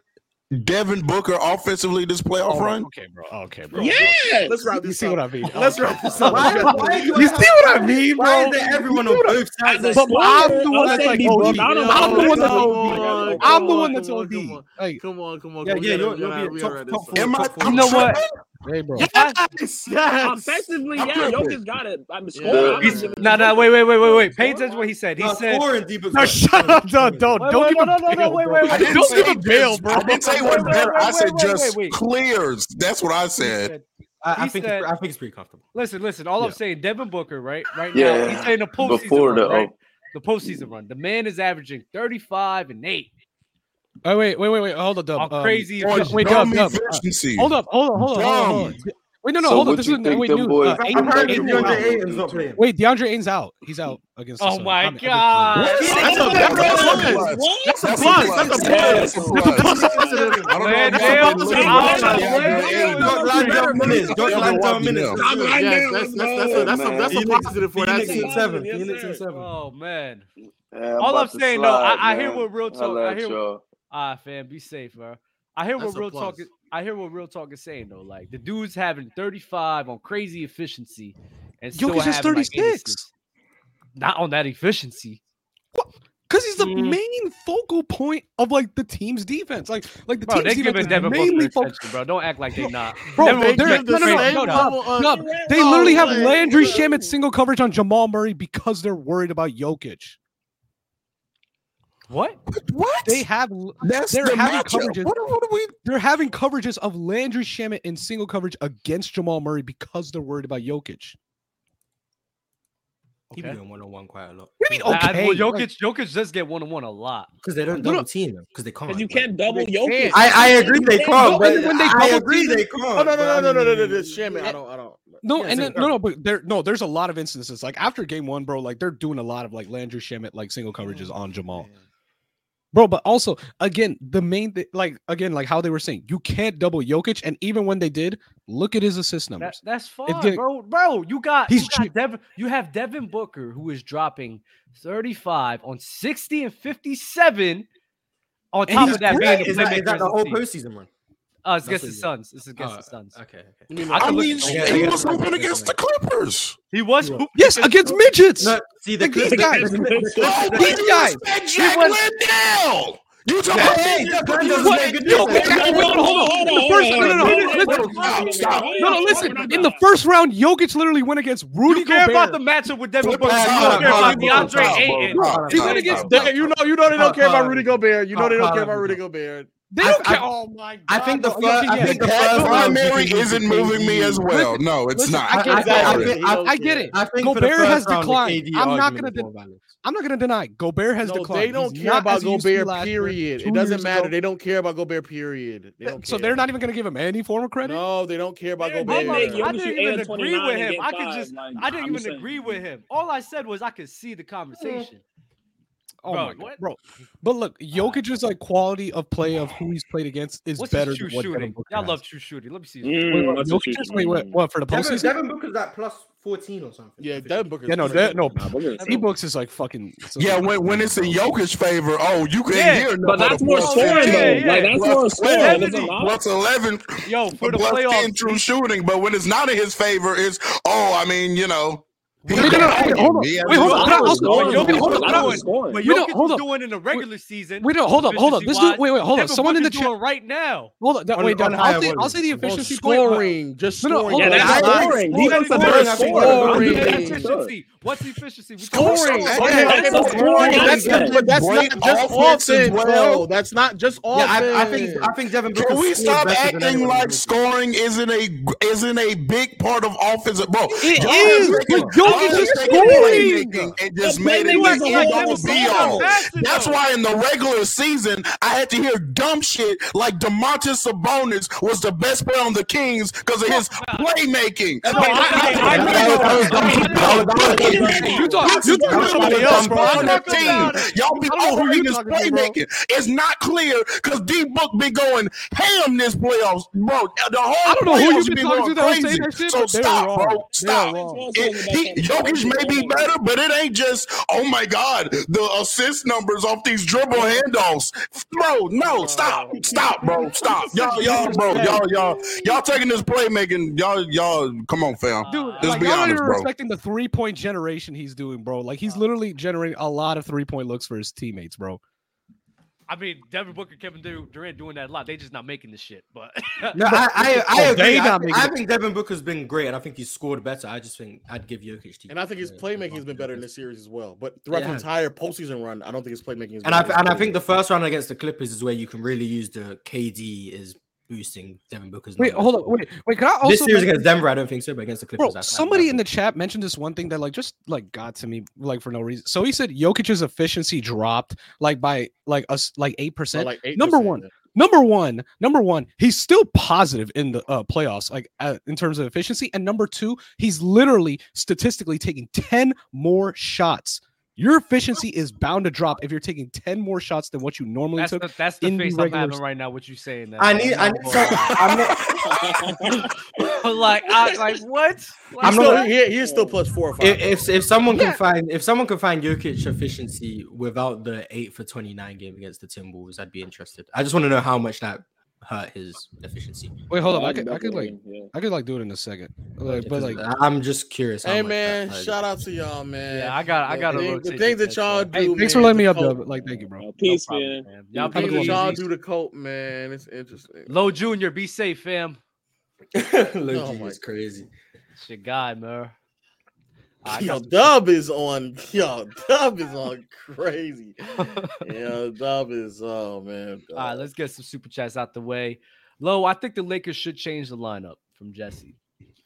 [SPEAKER 4] Devin Booker offensively this playoff
[SPEAKER 5] Oh,
[SPEAKER 4] run?
[SPEAKER 5] okay, bro. Okay, bro.
[SPEAKER 7] Yes.
[SPEAKER 3] Let's wrap
[SPEAKER 5] You
[SPEAKER 3] this
[SPEAKER 5] see what
[SPEAKER 3] up.
[SPEAKER 5] I mean?
[SPEAKER 3] Let's wrap this up.
[SPEAKER 2] Why- why do I
[SPEAKER 5] You see
[SPEAKER 2] have-
[SPEAKER 5] what I mean, bro?
[SPEAKER 2] Why is there everyone on both sides?
[SPEAKER 5] But I'm the one that's like,
[SPEAKER 2] Unless
[SPEAKER 5] oh,
[SPEAKER 2] they be
[SPEAKER 7] I don't-
[SPEAKER 5] I'm the one that's
[SPEAKER 3] Yo,
[SPEAKER 5] OD. I'm the
[SPEAKER 3] come
[SPEAKER 5] one
[SPEAKER 3] on,
[SPEAKER 5] that's
[SPEAKER 3] come on,
[SPEAKER 5] OD.
[SPEAKER 3] come on.
[SPEAKER 5] Like,
[SPEAKER 3] Come on, come on.
[SPEAKER 2] Yeah,
[SPEAKER 3] come on.
[SPEAKER 2] yeah,
[SPEAKER 3] We
[SPEAKER 2] you'll-
[SPEAKER 3] gotta- we
[SPEAKER 2] you'll be
[SPEAKER 3] gotta-
[SPEAKER 2] a
[SPEAKER 3] we
[SPEAKER 2] top-
[SPEAKER 3] gotta
[SPEAKER 2] top
[SPEAKER 3] wrap
[SPEAKER 2] four.
[SPEAKER 3] this
[SPEAKER 4] Am I?
[SPEAKER 2] Top
[SPEAKER 4] I'm
[SPEAKER 1] You know what?
[SPEAKER 4] tripping?
[SPEAKER 5] hey, bro.
[SPEAKER 3] Yes, yes.
[SPEAKER 7] Offensively,
[SPEAKER 4] I'm
[SPEAKER 7] yeah,
[SPEAKER 4] tripping.
[SPEAKER 7] Jokic's got it. I'm
[SPEAKER 3] Yeah.
[SPEAKER 7] scoring. I
[SPEAKER 3] He's-
[SPEAKER 7] don't give a
[SPEAKER 1] no, no,
[SPEAKER 7] shit.
[SPEAKER 1] wait, wait, wait, wait, wait. Pay
[SPEAKER 7] Scoring.
[SPEAKER 1] attention to what he said. He
[SPEAKER 2] No,
[SPEAKER 1] said,
[SPEAKER 2] four in deepest.
[SPEAKER 5] No, shut up, don't, don't,
[SPEAKER 1] Wait,
[SPEAKER 5] don't
[SPEAKER 1] wait,
[SPEAKER 5] give him
[SPEAKER 1] no, no, no,
[SPEAKER 5] bail,
[SPEAKER 1] wait,
[SPEAKER 5] bro.
[SPEAKER 1] wait, wait.
[SPEAKER 4] I didn't
[SPEAKER 5] Don't
[SPEAKER 4] say
[SPEAKER 5] give him bail,
[SPEAKER 4] just-
[SPEAKER 5] bro.
[SPEAKER 4] I didn't say
[SPEAKER 1] Wait,
[SPEAKER 4] what
[SPEAKER 1] wait,
[SPEAKER 4] better.
[SPEAKER 1] wait,
[SPEAKER 4] I said
[SPEAKER 1] wait, wait,
[SPEAKER 4] just
[SPEAKER 1] wait.
[SPEAKER 4] clears. That's what I
[SPEAKER 1] he
[SPEAKER 4] said.
[SPEAKER 1] said
[SPEAKER 2] I, I
[SPEAKER 1] He
[SPEAKER 2] think
[SPEAKER 1] said-
[SPEAKER 2] it's, I think it's pretty comfortable.
[SPEAKER 1] Listen, listen. All I'm
[SPEAKER 5] Yeah.
[SPEAKER 1] saying, Devin Booker, right, right now,
[SPEAKER 6] Yeah,
[SPEAKER 1] he's in the postseason
[SPEAKER 6] Before
[SPEAKER 1] run,
[SPEAKER 6] the
[SPEAKER 1] right?
[SPEAKER 2] oh.
[SPEAKER 1] The postseason run. The man is averaging 35 and eight.
[SPEAKER 5] Oh, wait, wait, wait, wait. Hold up, Dub.
[SPEAKER 1] How
[SPEAKER 5] Um,
[SPEAKER 1] crazy!
[SPEAKER 5] Or-
[SPEAKER 1] is
[SPEAKER 5] wait,
[SPEAKER 4] Dumb
[SPEAKER 5] Dub, Dub. uh,
[SPEAKER 4] efficiency.
[SPEAKER 5] Hold up, hold on, hold on, hold on, hold on.
[SPEAKER 4] Dumb.
[SPEAKER 5] Wait, no, no,
[SPEAKER 6] So
[SPEAKER 5] hold on.
[SPEAKER 6] what
[SPEAKER 5] This
[SPEAKER 6] you
[SPEAKER 5] is
[SPEAKER 6] think
[SPEAKER 5] wait,
[SPEAKER 6] them
[SPEAKER 5] new.
[SPEAKER 6] boys-
[SPEAKER 5] Uh,
[SPEAKER 6] I've
[SPEAKER 5] Aiden,
[SPEAKER 2] I've heard that
[SPEAKER 5] Aiden's
[SPEAKER 6] DeAndre
[SPEAKER 5] out.
[SPEAKER 2] DeAndre
[SPEAKER 6] Ayton's
[SPEAKER 2] Ayton's
[SPEAKER 6] not
[SPEAKER 2] not playing.
[SPEAKER 5] Wait, DeAndre Ayton's out. He's out against. the
[SPEAKER 1] Oh
[SPEAKER 5] Suns.
[SPEAKER 1] my
[SPEAKER 5] I'm- I'm just-
[SPEAKER 1] God.
[SPEAKER 3] That's
[SPEAKER 4] That's
[SPEAKER 3] a- that's a plus. That's a plus. That's a plus.
[SPEAKER 4] That's a
[SPEAKER 3] That's
[SPEAKER 4] plus.
[SPEAKER 3] a plus.
[SPEAKER 4] I don't know if y'all
[SPEAKER 1] Man,
[SPEAKER 4] been
[SPEAKER 1] Dale,
[SPEAKER 4] looking
[SPEAKER 1] I'm
[SPEAKER 4] at
[SPEAKER 1] not playing.
[SPEAKER 4] DeAndre Ayton.
[SPEAKER 2] Don't land down minutes. Don't
[SPEAKER 4] Y'all been
[SPEAKER 2] land down
[SPEAKER 4] watching
[SPEAKER 2] minutes.
[SPEAKER 4] him.
[SPEAKER 2] for sure.
[SPEAKER 3] Yes, that's that's that's a- that's a that's a
[SPEAKER 2] Phoenix-
[SPEAKER 3] positive for that
[SPEAKER 2] Phoenix
[SPEAKER 3] team.
[SPEAKER 2] in seven.
[SPEAKER 7] Yes,
[SPEAKER 2] Phoenix in
[SPEAKER 7] sir.
[SPEAKER 2] seven.
[SPEAKER 1] Oh man.
[SPEAKER 6] Yeah,
[SPEAKER 1] All
[SPEAKER 6] about
[SPEAKER 1] I'm
[SPEAKER 6] to
[SPEAKER 1] saying, though, I-
[SPEAKER 6] slide,
[SPEAKER 1] I hear
[SPEAKER 6] man.
[SPEAKER 1] what real talk-
[SPEAKER 6] Holla
[SPEAKER 1] I
[SPEAKER 6] at
[SPEAKER 1] hear-
[SPEAKER 6] y'all.
[SPEAKER 1] Ah, fam, be safe, bro. I hear
[SPEAKER 3] That's
[SPEAKER 1] what
[SPEAKER 3] a
[SPEAKER 1] real talk
[SPEAKER 3] plus.
[SPEAKER 1] is. I hear what real talk is saying though. Like the dude's having 35 on crazy efficiency, and still
[SPEAKER 5] Jokic is
[SPEAKER 1] having, like,
[SPEAKER 5] 36
[SPEAKER 1] eight assists. not on that efficiency.
[SPEAKER 5] because he's the
[SPEAKER 7] Mm.
[SPEAKER 5] main focal point of like the team's defense. Like, like the
[SPEAKER 1] Bro, they
[SPEAKER 5] team's defense
[SPEAKER 1] giving
[SPEAKER 5] is
[SPEAKER 1] Devin Booker
[SPEAKER 5] mainly focused.
[SPEAKER 1] attention, bro. Don't act like they not.
[SPEAKER 5] Bro,
[SPEAKER 1] Devin
[SPEAKER 5] they
[SPEAKER 1] Booker-
[SPEAKER 5] give the
[SPEAKER 1] no, no, no,
[SPEAKER 5] same
[SPEAKER 1] no, no.
[SPEAKER 5] level No, they
[SPEAKER 3] Oh,
[SPEAKER 5] literally have
[SPEAKER 3] man.
[SPEAKER 5] Landry Shamet single coverage on Jamal Murray because they're worried about Jokic.
[SPEAKER 1] What?
[SPEAKER 4] What?
[SPEAKER 5] They have l-
[SPEAKER 4] That's
[SPEAKER 5] they're
[SPEAKER 4] the
[SPEAKER 5] having
[SPEAKER 4] matchup.
[SPEAKER 5] coverages.
[SPEAKER 4] What, what are we?
[SPEAKER 5] they're having coverages of Landry Shamet in single coverage against Jamal Murray because they're worried about Jokic.
[SPEAKER 2] He be
[SPEAKER 1] Okay.
[SPEAKER 2] doing one on one quite a lot.
[SPEAKER 5] What do you mean?
[SPEAKER 1] Nah, I- well,
[SPEAKER 5] Okay,
[SPEAKER 1] Jokic,
[SPEAKER 5] like-
[SPEAKER 1] Jokic does get one on one a lot.
[SPEAKER 2] Because they don't
[SPEAKER 5] No, no.
[SPEAKER 2] double team him because they can't.
[SPEAKER 7] Because you
[SPEAKER 2] like-
[SPEAKER 7] can't double
[SPEAKER 3] They
[SPEAKER 7] Jokic.
[SPEAKER 3] can't.
[SPEAKER 2] I, I agree they can't,
[SPEAKER 5] No,
[SPEAKER 2] but
[SPEAKER 5] and when they
[SPEAKER 2] I
[SPEAKER 5] double
[SPEAKER 2] agree
[SPEAKER 5] team
[SPEAKER 2] they can't.
[SPEAKER 3] Oh no no no no no no no, no! Shaman,
[SPEAKER 5] Yeah.
[SPEAKER 3] I don't I don't.
[SPEAKER 5] No,
[SPEAKER 2] Yeah,
[SPEAKER 5] and
[SPEAKER 2] so-
[SPEAKER 5] then, no, no, but there, no, there's a lot of instances. Like after game one, bro, like they're doing a lot of like Landry Shamet, like single coverages on Jamal, bro. But also, again, the main thing, like again, like how they were saying, you can't double Jokic, and even when they did, look at his assist
[SPEAKER 1] That,
[SPEAKER 5] numbers.
[SPEAKER 1] that's fine,
[SPEAKER 5] didn't-
[SPEAKER 1] bro. Bro, you got
[SPEAKER 5] He's
[SPEAKER 1] you got
[SPEAKER 5] cheap.
[SPEAKER 1] Devin, you have Devin Booker who is dropping 35 on 60 and 57. On
[SPEAKER 5] And
[SPEAKER 1] top
[SPEAKER 5] he's
[SPEAKER 1] of that,
[SPEAKER 5] great.
[SPEAKER 1] being the
[SPEAKER 2] Is that, is
[SPEAKER 1] playmaker
[SPEAKER 2] that
[SPEAKER 1] of
[SPEAKER 2] the whole
[SPEAKER 1] team.
[SPEAKER 2] postseason run?
[SPEAKER 1] Uh, it's against
[SPEAKER 2] That's
[SPEAKER 1] the
[SPEAKER 2] it.
[SPEAKER 1] Suns. This is against the Suns.
[SPEAKER 2] Oh, Okay. okay.
[SPEAKER 1] I
[SPEAKER 4] I
[SPEAKER 1] can look-
[SPEAKER 4] mean,
[SPEAKER 1] I
[SPEAKER 2] guess- I
[SPEAKER 4] he
[SPEAKER 2] guess
[SPEAKER 4] was
[SPEAKER 2] that's
[SPEAKER 4] hooping
[SPEAKER 2] right.
[SPEAKER 4] against the Clippers.
[SPEAKER 1] He was
[SPEAKER 2] Yeah.
[SPEAKER 1] hooping
[SPEAKER 5] Yes, against midgets.
[SPEAKER 2] No, see the
[SPEAKER 5] Like, these
[SPEAKER 2] Clippers.
[SPEAKER 5] guys-
[SPEAKER 4] Oh,
[SPEAKER 5] These
[SPEAKER 4] but you
[SPEAKER 5] guys-
[SPEAKER 4] said Jack
[SPEAKER 1] was-
[SPEAKER 4] Lindell. You talking
[SPEAKER 2] Hey,
[SPEAKER 4] about
[SPEAKER 2] hey,
[SPEAKER 4] Lindell,
[SPEAKER 2] Jack
[SPEAKER 4] but you
[SPEAKER 2] Lindell's
[SPEAKER 4] was-
[SPEAKER 2] a good
[SPEAKER 4] Yo,
[SPEAKER 2] defender.
[SPEAKER 4] Jack-
[SPEAKER 5] Wait, wait, hold on, hold on. The first- no, no, no, listen.
[SPEAKER 4] Stop, stop.
[SPEAKER 5] no, no, listen. In the first round, Jokic literally went against Rudy
[SPEAKER 1] You care
[SPEAKER 5] Gobert.
[SPEAKER 1] about the matchup with Devin
[SPEAKER 4] Clippers,
[SPEAKER 1] Booker. You
[SPEAKER 4] stop,
[SPEAKER 1] don't care
[SPEAKER 4] stop,
[SPEAKER 1] about DeAndre
[SPEAKER 4] stop,
[SPEAKER 1] Ayton.
[SPEAKER 4] stop,
[SPEAKER 5] He went
[SPEAKER 4] stop,
[SPEAKER 5] against-
[SPEAKER 4] stop,
[SPEAKER 3] They-
[SPEAKER 4] stop.
[SPEAKER 3] you know, you know they don't
[SPEAKER 2] Uh,
[SPEAKER 3] care about
[SPEAKER 2] uh,
[SPEAKER 3] Rudy Gobert. You know they don't
[SPEAKER 2] uh,
[SPEAKER 3] care about
[SPEAKER 2] uh,
[SPEAKER 3] Rudy Gobert.
[SPEAKER 5] They don't
[SPEAKER 2] I-
[SPEAKER 5] care.
[SPEAKER 2] I-
[SPEAKER 5] oh my god.
[SPEAKER 2] I think the
[SPEAKER 5] bro.
[SPEAKER 2] fir-
[SPEAKER 5] Jokic,
[SPEAKER 2] I
[SPEAKER 5] yes.
[SPEAKER 2] think the
[SPEAKER 4] That
[SPEAKER 2] first round
[SPEAKER 4] primary
[SPEAKER 2] because
[SPEAKER 4] isn't
[SPEAKER 2] of
[SPEAKER 4] moving me
[SPEAKER 2] KD.
[SPEAKER 4] as well.
[SPEAKER 5] Listen,
[SPEAKER 4] no, it's
[SPEAKER 5] listen,
[SPEAKER 4] not.
[SPEAKER 5] I get
[SPEAKER 2] Exactly.
[SPEAKER 5] that.
[SPEAKER 4] Sorry.
[SPEAKER 2] I-
[SPEAKER 3] He don't
[SPEAKER 5] I get
[SPEAKER 3] care.
[SPEAKER 5] it.
[SPEAKER 2] I think for the
[SPEAKER 5] Gobert
[SPEAKER 2] first
[SPEAKER 5] has
[SPEAKER 2] round, the
[SPEAKER 5] declined.
[SPEAKER 2] KD
[SPEAKER 5] I'm not
[SPEAKER 2] argument
[SPEAKER 5] gonna
[SPEAKER 2] is
[SPEAKER 5] den-
[SPEAKER 2] more valid.
[SPEAKER 5] I'm not gonna deny Gobert has
[SPEAKER 3] No,
[SPEAKER 5] declined.
[SPEAKER 3] they don't
[SPEAKER 5] He's
[SPEAKER 3] care
[SPEAKER 5] not
[SPEAKER 3] about
[SPEAKER 5] as he used to be
[SPEAKER 3] Gobert.
[SPEAKER 5] last year,
[SPEAKER 3] Period.
[SPEAKER 5] two
[SPEAKER 3] It doesn't
[SPEAKER 5] years
[SPEAKER 3] matter.
[SPEAKER 5] ago.
[SPEAKER 3] They don't care about Gobert. Period. They don't
[SPEAKER 5] so
[SPEAKER 3] care.
[SPEAKER 5] they're not even gonna give him any form of credit.
[SPEAKER 3] No, they don't care about
[SPEAKER 1] They're
[SPEAKER 7] Gobert.
[SPEAKER 1] not
[SPEAKER 3] Gobert.
[SPEAKER 1] making-
[SPEAKER 7] Jokic,
[SPEAKER 1] I didn't
[SPEAKER 7] you
[SPEAKER 1] even
[SPEAKER 7] add
[SPEAKER 1] agree
[SPEAKER 7] 29
[SPEAKER 1] with
[SPEAKER 7] and
[SPEAKER 1] him.
[SPEAKER 7] get
[SPEAKER 1] I could
[SPEAKER 7] five,
[SPEAKER 1] just,
[SPEAKER 7] like,
[SPEAKER 1] I didn't
[SPEAKER 7] I'm
[SPEAKER 1] even
[SPEAKER 7] saying-
[SPEAKER 1] agree with him. All I said was I could see the conversation.
[SPEAKER 5] oh
[SPEAKER 1] bro,
[SPEAKER 5] my god,
[SPEAKER 1] what?
[SPEAKER 5] bro. But look, Jokic's like quality of play of who he's played against is
[SPEAKER 1] What's
[SPEAKER 5] better
[SPEAKER 1] his true
[SPEAKER 5] than what Devin
[SPEAKER 1] shooting?
[SPEAKER 5] Booker
[SPEAKER 1] Y'all
[SPEAKER 5] has.
[SPEAKER 1] love true shooting. Let me see. his-
[SPEAKER 5] Wait,
[SPEAKER 7] Mm,
[SPEAKER 5] what,
[SPEAKER 7] that's a
[SPEAKER 5] Jokic's,
[SPEAKER 7] shoot.
[SPEAKER 5] wait, what,
[SPEAKER 7] Mm.
[SPEAKER 5] what, for the
[SPEAKER 2] Devin,
[SPEAKER 5] postseason?
[SPEAKER 2] Devin Booker's like plus 14 or something.
[SPEAKER 3] Yeah, Devin Booker.
[SPEAKER 5] yeah, no, that, no.
[SPEAKER 7] Nah, but look,
[SPEAKER 5] E-books is like fucking.
[SPEAKER 4] Yeah, when, when it's in Jokic's favor, oh, you can
[SPEAKER 1] Yeah,
[SPEAKER 4] hear
[SPEAKER 7] But that's more scoring,
[SPEAKER 1] yeah,
[SPEAKER 7] though.
[SPEAKER 1] yeah.
[SPEAKER 7] Like, that's more scoring. It's a lot.
[SPEAKER 4] Plus 11,
[SPEAKER 1] Yo, for the
[SPEAKER 4] plus 10
[SPEAKER 1] playoffs,
[SPEAKER 4] true shooting. But when it's not in his favor, it's, oh, I mean, you know. he
[SPEAKER 5] Wait, no, no,
[SPEAKER 4] can
[SPEAKER 5] wait,
[SPEAKER 4] hang
[SPEAKER 5] hold on.
[SPEAKER 4] me as
[SPEAKER 5] Wait, hold
[SPEAKER 4] well.
[SPEAKER 5] on.
[SPEAKER 7] Jokic was
[SPEAKER 5] also-
[SPEAKER 7] scoring,
[SPEAKER 5] Jokic-
[SPEAKER 7] though.
[SPEAKER 5] hold on,
[SPEAKER 7] Jokic
[SPEAKER 5] hold
[SPEAKER 7] was
[SPEAKER 5] on.
[SPEAKER 7] scoring.
[SPEAKER 1] but
[SPEAKER 5] We don't-
[SPEAKER 1] Jokic
[SPEAKER 5] hold
[SPEAKER 1] was
[SPEAKER 5] up.
[SPEAKER 1] doing in the regular season.
[SPEAKER 5] Wait, no, hold up, hold up. This dude,
[SPEAKER 1] efficiency-wise,
[SPEAKER 5] wait, wait, hold up.
[SPEAKER 1] Devin
[SPEAKER 5] Someone in the
[SPEAKER 1] Booker's
[SPEAKER 5] chat.
[SPEAKER 1] doing right now.
[SPEAKER 5] Hold up,
[SPEAKER 2] On-
[SPEAKER 5] wait,
[SPEAKER 2] on
[SPEAKER 5] I'll,
[SPEAKER 2] higher
[SPEAKER 5] say, I'll
[SPEAKER 2] volume.
[SPEAKER 5] say the
[SPEAKER 2] On
[SPEAKER 3] Or
[SPEAKER 5] efficiency point. but-
[SPEAKER 3] scoring, just
[SPEAKER 5] No, no,
[SPEAKER 3] scoring.
[SPEAKER 5] hold
[SPEAKER 7] Yeah,
[SPEAKER 5] on.
[SPEAKER 7] that's
[SPEAKER 5] I-
[SPEAKER 7] scoring.
[SPEAKER 5] scoring,
[SPEAKER 7] Defense is
[SPEAKER 5] scoring,
[SPEAKER 7] better
[SPEAKER 3] scoring.
[SPEAKER 7] scoring. That's
[SPEAKER 3] Scoring.
[SPEAKER 1] What's the
[SPEAKER 7] your
[SPEAKER 3] Sure.
[SPEAKER 1] efficiency? What's the efficiency? We talking about-
[SPEAKER 3] Scoring.
[SPEAKER 4] That's
[SPEAKER 3] Okay,
[SPEAKER 7] a
[SPEAKER 3] okay, but-
[SPEAKER 7] scoring
[SPEAKER 3] That's not,
[SPEAKER 7] offense.
[SPEAKER 3] but that's
[SPEAKER 4] Great
[SPEAKER 3] not just
[SPEAKER 4] offense
[SPEAKER 3] offense,
[SPEAKER 4] as well.
[SPEAKER 3] bro. That's not just
[SPEAKER 2] Yeah,
[SPEAKER 3] offense.
[SPEAKER 2] I, I think I think Devin Booker.
[SPEAKER 4] Can we
[SPEAKER 2] scored
[SPEAKER 4] stop
[SPEAKER 2] better than
[SPEAKER 4] acting
[SPEAKER 2] everyone
[SPEAKER 4] like
[SPEAKER 2] else.
[SPEAKER 4] scoring isn't a isn't a big part of offense, bro?
[SPEAKER 5] It
[SPEAKER 4] y'all
[SPEAKER 5] is,
[SPEAKER 4] have taken-
[SPEAKER 5] but Jokic
[SPEAKER 4] y'all have
[SPEAKER 5] is
[SPEAKER 4] taken
[SPEAKER 5] scoring.
[SPEAKER 4] playmaking And just
[SPEAKER 7] But
[SPEAKER 4] made it
[SPEAKER 7] playmaking is
[SPEAKER 4] the
[SPEAKER 7] a
[SPEAKER 4] end
[SPEAKER 7] whole
[SPEAKER 4] all
[SPEAKER 7] other
[SPEAKER 4] be all.
[SPEAKER 1] Faster,
[SPEAKER 4] That's
[SPEAKER 1] though.
[SPEAKER 4] why in the regular season I had to hear dumb shit like Demontis Sabonis was the best player on the Kings because of his playmaking.
[SPEAKER 1] No, I- I- I-
[SPEAKER 5] You talk, you talking about somebody else, bro.
[SPEAKER 4] On
[SPEAKER 5] I'm
[SPEAKER 4] the
[SPEAKER 5] not gonna lie.
[SPEAKER 4] team. Y'all be
[SPEAKER 5] I don't know who
[SPEAKER 4] overrating
[SPEAKER 5] you
[SPEAKER 4] his
[SPEAKER 5] talking to, bro.
[SPEAKER 4] playmaking. It's not clear because D Book be going ham this playoffs, bro. The whole
[SPEAKER 5] I don't know who
[SPEAKER 4] playoffs
[SPEAKER 5] you been
[SPEAKER 4] be
[SPEAKER 5] talking
[SPEAKER 4] going
[SPEAKER 5] to that was saying that
[SPEAKER 4] crazy.
[SPEAKER 5] shit,
[SPEAKER 4] So
[SPEAKER 5] but they're
[SPEAKER 4] stop,
[SPEAKER 5] wrong. They're
[SPEAKER 4] bro. Stop.
[SPEAKER 5] wrong.
[SPEAKER 4] It, he, Jokic may be better, but it ain't just, oh my God, the assist numbers off these dribble handoffs. Bro, no, stop, stop, bro, stop. Y'all, y'all, bro, y'all, y'all, y'all taking this playmaking, y'all, y'all, come on, fam.
[SPEAKER 5] Dude,
[SPEAKER 1] Just
[SPEAKER 5] like,
[SPEAKER 4] be
[SPEAKER 5] y'all not
[SPEAKER 4] honest,
[SPEAKER 5] even
[SPEAKER 4] bro.
[SPEAKER 5] respecting the three point generation he's doing, bro. Like, he's literally generating a lot of three point looks for his teammates, bro.
[SPEAKER 1] I mean, Devin Booker, Kevin Dur- Durant doing that a lot. They just not making the shit. But
[SPEAKER 2] No, I I, I
[SPEAKER 5] Oh,
[SPEAKER 2] agree.
[SPEAKER 5] they
[SPEAKER 2] I,
[SPEAKER 5] not
[SPEAKER 2] think-
[SPEAKER 5] making
[SPEAKER 2] I think Devin Booker's been great, and I think he's scored better. I just think I'd give Jokic. to-
[SPEAKER 3] and I think his
[SPEAKER 2] uh,
[SPEAKER 3] playmaking has been better in this series as well. But throughout
[SPEAKER 2] Yeah.
[SPEAKER 3] the entire postseason run, I don't think his playmaking is.
[SPEAKER 2] And I and I think the first round against the Clippers is where you can really use the KD is boosting Devin Booker's.
[SPEAKER 5] Wait,
[SPEAKER 2] numbers.
[SPEAKER 5] hold up. Wait, wait, can I also.
[SPEAKER 2] this series
[SPEAKER 5] mention-
[SPEAKER 2] against Denver, I don't think so, but against the Clippers,
[SPEAKER 5] Bro, somebody in the chat mentioned this one thing that like just like got to me like for no reason. So he said Jokic's efficiency dropped like by like us like eight percent.
[SPEAKER 3] like 8%,
[SPEAKER 5] number one.
[SPEAKER 3] yeah.
[SPEAKER 5] number one, number one, he's still positive in the uh, playoffs, like uh, in terms of efficiency. And number two, he's literally statistically taking ten more shots. Your efficiency is bound to drop if you're taking ten more shots than what you normally
[SPEAKER 1] that's
[SPEAKER 5] took.
[SPEAKER 1] the, that's the
[SPEAKER 5] in the
[SPEAKER 1] face I'm
[SPEAKER 5] regular
[SPEAKER 1] having
[SPEAKER 5] s-
[SPEAKER 1] right now. What you saying? That
[SPEAKER 2] I need I need some, I'm not
[SPEAKER 1] like, I, like what? Like,
[SPEAKER 2] I'm
[SPEAKER 3] I'm
[SPEAKER 2] not-
[SPEAKER 3] still, he, he is still plus four or five.
[SPEAKER 2] if if, if someone
[SPEAKER 5] Yeah.
[SPEAKER 2] can find if someone can find Jokic efficiency without the eight for twenty nine game against the Timberwolves, I'd be interested. I just want to know how much that hurt his efficiency.
[SPEAKER 5] Wait, hold up. I
[SPEAKER 7] I'd
[SPEAKER 5] could, I could like,
[SPEAKER 7] definitely- yeah.
[SPEAKER 5] I could like do it in a second. Like, but
[SPEAKER 2] Because
[SPEAKER 5] like,
[SPEAKER 2] I'm just curious. how
[SPEAKER 3] Hey
[SPEAKER 2] much that
[SPEAKER 3] man,
[SPEAKER 2] hurt.
[SPEAKER 3] shout out to y'all, man.
[SPEAKER 1] Yeah, I got, I got to
[SPEAKER 3] the,
[SPEAKER 1] rotate.
[SPEAKER 3] the things that y'all do.
[SPEAKER 5] hey, thanks for
[SPEAKER 3] man,
[SPEAKER 5] letting
[SPEAKER 3] the
[SPEAKER 5] me up,
[SPEAKER 3] cult,
[SPEAKER 5] though. Like, thank you, bro.
[SPEAKER 7] Uh, peace,
[SPEAKER 1] problem,
[SPEAKER 7] man.
[SPEAKER 1] man. Y'all
[SPEAKER 3] the
[SPEAKER 1] people
[SPEAKER 3] things that
[SPEAKER 1] gonna be
[SPEAKER 3] y'all
[SPEAKER 1] easy.
[SPEAKER 3] do the cult, man. It's interesting.
[SPEAKER 1] Low Junior, be safe, fam.
[SPEAKER 2] Low
[SPEAKER 3] Oh
[SPEAKER 2] G
[SPEAKER 3] my
[SPEAKER 2] is crazy.
[SPEAKER 1] It's your guy, man. I
[SPEAKER 3] Yo,
[SPEAKER 1] got
[SPEAKER 3] Dub is on. Yo, Dub is on crazy. Yo, Dub is. Oh man.
[SPEAKER 1] All right,
[SPEAKER 3] Dub.
[SPEAKER 1] let's get some super chats out the way. Low, I think the Lakers should change the lineup from Jesse.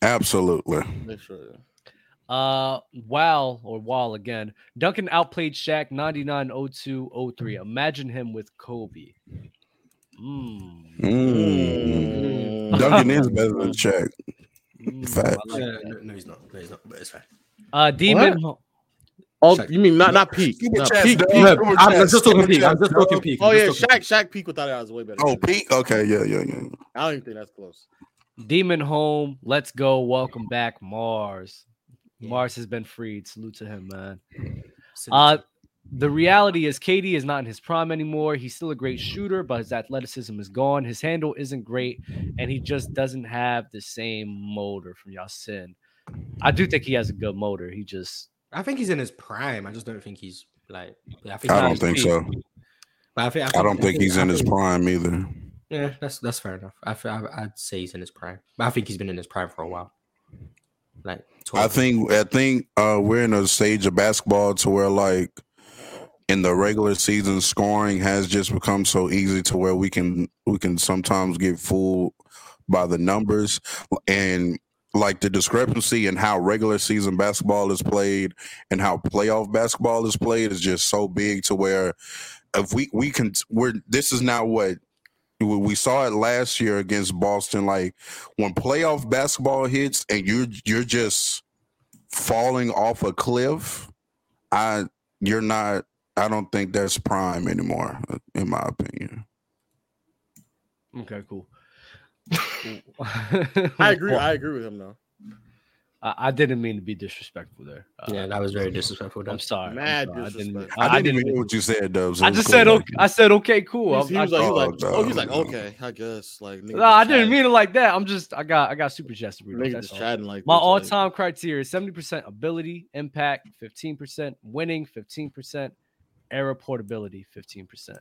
[SPEAKER 4] Absolutely.
[SPEAKER 3] Make sure.
[SPEAKER 1] Uh, Wow or Wall again. Duncan outplayed Shaq oh 99 02 03.
[SPEAKER 3] Mm.
[SPEAKER 1] Imagine him with Kobe.
[SPEAKER 4] Mm.
[SPEAKER 1] Mm,
[SPEAKER 3] Mm.
[SPEAKER 4] Duncan is better than Shaq.
[SPEAKER 1] mm, I
[SPEAKER 4] Facts.
[SPEAKER 1] like
[SPEAKER 2] Yeah,
[SPEAKER 1] that.
[SPEAKER 2] no, no, he's not. No, he's not. But it's fine.
[SPEAKER 1] Uh, Demon.
[SPEAKER 3] Oh,
[SPEAKER 2] Shaq.
[SPEAKER 3] you mean not not peak?
[SPEAKER 4] Keep it
[SPEAKER 3] Not
[SPEAKER 4] chest,
[SPEAKER 3] peak.
[SPEAKER 4] Dub.
[SPEAKER 3] peak.
[SPEAKER 4] Yeah,
[SPEAKER 2] No, I'm just talking peak. I'm just talking peak.
[SPEAKER 3] Oh
[SPEAKER 2] I'm
[SPEAKER 3] yeah,
[SPEAKER 2] just
[SPEAKER 3] Shaq.
[SPEAKER 2] talking
[SPEAKER 3] Shaq peak without that was way better.
[SPEAKER 4] Oh, Pete. Okay, yeah, yeah, yeah.
[SPEAKER 3] I don't even think that's close.
[SPEAKER 1] Demon home. Let's go. Welcome back, Mars.
[SPEAKER 2] Yeah.
[SPEAKER 1] Mars has been freed. Salute to him, man.
[SPEAKER 2] peak.
[SPEAKER 1] Uh, the reality is KD is not in his prime anymore. He's still a great shooter, but his athleticism is gone. His handle isn't great, and he just doesn't have the same motor from y'all sin. I do think he has a good motor. He just
[SPEAKER 2] I think he's in his prime. I just don't think he's like. I, think
[SPEAKER 4] I
[SPEAKER 2] he's
[SPEAKER 4] don't
[SPEAKER 2] his
[SPEAKER 4] think
[SPEAKER 2] peak.
[SPEAKER 4] so.
[SPEAKER 2] But I, think,
[SPEAKER 4] I don't think he's
[SPEAKER 2] I
[SPEAKER 4] in his
[SPEAKER 2] think-
[SPEAKER 4] prime either.
[SPEAKER 2] Yeah, that's that's fair enough. I, fe- I I'd say he's in his prime. But I think he's been in his prime for a while. Like
[SPEAKER 4] I
[SPEAKER 2] 12.
[SPEAKER 4] think I think uh, we're in a stage of basketball to where like in the regular season scoring has just become so easy to where we can we can sometimes get fooled by the numbers and like the discrepancy in how regular season basketball is played and how playoff basketball is played is just so big to where if we we can we're this is not what we we saw it last year against Boston like when playoff basketball hits and you're you're just falling off a cliff i you're not i don't think that's prime anymore uh, in my opinion
[SPEAKER 1] okay, cool.
[SPEAKER 3] I agree.
[SPEAKER 1] Well,
[SPEAKER 3] I agree with him though.
[SPEAKER 1] I, I didn't mean to be disrespectful there. Uh,
[SPEAKER 2] yeah, that was very disrespectful.
[SPEAKER 1] I'm
[SPEAKER 2] Dubs.
[SPEAKER 1] sorry.
[SPEAKER 3] Mad
[SPEAKER 1] I'm sorry. I didn't,
[SPEAKER 3] disrespect.
[SPEAKER 1] I,
[SPEAKER 4] i, didn't,
[SPEAKER 1] didn't
[SPEAKER 4] even hear what you said dubs
[SPEAKER 1] I
[SPEAKER 4] It was
[SPEAKER 1] just
[SPEAKER 4] cool.
[SPEAKER 1] said oh, okay. I said okay, cool.
[SPEAKER 3] He, he
[SPEAKER 1] I-
[SPEAKER 3] was like, he was like,
[SPEAKER 4] oh,
[SPEAKER 3] oh, he was like,
[SPEAKER 4] no, no.
[SPEAKER 3] okay, I guess. Like, nigga
[SPEAKER 1] No, I
[SPEAKER 3] just
[SPEAKER 1] didn't
[SPEAKER 3] chatting.
[SPEAKER 1] mean it like that. I'm just I got I got super chats to read. off,
[SPEAKER 3] Nigga
[SPEAKER 1] that's
[SPEAKER 3] just
[SPEAKER 1] all.
[SPEAKER 3] chatting like
[SPEAKER 1] My
[SPEAKER 3] this, like-
[SPEAKER 1] all time criteria is 70% ability, impact 15%, winning 15%, error portability 15%.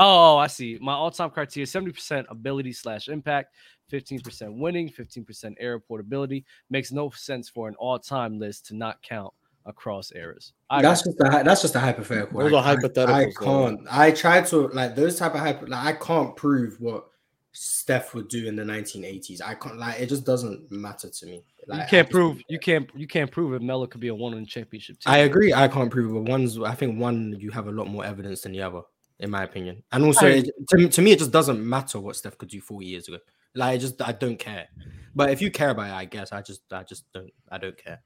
[SPEAKER 1] Oh, I see. My all time criteria 70% ability slash impact, 15% winning, 15% error portability. Makes no sense for an all time list to not count across errors. I
[SPEAKER 2] that's
[SPEAKER 1] got-
[SPEAKER 2] just a, hy- that's just a hypothetical.
[SPEAKER 3] Those
[SPEAKER 2] I-
[SPEAKER 3] are
[SPEAKER 2] I- I,
[SPEAKER 3] hypotheticals, though.
[SPEAKER 2] can't. I try to like those type of hypo. Like I can't prove what Steph would do in the 1980s. I can't. Like it just doesn't matter to me. Like,
[SPEAKER 1] you
[SPEAKER 2] I
[SPEAKER 1] can't
[SPEAKER 2] just-
[SPEAKER 1] prove you can't you can't prove if Melo could be a one on championship team.
[SPEAKER 2] I agree. I can't prove it, but one's. I think one you have a lot more evidence than the other, in my opinion. And also, it, to, to me, it just doesn't matter what Steph could do 40 years ago. Like, I just I don't care. But if you care about it, I guess I just I just don't I don't care.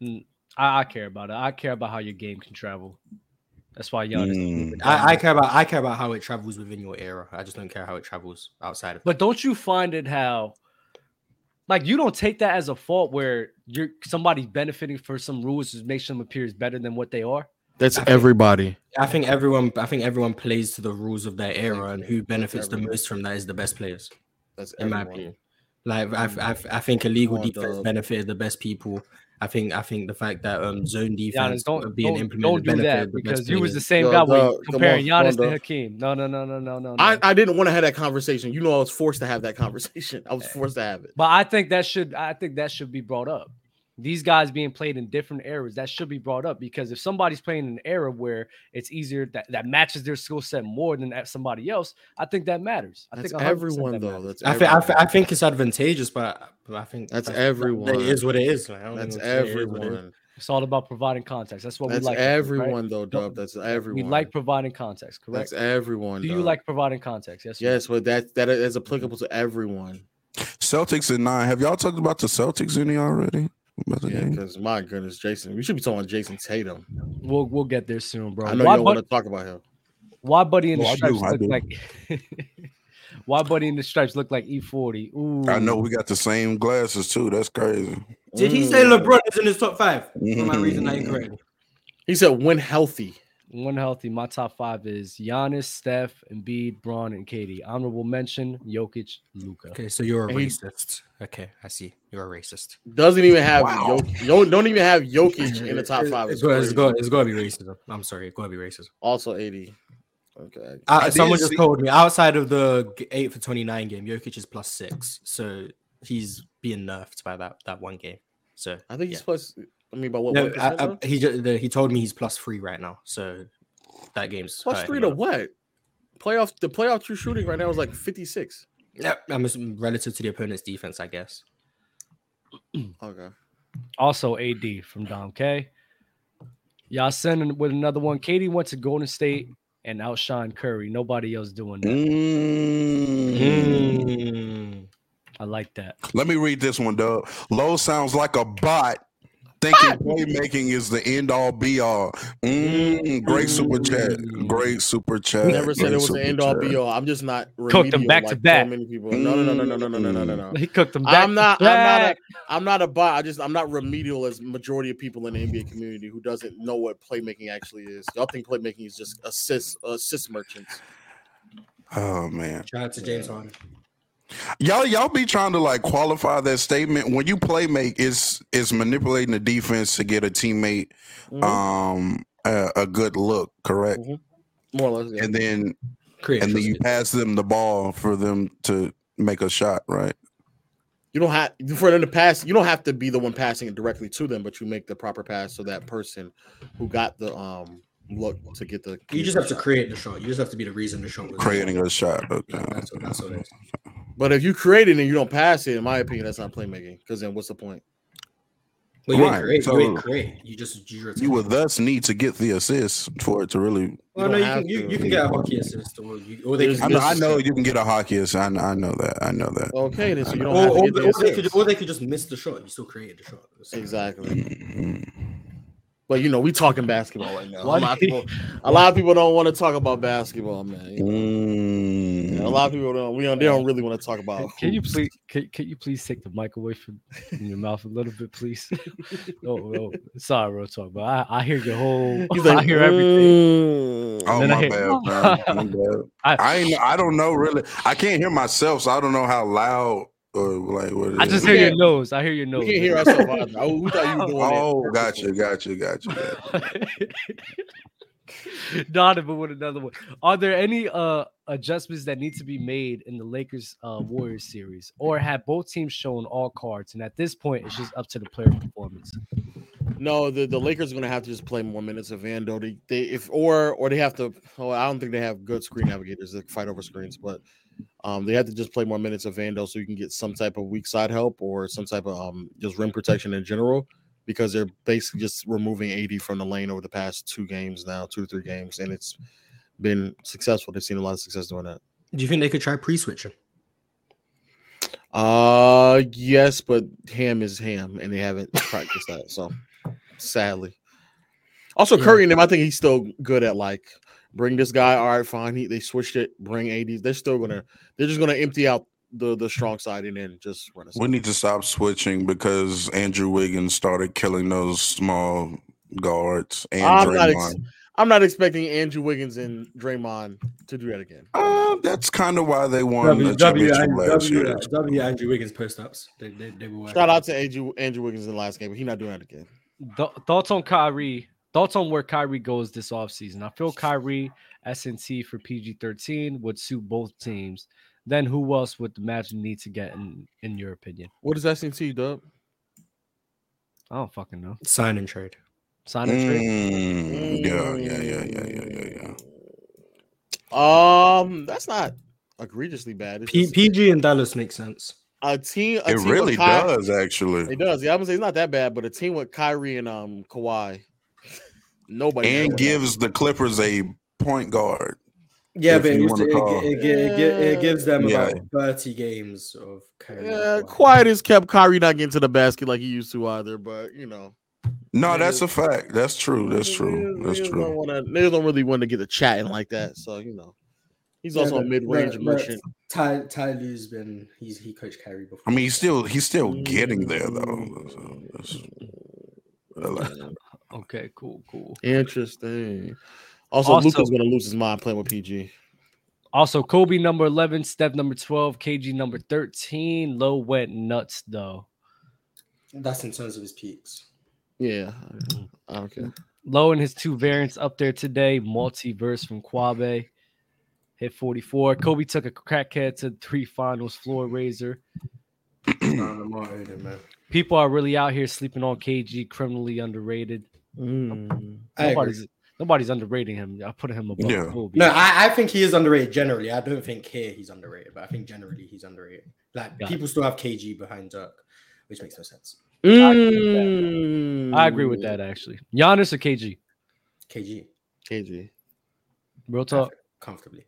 [SPEAKER 1] Mm, I, I care about it. I care about how your game can travel. That's why y'all. just-
[SPEAKER 4] Mm.
[SPEAKER 2] I, I care about I care about how it travels within your era. I just don't care how it travels outside of.
[SPEAKER 1] But don't you find it how, like, you don't take that as a fault where you're somebody benefiting for some rules to make them appear as better than what they are.
[SPEAKER 3] That's
[SPEAKER 2] I think-
[SPEAKER 3] everybody.
[SPEAKER 2] I think everyone I think everyone plays to the rules of their era, and who benefits the
[SPEAKER 3] Everyone.
[SPEAKER 2] most from that is the best players,
[SPEAKER 3] That's
[SPEAKER 2] in my
[SPEAKER 3] everyone.
[SPEAKER 2] opinion. Like I,
[SPEAKER 1] Mm.
[SPEAKER 2] I, I think illegal
[SPEAKER 3] Come on,
[SPEAKER 2] defense
[SPEAKER 3] dog.
[SPEAKER 2] benefited the best people. I think I think the fact that um zone defense
[SPEAKER 1] Giannis, don't
[SPEAKER 2] being
[SPEAKER 1] don't, don't
[SPEAKER 2] implemented
[SPEAKER 1] do
[SPEAKER 2] benefited
[SPEAKER 1] that
[SPEAKER 2] the best
[SPEAKER 1] because you was the
[SPEAKER 2] players.
[SPEAKER 1] same
[SPEAKER 3] Yo,
[SPEAKER 1] guy when
[SPEAKER 3] dog,
[SPEAKER 1] you
[SPEAKER 3] come
[SPEAKER 1] comparing
[SPEAKER 3] on, come
[SPEAKER 1] Giannis
[SPEAKER 3] on,
[SPEAKER 1] to
[SPEAKER 3] dog.
[SPEAKER 1] Hakeem. No, no, no, no, no, no. no.
[SPEAKER 3] I, I didn't want to have that conversation. You know, I was forced to have that conversation. I was forced to have it.
[SPEAKER 1] but I think that should I think that should be brought up. These guys being played in different eras that should be brought up because if somebody's playing in an era where it's easier that, that matches their skill set more than that somebody else, I think that matters. I
[SPEAKER 3] That's
[SPEAKER 1] think 100%
[SPEAKER 3] everyone
[SPEAKER 1] that
[SPEAKER 3] though.
[SPEAKER 1] matters.
[SPEAKER 3] That's
[SPEAKER 2] I think, I,
[SPEAKER 3] everyone.
[SPEAKER 2] thi- I think it's advantageous, but but I think
[SPEAKER 3] That's
[SPEAKER 2] It
[SPEAKER 3] everyone.
[SPEAKER 2] is what it is. like, I don't
[SPEAKER 3] That's
[SPEAKER 2] know, it is what it is.
[SPEAKER 3] everyone.
[SPEAKER 1] It's all about providing context. That's what
[SPEAKER 3] That's
[SPEAKER 1] we like. to do, right?
[SPEAKER 3] everyone though, Dub. That's everyone.
[SPEAKER 1] We like providing context, correct?
[SPEAKER 3] that's everyone.
[SPEAKER 1] Do you
[SPEAKER 3] dog.
[SPEAKER 1] like providing context? Yes. or no?
[SPEAKER 3] Yes, but that that is applicable to everyone.
[SPEAKER 4] celtics and nine have y'all talked about the celtics any already about the
[SPEAKER 3] Yeah,
[SPEAKER 4] game?
[SPEAKER 3] because my goodness, Jason, we should be talking about Jason Tatum.
[SPEAKER 1] We'll we'll get there soon, bro.
[SPEAKER 3] I know you
[SPEAKER 1] why,
[SPEAKER 3] don't
[SPEAKER 1] Bud-
[SPEAKER 3] want to talk about him.
[SPEAKER 1] why Buddy and
[SPEAKER 4] No,
[SPEAKER 1] the
[SPEAKER 4] I
[SPEAKER 1] Stripes
[SPEAKER 4] do, I
[SPEAKER 1] look
[SPEAKER 4] do.
[SPEAKER 1] like? why Buddy and the Stripes look like E forty? Ooh,
[SPEAKER 4] i know we got the same glasses too that's crazy
[SPEAKER 3] Mm.
[SPEAKER 2] Did he say LeBron is in his top five? For my reason, I
[SPEAKER 4] Mm.
[SPEAKER 2] incorrect.
[SPEAKER 3] He said when healthy.
[SPEAKER 1] one healthy. My top five is Giannis, Steph, Embiid, Braun, and Katie. Honorable mention: Jokic, Luca.
[SPEAKER 2] Okay, so you're a
[SPEAKER 3] And he-
[SPEAKER 2] racist. Okay, I see. You're a racist.
[SPEAKER 3] Doesn't even have
[SPEAKER 4] Wow.
[SPEAKER 3] Jok- don't, don't even have Jokic in the top five.
[SPEAKER 2] It's,
[SPEAKER 3] It's
[SPEAKER 2] go- it's,
[SPEAKER 3] crazy.
[SPEAKER 2] go- it's gonna be racism. I'm sorry, it's gonna be racism.
[SPEAKER 3] Also eighty. Okay.
[SPEAKER 2] Uh,
[SPEAKER 4] I
[SPEAKER 2] someone
[SPEAKER 4] did
[SPEAKER 2] just
[SPEAKER 4] see-
[SPEAKER 2] told me outside of the g- eight for 29 game, Jokic is plus six, so he's being nerfed by that that one game. So
[SPEAKER 3] I think he's
[SPEAKER 2] Yeah.
[SPEAKER 3] plus. I mean, by what?
[SPEAKER 2] no,
[SPEAKER 3] 1%
[SPEAKER 2] I, I,
[SPEAKER 3] now?
[SPEAKER 2] he ju- the, he told me he's plus three right now, so that game's
[SPEAKER 3] plus
[SPEAKER 2] hurting
[SPEAKER 3] three
[SPEAKER 2] him
[SPEAKER 3] to
[SPEAKER 2] a lot.
[SPEAKER 3] what? Playoff. The playoff true shooting right now is like fifty six.
[SPEAKER 2] Yeah, I'm assuming relative to the opponent's defense, I guess.
[SPEAKER 3] Okay.
[SPEAKER 1] Also, AD from Dom K. Yasin with another one. Katie went to Golden State and outshined Curry. Nobody else doing that.
[SPEAKER 4] Mm.
[SPEAKER 1] I like that.
[SPEAKER 4] Let me read this one, Doug. Low sounds like a bot. Thinking playmaking is the end all be all. Mm, great super chat. Great super chat.
[SPEAKER 3] Mm. Never said
[SPEAKER 4] Great
[SPEAKER 3] it was
[SPEAKER 4] super
[SPEAKER 3] the end all
[SPEAKER 4] chat.
[SPEAKER 3] be all. I'm just not
[SPEAKER 1] Cooked them
[SPEAKER 3] remedial
[SPEAKER 1] back to
[SPEAKER 3] like so
[SPEAKER 1] back.
[SPEAKER 3] Many people. No, no, no,
[SPEAKER 4] Mm.
[SPEAKER 3] no, no, no, no, no, no, no, no.
[SPEAKER 1] He cooked them back.
[SPEAKER 3] I'm
[SPEAKER 1] to
[SPEAKER 3] not. I'm not. A,
[SPEAKER 1] back.
[SPEAKER 3] I'm not a bot. I just. I'm not remedial as majority of people in the NBA community who doesn't know what playmaking actually is. Y'all think playmaking is just assist assist merchants.
[SPEAKER 4] Oh man.
[SPEAKER 2] Shout out to James Harden.
[SPEAKER 4] Y'all y'all be trying to like qualify that statement. When you play make it's it's manipulating the defense to get a teammate
[SPEAKER 2] Mm-hmm.
[SPEAKER 3] Mhm.
[SPEAKER 4] um a, a good look, correct?
[SPEAKER 2] Mm-hmm.
[SPEAKER 3] More or less. yeah.
[SPEAKER 4] And then
[SPEAKER 2] Create
[SPEAKER 4] and then
[SPEAKER 2] trust
[SPEAKER 4] you
[SPEAKER 2] me.
[SPEAKER 4] pass them the ball for them to make a shot, right?
[SPEAKER 3] You don't have for them to pass. You don't have to be the one passing it directly to them, but you make the proper pass so that person who got the um look to get the.
[SPEAKER 2] You just have to create the shot. You just have to be the reason the shot was
[SPEAKER 4] Creating a shot.
[SPEAKER 2] Yeah,
[SPEAKER 4] Okay.
[SPEAKER 2] that's what, that's what it is.
[SPEAKER 3] But if you create it and you don't pass it, in my opinion, that's not playmaking. Because then what's the point?
[SPEAKER 2] Well, you ain't
[SPEAKER 4] Right,
[SPEAKER 2] create. You ain't
[SPEAKER 4] so-
[SPEAKER 2] create. You just you, just
[SPEAKER 4] You would thus need to get the assist for it to really.
[SPEAKER 2] Well,
[SPEAKER 3] You
[SPEAKER 2] no,
[SPEAKER 3] don't
[SPEAKER 2] you
[SPEAKER 3] have
[SPEAKER 2] can you,
[SPEAKER 3] to.
[SPEAKER 2] you can get a hockey assist, or you or they
[SPEAKER 3] There's
[SPEAKER 4] I
[SPEAKER 2] can
[SPEAKER 4] know,
[SPEAKER 2] just,
[SPEAKER 4] I know you can get a hockey assist. I, I know that. I know that.
[SPEAKER 3] Okay, then so you
[SPEAKER 2] or,
[SPEAKER 3] don't have
[SPEAKER 2] or,
[SPEAKER 3] to get the
[SPEAKER 2] or they could
[SPEAKER 3] assist.
[SPEAKER 2] or they could just miss the shot. You still created the shot. So-
[SPEAKER 3] Exactly.
[SPEAKER 4] Mhm.
[SPEAKER 3] But you know, we talking basketball right now. A
[SPEAKER 1] Why
[SPEAKER 3] lot of
[SPEAKER 1] do you-
[SPEAKER 3] people, a lot of people don't want to talk about basketball, man. You know,
[SPEAKER 4] Mm.
[SPEAKER 3] A lot of people don't. We don't. They don't really want to talk about.
[SPEAKER 1] Can you please? Can, can you please take the mic away from from your mouth a little bit, please? no, no, sorry, real talk, but I, I hear your whole.
[SPEAKER 3] He's
[SPEAKER 1] I
[SPEAKER 3] like,
[SPEAKER 1] hear everything.
[SPEAKER 3] "Mm."
[SPEAKER 4] Oh
[SPEAKER 1] then
[SPEAKER 4] my
[SPEAKER 1] I hit-
[SPEAKER 4] bad, man. My bad.
[SPEAKER 1] I-
[SPEAKER 4] I ain't, I don't know really. I can't hear myself, so I don't know how loud or like what. It
[SPEAKER 1] I just
[SPEAKER 4] is.
[SPEAKER 1] hear your
[SPEAKER 3] can't-
[SPEAKER 1] nose. I hear your
[SPEAKER 3] We
[SPEAKER 1] nose.
[SPEAKER 3] can't hear ourselves either. Oh, we thought you were doing that
[SPEAKER 4] Oh,
[SPEAKER 3] purposely.
[SPEAKER 4] gotcha, gotcha, gotcha. gotcha.
[SPEAKER 1] Donovan with another one. Are there any uh adjustments that need to be made in the Lakers uh Warriors series, or have both teams shown all cards? And at this point, it's just up to the player performance.
[SPEAKER 3] No, the, the Lakers are gonna have to just play more minutes of Vando. They, they if or or they have to. Oh, I don't think they have good screen navigators that fight over screens, but um, they have to just play more minutes of Vando so you can get some type of weak side help or some type of um just rim protection in general because they're basically just removing eighty from the lane over the past two games now, two to three games, and it's been successful. They've seen a lot of success doing that.
[SPEAKER 2] Do you think they could try pre-switching?
[SPEAKER 3] Uh, yes, but ham is ham, and they haven't practiced that. So, sadly. Also,
[SPEAKER 2] Yeah.
[SPEAKER 3] Curry and him, I think he's still good at like bring this guy. All right, fine. He they switched it. Bring 80s. They're still gonna. They're just gonna empty out the the strong side and then just run us.
[SPEAKER 4] We need to stop switching because Andrew Wiggins started killing those small guards and
[SPEAKER 3] I'm not, ex-
[SPEAKER 4] Draymond.
[SPEAKER 3] I'm not expecting Andrew Wiggins and Draymond to do that again.
[SPEAKER 4] Uh, that's kind of why they won the championship last year.
[SPEAKER 2] uh, Andrew Wiggins post ups. They, they, they were
[SPEAKER 3] Shout out to Andrew Andrew Wiggins in the last game, but he's not doing that again.
[SPEAKER 1] Th- thoughts on Kyrie? Thoughts on where Kyrie goes this offseason? I feel Kyrie S&T for PG-13 would suit both teams. Then who else would the Magic need to get in, in your opinion?
[SPEAKER 3] What does that seem to you, Dub?
[SPEAKER 1] I don't fucking know.
[SPEAKER 2] sign and trade.
[SPEAKER 1] Sign and trade.
[SPEAKER 4] Mm, yeah, yeah, yeah, yeah, yeah, yeah, yeah.
[SPEAKER 3] Um, that's not egregiously bad. It's
[SPEAKER 2] P-
[SPEAKER 3] just
[SPEAKER 2] PG and Dallas makes sense.
[SPEAKER 3] a team. A
[SPEAKER 4] It
[SPEAKER 3] team
[SPEAKER 4] really
[SPEAKER 3] with Ky-
[SPEAKER 4] does, actually.
[SPEAKER 3] It does. Yeah, I'm gonna say it's not that bad, but a team with Kyrie and um Kawhi, nobody
[SPEAKER 4] And
[SPEAKER 3] gives.
[SPEAKER 4] gives the Clippers a point guard.
[SPEAKER 2] Yeah,
[SPEAKER 4] If
[SPEAKER 2] but it,
[SPEAKER 4] you
[SPEAKER 2] used to,
[SPEAKER 4] wanna
[SPEAKER 2] it,
[SPEAKER 4] call.
[SPEAKER 2] gi- it, gi- it, gi- it gives them
[SPEAKER 4] Yeah.
[SPEAKER 2] about thirty games of carrying.
[SPEAKER 3] Yeah, quiet has kept Kyrie not getting to the basket like he used to either. But you know,
[SPEAKER 4] No,
[SPEAKER 3] Yeah.
[SPEAKER 4] that's a fact. That's true. That's
[SPEAKER 3] niggas-
[SPEAKER 4] true.
[SPEAKER 3] niggas
[SPEAKER 4] Mm, That's
[SPEAKER 3] Don't
[SPEAKER 4] true.
[SPEAKER 3] wanna, niggas don't really want to get to chatting like that. So you know, he's
[SPEAKER 2] Yeah,
[SPEAKER 3] also a
[SPEAKER 2] but-
[SPEAKER 3] mid-range
[SPEAKER 2] but- but-
[SPEAKER 3] merchant.
[SPEAKER 2] Ty Ty Lue's been he's he coached Kyrie before.
[SPEAKER 4] I mean, he's still he's still getting there though. So that's- I like-
[SPEAKER 1] Okay, cool, cool.
[SPEAKER 3] Interesting. Also,
[SPEAKER 1] Also-
[SPEAKER 3] Luca's gonna lose his mind playing with PG.
[SPEAKER 1] Also, Kobe number 11, Steph number 12, KG number 13. Low went nuts, though.
[SPEAKER 2] That's in terms of his peaks.
[SPEAKER 3] Yeah. I don't care.
[SPEAKER 1] Low Mm. and his two variants up there today. Multiverse from Kwabe hit 44. Kobe took a crackhead to three finals floor raiser.
[SPEAKER 2] Nah, Lamar Odom, man.
[SPEAKER 1] People are really out here sleeping on KG, criminally underrated.
[SPEAKER 2] I agree.
[SPEAKER 1] Nobody's nobody's underrating him. I put him above
[SPEAKER 4] Yeah.
[SPEAKER 1] Kobe.
[SPEAKER 2] No, I, I think he is underrated generally. I don't think here he's underrated, but I think generally he's underrated. Like
[SPEAKER 1] Got it.
[SPEAKER 2] people still have KG behind Dirk, which makes no sense.
[SPEAKER 3] Mm.
[SPEAKER 1] I agree with that actually. Giannis or KG?
[SPEAKER 2] KG
[SPEAKER 3] KG.
[SPEAKER 1] Real talk.
[SPEAKER 2] comfortably,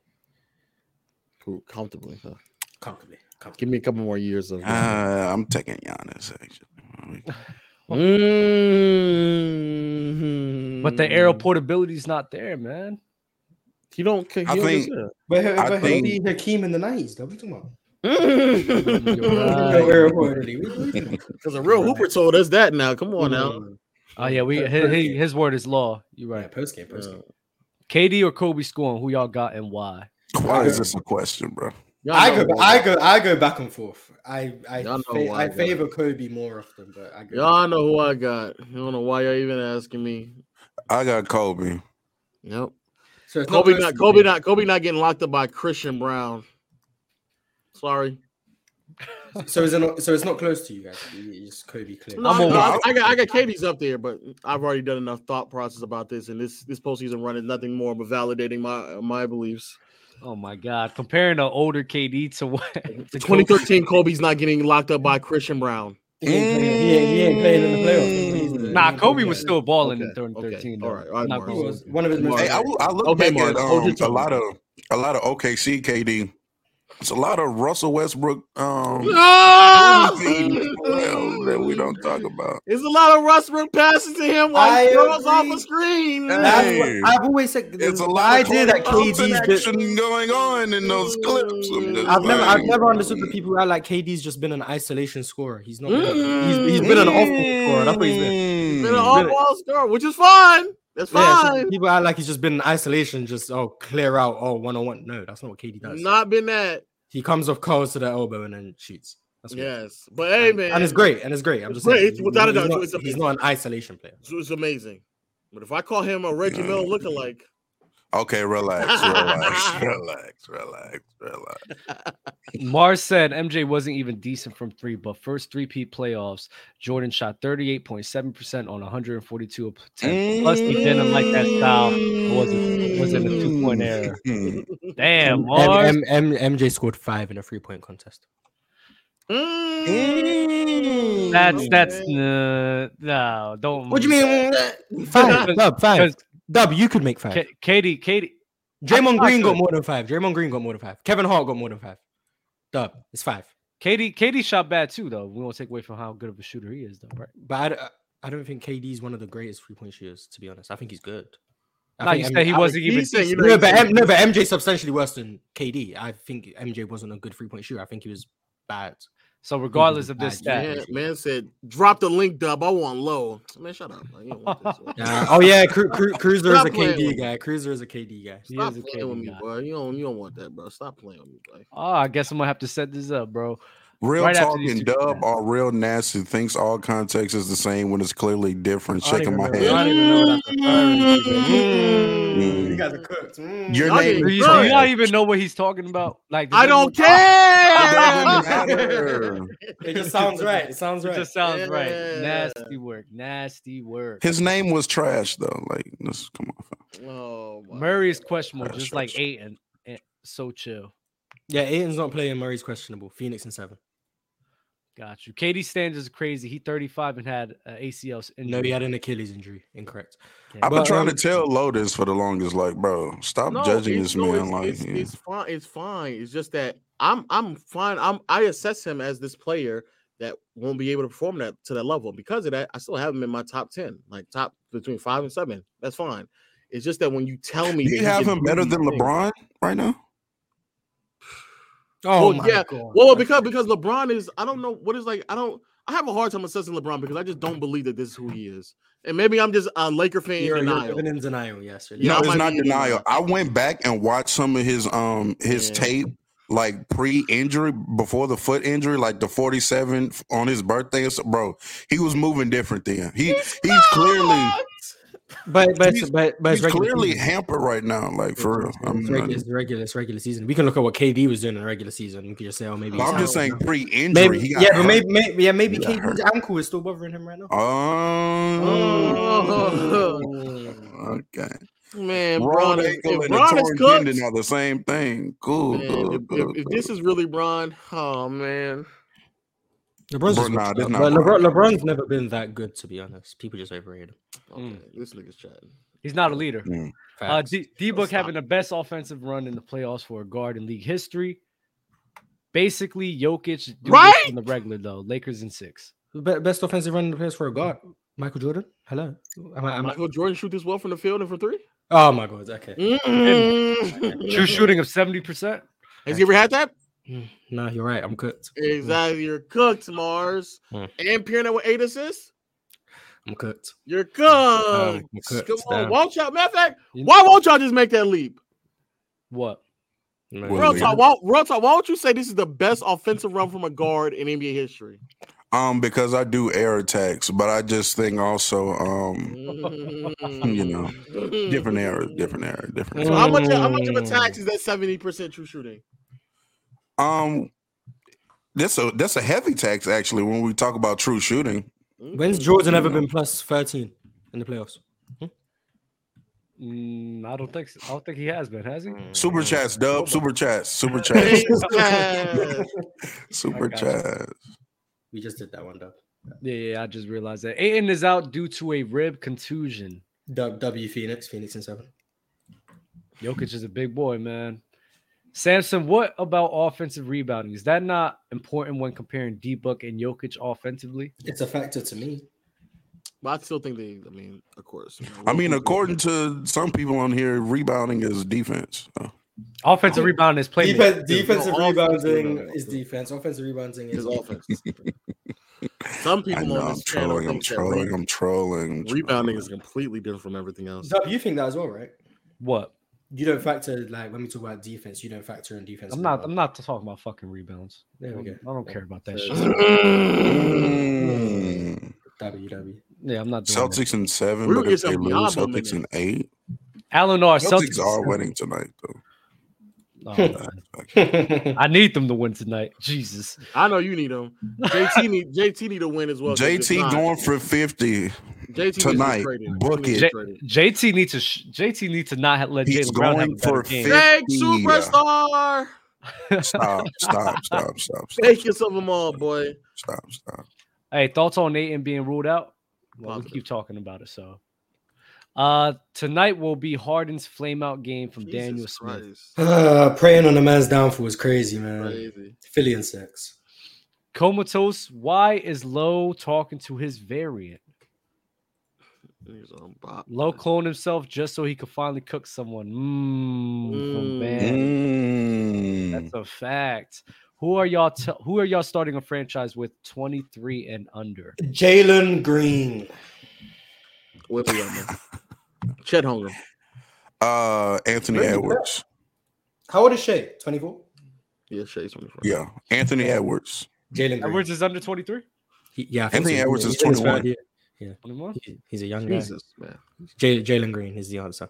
[SPEAKER 3] Cool. Comfortably. huh?
[SPEAKER 2] comfortably, comfortably.
[SPEAKER 3] Give me a couple more years of
[SPEAKER 4] Uh, I'm taking Giannis actually.
[SPEAKER 3] Mm-hmm.
[SPEAKER 1] But the aerial portability's not there, man.
[SPEAKER 3] He don't. He
[SPEAKER 4] I
[SPEAKER 3] don't
[SPEAKER 4] think-
[SPEAKER 3] deserve it.
[SPEAKER 2] But, but,
[SPEAKER 4] I
[SPEAKER 2] but
[SPEAKER 4] think-
[SPEAKER 2] he'll be Hakeem in the nineties. Though we talking about?
[SPEAKER 1] Right.
[SPEAKER 2] No, we're- we're- we- we- we-
[SPEAKER 3] Because a real Hooper told us that now. Come on now.
[SPEAKER 1] Oh yeah, we
[SPEAKER 2] Per-
[SPEAKER 1] his,
[SPEAKER 2] per
[SPEAKER 1] his,
[SPEAKER 2] game.
[SPEAKER 1] his word is law. You're
[SPEAKER 2] Right,
[SPEAKER 1] right.
[SPEAKER 2] post game, post
[SPEAKER 3] Yeah.
[SPEAKER 2] game.
[SPEAKER 1] KD or Kobe scoring? Who y'all got and why?
[SPEAKER 4] Why is this a question, bro?
[SPEAKER 3] Y'all
[SPEAKER 2] I
[SPEAKER 3] know
[SPEAKER 2] go,
[SPEAKER 3] why.
[SPEAKER 2] I go, I go back and forth. I, I,
[SPEAKER 3] Y'all know
[SPEAKER 2] fa-
[SPEAKER 3] why,
[SPEAKER 2] I
[SPEAKER 3] bro.
[SPEAKER 2] favor Kobe more often, but I go.
[SPEAKER 3] Y'all know who I got. I don't know why y'all even asking me.
[SPEAKER 4] I got Kobe.
[SPEAKER 3] Yep.
[SPEAKER 2] So it's
[SPEAKER 3] Kobe
[SPEAKER 2] close
[SPEAKER 3] not
[SPEAKER 2] to
[SPEAKER 3] Kobe
[SPEAKER 2] me.
[SPEAKER 3] not Kobe not getting locked up by Christian Brown. Sorry.
[SPEAKER 2] So it's not. So it's not close to you guys. You- you Just Kobe clear.
[SPEAKER 3] No,
[SPEAKER 1] I'm
[SPEAKER 3] no,
[SPEAKER 1] over-
[SPEAKER 3] I, I got I got Katie's up there, but I've already done enough thought process about this, and this this postseason run is nothing more but validating my my beliefs.
[SPEAKER 1] Oh my god, comparing an older KD to what? to Kobe.
[SPEAKER 3] 2013 Kobe's not getting locked up by Christian Brown.
[SPEAKER 2] He ain't playing, he ain't, he ain't playing in the playoffs. He's- he's-
[SPEAKER 1] Nah,
[SPEAKER 2] he's-
[SPEAKER 1] Kobe
[SPEAKER 2] yeah.
[SPEAKER 1] was still balling in
[SPEAKER 3] Okay, okay,
[SPEAKER 1] 2013.
[SPEAKER 3] all
[SPEAKER 1] though.
[SPEAKER 3] right, all right,
[SPEAKER 1] I'm not
[SPEAKER 3] Mark.
[SPEAKER 2] He
[SPEAKER 1] gonna lie.
[SPEAKER 2] was one of his most.
[SPEAKER 4] Hey, I, w- I look
[SPEAKER 3] Okay,
[SPEAKER 4] back
[SPEAKER 3] Mark,
[SPEAKER 4] at
[SPEAKER 3] hold your
[SPEAKER 4] um, a
[SPEAKER 3] tongue.
[SPEAKER 4] lot of a lot of OKC KD. It's a lot of Russell Westbrook um
[SPEAKER 3] No!
[SPEAKER 4] well, that we don't talk about.
[SPEAKER 3] There's a lot of Russ Brook passes to him while he
[SPEAKER 2] I
[SPEAKER 3] throws off
[SPEAKER 2] agree.
[SPEAKER 3] a screen.
[SPEAKER 4] That's
[SPEAKER 2] That's
[SPEAKER 4] Hey.
[SPEAKER 2] what- I've always said.
[SPEAKER 4] It's a
[SPEAKER 2] the
[SPEAKER 4] lot of
[SPEAKER 2] idea that
[SPEAKER 4] close-ups and
[SPEAKER 2] KD's.
[SPEAKER 4] action going on in those clips. I'm just
[SPEAKER 2] I've never, I've
[SPEAKER 4] like,
[SPEAKER 2] never understood the people who are like KD's just been an isolation scorer. He's not. He's, he's been an off scorer. That's what he's been.
[SPEAKER 3] Been an
[SPEAKER 4] Mm.
[SPEAKER 3] all-ball score, which is fine. That's
[SPEAKER 2] Yeah, so
[SPEAKER 3] fine.
[SPEAKER 2] people act like he's just been in isolation, just oh clear out, oh one on one. No, that's not what KD does.
[SPEAKER 3] Not been that.
[SPEAKER 2] he comes off cold to the elbow and then shoots. That's what he does.
[SPEAKER 3] Yes, but hey,
[SPEAKER 2] and,
[SPEAKER 3] man,
[SPEAKER 2] and it's great, and it's great. I'm
[SPEAKER 3] It's
[SPEAKER 2] just
[SPEAKER 3] great,
[SPEAKER 2] saying, he's
[SPEAKER 3] without a
[SPEAKER 2] not-
[SPEAKER 3] doubt,
[SPEAKER 2] he's,
[SPEAKER 3] it's
[SPEAKER 2] not,
[SPEAKER 3] amazing.
[SPEAKER 2] he's not Mm. an isolation player.
[SPEAKER 3] It's, it's amazing. But if I call him a Reggie
[SPEAKER 4] Yeah.
[SPEAKER 3] Miller lookalike,
[SPEAKER 4] Okay, relax, relax, relax, relax, relax.
[SPEAKER 1] Mars said MJ wasn't even decent from three, but first three P playoffs, Jordan shot 38.7% on 142 attempts. Plus, he didn't like that style. It wasn't, was in a two
[SPEAKER 2] Hmm.
[SPEAKER 1] point error.
[SPEAKER 4] Mm.
[SPEAKER 1] Damn, Mars.
[SPEAKER 2] M- M- M- MJ scored five in a three point contest.
[SPEAKER 3] Mm.
[SPEAKER 1] That's that's
[SPEAKER 3] Okay.
[SPEAKER 1] uh, no, don't.
[SPEAKER 2] What do you mean? Five, dub, five.
[SPEAKER 1] Hmm. Because
[SPEAKER 2] Dub, you could make five.
[SPEAKER 1] K- Katie, Katie,
[SPEAKER 2] Draymond
[SPEAKER 1] I
[SPEAKER 2] Green got
[SPEAKER 1] could.
[SPEAKER 2] more than five. Draymond Green got more than five. Kevin Hart got more than five. Dub, it's five.
[SPEAKER 1] Katie, Katie shot bad too, though. We won't take away from how good of a shooter he is, though, right?
[SPEAKER 2] But I, d- uh, I don't think KD is one of the greatest three point shooters. To be honest, I think he's good. I
[SPEAKER 1] No,
[SPEAKER 2] think
[SPEAKER 1] you
[SPEAKER 2] M-
[SPEAKER 1] said he
[SPEAKER 2] I-
[SPEAKER 1] wasn't even.
[SPEAKER 3] He's saying, you know,
[SPEAKER 2] No,
[SPEAKER 3] he's
[SPEAKER 2] but
[SPEAKER 3] saying-
[SPEAKER 2] M- no, but MJ substantially worse than KD. I think MJ wasn't a good three point shooter. I think he was bad.
[SPEAKER 1] So regardless of this
[SPEAKER 2] bad,
[SPEAKER 1] stat,
[SPEAKER 3] man, man said, drop the link, dub. I want low. Man, shut up. Like, you don't want this, man.
[SPEAKER 2] Uh, oh yeah, Cru- Cru- Cruiser is
[SPEAKER 3] Stop
[SPEAKER 2] a
[SPEAKER 3] playing
[SPEAKER 2] KD
[SPEAKER 3] with
[SPEAKER 2] guy. Cruiser is a KD guy.
[SPEAKER 1] he
[SPEAKER 3] Stop
[SPEAKER 1] is a
[SPEAKER 3] playing with
[SPEAKER 1] Katie
[SPEAKER 3] me,
[SPEAKER 1] guy.
[SPEAKER 3] bro. You don't, you don't want that, bro. Stop playing with me, bro.
[SPEAKER 1] Oh, I guess I'm gonna have to set this up, bro.
[SPEAKER 4] Real
[SPEAKER 1] Right after these
[SPEAKER 4] talking
[SPEAKER 1] two
[SPEAKER 4] dub
[SPEAKER 1] stats.
[SPEAKER 4] or real nasty thinks all context is the same when it's clearly different.
[SPEAKER 2] I don't
[SPEAKER 4] Shaking
[SPEAKER 2] even
[SPEAKER 4] my
[SPEAKER 2] know-
[SPEAKER 4] head.
[SPEAKER 2] I don't even know what that's referring to, but- Mm, You guys are cooked. Mm.
[SPEAKER 4] Your
[SPEAKER 3] Y'all
[SPEAKER 4] name
[SPEAKER 1] Do
[SPEAKER 3] didn't
[SPEAKER 4] is
[SPEAKER 1] you,
[SPEAKER 3] Good.
[SPEAKER 1] do
[SPEAKER 4] trash.
[SPEAKER 1] you not even know what he's talking about? Like, does
[SPEAKER 3] I don't
[SPEAKER 1] anyone- It
[SPEAKER 4] Doesn't
[SPEAKER 3] care.
[SPEAKER 4] matter.
[SPEAKER 2] It just sounds right. It sounds right.
[SPEAKER 1] just sounds right.
[SPEAKER 3] Yeah.
[SPEAKER 1] Nasty work. Nasty work.
[SPEAKER 4] His name was trash though. Like, this, come on.
[SPEAKER 3] Oh, my
[SPEAKER 1] Murray is questionable,
[SPEAKER 4] Trash,
[SPEAKER 1] just like
[SPEAKER 4] trash.
[SPEAKER 1] Aiton. And so chill.
[SPEAKER 2] yeah, Aiden's not playing. Murray's questionable. Phoenix and seven.
[SPEAKER 1] Got you. Katie Standards is crazy. He 35 and had uh, ACL
[SPEAKER 2] No,
[SPEAKER 1] injury.
[SPEAKER 2] he had an Achilles injury. Incorrect.
[SPEAKER 4] I've been
[SPEAKER 2] But,
[SPEAKER 4] trying
[SPEAKER 2] um,
[SPEAKER 4] to tell Lotus for the longest, like, bro, stop
[SPEAKER 3] No,
[SPEAKER 4] judging
[SPEAKER 3] it's-
[SPEAKER 4] this
[SPEAKER 3] no,
[SPEAKER 4] man.
[SPEAKER 3] It's,
[SPEAKER 4] like,
[SPEAKER 3] it's,
[SPEAKER 4] yeah.
[SPEAKER 3] it's fine. It's fine. It's just that I'm I'm fine. I'm I assess him as this player that won't be able to perform that to that level. Because of that, I still have him in my top ten, like top between five and seven. That's fine. It's just that when you tell me
[SPEAKER 4] Do
[SPEAKER 3] that
[SPEAKER 4] you
[SPEAKER 3] he
[SPEAKER 4] have
[SPEAKER 3] can
[SPEAKER 4] him
[SPEAKER 3] do
[SPEAKER 4] better
[SPEAKER 3] these
[SPEAKER 4] than
[SPEAKER 3] things-
[SPEAKER 4] LeBron right now?
[SPEAKER 2] Oh
[SPEAKER 3] Well,
[SPEAKER 2] my
[SPEAKER 3] yeah.
[SPEAKER 2] god. Oh
[SPEAKER 3] Well, because because LeBron is I don't know what is like I don't I have a hard time assessing LeBron because I just don't believe that this is who he is. And maybe I'm just a Laker fan
[SPEAKER 2] You're,
[SPEAKER 3] in
[SPEAKER 2] you're
[SPEAKER 3] denial.
[SPEAKER 2] living in denial, yes. you're
[SPEAKER 3] You
[SPEAKER 4] No,
[SPEAKER 3] know,
[SPEAKER 2] living-
[SPEAKER 3] I
[SPEAKER 4] it's
[SPEAKER 3] might
[SPEAKER 4] not
[SPEAKER 3] be in
[SPEAKER 4] denial.
[SPEAKER 3] denial.
[SPEAKER 4] I went back and watched some of his um his
[SPEAKER 3] Yeah.
[SPEAKER 4] tape like pre-injury before the foot injury, like the 47 on his birthday. or so- Bro, he was moving different then. He he's, clearly
[SPEAKER 2] but but
[SPEAKER 4] he's-
[SPEAKER 2] but but it's
[SPEAKER 4] he's
[SPEAKER 2] regular
[SPEAKER 4] clearly
[SPEAKER 2] season.
[SPEAKER 4] hampered right now. Like for real.
[SPEAKER 2] It's
[SPEAKER 4] I'm,
[SPEAKER 2] regular-
[SPEAKER 4] not-
[SPEAKER 2] it's regular, it's regular season. We can look at what KD was doing in the regular season. We can just say, oh, maybe.
[SPEAKER 4] But I'm
[SPEAKER 2] he's
[SPEAKER 4] just
[SPEAKER 2] out.
[SPEAKER 4] saying pre-injury.
[SPEAKER 2] Maybe,
[SPEAKER 4] he got
[SPEAKER 2] yeah,
[SPEAKER 4] hurt.
[SPEAKER 2] but maybe, maybe, yeah, maybe
[SPEAKER 4] He got
[SPEAKER 2] KD's ankle is still bothering him right now.
[SPEAKER 3] Mm. Oh.
[SPEAKER 4] Um, okay.
[SPEAKER 3] Man,
[SPEAKER 4] Rolled
[SPEAKER 3] Bron is,
[SPEAKER 4] ankle
[SPEAKER 3] if
[SPEAKER 4] and a
[SPEAKER 3] Bron is
[SPEAKER 4] torn tendon
[SPEAKER 3] cooked,
[SPEAKER 4] are the same thing. Cool.
[SPEAKER 3] man,
[SPEAKER 4] cool,
[SPEAKER 3] if,
[SPEAKER 4] cool,
[SPEAKER 3] if, if
[SPEAKER 4] cool.
[SPEAKER 3] this is really Bron, oh man.
[SPEAKER 2] LeBron's,
[SPEAKER 4] Bro,
[SPEAKER 2] just
[SPEAKER 4] nah, that's
[SPEAKER 2] good.
[SPEAKER 4] not
[SPEAKER 2] But
[SPEAKER 4] LeBron.
[SPEAKER 2] LeBron, LeBron's never been that good, to be honest. People just overrated him.
[SPEAKER 3] Okay,
[SPEAKER 1] Mm.
[SPEAKER 3] this nigga's chatting.
[SPEAKER 1] He's not a leader.
[SPEAKER 4] Mm.
[SPEAKER 1] Uh,
[SPEAKER 2] Facts.
[SPEAKER 1] D Book
[SPEAKER 3] stop.
[SPEAKER 1] having the best offensive run in the playoffs for a guard in league history. Basically, Jokic do this
[SPEAKER 3] Right?
[SPEAKER 1] on the regular though. Lakers in six.
[SPEAKER 2] Be- best offensive running the players for a guard. Michael Jordan. Hello. Am I, am I-
[SPEAKER 3] Michael Jordan shoot this well from the field and for three? Mm-hmm.
[SPEAKER 2] oh my god. Okay.
[SPEAKER 1] True
[SPEAKER 3] Has
[SPEAKER 1] shooting of seventy percent.
[SPEAKER 3] Mm. he ever had that?
[SPEAKER 2] Mm, No, you're right. I'm cooked.
[SPEAKER 3] Exactly. You're cooked, Mars.
[SPEAKER 2] Mm.
[SPEAKER 3] And Pierre with eight assists.
[SPEAKER 2] I'm cooked.
[SPEAKER 3] You're cooked.
[SPEAKER 2] Oh, you're cooked,
[SPEAKER 3] Come on.
[SPEAKER 2] damn.
[SPEAKER 3] Won't y'all, matter of fact,
[SPEAKER 1] You-
[SPEAKER 3] why won't y'all just make that leap?
[SPEAKER 1] What?
[SPEAKER 2] No,
[SPEAKER 4] Well,
[SPEAKER 2] you're
[SPEAKER 3] Real
[SPEAKER 4] yeah.
[SPEAKER 3] talk,
[SPEAKER 2] right.
[SPEAKER 3] why, real talk, why don't you say this is the best offensive run from a guard in NBA history?
[SPEAKER 4] Um, because I do air attacks, but I just think also
[SPEAKER 3] Mm-hmm.
[SPEAKER 4] um
[SPEAKER 3] you
[SPEAKER 4] know, different era, different era, different.
[SPEAKER 3] So Mm-hmm.
[SPEAKER 4] Era.
[SPEAKER 1] Mm-hmm.
[SPEAKER 3] how much how much of a
[SPEAKER 2] Mm.
[SPEAKER 3] tax is that 70% true shooting?
[SPEAKER 4] Um, that's a that's a heavy tax actually when we talk about true shooting.
[SPEAKER 2] When's Jordan ever been plus 13 in the playoffs? Hmm?
[SPEAKER 1] Mm, I don't think so. I don't think he has been, has he?
[SPEAKER 2] Mm.
[SPEAKER 4] Super
[SPEAKER 1] Mm-hmm.
[SPEAKER 4] chats, dub, super chats, super chats,
[SPEAKER 3] Yes.
[SPEAKER 4] super
[SPEAKER 1] got
[SPEAKER 4] chats.
[SPEAKER 2] We just did that one, Dub.
[SPEAKER 1] Yeah, yeah. I just realized that Aiden is out due to a rib contusion.
[SPEAKER 2] Dub W Phoenix, Phoenix in seven.
[SPEAKER 1] Jokic is a big boy, man. Samson, what about offensive rebounding? Is that not important when comparing D Book and Jokic offensively?
[SPEAKER 2] It's a factor to me.
[SPEAKER 3] But I still think they I mean, of course. you know,
[SPEAKER 4] I mean,
[SPEAKER 3] we'll-
[SPEAKER 4] according to some people on here, rebounding is defense. So,
[SPEAKER 1] Offensive rebounding is playmaking.
[SPEAKER 2] Defense,
[SPEAKER 1] too.
[SPEAKER 2] defensive
[SPEAKER 3] No, offensive
[SPEAKER 2] rebounding
[SPEAKER 3] rebounding.
[SPEAKER 2] is defense. Offensive rebounding is
[SPEAKER 3] His offense. Some
[SPEAKER 4] I
[SPEAKER 3] people
[SPEAKER 4] know
[SPEAKER 3] on
[SPEAKER 4] I'm
[SPEAKER 3] this channel
[SPEAKER 4] trolling, I'm
[SPEAKER 3] think that
[SPEAKER 4] trolling,
[SPEAKER 3] re-
[SPEAKER 4] I'm trolling. I'm
[SPEAKER 3] rebounding
[SPEAKER 4] trolling.
[SPEAKER 3] is completely different from everything else.
[SPEAKER 2] Dub, you think that as well, right?
[SPEAKER 1] What?
[SPEAKER 2] You don't factor like when we talk about defense, you don't factor in defense.
[SPEAKER 1] I'm
[SPEAKER 2] as
[SPEAKER 1] not.
[SPEAKER 2] well.
[SPEAKER 1] I'm not talking about fucking rebounds. I
[SPEAKER 2] There we
[SPEAKER 1] don't,
[SPEAKER 2] go.
[SPEAKER 1] I don't care about that shit.
[SPEAKER 4] Mm.
[SPEAKER 2] W W.
[SPEAKER 1] Yeah, I'm not doing that.
[SPEAKER 4] Celtics in seven,
[SPEAKER 3] We were
[SPEAKER 4] but if they
[SPEAKER 3] getting
[SPEAKER 4] lose,
[SPEAKER 3] Diabo
[SPEAKER 4] Celtics in
[SPEAKER 3] minutes.
[SPEAKER 4] eight.
[SPEAKER 1] Alan R.
[SPEAKER 4] Celtics
[SPEAKER 1] Celtics.
[SPEAKER 4] are winning tonight, though.
[SPEAKER 1] Oh, man. I need them to win tonight. Jesus.
[SPEAKER 3] I know you need him. JT need JT need to win as well. 'cause if
[SPEAKER 4] JT
[SPEAKER 3] not,
[SPEAKER 4] going for fifty.
[SPEAKER 3] JT needs to be
[SPEAKER 4] tonight.
[SPEAKER 3] traded.
[SPEAKER 4] Book
[SPEAKER 3] He needs
[SPEAKER 1] J-
[SPEAKER 3] to be traded.
[SPEAKER 1] JT needs to. Sh- JT needs to not ha- let
[SPEAKER 4] He's
[SPEAKER 1] Jalen Brown have a
[SPEAKER 4] going
[SPEAKER 1] better
[SPEAKER 4] for
[SPEAKER 1] game.
[SPEAKER 4] fifth.
[SPEAKER 3] Fake
[SPEAKER 4] Yeah.
[SPEAKER 3] superstar.
[SPEAKER 4] Stop! Stop! Stop! Stop! Stop!
[SPEAKER 3] Fakest of them all, boy.
[SPEAKER 4] Stop! Stop!
[SPEAKER 1] Hey, thoughts on Nathan being ruled out? Well, we
[SPEAKER 3] Positive.
[SPEAKER 1] keep talking about it. So, uh, tonight will be Harden's flameout game from
[SPEAKER 3] Jesus
[SPEAKER 1] Daniel Smith.
[SPEAKER 3] Christ.
[SPEAKER 2] Ah, preying on a man's downfall is crazy, man.
[SPEAKER 3] Crazy.
[SPEAKER 2] Philly and six.
[SPEAKER 1] Comatose, why is Lowe talking to his variant?
[SPEAKER 3] He's on bot.
[SPEAKER 1] Lowe cloned himself just so he could finally cook someone. Mmm,
[SPEAKER 3] Mm.
[SPEAKER 1] from bad.
[SPEAKER 4] Mm.
[SPEAKER 1] That's a fact. Who are y'all? T- who are y'all starting a franchise with? Twenty three and under.
[SPEAKER 2] Jalen Green.
[SPEAKER 3] What we got, man? Chet Hunger.
[SPEAKER 4] Uh, Anthony
[SPEAKER 2] Really?
[SPEAKER 4] Edwards.
[SPEAKER 2] How old is Shea? 24?
[SPEAKER 3] Yeah, Shay's 24.
[SPEAKER 4] Yeah, Anthony Edwards.
[SPEAKER 2] Jalen Green.
[SPEAKER 1] Edwards is under 23?
[SPEAKER 2] He- yeah, I
[SPEAKER 4] Anthony
[SPEAKER 2] so.
[SPEAKER 4] Edwards is
[SPEAKER 2] He's in his
[SPEAKER 4] 21.
[SPEAKER 2] third year.
[SPEAKER 1] 21?
[SPEAKER 2] He- He's a young guy.
[SPEAKER 3] Jesus, man.
[SPEAKER 2] J- Jalen Green is the answer.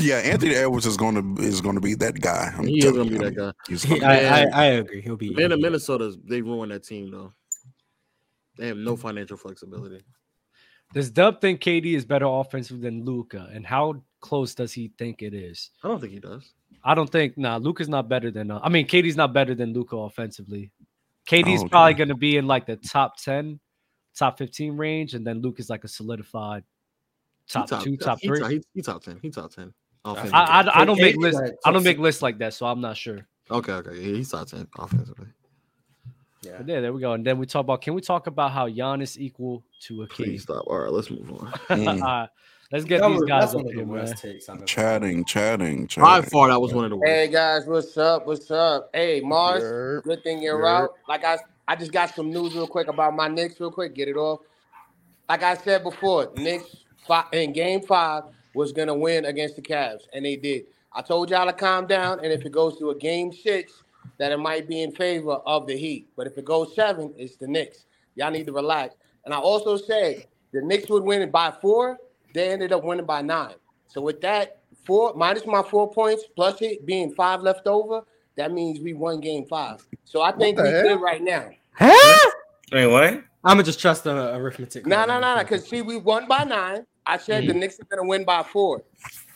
[SPEAKER 4] Yeah, Anthony Edwards is going to is going to be that guy. I'm
[SPEAKER 3] He is
[SPEAKER 4] telling
[SPEAKER 3] gonna be
[SPEAKER 4] you.
[SPEAKER 3] that guy.
[SPEAKER 4] He's
[SPEAKER 2] He-
[SPEAKER 4] gonna-
[SPEAKER 2] I, I, I agree. He'll be.
[SPEAKER 3] Man, the Minnesota's they ruined that team though. They have no financial flexibility.
[SPEAKER 1] Does Dub think KD is better offensive than Luca? And how close does he think it is?
[SPEAKER 3] I don't think he does.
[SPEAKER 1] I don't think nah. Luca's not better than uh, I mean KD's not better than Luca offensively. KD's
[SPEAKER 4] Oh, okay.
[SPEAKER 1] probably going to be in like the top ten, top fifteen range, and then Luca's like a solidified
[SPEAKER 3] He
[SPEAKER 1] top, two,
[SPEAKER 3] he
[SPEAKER 1] top
[SPEAKER 3] he
[SPEAKER 1] three.
[SPEAKER 3] He, he top ten. He top ten. Offensively.
[SPEAKER 1] I, I, I don't make
[SPEAKER 2] KD
[SPEAKER 1] lists.
[SPEAKER 2] like
[SPEAKER 1] I don't
[SPEAKER 2] top
[SPEAKER 1] make
[SPEAKER 2] six.
[SPEAKER 1] lists like that, so I'm not sure.
[SPEAKER 3] okay, okay. Yeah, he's top ten offensively.
[SPEAKER 2] Yeah.
[SPEAKER 1] But yeah, there we go. And then we talk about can we talk about how Giannis equal to a
[SPEAKER 3] Please
[SPEAKER 1] king?
[SPEAKER 3] stop. All right, let's move on.
[SPEAKER 4] Mm.
[SPEAKER 2] Uh,
[SPEAKER 1] All right, let's get
[SPEAKER 2] That
[SPEAKER 1] these
[SPEAKER 2] was-
[SPEAKER 1] guys
[SPEAKER 2] that's
[SPEAKER 1] up
[SPEAKER 2] one of the
[SPEAKER 1] here, man.
[SPEAKER 2] worst takes I've ever.
[SPEAKER 4] chatting, chatting,
[SPEAKER 3] By
[SPEAKER 4] chatting.
[SPEAKER 3] far, that was one of the worst.
[SPEAKER 8] Hey guys, what's up? What's up? Hey Mars,
[SPEAKER 3] Yerp,
[SPEAKER 8] good thing you're
[SPEAKER 3] yerp.
[SPEAKER 8] out. Like I I just got some news real quick about my Knicks, real quick. Get it off. Like I said before, Knicks fi- in Game Five was gonna win against the Cavs, and they did. I told y'all to calm down, and if it goes to a Game Six, that it might be in favor of the Heat. But if it goes seven, it's the Knicks. Y'all need to relax. And I also said the Knicks would win it by four. They ended up winning by nine. So with that four minus my four points plus it being five left over, that means we won game five. So I think
[SPEAKER 9] the
[SPEAKER 8] we
[SPEAKER 9] hell?
[SPEAKER 8] good right now.
[SPEAKER 10] Wait, what?
[SPEAKER 2] I'm gonna just trust the arithmetic.
[SPEAKER 8] No, no, no, no. Because see, we won by nine. I said
[SPEAKER 9] Mm.
[SPEAKER 8] the Knicks are gonna win by four,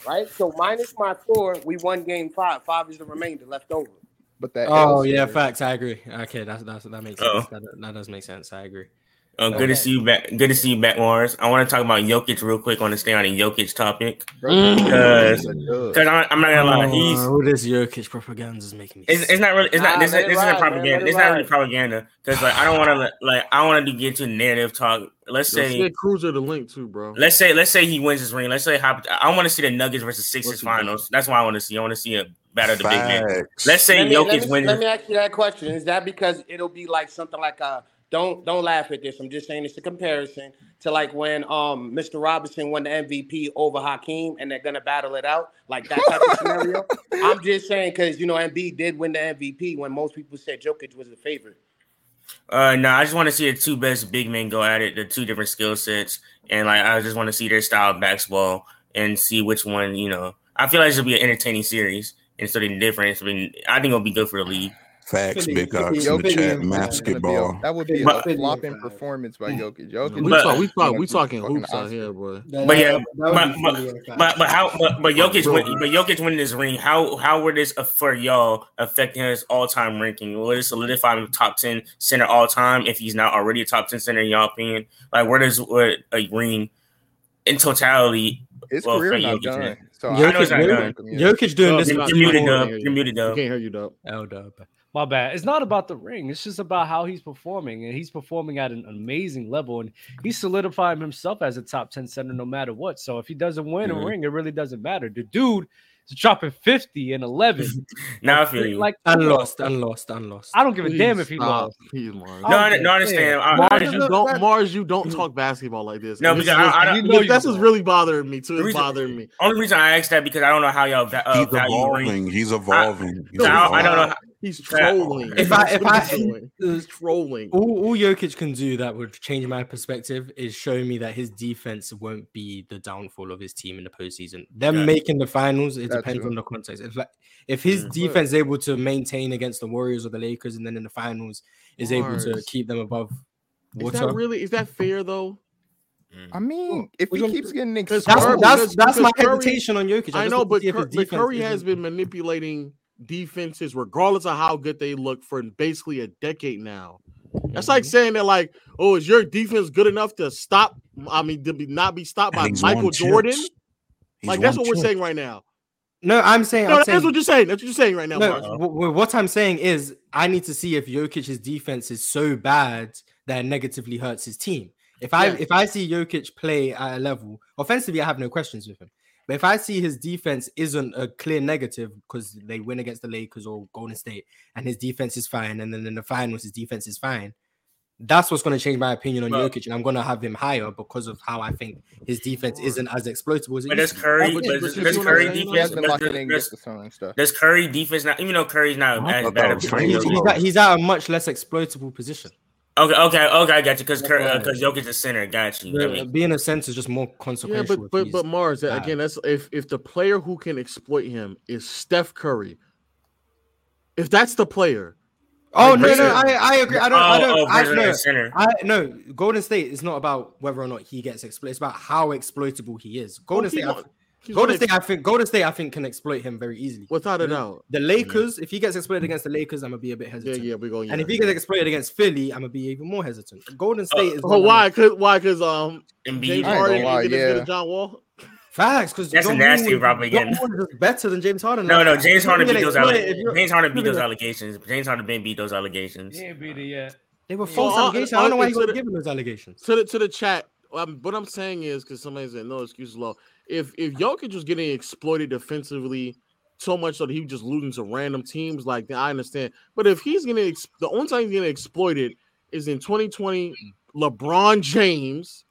[SPEAKER 8] right? So minus my four, we won game five. Five is the remainder left over.
[SPEAKER 9] But that
[SPEAKER 2] Oh
[SPEAKER 9] L
[SPEAKER 2] yeah,
[SPEAKER 9] shit.
[SPEAKER 2] facts. I agree. Okay, that's, that's that makes
[SPEAKER 10] Uh-oh.
[SPEAKER 2] sense. That, that does make sense. I agree.
[SPEAKER 10] Uh, Oh. good
[SPEAKER 8] Okay.
[SPEAKER 10] to see you back. Good to see you back, Morris. I want to talk about Jokic real quick. I want to stay on the Jokic topic
[SPEAKER 9] Bro,
[SPEAKER 10] because
[SPEAKER 9] he's a dub.
[SPEAKER 10] I'm, not- I'm not gonna lie.
[SPEAKER 2] Oh,
[SPEAKER 10] He's
[SPEAKER 2] all this Jokic propaganda is making me.
[SPEAKER 10] it's, it's not really it's not
[SPEAKER 8] Nah,
[SPEAKER 10] this,
[SPEAKER 8] let
[SPEAKER 10] is-
[SPEAKER 8] it
[SPEAKER 10] this
[SPEAKER 8] ride,
[SPEAKER 10] isn't
[SPEAKER 8] man, let
[SPEAKER 10] propaganda.
[SPEAKER 8] it
[SPEAKER 10] It's not really
[SPEAKER 8] ride.
[SPEAKER 10] propaganda because like I don't want to like I want to get to narrative talk. Let's
[SPEAKER 3] Yo,
[SPEAKER 10] say
[SPEAKER 3] send Cruiser the link too, bro.
[SPEAKER 10] Let's say let's say he wins his ring. Let's say Hop- I want to see the Nuggets versus Sixers
[SPEAKER 3] What's he doing?
[SPEAKER 10] finals. That's what I want to see. I want to see a battle of the big man.
[SPEAKER 4] Facts.
[SPEAKER 10] Let's say
[SPEAKER 8] Let me, let,
[SPEAKER 10] Jokic
[SPEAKER 8] me, let
[SPEAKER 10] wins.
[SPEAKER 8] me ask you that question. Is that because it'll be like something like uh don't don't laugh at this. I'm just saying it's a comparison to like when um Mr. Robinson won the MVP over Hakeem and they're gonna battle it out, like that type of scenario. I'm just saying because you know Embiid did win the MVP when most people said Jokic was the favorite.
[SPEAKER 10] Uh, no, I just want to see the two best big men go at it. The two different skill sets, and like I just want to see their style of basketball and see which one you know. I feel like it'll be an entertaining series and something different. It's been, I think it'll be good for the league.
[SPEAKER 4] Facts,
[SPEAKER 2] Philly-
[SPEAKER 4] big ups in
[SPEAKER 9] Jokic
[SPEAKER 4] the
[SPEAKER 9] is
[SPEAKER 4] chat.
[SPEAKER 9] gonna be a-
[SPEAKER 4] Basketball.
[SPEAKER 9] That would be a
[SPEAKER 10] But-
[SPEAKER 9] flopping performance by Jokic. Jokic
[SPEAKER 3] we
[SPEAKER 10] But-
[SPEAKER 3] talk, we talk, we
[SPEAKER 9] Fucking
[SPEAKER 3] talking hoops out
[SPEAKER 9] Oscar.
[SPEAKER 3] here, boy.
[SPEAKER 10] But yeah, but- But but how but, but Jokic win, but Jokic winning this ring how how would this aff- for y'all affecting his all time ranking? Will it solidify him top ten center all time if he's not already a top ten center in y'all opinion? Like where does what a ring in totality?
[SPEAKER 9] His
[SPEAKER 10] Well,
[SPEAKER 9] career
[SPEAKER 10] Frank
[SPEAKER 9] not
[SPEAKER 10] Jokic,
[SPEAKER 9] done.
[SPEAKER 10] man.
[SPEAKER 9] So
[SPEAKER 2] Jokic
[SPEAKER 9] I don't
[SPEAKER 2] is
[SPEAKER 9] think
[SPEAKER 10] done.
[SPEAKER 9] it's gonna
[SPEAKER 2] Jokic doing
[SPEAKER 3] Well,
[SPEAKER 2] this.
[SPEAKER 3] it's
[SPEAKER 10] You're
[SPEAKER 3] not-
[SPEAKER 2] about-
[SPEAKER 10] you're muted, Dub. You're muted,
[SPEAKER 3] we can't hear you. We
[SPEAKER 10] Dub.
[SPEAKER 3] can't hear you, though.
[SPEAKER 2] Oh, dub.
[SPEAKER 1] My bad. It's not about the ring. It's just about how he's performing, and he's performing at an amazing level, and he's solidifying himself as a top ten center no matter what. So if he doesn't win
[SPEAKER 10] Mhm.
[SPEAKER 1] a ring, it really doesn't matter. The dude is dropping fifty and eleven.
[SPEAKER 10] Now I feel you.
[SPEAKER 1] Like
[SPEAKER 2] And lost. And lost. And lost.
[SPEAKER 1] I don't give a damn if he lost.
[SPEAKER 3] He's lying.
[SPEAKER 10] no, I, no, I understand. I- I
[SPEAKER 3] Mars,
[SPEAKER 10] understand.
[SPEAKER 3] you don't Mars, you
[SPEAKER 1] Hmm.
[SPEAKER 3] don't talk basketball like this.
[SPEAKER 10] No,
[SPEAKER 3] This
[SPEAKER 10] because
[SPEAKER 3] is-
[SPEAKER 10] I- I-
[SPEAKER 3] this-
[SPEAKER 1] I know you
[SPEAKER 3] this is
[SPEAKER 1] don't.
[SPEAKER 3] really bothering me too.
[SPEAKER 10] The
[SPEAKER 3] It's
[SPEAKER 10] reason-
[SPEAKER 3] bothering me.
[SPEAKER 10] Only reason I asked that because I don't know how y'all va- uh,
[SPEAKER 4] He's
[SPEAKER 10] value ring.
[SPEAKER 4] evolving. He's evolving. He's
[SPEAKER 10] No, I don't know.
[SPEAKER 4] evolving.
[SPEAKER 10] How,
[SPEAKER 3] He's trolling.
[SPEAKER 2] If I- if
[SPEAKER 3] That's what
[SPEAKER 2] I-
[SPEAKER 3] he's doing. he's trolling.
[SPEAKER 2] All, all Jokic can do that would change my perspective is show me that his defense won't be the downfall of his team in the postseason. Them
[SPEAKER 10] Yeah.
[SPEAKER 2] making the finals, it
[SPEAKER 9] That
[SPEAKER 2] depends
[SPEAKER 9] too.
[SPEAKER 2] on the context. If like, if his
[SPEAKER 3] Mm.
[SPEAKER 10] Mhm.
[SPEAKER 2] defense is able to maintain against the Warriors or the Lakers, and then in the finals is able to
[SPEAKER 3] Mars.
[SPEAKER 2] keep them above
[SPEAKER 3] Is
[SPEAKER 2] water.
[SPEAKER 3] that really? Is that fair though?
[SPEAKER 4] Mm.
[SPEAKER 9] I mean, if
[SPEAKER 2] we
[SPEAKER 9] he
[SPEAKER 2] gonna-
[SPEAKER 9] keeps getting
[SPEAKER 3] That's-
[SPEAKER 2] that's
[SPEAKER 3] Curry-
[SPEAKER 9] exposed,
[SPEAKER 2] that's,
[SPEAKER 3] because-
[SPEAKER 2] that's my
[SPEAKER 3] because Curry-
[SPEAKER 2] hesitation on Jokic.
[SPEAKER 3] I
[SPEAKER 2] just
[SPEAKER 3] know,
[SPEAKER 2] want to
[SPEAKER 3] but,
[SPEAKER 2] see if his
[SPEAKER 3] Cur- but
[SPEAKER 2] defense
[SPEAKER 3] Curry
[SPEAKER 2] isn't-
[SPEAKER 3] has been manipulating defenses, regardless of how good they look, for basically a decade now. That's like
[SPEAKER 4] Mm-hmm.
[SPEAKER 3] saying that, like, oh, is your defense good enough to stop? I mean, to be, not be stopped by
[SPEAKER 4] And he's
[SPEAKER 3] Michael
[SPEAKER 4] won chips.
[SPEAKER 3] Jordan?
[SPEAKER 4] He's
[SPEAKER 3] like, that's
[SPEAKER 4] won
[SPEAKER 3] what we're
[SPEAKER 4] chips.
[SPEAKER 3] saying right now.
[SPEAKER 2] No, I'm saying.
[SPEAKER 3] No,
[SPEAKER 2] I'm
[SPEAKER 3] that's
[SPEAKER 2] saying
[SPEAKER 3] what you're saying. That's what you're saying right now.
[SPEAKER 2] No,
[SPEAKER 3] Mars.
[SPEAKER 2] w- w- what I'm saying is, I need to see if Jokic's defense is so bad that it negatively hurts his team. If I
[SPEAKER 3] Yeah.
[SPEAKER 2] if I see Jokic play at a level offensively, I have no questions with him. But if I see his defense isn't a clear negative because they win against the Lakers or Golden State, and his defense is fine, and then in the finals his defense is fine, that's what's going to change my opinion on
[SPEAKER 10] Well-
[SPEAKER 2] Jokic, and I'm going to have him higher because of how I think his defense isn't as exploitable as it
[SPEAKER 10] but
[SPEAKER 2] is.
[SPEAKER 10] does Curry?
[SPEAKER 3] But
[SPEAKER 10] But
[SPEAKER 3] you
[SPEAKER 10] does,
[SPEAKER 3] see
[SPEAKER 10] does
[SPEAKER 3] what I'm
[SPEAKER 10] Curry
[SPEAKER 3] saying?
[SPEAKER 9] he has
[SPEAKER 10] defense?
[SPEAKER 9] been
[SPEAKER 10] does-
[SPEAKER 9] locking in
[SPEAKER 10] does-
[SPEAKER 9] against the sun and stuff.
[SPEAKER 10] Does Curry defense not? Even though Curry's not
[SPEAKER 4] I
[SPEAKER 10] as
[SPEAKER 4] thought
[SPEAKER 10] bad
[SPEAKER 4] that
[SPEAKER 10] of
[SPEAKER 4] was
[SPEAKER 10] a
[SPEAKER 4] Frank
[SPEAKER 2] He's,
[SPEAKER 4] Jokic.
[SPEAKER 2] he's, at, he's at a much less exploitable position.
[SPEAKER 10] Okay, okay, okay, I got you. Because
[SPEAKER 2] That's
[SPEAKER 10] Curry,
[SPEAKER 2] why.
[SPEAKER 10] because Jokic is center, got you. I
[SPEAKER 2] The-
[SPEAKER 10] mean,
[SPEAKER 2] being a center is just more
[SPEAKER 3] Yeah,
[SPEAKER 2] consequential.
[SPEAKER 3] but but but Mars
[SPEAKER 2] bad.
[SPEAKER 3] again. That's if if the player who can exploit him is Steph Curry. If that's the player,
[SPEAKER 2] oh
[SPEAKER 10] like
[SPEAKER 2] no, no,
[SPEAKER 10] Bridges-
[SPEAKER 2] I, I agree. I don't,
[SPEAKER 10] oh,
[SPEAKER 2] I don't,
[SPEAKER 10] oh,
[SPEAKER 2] I,
[SPEAKER 10] Bridges
[SPEAKER 2] no,
[SPEAKER 10] is center.
[SPEAKER 2] I no. Golden State is not about whether or not he gets exploited. It's about how exploitable he is. Golden
[SPEAKER 3] he
[SPEAKER 2] State, I,
[SPEAKER 3] won- Oh, he's
[SPEAKER 2] Golden
[SPEAKER 3] gonna
[SPEAKER 2] State, I think Golden State, I think can exploit him very easily.
[SPEAKER 3] without a
[SPEAKER 2] Yeah.
[SPEAKER 3] doubt.
[SPEAKER 2] The Lakers, if he gets exploited against the Lakers, I'm gonna be a bit
[SPEAKER 3] Yeah,
[SPEAKER 2] hesitant.
[SPEAKER 3] yeah, we're going.
[SPEAKER 2] And if he gets exploited against Philly, I'm gonna be even more hesitant. Golden State is
[SPEAKER 3] Oh,
[SPEAKER 2] one of
[SPEAKER 3] why? Cause why? Cause um,
[SPEAKER 10] Uh, Embiid.
[SPEAKER 3] James
[SPEAKER 9] I ain't
[SPEAKER 3] Harden
[SPEAKER 9] gonna lie,
[SPEAKER 3] ain't gonna
[SPEAKER 9] yeah.
[SPEAKER 3] John Wall.
[SPEAKER 2] the facts because
[SPEAKER 10] That's a nasty propaganda.
[SPEAKER 2] better than James Harden.
[SPEAKER 10] No,
[SPEAKER 2] Like,
[SPEAKER 10] no, James
[SPEAKER 2] if you
[SPEAKER 10] Harden
[SPEAKER 2] can
[SPEAKER 10] beat those.
[SPEAKER 2] exploit it,
[SPEAKER 10] alle-
[SPEAKER 2] if you're-
[SPEAKER 10] James Harden beat
[SPEAKER 2] if you're
[SPEAKER 10] those
[SPEAKER 2] gonna-
[SPEAKER 10] allegations. James Harden been beat those allegations.
[SPEAKER 1] He ain't beat it yet.
[SPEAKER 2] They were
[SPEAKER 1] Yeah.
[SPEAKER 2] false
[SPEAKER 3] Well, I-
[SPEAKER 2] allegations. I don't know why
[SPEAKER 3] I-
[SPEAKER 2] he was
[SPEAKER 3] to Oh, the-
[SPEAKER 2] given those allegations.
[SPEAKER 3] To the to the chat. Um, what I'm saying is because somebody said no excuses law. If if Jokic was getting exploited defensively so much so that he was just losing to random teams like that. I understand. But if he's gonna ex- the only time he's gonna exploit it is in 2020, LeBron James,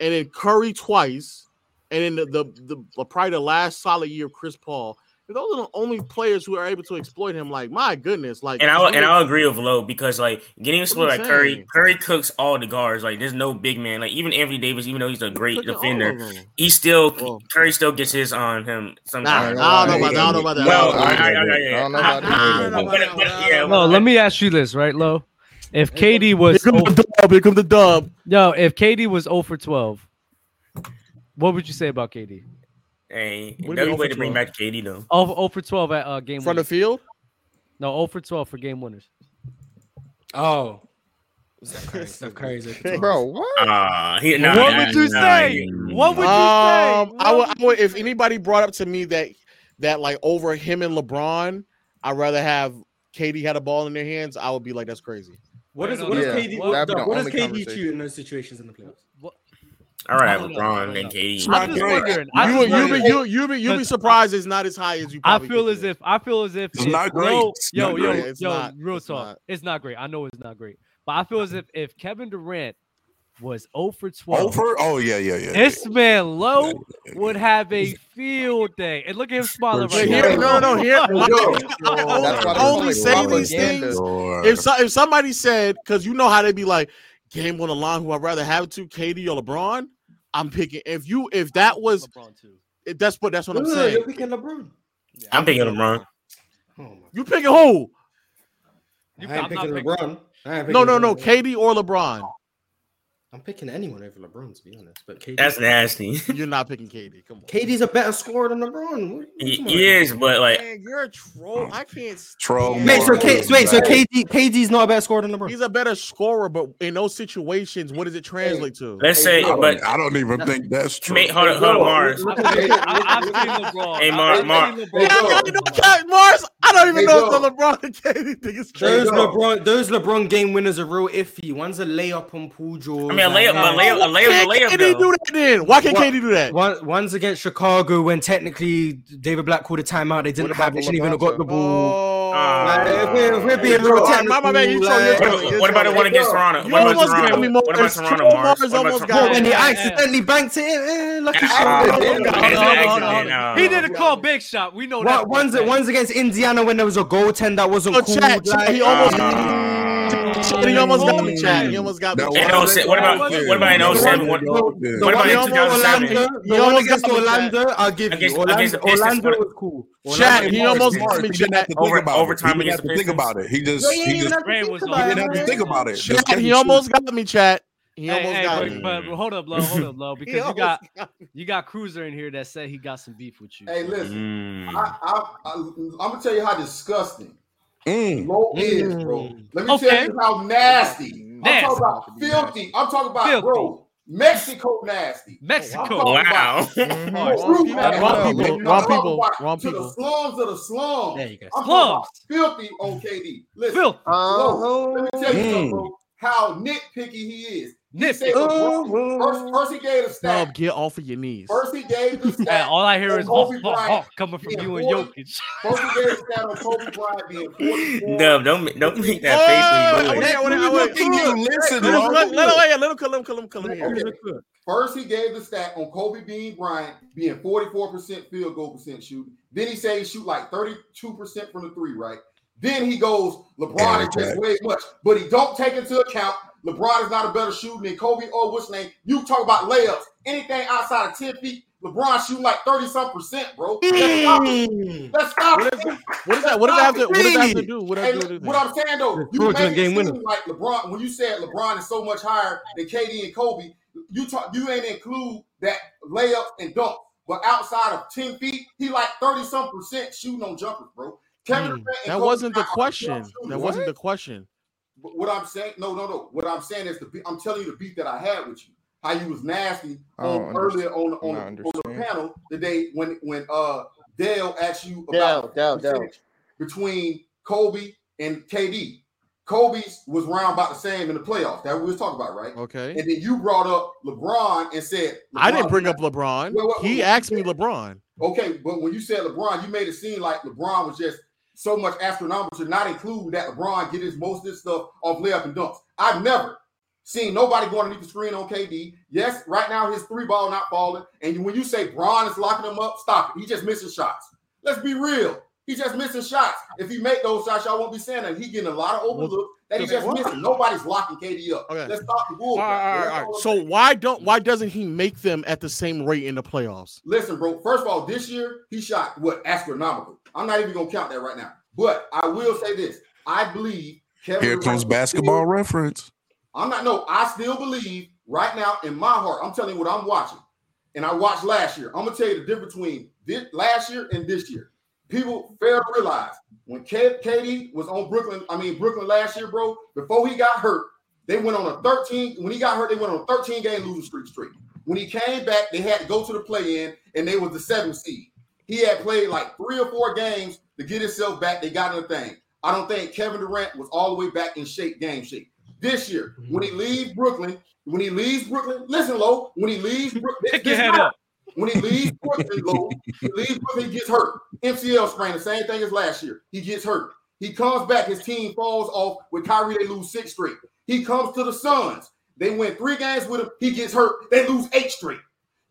[SPEAKER 3] and then Curry twice, and then the the, the probably the last solid year of Chris Paul. If those are the only players who are able to exploit him, like my goodness, like
[SPEAKER 10] And I
[SPEAKER 3] you
[SPEAKER 10] and
[SPEAKER 3] know-
[SPEAKER 10] I'll agree with Low because like getting a split
[SPEAKER 3] I'm
[SPEAKER 10] like Curry,
[SPEAKER 3] saying.
[SPEAKER 10] Curry cooks all the guards. Like there's no big man. Like even Anthony Davis, even though he's a great
[SPEAKER 3] Cooking all of
[SPEAKER 10] defender,
[SPEAKER 3] them.
[SPEAKER 10] he still Curry still gets his on him sometimes.
[SPEAKER 3] Nah, I don't know about that. I don't know about that.
[SPEAKER 10] Well,
[SPEAKER 3] I don't know about
[SPEAKER 10] I- I- I-
[SPEAKER 3] that.
[SPEAKER 10] yeah, yeah.
[SPEAKER 3] I don't know about
[SPEAKER 10] Ah,
[SPEAKER 3] that. I don't know about
[SPEAKER 10] but-
[SPEAKER 3] that.
[SPEAKER 10] but- yeah,
[SPEAKER 1] Lo, let me ask you this, right, Lo? If KD was
[SPEAKER 3] Here comes the dub. Here comes the dub.
[SPEAKER 1] no, if KD was 0 for 12, what would you say about KD?
[SPEAKER 10] Hey,
[SPEAKER 1] What do you
[SPEAKER 10] another
[SPEAKER 1] mean
[SPEAKER 10] way to bring
[SPEAKER 1] overdrawn?
[SPEAKER 10] back KD though.
[SPEAKER 1] 0, 0 for 12 at uh, game
[SPEAKER 3] From the
[SPEAKER 1] winners.
[SPEAKER 3] field.
[SPEAKER 1] No, 0 for 12 for game winners.
[SPEAKER 2] Oh. Steph Curry, Steph Curry's a guitar.
[SPEAKER 9] Bro, what?
[SPEAKER 10] Ah, he- nah,
[SPEAKER 1] What
[SPEAKER 10] nah,
[SPEAKER 1] would you
[SPEAKER 10] nah,
[SPEAKER 1] say?
[SPEAKER 10] yeah.
[SPEAKER 1] What would you say?
[SPEAKER 3] Um, I would, I would. If anybody brought up to me that that like over him and LeBron, I'd rather have KD had a ball in their hands. I would be like, that's crazy.
[SPEAKER 2] What is
[SPEAKER 1] Yeah,
[SPEAKER 2] what is
[SPEAKER 9] that'd be
[SPEAKER 2] KD?
[SPEAKER 9] the
[SPEAKER 2] What, dog, what does
[SPEAKER 9] only
[SPEAKER 2] KD
[SPEAKER 9] conversation.
[SPEAKER 2] shoot in those situations in the playoffs?
[SPEAKER 10] All right,
[SPEAKER 1] No, no, no,
[SPEAKER 10] LeBron
[SPEAKER 1] no,
[SPEAKER 10] and
[SPEAKER 1] no.
[SPEAKER 10] KD.
[SPEAKER 1] I'm just wondering. I
[SPEAKER 3] You
[SPEAKER 1] just
[SPEAKER 3] would you
[SPEAKER 1] wondering.
[SPEAKER 3] be you you be you be
[SPEAKER 1] Cause-
[SPEAKER 3] surprised it's not as high as you.
[SPEAKER 1] I
[SPEAKER 3] Probably
[SPEAKER 1] feel
[SPEAKER 3] think
[SPEAKER 1] as
[SPEAKER 3] it is.
[SPEAKER 1] if I feel as if
[SPEAKER 4] It's
[SPEAKER 1] if
[SPEAKER 4] not great.
[SPEAKER 1] Low,
[SPEAKER 4] It's
[SPEAKER 1] yo,
[SPEAKER 4] not
[SPEAKER 1] yo,
[SPEAKER 4] great.
[SPEAKER 3] It's
[SPEAKER 1] yo,
[SPEAKER 3] not.
[SPEAKER 1] real
[SPEAKER 3] It's
[SPEAKER 1] talk.
[SPEAKER 3] not.
[SPEAKER 1] It's not great. I know it's not great, but I feel as if if Kevin Durant was 0 for 12,
[SPEAKER 4] Over? Oh yeah, yeah, yeah. yeah.
[SPEAKER 1] this man Low would have a field day. And look at him smiling
[SPEAKER 4] For
[SPEAKER 1] right
[SPEAKER 4] sure.
[SPEAKER 1] now.
[SPEAKER 3] Here, no, no, no. Here,
[SPEAKER 1] Yo,
[SPEAKER 3] I
[SPEAKER 9] That's why they
[SPEAKER 3] only, only
[SPEAKER 9] call it
[SPEAKER 3] say these
[SPEAKER 9] propaganda.
[SPEAKER 3] things
[SPEAKER 4] Sure.
[SPEAKER 3] if so, if somebody said because you know how they be like game on the line, who I'd rather have to KD or LeBron. I'm picking if you if that was
[SPEAKER 1] LeBron too.
[SPEAKER 3] if that's what that's what I'm
[SPEAKER 2] Ugh,
[SPEAKER 3] saying.
[SPEAKER 2] You're picking LeBron.
[SPEAKER 10] I'm picking LeBron.
[SPEAKER 2] Oh my.
[SPEAKER 3] You picking who?
[SPEAKER 1] You-
[SPEAKER 2] I ain't
[SPEAKER 1] I'm not
[SPEAKER 2] picking
[SPEAKER 1] picking-
[SPEAKER 2] LeBron. I ain't
[SPEAKER 3] No,
[SPEAKER 2] picking
[SPEAKER 3] no, no.
[SPEAKER 2] LeBron.
[SPEAKER 3] KD or LeBron.
[SPEAKER 2] I'm picking anyone over LeBron to be honest, but KD.
[SPEAKER 10] That's nasty.
[SPEAKER 3] You're not picking KD. Come on.
[SPEAKER 2] KD's a better scorer than LeBron. What-
[SPEAKER 10] He,
[SPEAKER 2] come on.
[SPEAKER 10] he is, but like
[SPEAKER 3] Man, you're a troll. I can't stand
[SPEAKER 4] Troll
[SPEAKER 3] it.
[SPEAKER 2] Wait, so
[SPEAKER 4] Mark
[SPEAKER 2] K,
[SPEAKER 4] is
[SPEAKER 2] wait, so
[SPEAKER 4] back.
[SPEAKER 2] KD, KD's not a better scorer than LeBron.
[SPEAKER 3] He's a better scorer, but in those situations, what does it translate to?
[SPEAKER 10] let's
[SPEAKER 4] I
[SPEAKER 10] say,
[SPEAKER 4] don't,
[SPEAKER 10] but
[SPEAKER 4] I don't even think that's true.
[SPEAKER 10] mate, hold up, hold up, Mars.
[SPEAKER 1] I've seen LeBron.
[SPEAKER 10] Hey, Mar-
[SPEAKER 1] I've
[SPEAKER 10] Mar-
[SPEAKER 1] seen
[SPEAKER 3] Yeah,
[SPEAKER 1] LeBron.
[SPEAKER 3] I don't know Cap Morris. I don't even
[SPEAKER 9] Hey,
[SPEAKER 3] know if
[SPEAKER 9] dog.
[SPEAKER 3] the LeBron and KD thing is true.
[SPEAKER 2] Those
[SPEAKER 9] Straight up.
[SPEAKER 2] LeBron, those LeBron game winners are real iffy. One's a layup on Paul George.
[SPEAKER 10] I mean, a
[SPEAKER 2] like
[SPEAKER 10] layup,
[SPEAKER 2] that.
[SPEAKER 10] a layup, a layup, a
[SPEAKER 3] Why
[SPEAKER 10] layup.
[SPEAKER 3] can't KD
[SPEAKER 10] Though.
[SPEAKER 3] do that then? Why can't KD do that?
[SPEAKER 2] One, one's against Chicago when technically David Black called a timeout. They didn't
[SPEAKER 9] What
[SPEAKER 2] have.
[SPEAKER 9] about
[SPEAKER 2] They shouldn't even have
[SPEAKER 9] LeBron,
[SPEAKER 2] got the ball.
[SPEAKER 3] Oh,
[SPEAKER 2] Like,
[SPEAKER 10] Uh,
[SPEAKER 2] if we're, if we're being
[SPEAKER 9] Bro,
[SPEAKER 2] real
[SPEAKER 9] my-
[SPEAKER 2] technical,
[SPEAKER 3] my- my man, you told
[SPEAKER 2] like-
[SPEAKER 3] your-
[SPEAKER 10] What, what about the one against Toronto?
[SPEAKER 3] you
[SPEAKER 10] What about
[SPEAKER 3] almost got me
[SPEAKER 10] Toronto?
[SPEAKER 3] more.
[SPEAKER 10] What about
[SPEAKER 3] It's
[SPEAKER 10] Toronto?
[SPEAKER 3] Troll
[SPEAKER 10] Mars?
[SPEAKER 3] Mars
[SPEAKER 10] What about
[SPEAKER 3] almost
[SPEAKER 10] Toronto?
[SPEAKER 2] Well,
[SPEAKER 3] got
[SPEAKER 2] when he
[SPEAKER 1] Yeah.
[SPEAKER 2] accidentally banked it in, eh, lucky
[SPEAKER 10] Ah,
[SPEAKER 2] shot.
[SPEAKER 10] hold
[SPEAKER 3] on, hold on,
[SPEAKER 2] It's an
[SPEAKER 3] hold on, hold
[SPEAKER 2] accident.
[SPEAKER 10] on.
[SPEAKER 1] He didn't call big shot. We know
[SPEAKER 2] One-
[SPEAKER 1] that.
[SPEAKER 2] One's, one's against Indiana when there was a goaltender that wasn't
[SPEAKER 3] Oh,
[SPEAKER 2] cool.
[SPEAKER 3] chat, chat, he almost-
[SPEAKER 10] Ah.
[SPEAKER 3] He almost got me,
[SPEAKER 1] Mm.
[SPEAKER 3] Chad. He almost got me.
[SPEAKER 4] That
[SPEAKER 10] And
[SPEAKER 4] one-
[SPEAKER 10] also, what about- what about in
[SPEAKER 4] that
[SPEAKER 10] 07?
[SPEAKER 4] one- that
[SPEAKER 2] What- The
[SPEAKER 10] What
[SPEAKER 4] one-
[SPEAKER 10] about in
[SPEAKER 2] one against Orlando,
[SPEAKER 10] 2007?
[SPEAKER 3] He
[SPEAKER 2] the one
[SPEAKER 3] almost
[SPEAKER 2] against
[SPEAKER 3] got me, Chad.
[SPEAKER 2] Orlando, I'll give you.
[SPEAKER 10] Against- against
[SPEAKER 2] Orlando,
[SPEAKER 10] the Pistons,
[SPEAKER 2] Orlando
[SPEAKER 10] what-
[SPEAKER 2] was cool.
[SPEAKER 3] Chad, he
[SPEAKER 2] Orlando-
[SPEAKER 3] almost
[SPEAKER 4] Mars,
[SPEAKER 3] got
[SPEAKER 4] he
[SPEAKER 3] me,
[SPEAKER 4] didn't have
[SPEAKER 3] Chad.
[SPEAKER 4] to think
[SPEAKER 10] Over-
[SPEAKER 4] about
[SPEAKER 10] overtime
[SPEAKER 4] it. He didn't
[SPEAKER 10] against
[SPEAKER 4] have
[SPEAKER 10] the
[SPEAKER 4] to think
[SPEAKER 10] Pistons.
[SPEAKER 4] about it. He just,
[SPEAKER 2] Yeah,
[SPEAKER 4] he,
[SPEAKER 2] he didn't
[SPEAKER 4] just,
[SPEAKER 2] have to
[SPEAKER 1] Brand
[SPEAKER 2] think
[SPEAKER 1] was
[SPEAKER 4] he
[SPEAKER 2] about
[SPEAKER 4] didn't
[SPEAKER 2] it,
[SPEAKER 4] have to
[SPEAKER 2] man.
[SPEAKER 4] think about it. Just
[SPEAKER 3] Chad,
[SPEAKER 4] couldn't
[SPEAKER 3] he
[SPEAKER 4] shoot.
[SPEAKER 3] almost got me, Chad. He
[SPEAKER 1] Hey,
[SPEAKER 3] almost
[SPEAKER 1] hey,
[SPEAKER 3] got
[SPEAKER 1] but,
[SPEAKER 3] me.
[SPEAKER 1] but but hold up, low, hold up, low, because you
[SPEAKER 3] almost
[SPEAKER 1] got you got Cruiser in here that said he got some beef with you.
[SPEAKER 11] Hey, listen, I,
[SPEAKER 10] Mm.
[SPEAKER 11] I, I, I'm gonna tell you how disgusting
[SPEAKER 4] Mm.
[SPEAKER 11] low is, bro. Let me
[SPEAKER 1] Okay.
[SPEAKER 11] tell you how nasty. I'm
[SPEAKER 1] Nasty.
[SPEAKER 11] talking about filthy. I'm talking about
[SPEAKER 1] Filthy.
[SPEAKER 11] bro, Mexico nasty.
[SPEAKER 1] Mexico.
[SPEAKER 11] Oh,
[SPEAKER 10] Wow.
[SPEAKER 3] Wrong
[SPEAKER 11] Fruit
[SPEAKER 3] people,
[SPEAKER 11] nasty.
[SPEAKER 3] wrong people,
[SPEAKER 11] I'm
[SPEAKER 3] wrong
[SPEAKER 11] talking
[SPEAKER 3] people,
[SPEAKER 11] about
[SPEAKER 3] wrong
[SPEAKER 11] to the
[SPEAKER 3] people.
[SPEAKER 11] slums of the slums.
[SPEAKER 2] There you go.
[SPEAKER 11] I'm talking
[SPEAKER 1] Slums.
[SPEAKER 11] about filthy on KD. Listen,
[SPEAKER 1] Filth.
[SPEAKER 11] Low,
[SPEAKER 8] Uh-huh.
[SPEAKER 11] let me tell you something,
[SPEAKER 4] Mm.
[SPEAKER 11] bro. How nitpicky he is. He
[SPEAKER 1] Nip.
[SPEAKER 11] said LeBron-
[SPEAKER 4] Uh-huh.
[SPEAKER 11] first, first he gave the stat.
[SPEAKER 3] Dub, get off of your knees.
[SPEAKER 11] First he gave the stat.
[SPEAKER 1] And all I hear is
[SPEAKER 11] Kobe
[SPEAKER 1] honk, honk,
[SPEAKER 11] Bryant
[SPEAKER 1] honk coming from
[SPEAKER 11] being
[SPEAKER 1] you and
[SPEAKER 11] 40
[SPEAKER 1] Jokic.
[SPEAKER 11] First he gave the stat on Kobe Bryant being 44.
[SPEAKER 10] Dub, don't ma- don't make
[SPEAKER 4] Oh,
[SPEAKER 3] Wait,
[SPEAKER 10] that face when you do it.
[SPEAKER 3] wait, wait, wait, wait, wait, wait.
[SPEAKER 4] Think you
[SPEAKER 3] Let
[SPEAKER 4] listen,
[SPEAKER 3] him-
[SPEAKER 4] Lord.
[SPEAKER 3] let- let him- Oh, yeah, let him kill him, kill him, kill him here.
[SPEAKER 11] Okay. First, he gave the stat on Kobe Bean Bryant being 44% field goal percent shooting. Then he said he shoot like 32% from the three, right? Then he goes, LeBron is just way much, but he don't take into account LeBron is not a better shooter than Kobe or what's name. You talk about layups, anything outside of 10 feet, LeBron shooting like 30 some percent, bro. Let's stop it. Let's stop
[SPEAKER 3] What
[SPEAKER 11] it.
[SPEAKER 3] is What does that? What does that have to? What does that have to do? What does
[SPEAKER 11] Hey,
[SPEAKER 3] that have to do? with
[SPEAKER 11] what
[SPEAKER 3] that?
[SPEAKER 11] I'm saying though, you
[SPEAKER 2] Georgia
[SPEAKER 11] made it
[SPEAKER 2] game
[SPEAKER 11] seem
[SPEAKER 2] winner.
[SPEAKER 11] like LeBron when you said LeBron is so much higher than KD and Kobe. You talk, you ain't include that layup and dunk, but outside of ten feet, he like thirty some percent shooting on jumpers, bro. Kevin Durant and
[SPEAKER 3] Hmm. That
[SPEAKER 11] Kobe
[SPEAKER 3] wasn't the
[SPEAKER 11] Bryant are the
[SPEAKER 3] question.
[SPEAKER 11] best shooters.
[SPEAKER 3] That wasn't the question.
[SPEAKER 11] But What I'm saying, no, no, no. What I'm saying is the beat. I'm telling you the beat that I had with you. How you was nasty
[SPEAKER 9] I don't
[SPEAKER 11] on, earlier on
[SPEAKER 9] I
[SPEAKER 11] on,
[SPEAKER 9] don't
[SPEAKER 11] on the
[SPEAKER 9] understand.
[SPEAKER 11] panel today when when uh Dale asked you about
[SPEAKER 8] Down, down, down.
[SPEAKER 11] percentage between Kobe and KD. Kobe's was round about the same in the playoffs that we was talking about, right?
[SPEAKER 3] Okay.
[SPEAKER 11] And then you brought up LeBron and said
[SPEAKER 3] I didn't bring
[SPEAKER 11] LeBron-
[SPEAKER 3] up LeBron.
[SPEAKER 11] Wait, wait, wait,
[SPEAKER 3] He
[SPEAKER 11] wait.
[SPEAKER 3] asked me LeBron.
[SPEAKER 11] Okay, but when you said LeBron, you made it seem like LeBron was just so much astronomical to not include that LeBron get his most of this stuff off layup and dunks. I've never seen nobody going underneath the screen on KD. Yes, right now his three ball not falling. And when you say Braun is locking him up, stop it. He just missing shots. Let's be real. He just missing shots. If he make those shots, y'all won't be saying that. He getting a lot of overlooks that he just missing. Nobody's locking KD up.
[SPEAKER 3] Okay.
[SPEAKER 11] Let's stop the bull.
[SPEAKER 3] All right, all right, all right. So why don't why doesn't he make them at the same rate in the playoffs?
[SPEAKER 11] Listen, bro. First of all, this year he shot what astronomical. I'm not even gonna count that right now. But I will say this: I believe Kevin.
[SPEAKER 4] Here
[SPEAKER 11] Durant
[SPEAKER 4] comes
[SPEAKER 11] will
[SPEAKER 4] basketball
[SPEAKER 11] still-
[SPEAKER 4] reference.
[SPEAKER 11] I'm not. No, I still believe right now in my heart. I'm telling you what I'm watching, and I watched last year. I'm gonna tell you the difference between this, last year and this year. People fail to realize when K- KD was on Brooklyn. I mean Brooklyn last year, bro. Before he got hurt, they went on a 13. When he got hurt, they went on a 13 game losing streak. Streak. When he came back, they had to go to the play in, and they was the seventh seed. He had played like three or four games to get himself back. They got in the thing. I don't think Kevin Durant was all the way back in shape, game shape. This year, when he leaves Brooklyn, when he leaves Brooklyn, listen, Lo, when he leaves Brooklyn, pick your head up. When he leaves Brooklyn, Lo, he leaves Brooklyn, he gets hurt. MCL sprain, the same thing as last year. He gets hurt. He comes back, his team falls off. With Kyrie, they lose six straight. He comes to the Suns. They win three games with him. He gets hurt. They lose eight straight.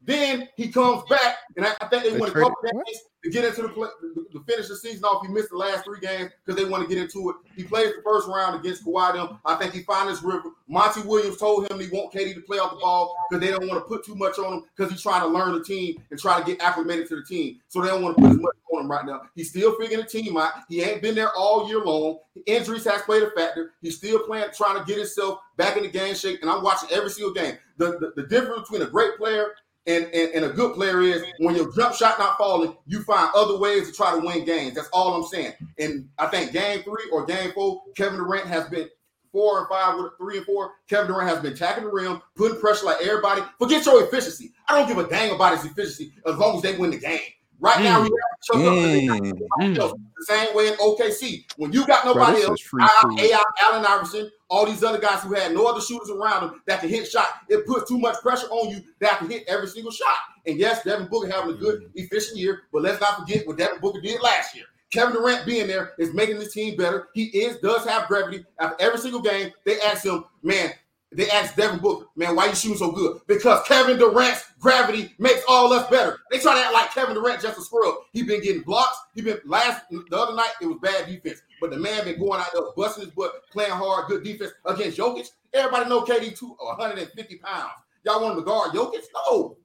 [SPEAKER 11] Then he comes back, and I, I think they,
[SPEAKER 9] They
[SPEAKER 11] won a
[SPEAKER 9] traded-
[SPEAKER 11] couple games to get into the play, to to finish the season off. He missed the last three games because they want to get into it. He plays the first round against Kawhi. Them, I think he found his river. Monty Williams told him he want KD to play off the ball because they don't want to put too much on him because he's trying to learn the team and try to get acclimated to the team. So they don't want to put as much on him right now. He's still figuring the team out. He ain't been there all year long. Injuries has played a factor. He's still playing, trying to get himself back in the game shape. And I'm watching every single game. The, the, the difference between a great player and, and, and a good player is when your jump shot not falling, you find other ways to try to win games. That's all I'm saying. And I think game three or game four, Kevin Durant has been four and five with three and four. Kevin Durant has been attacking the rim, putting pressure like everybody. Forget your efficiency. I don't give a dang about his efficiency as long as they win the game. Right now,
[SPEAKER 6] Mm.
[SPEAKER 11] we have to chuck up to the-
[SPEAKER 1] Mm.
[SPEAKER 11] somebody else. The same way in OKC. When you got
[SPEAKER 9] Bro,
[SPEAKER 11] nobody
[SPEAKER 9] this
[SPEAKER 11] else,
[SPEAKER 9] is free
[SPEAKER 11] I,
[SPEAKER 9] food.
[SPEAKER 11] AI, Allen Iverson, all these other guys who had no other shooters around them that can hit shot, it puts too much pressure on you that can hit every single shot. And yes, Devin Booker having a
[SPEAKER 9] Mm.
[SPEAKER 11] good, efficient year, but let's not forget what Devin Booker did last year. Kevin Durant being there is making this team better. He is does have gravity. After every single game, they ask him, man, they asked Devin Booker, man, why you shooting so good? Because Kevin Durant's gravity makes all us better. They try to act like Kevin Durant just a scrub. He been getting blocks. He been last the other night it was bad defense, but the man been going out there busting his butt, playing hard, good defense against Jokic. Everybody know KD two 150 pounds. Y'all want him to guard Jokic? No,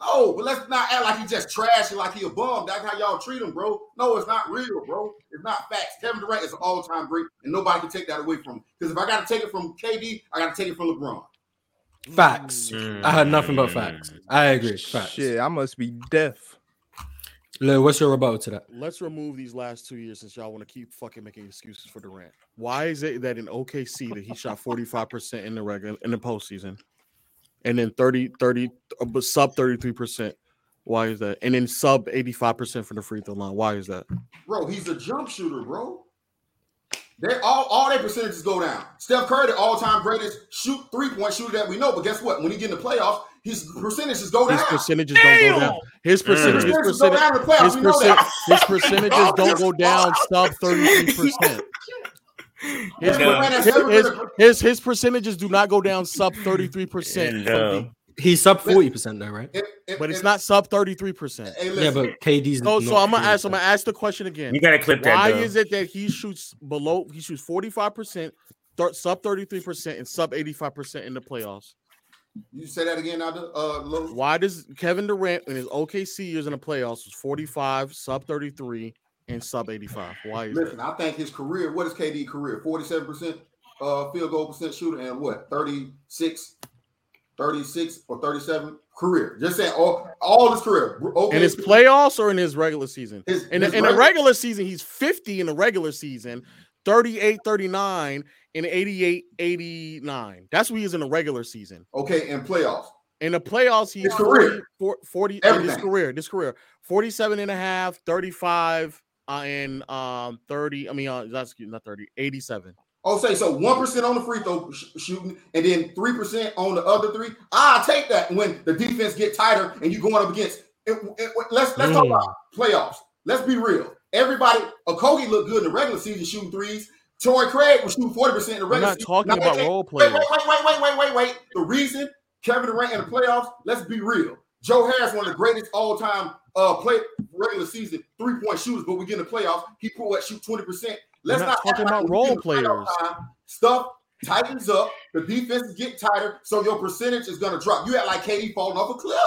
[SPEAKER 11] no. But let's not act like he just trash and like he a bum. That's how y'all treat him, bro. No, it's not real, bro. It's not facts. Kevin Durant is an all time great, and nobody can take that away from him. Because if I got to take it from KD, I got to take it from LeBron.
[SPEAKER 2] Facts. I heard nothing but facts. I agree. Facts.
[SPEAKER 9] Shit, I must be deaf.
[SPEAKER 2] Lou, what's your rebuttal to that?
[SPEAKER 3] Let's remove these last two years since y'all want to keep fucking making excuses for Durant. Why is it that in OKC that he shot 45% in the regular in the postseason and then 30, 30 uh, but sub 33%? Why is that? And then sub 85% from the free throw line. Why is that?
[SPEAKER 11] Bro, he's a jump shooter, bro. They all all their percentages go down. Steph Curry, the all-time greatest shoot three-point shooter that we know, but guess what? When he get in the playoffs, his percentages go down.
[SPEAKER 3] His percentages don't go down. His percentage, his
[SPEAKER 11] Percentages go
[SPEAKER 3] percentage,
[SPEAKER 11] down in the playoffs,
[SPEAKER 3] his,
[SPEAKER 11] we know
[SPEAKER 3] percent,
[SPEAKER 11] that.
[SPEAKER 3] his percentages don't go down sub 33%. His,
[SPEAKER 2] No.
[SPEAKER 3] his, his, his, his percentages do not go down sub 33%.
[SPEAKER 2] No. He's sub 40% though, right?
[SPEAKER 3] But it's not sub 33%.
[SPEAKER 2] Yeah, but KD's
[SPEAKER 3] So, Oh, so
[SPEAKER 2] not
[SPEAKER 3] I'm gonna ask.
[SPEAKER 2] 40%.
[SPEAKER 3] I'm gonna ask the question again.
[SPEAKER 2] You gotta clip that,
[SPEAKER 3] Why
[SPEAKER 2] though.
[SPEAKER 3] is it that he shoots below? He shoots 45 percent, sub 33 percent, and sub 85 percent in the playoffs.
[SPEAKER 11] You say that again, Aldo? Uh, Lo-
[SPEAKER 3] Why does Kevin Durant in his OKC years in the playoffs was 45, sub 33, and sub 85? Why is
[SPEAKER 11] Listen,
[SPEAKER 3] that?
[SPEAKER 11] I think his career. What is KD career? Forty-seven percent uh, field goal percent shooter, and what 36, 36 or thirty-seven career. Just saying, all all his career. Okay,
[SPEAKER 3] In his playoffs or in his regular season?
[SPEAKER 11] His-
[SPEAKER 3] in, the,
[SPEAKER 11] his
[SPEAKER 3] in the
[SPEAKER 11] reg-
[SPEAKER 3] regular season, he's 50 in the regular season, 38, 39, and 88, 89. That's what he is in the regular season.
[SPEAKER 11] okay, in playoffs.
[SPEAKER 3] In the playoffs, he's
[SPEAKER 11] His career.
[SPEAKER 3] 40, 40 in this
[SPEAKER 11] Everything.
[SPEAKER 3] career, this career, 47 and a half, 35, uh, and um 30. I mean, uh, that's not 30, 87.
[SPEAKER 11] Oh, say so one percent on the free throw sh- shooting, and then three percent on the other three. I take that when the defense get tighter and you going up against it- it- let's let's talk
[SPEAKER 10] Mm.
[SPEAKER 11] about playoffs. Let's be real. Everybody, Okogie looked good in the regular season shooting threes. Troy Craig was shooting forty percent in the
[SPEAKER 12] We're
[SPEAKER 11] regular
[SPEAKER 12] not
[SPEAKER 11] season.
[SPEAKER 12] talking
[SPEAKER 11] Now,
[SPEAKER 12] about
[SPEAKER 11] wait,
[SPEAKER 12] role
[SPEAKER 11] wait,
[SPEAKER 12] players.
[SPEAKER 11] Wait, wait, wait, wait, wait, wait, wait. The reason Kevin Durant in the playoffs. Let's be real. Joe Harris, one of the greatest all-time uh play regular season three-point shooters, but we get in the playoffs. He pulled at shoot twenty percent.
[SPEAKER 12] We're
[SPEAKER 11] Let's
[SPEAKER 12] not
[SPEAKER 11] not
[SPEAKER 12] talking
[SPEAKER 11] act like
[SPEAKER 12] about
[SPEAKER 11] we get in
[SPEAKER 12] role
[SPEAKER 11] the playoff
[SPEAKER 12] players.
[SPEAKER 11] time, uh, Stuff tightens up. The defenses get tighter, so your percentage is going to drop. You act like KD falling off a cliff.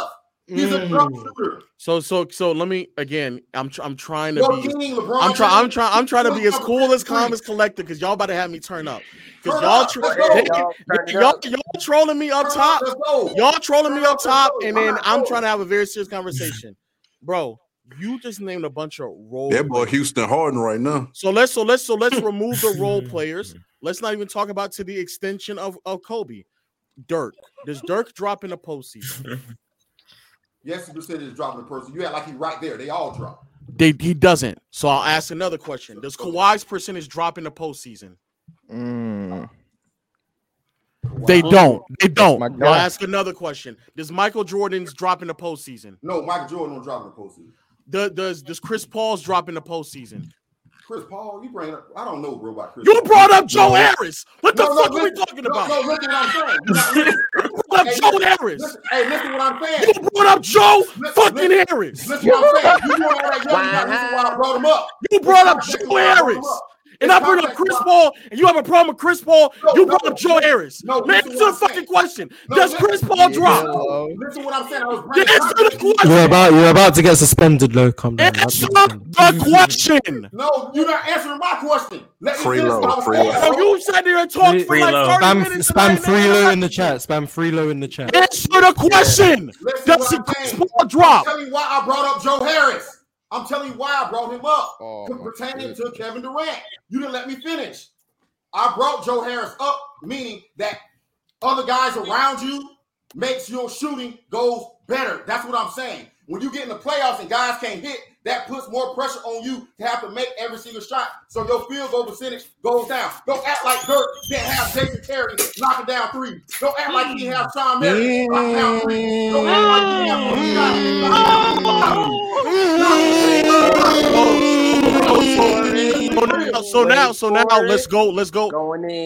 [SPEAKER 11] He's
[SPEAKER 3] Mm.
[SPEAKER 11] a drop shooter.
[SPEAKER 3] So so so let me again. I'm tr- I'm trying to
[SPEAKER 11] Yo,
[SPEAKER 3] be.
[SPEAKER 11] King, LeBron
[SPEAKER 3] I'm trying. I'm
[SPEAKER 11] James,
[SPEAKER 3] trying. I'm trying to be as
[SPEAKER 11] LeBron
[SPEAKER 3] cool as calm as
[SPEAKER 11] James.
[SPEAKER 3] collected because y'all about to have me turn up. Because
[SPEAKER 11] Turn
[SPEAKER 3] y'all,
[SPEAKER 11] up,
[SPEAKER 3] tro-
[SPEAKER 11] let's go.
[SPEAKER 3] they can-
[SPEAKER 11] Turn it
[SPEAKER 3] y'all, y'all
[SPEAKER 11] up.
[SPEAKER 3] trolling me up
[SPEAKER 11] Turn
[SPEAKER 3] top.
[SPEAKER 11] up, let's go.
[SPEAKER 3] Y'all trolling me
[SPEAKER 11] Turn
[SPEAKER 3] up
[SPEAKER 11] up, let's
[SPEAKER 3] top,
[SPEAKER 11] go.
[SPEAKER 3] and
[SPEAKER 11] I'm
[SPEAKER 3] then
[SPEAKER 11] not
[SPEAKER 3] I'm
[SPEAKER 11] trolling.
[SPEAKER 3] trying to have a very serious conversation, bro. You just named a bunch of role.
[SPEAKER 4] That boy Houston Harden right now.
[SPEAKER 3] So let's so let's so let's remove the role players. Let's not even talk about to the extension of, of Kobe. Dirk. Does Dirk drop in the postseason?
[SPEAKER 11] Yes, the percentage is dropping the person. You act like he right there. They all drop.
[SPEAKER 3] They, he doesn't. So I'll ask another question. Does Kawhi's percentage drop in the postseason?
[SPEAKER 2] Mm.
[SPEAKER 3] They don't. They don't.
[SPEAKER 9] my
[SPEAKER 3] I'll
[SPEAKER 9] God.
[SPEAKER 3] ask another question. Does Michael Jordan's drop in the postseason?
[SPEAKER 11] No, Michael Jordan don't drop in the postseason.
[SPEAKER 3] Do- does does Chris Paul's drop in the postseason?
[SPEAKER 11] Chris Paul, you bring up. I don't know, bro, about Chris.
[SPEAKER 3] You
[SPEAKER 11] Paul.
[SPEAKER 3] brought up Joe Harris. What the
[SPEAKER 11] No, no,
[SPEAKER 3] fuck are we
[SPEAKER 11] listen.
[SPEAKER 3] talking
[SPEAKER 11] No,
[SPEAKER 3] about?
[SPEAKER 11] No, look at what I'm saying. You're not listening.
[SPEAKER 3] You brought up
[SPEAKER 11] Hey,
[SPEAKER 3] Joe
[SPEAKER 11] listen,
[SPEAKER 3] Harris.
[SPEAKER 11] listen, hey, listen what I'm saying.
[SPEAKER 3] You brought up Joe fucking Harris.
[SPEAKER 11] Listen what I'm saying. You doing all that yelling about listen why I brought him up.
[SPEAKER 3] You brought up
[SPEAKER 11] It's
[SPEAKER 3] Joe
[SPEAKER 11] why I brought him
[SPEAKER 3] Harris.
[SPEAKER 11] up.
[SPEAKER 3] And I
[SPEAKER 11] It's
[SPEAKER 3] bring up
[SPEAKER 11] context
[SPEAKER 3] Chris
[SPEAKER 11] why-
[SPEAKER 3] Paul, and you have a problem with Chris Paul.
[SPEAKER 11] No,
[SPEAKER 3] you brought
[SPEAKER 11] no,
[SPEAKER 3] up Joe Harris.
[SPEAKER 11] no,
[SPEAKER 3] Man, answer
[SPEAKER 11] listen what
[SPEAKER 3] the
[SPEAKER 11] I'm saying.
[SPEAKER 3] fucking question.
[SPEAKER 11] No,
[SPEAKER 3] Does
[SPEAKER 11] listen.
[SPEAKER 3] Chris Paul drop?
[SPEAKER 11] No, Listen what I'm saying. I was bringing
[SPEAKER 3] Answer
[SPEAKER 11] context.
[SPEAKER 3] the question.
[SPEAKER 2] You're about you're about to get suspended, Low. Calm down. You're about to
[SPEAKER 3] Answer
[SPEAKER 2] get suspended.
[SPEAKER 3] the question.
[SPEAKER 11] No, you're not answering my question. Let me
[SPEAKER 2] Free
[SPEAKER 11] finish
[SPEAKER 2] low,
[SPEAKER 11] what I was
[SPEAKER 2] free
[SPEAKER 11] saying,
[SPEAKER 2] low.
[SPEAKER 11] bro.
[SPEAKER 3] So you sat there and talked for
[SPEAKER 2] Free
[SPEAKER 3] like
[SPEAKER 2] low.
[SPEAKER 3] 30
[SPEAKER 2] Spam,
[SPEAKER 3] minutes. and I
[SPEAKER 2] spam
[SPEAKER 3] ain't
[SPEAKER 2] free
[SPEAKER 3] never-
[SPEAKER 2] low in the chat. Spam free low in the chat.
[SPEAKER 3] Answer the question.
[SPEAKER 11] Listen
[SPEAKER 3] Does
[SPEAKER 11] what I'm
[SPEAKER 3] Chris
[SPEAKER 11] saying.
[SPEAKER 3] Paul drop?
[SPEAKER 11] I'm telling you why I brought up Joe Harris. I'm telling you why I brought him up. pertaining to Kevin Durant. You didn't let me finish. I brought Joe Harris up, meaning that other guys around you makes your shooting goes better. That's what I'm saying. When you get in the playoffs and guys can't hit, that puts more pressure on you to have to make every single shot. So your field goal percentage goes down. Don't act like Dirk didn't have Jason Terry knocking down three. Don't act like he didn't have Sean Mary knocking down three. Don't act like he didn't have those guys knocking down three.
[SPEAKER 3] So now, so now, so now let's go. Let's go.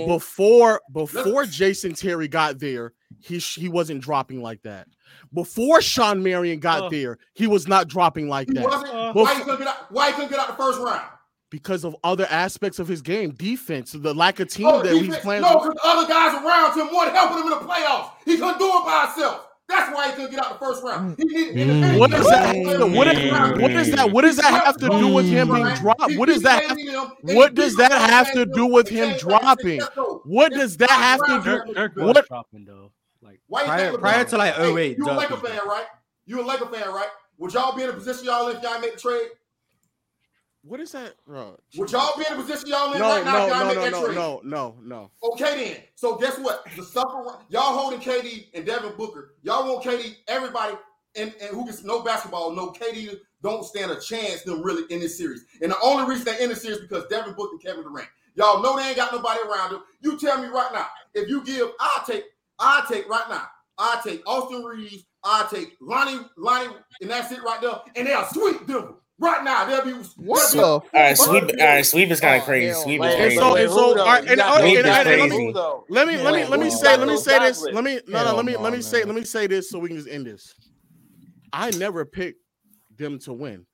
[SPEAKER 3] Before before Jason Terry got there, he sh- he wasn't dropping like that. Before Sean Marion got
[SPEAKER 11] Oh.
[SPEAKER 3] there, he was not dropping like
[SPEAKER 11] He
[SPEAKER 3] that.
[SPEAKER 11] wasn't.
[SPEAKER 3] Bef-
[SPEAKER 11] why he couldn't get out? Why he couldn't get out the first round?
[SPEAKER 3] because of other aspects of his game, defense, the lack of team
[SPEAKER 11] Oh,
[SPEAKER 3] that
[SPEAKER 11] defense-
[SPEAKER 3] he's playing.
[SPEAKER 11] no, because other guys around him weren't helping him in the playoffs. He couldn't do it by himself. That's why he couldn't get out the first round. He needed
[SPEAKER 2] Mm.
[SPEAKER 11] independent
[SPEAKER 3] What does that?
[SPEAKER 11] players
[SPEAKER 3] What
[SPEAKER 11] in
[SPEAKER 3] is,
[SPEAKER 11] the round.
[SPEAKER 3] what does that? What does that have to do with him being dropped? What does that? Have, what does that have to do with him dropping? What does that have to do? What?
[SPEAKER 1] dropping though.
[SPEAKER 11] Why you
[SPEAKER 2] Prior-
[SPEAKER 11] think LeBron-
[SPEAKER 2] prior to, like,
[SPEAKER 11] Hey,
[SPEAKER 2] 08,
[SPEAKER 11] you a
[SPEAKER 2] Dirk
[SPEAKER 11] Laker
[SPEAKER 2] was
[SPEAKER 11] fan, right? You a Laker fan, right? Would y'all be in a position y'all in if y'all make the trade?
[SPEAKER 3] What is that, bro?
[SPEAKER 11] Would y'all be in a position y'all in
[SPEAKER 3] No,
[SPEAKER 11] right now
[SPEAKER 3] no,
[SPEAKER 11] if y'all
[SPEAKER 3] no,
[SPEAKER 11] make
[SPEAKER 3] no,
[SPEAKER 11] that
[SPEAKER 3] no,
[SPEAKER 11] trade?
[SPEAKER 3] no, no, no.
[SPEAKER 11] Okay then. Oh, So guess what? The stuff around, y'all holding KD and Devin Booker. Y'all want KD, everybody, and, and who gets no basketball, no KD don't stand a chance them really in this series. And the only reason they in the series because Devin Booker and Kevin Durant. Y'all know they ain't got nobody around them. You tell me right now, if you give, I take, I take right now, I take Austin Reeves, I take Lonnie, Lonnie, and that's it right there. And they'll sweep them right now. They'll be
[SPEAKER 9] What
[SPEAKER 11] they'll be-
[SPEAKER 9] the?
[SPEAKER 10] All right, sweep. All right, sweep is kind of crazy. Sweep is
[SPEAKER 9] man.
[SPEAKER 10] crazy.
[SPEAKER 9] So-
[SPEAKER 3] And so, all right, and, all right,
[SPEAKER 10] Sweep
[SPEAKER 3] and,
[SPEAKER 10] is
[SPEAKER 3] and, and,
[SPEAKER 10] crazy.
[SPEAKER 3] let me, let me, let me say, let me say this. Let me, no, no,
[SPEAKER 2] Hell
[SPEAKER 3] let me, let me
[SPEAKER 2] no,
[SPEAKER 3] say, let me say this so we can just end this. I never picked them to win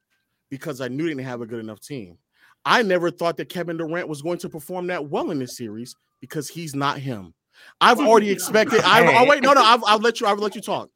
[SPEAKER 3] because I knew they didn't have a good enough team. I never thought that Kevin Durant was going to perform that well in this series because he's not him. I've already expected. I oh wait, no, no, I've, I'll let you. I'll let you talk.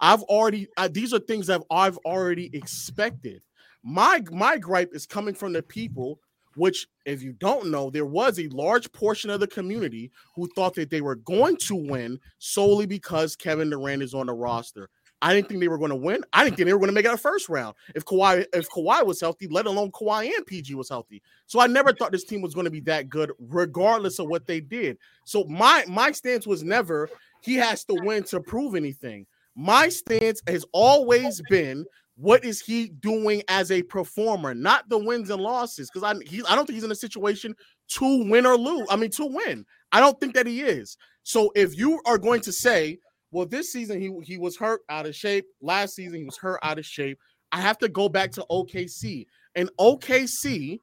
[SPEAKER 3] I've already. I, these are things that I've already expected. My my gripe is coming from the people, which, if you don't know, there was a large portion of the community who thought that they were going to win solely because Kevin Durant is on the roster. I didn't think they were going to win. I didn't think they were going to make it a first round if Kawhi if Kawhi was healthy, let alone Kawhi and PG was healthy. So I never thought this team was going to be that good, regardless of what they did. So my my stance was never he has to win to prove anything. My stance has always been what is he doing as a performer, not the wins and losses. Because I he, I don't think he's in a situation to win or lose. I mean to win. I don't think that he is. So if you are going to say, well, this season he he was hurt out of shape. Last season he was hurt out of shape. I have to go back to OKC. And OKC,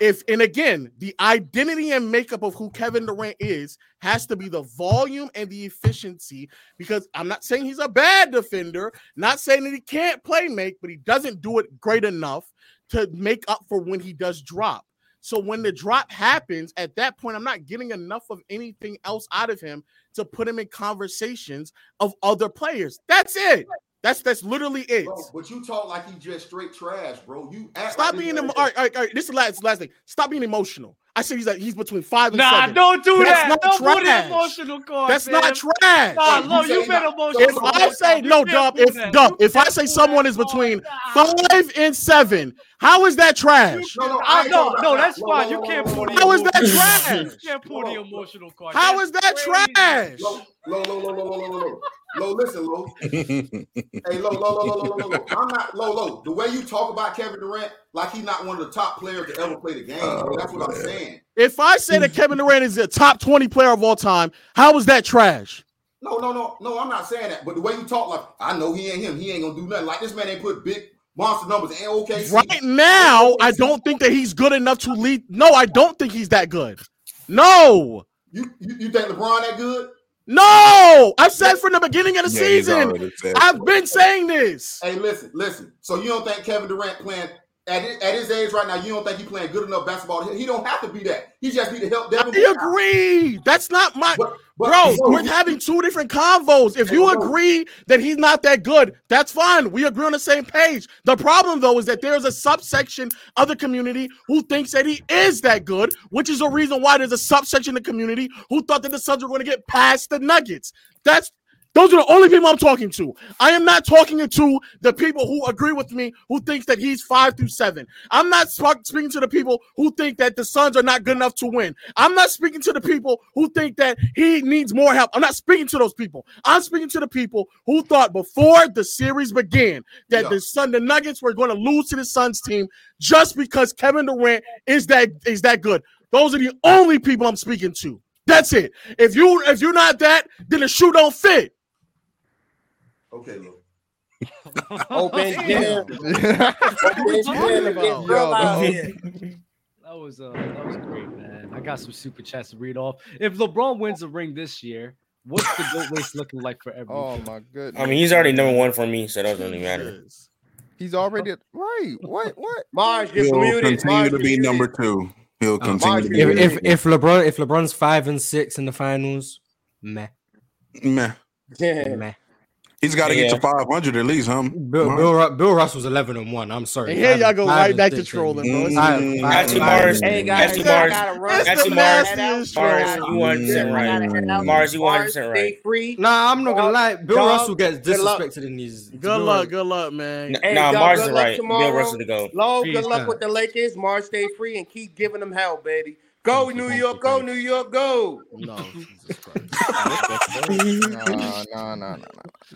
[SPEAKER 3] if and again, the identity and makeup of who Kevin Durant is has to be the volume and the efficiency. Because I'm not saying he's a bad defender, not saying that he can't play make, but he doesn't do it great enough to make up for when he does drop. So when the drop happens, at that point, I'm not getting enough of anything else out of him to put him in conversations of other players. That's it. That's that's literally it.
[SPEAKER 11] Bro, but you talk like he just straight trash, bro. You act
[SPEAKER 3] Stop
[SPEAKER 11] like
[SPEAKER 3] being
[SPEAKER 11] this
[SPEAKER 3] emo-
[SPEAKER 11] man-
[SPEAKER 3] all right, all right, all right. This is last last thing. Stop being emotional. I said he's like he's between five and
[SPEAKER 1] Nah,
[SPEAKER 3] seven.
[SPEAKER 1] don't do that. Don't put the
[SPEAKER 3] emotional
[SPEAKER 1] card,
[SPEAKER 3] That's
[SPEAKER 1] man.
[SPEAKER 3] not trash.
[SPEAKER 1] Nah, Like, love, you you say been that. emotional.
[SPEAKER 3] If I say
[SPEAKER 1] You
[SPEAKER 3] no,
[SPEAKER 1] can't
[SPEAKER 3] Dub,
[SPEAKER 1] do
[SPEAKER 3] if
[SPEAKER 1] that.
[SPEAKER 3] Dub,
[SPEAKER 1] You
[SPEAKER 3] if I say someone is between five and seven, how is that trash?
[SPEAKER 11] No, no, I
[SPEAKER 1] I
[SPEAKER 11] ain't
[SPEAKER 1] no,
[SPEAKER 11] talking
[SPEAKER 1] no,
[SPEAKER 11] about
[SPEAKER 1] that's
[SPEAKER 11] that.
[SPEAKER 1] fine.
[SPEAKER 11] Whoa,
[SPEAKER 1] You
[SPEAKER 11] whoa,
[SPEAKER 1] can't
[SPEAKER 11] whoa,
[SPEAKER 1] put
[SPEAKER 11] whoa,
[SPEAKER 1] the
[SPEAKER 11] whoa.
[SPEAKER 3] How is that
[SPEAKER 1] emotional-
[SPEAKER 3] trash?
[SPEAKER 1] You can't put the emotional card.
[SPEAKER 3] How is that trash?
[SPEAKER 11] Lo, lo, lo, lo, lo, lo, lo, lo. Lo, listen, lo. Hey, lo, lo, lo, lo, lo, lo, lo. I'm not lo, lo. The way you talk about Kevin Durant, like he's not one of the top players to ever play the game.
[SPEAKER 3] Oh,
[SPEAKER 11] bro. That's what I'm saying.
[SPEAKER 3] If I say that Kevin Durant is the top 20 player of all time, how is that trash?
[SPEAKER 11] No, no, no, no. I'm not saying that. But the way you talk, like I know he ain't him. He ain't gonna do nothing. Like this man ain't put big monster numbers in OKC.
[SPEAKER 3] Right now, I don't think that he's good enough to lead. No, I don't think he's that good. No,
[SPEAKER 11] You, you you think LeBron that good?
[SPEAKER 3] no. I've said from the beginning of the
[SPEAKER 4] Yeah, he's
[SPEAKER 3] season.
[SPEAKER 4] already said.
[SPEAKER 3] I've been saying this.
[SPEAKER 11] Hey, listen, listen. So you don't think Kevin Durant playing at his, at his age right now? You don't think he playing good enough basketball? He he don't have to be that. He just need to help Devin.
[SPEAKER 3] I agree. That's not my
[SPEAKER 11] But- but-
[SPEAKER 3] bro.
[SPEAKER 11] bro,
[SPEAKER 3] We're
[SPEAKER 11] you-
[SPEAKER 3] having two different convos. If you
[SPEAKER 11] Hey, bro.
[SPEAKER 3] agree that he's not that good, that's fine. We agree on the same page. The problem though is that there's a subsection of the community who thinks that he is that good, which is the reason why there's a subsection of the community who thought that the Suns were going to get past the Nuggets. That's those are the only people I'm talking to. I am not talking to the people who agree with me, who thinks that he's five through seven. I'm not sp- speaking to the people who think that the Suns are not good enough to win. I'm not speaking to the people who think that he needs more help. I'm not speaking to those people. I'm speaking to the people who thought before the series began that
[SPEAKER 11] Yeah.
[SPEAKER 3] the Sun, the Nuggets were going to lose to the Suns team just because Kevin Durant is that is that good. Those are the only people I'm speaking to. That's it. If you if you're not that, then the shoe don't fit.
[SPEAKER 11] Okay, look.
[SPEAKER 8] Open gym.
[SPEAKER 3] we
[SPEAKER 8] Open
[SPEAKER 3] talking
[SPEAKER 8] gym.
[SPEAKER 3] about?
[SPEAKER 8] Get real out
[SPEAKER 9] Yo,
[SPEAKER 8] here.
[SPEAKER 1] That was uh, that was great, man. I got some super chats to read off. If LeBron wins a ring this year, what's the goat race looking like for
[SPEAKER 9] Oh
[SPEAKER 1] everyone?
[SPEAKER 9] my goodness.
[SPEAKER 10] I mean, he's already number one for me, so that doesn't really matter.
[SPEAKER 3] Jesus.
[SPEAKER 9] He's already right. What? What?
[SPEAKER 8] Mars, get
[SPEAKER 4] He'll
[SPEAKER 8] muted.
[SPEAKER 4] continue
[SPEAKER 8] Mars,
[SPEAKER 4] to
[SPEAKER 8] get
[SPEAKER 4] be
[SPEAKER 8] muted.
[SPEAKER 4] number two. He'll
[SPEAKER 10] Uh,
[SPEAKER 4] continue to be
[SPEAKER 8] Marjorie-
[SPEAKER 4] number
[SPEAKER 2] If if if LeBron if LeBron's five and six in the finals, meh,
[SPEAKER 4] two. Meh.
[SPEAKER 8] Yeah.
[SPEAKER 2] meh.
[SPEAKER 4] He's got to get
[SPEAKER 10] Yeah.
[SPEAKER 4] to 500 at least, huh?
[SPEAKER 2] Bill Bill, Ru- Bill Russell's eleven and one. I'm sorry.
[SPEAKER 3] And here
[SPEAKER 2] Five
[SPEAKER 3] y'all
[SPEAKER 2] and-
[SPEAKER 3] go
[SPEAKER 2] five
[SPEAKER 3] right
[SPEAKER 2] and
[SPEAKER 3] back to
[SPEAKER 2] six ain't
[SPEAKER 3] trolling,
[SPEAKER 2] me.
[SPEAKER 3] bro. It's
[SPEAKER 2] Five-
[SPEAKER 4] Mm.
[SPEAKER 2] five-
[SPEAKER 10] Actually,
[SPEAKER 2] five
[SPEAKER 10] Mars-
[SPEAKER 2] ain't
[SPEAKER 8] Hey
[SPEAKER 2] me.
[SPEAKER 8] guys,
[SPEAKER 10] Actually,
[SPEAKER 8] I
[SPEAKER 10] Mars-
[SPEAKER 8] gotta run.
[SPEAKER 3] It's
[SPEAKER 10] Actually,
[SPEAKER 3] the
[SPEAKER 10] Mars-
[SPEAKER 3] nastiest
[SPEAKER 10] Mars,
[SPEAKER 3] troll.
[SPEAKER 10] you 100%
[SPEAKER 8] I
[SPEAKER 10] right.
[SPEAKER 8] gotta head out.
[SPEAKER 10] Mars, you 100%
[SPEAKER 8] Mars,
[SPEAKER 10] right.
[SPEAKER 8] Stay free.
[SPEAKER 2] Nah, I'm not gonna
[SPEAKER 8] Mars,
[SPEAKER 2] lie. Bill
[SPEAKER 8] Dub,
[SPEAKER 2] Russell gets
[SPEAKER 8] good luck.
[SPEAKER 2] disrespected in these.
[SPEAKER 3] Good luck, good luck, man.
[SPEAKER 8] Hey,
[SPEAKER 10] Nah,
[SPEAKER 8] Dub,
[SPEAKER 10] Mars
[SPEAKER 8] good
[SPEAKER 10] is
[SPEAKER 8] luck
[SPEAKER 10] right. Bill
[SPEAKER 8] tomorrow.
[SPEAKER 10] Russell to go.
[SPEAKER 8] Low,
[SPEAKER 2] Peace,
[SPEAKER 8] good luck
[SPEAKER 2] man.
[SPEAKER 8] with the Lakers. Mars, stay free and keep giving them hell, baby. Go,
[SPEAKER 2] Thank you,
[SPEAKER 8] New
[SPEAKER 2] thank
[SPEAKER 8] York.
[SPEAKER 2] you,
[SPEAKER 8] Go,
[SPEAKER 2] thank
[SPEAKER 8] New York. Go.
[SPEAKER 3] No, Jesus Christ.
[SPEAKER 9] Nah, nah, nah, nah, nah.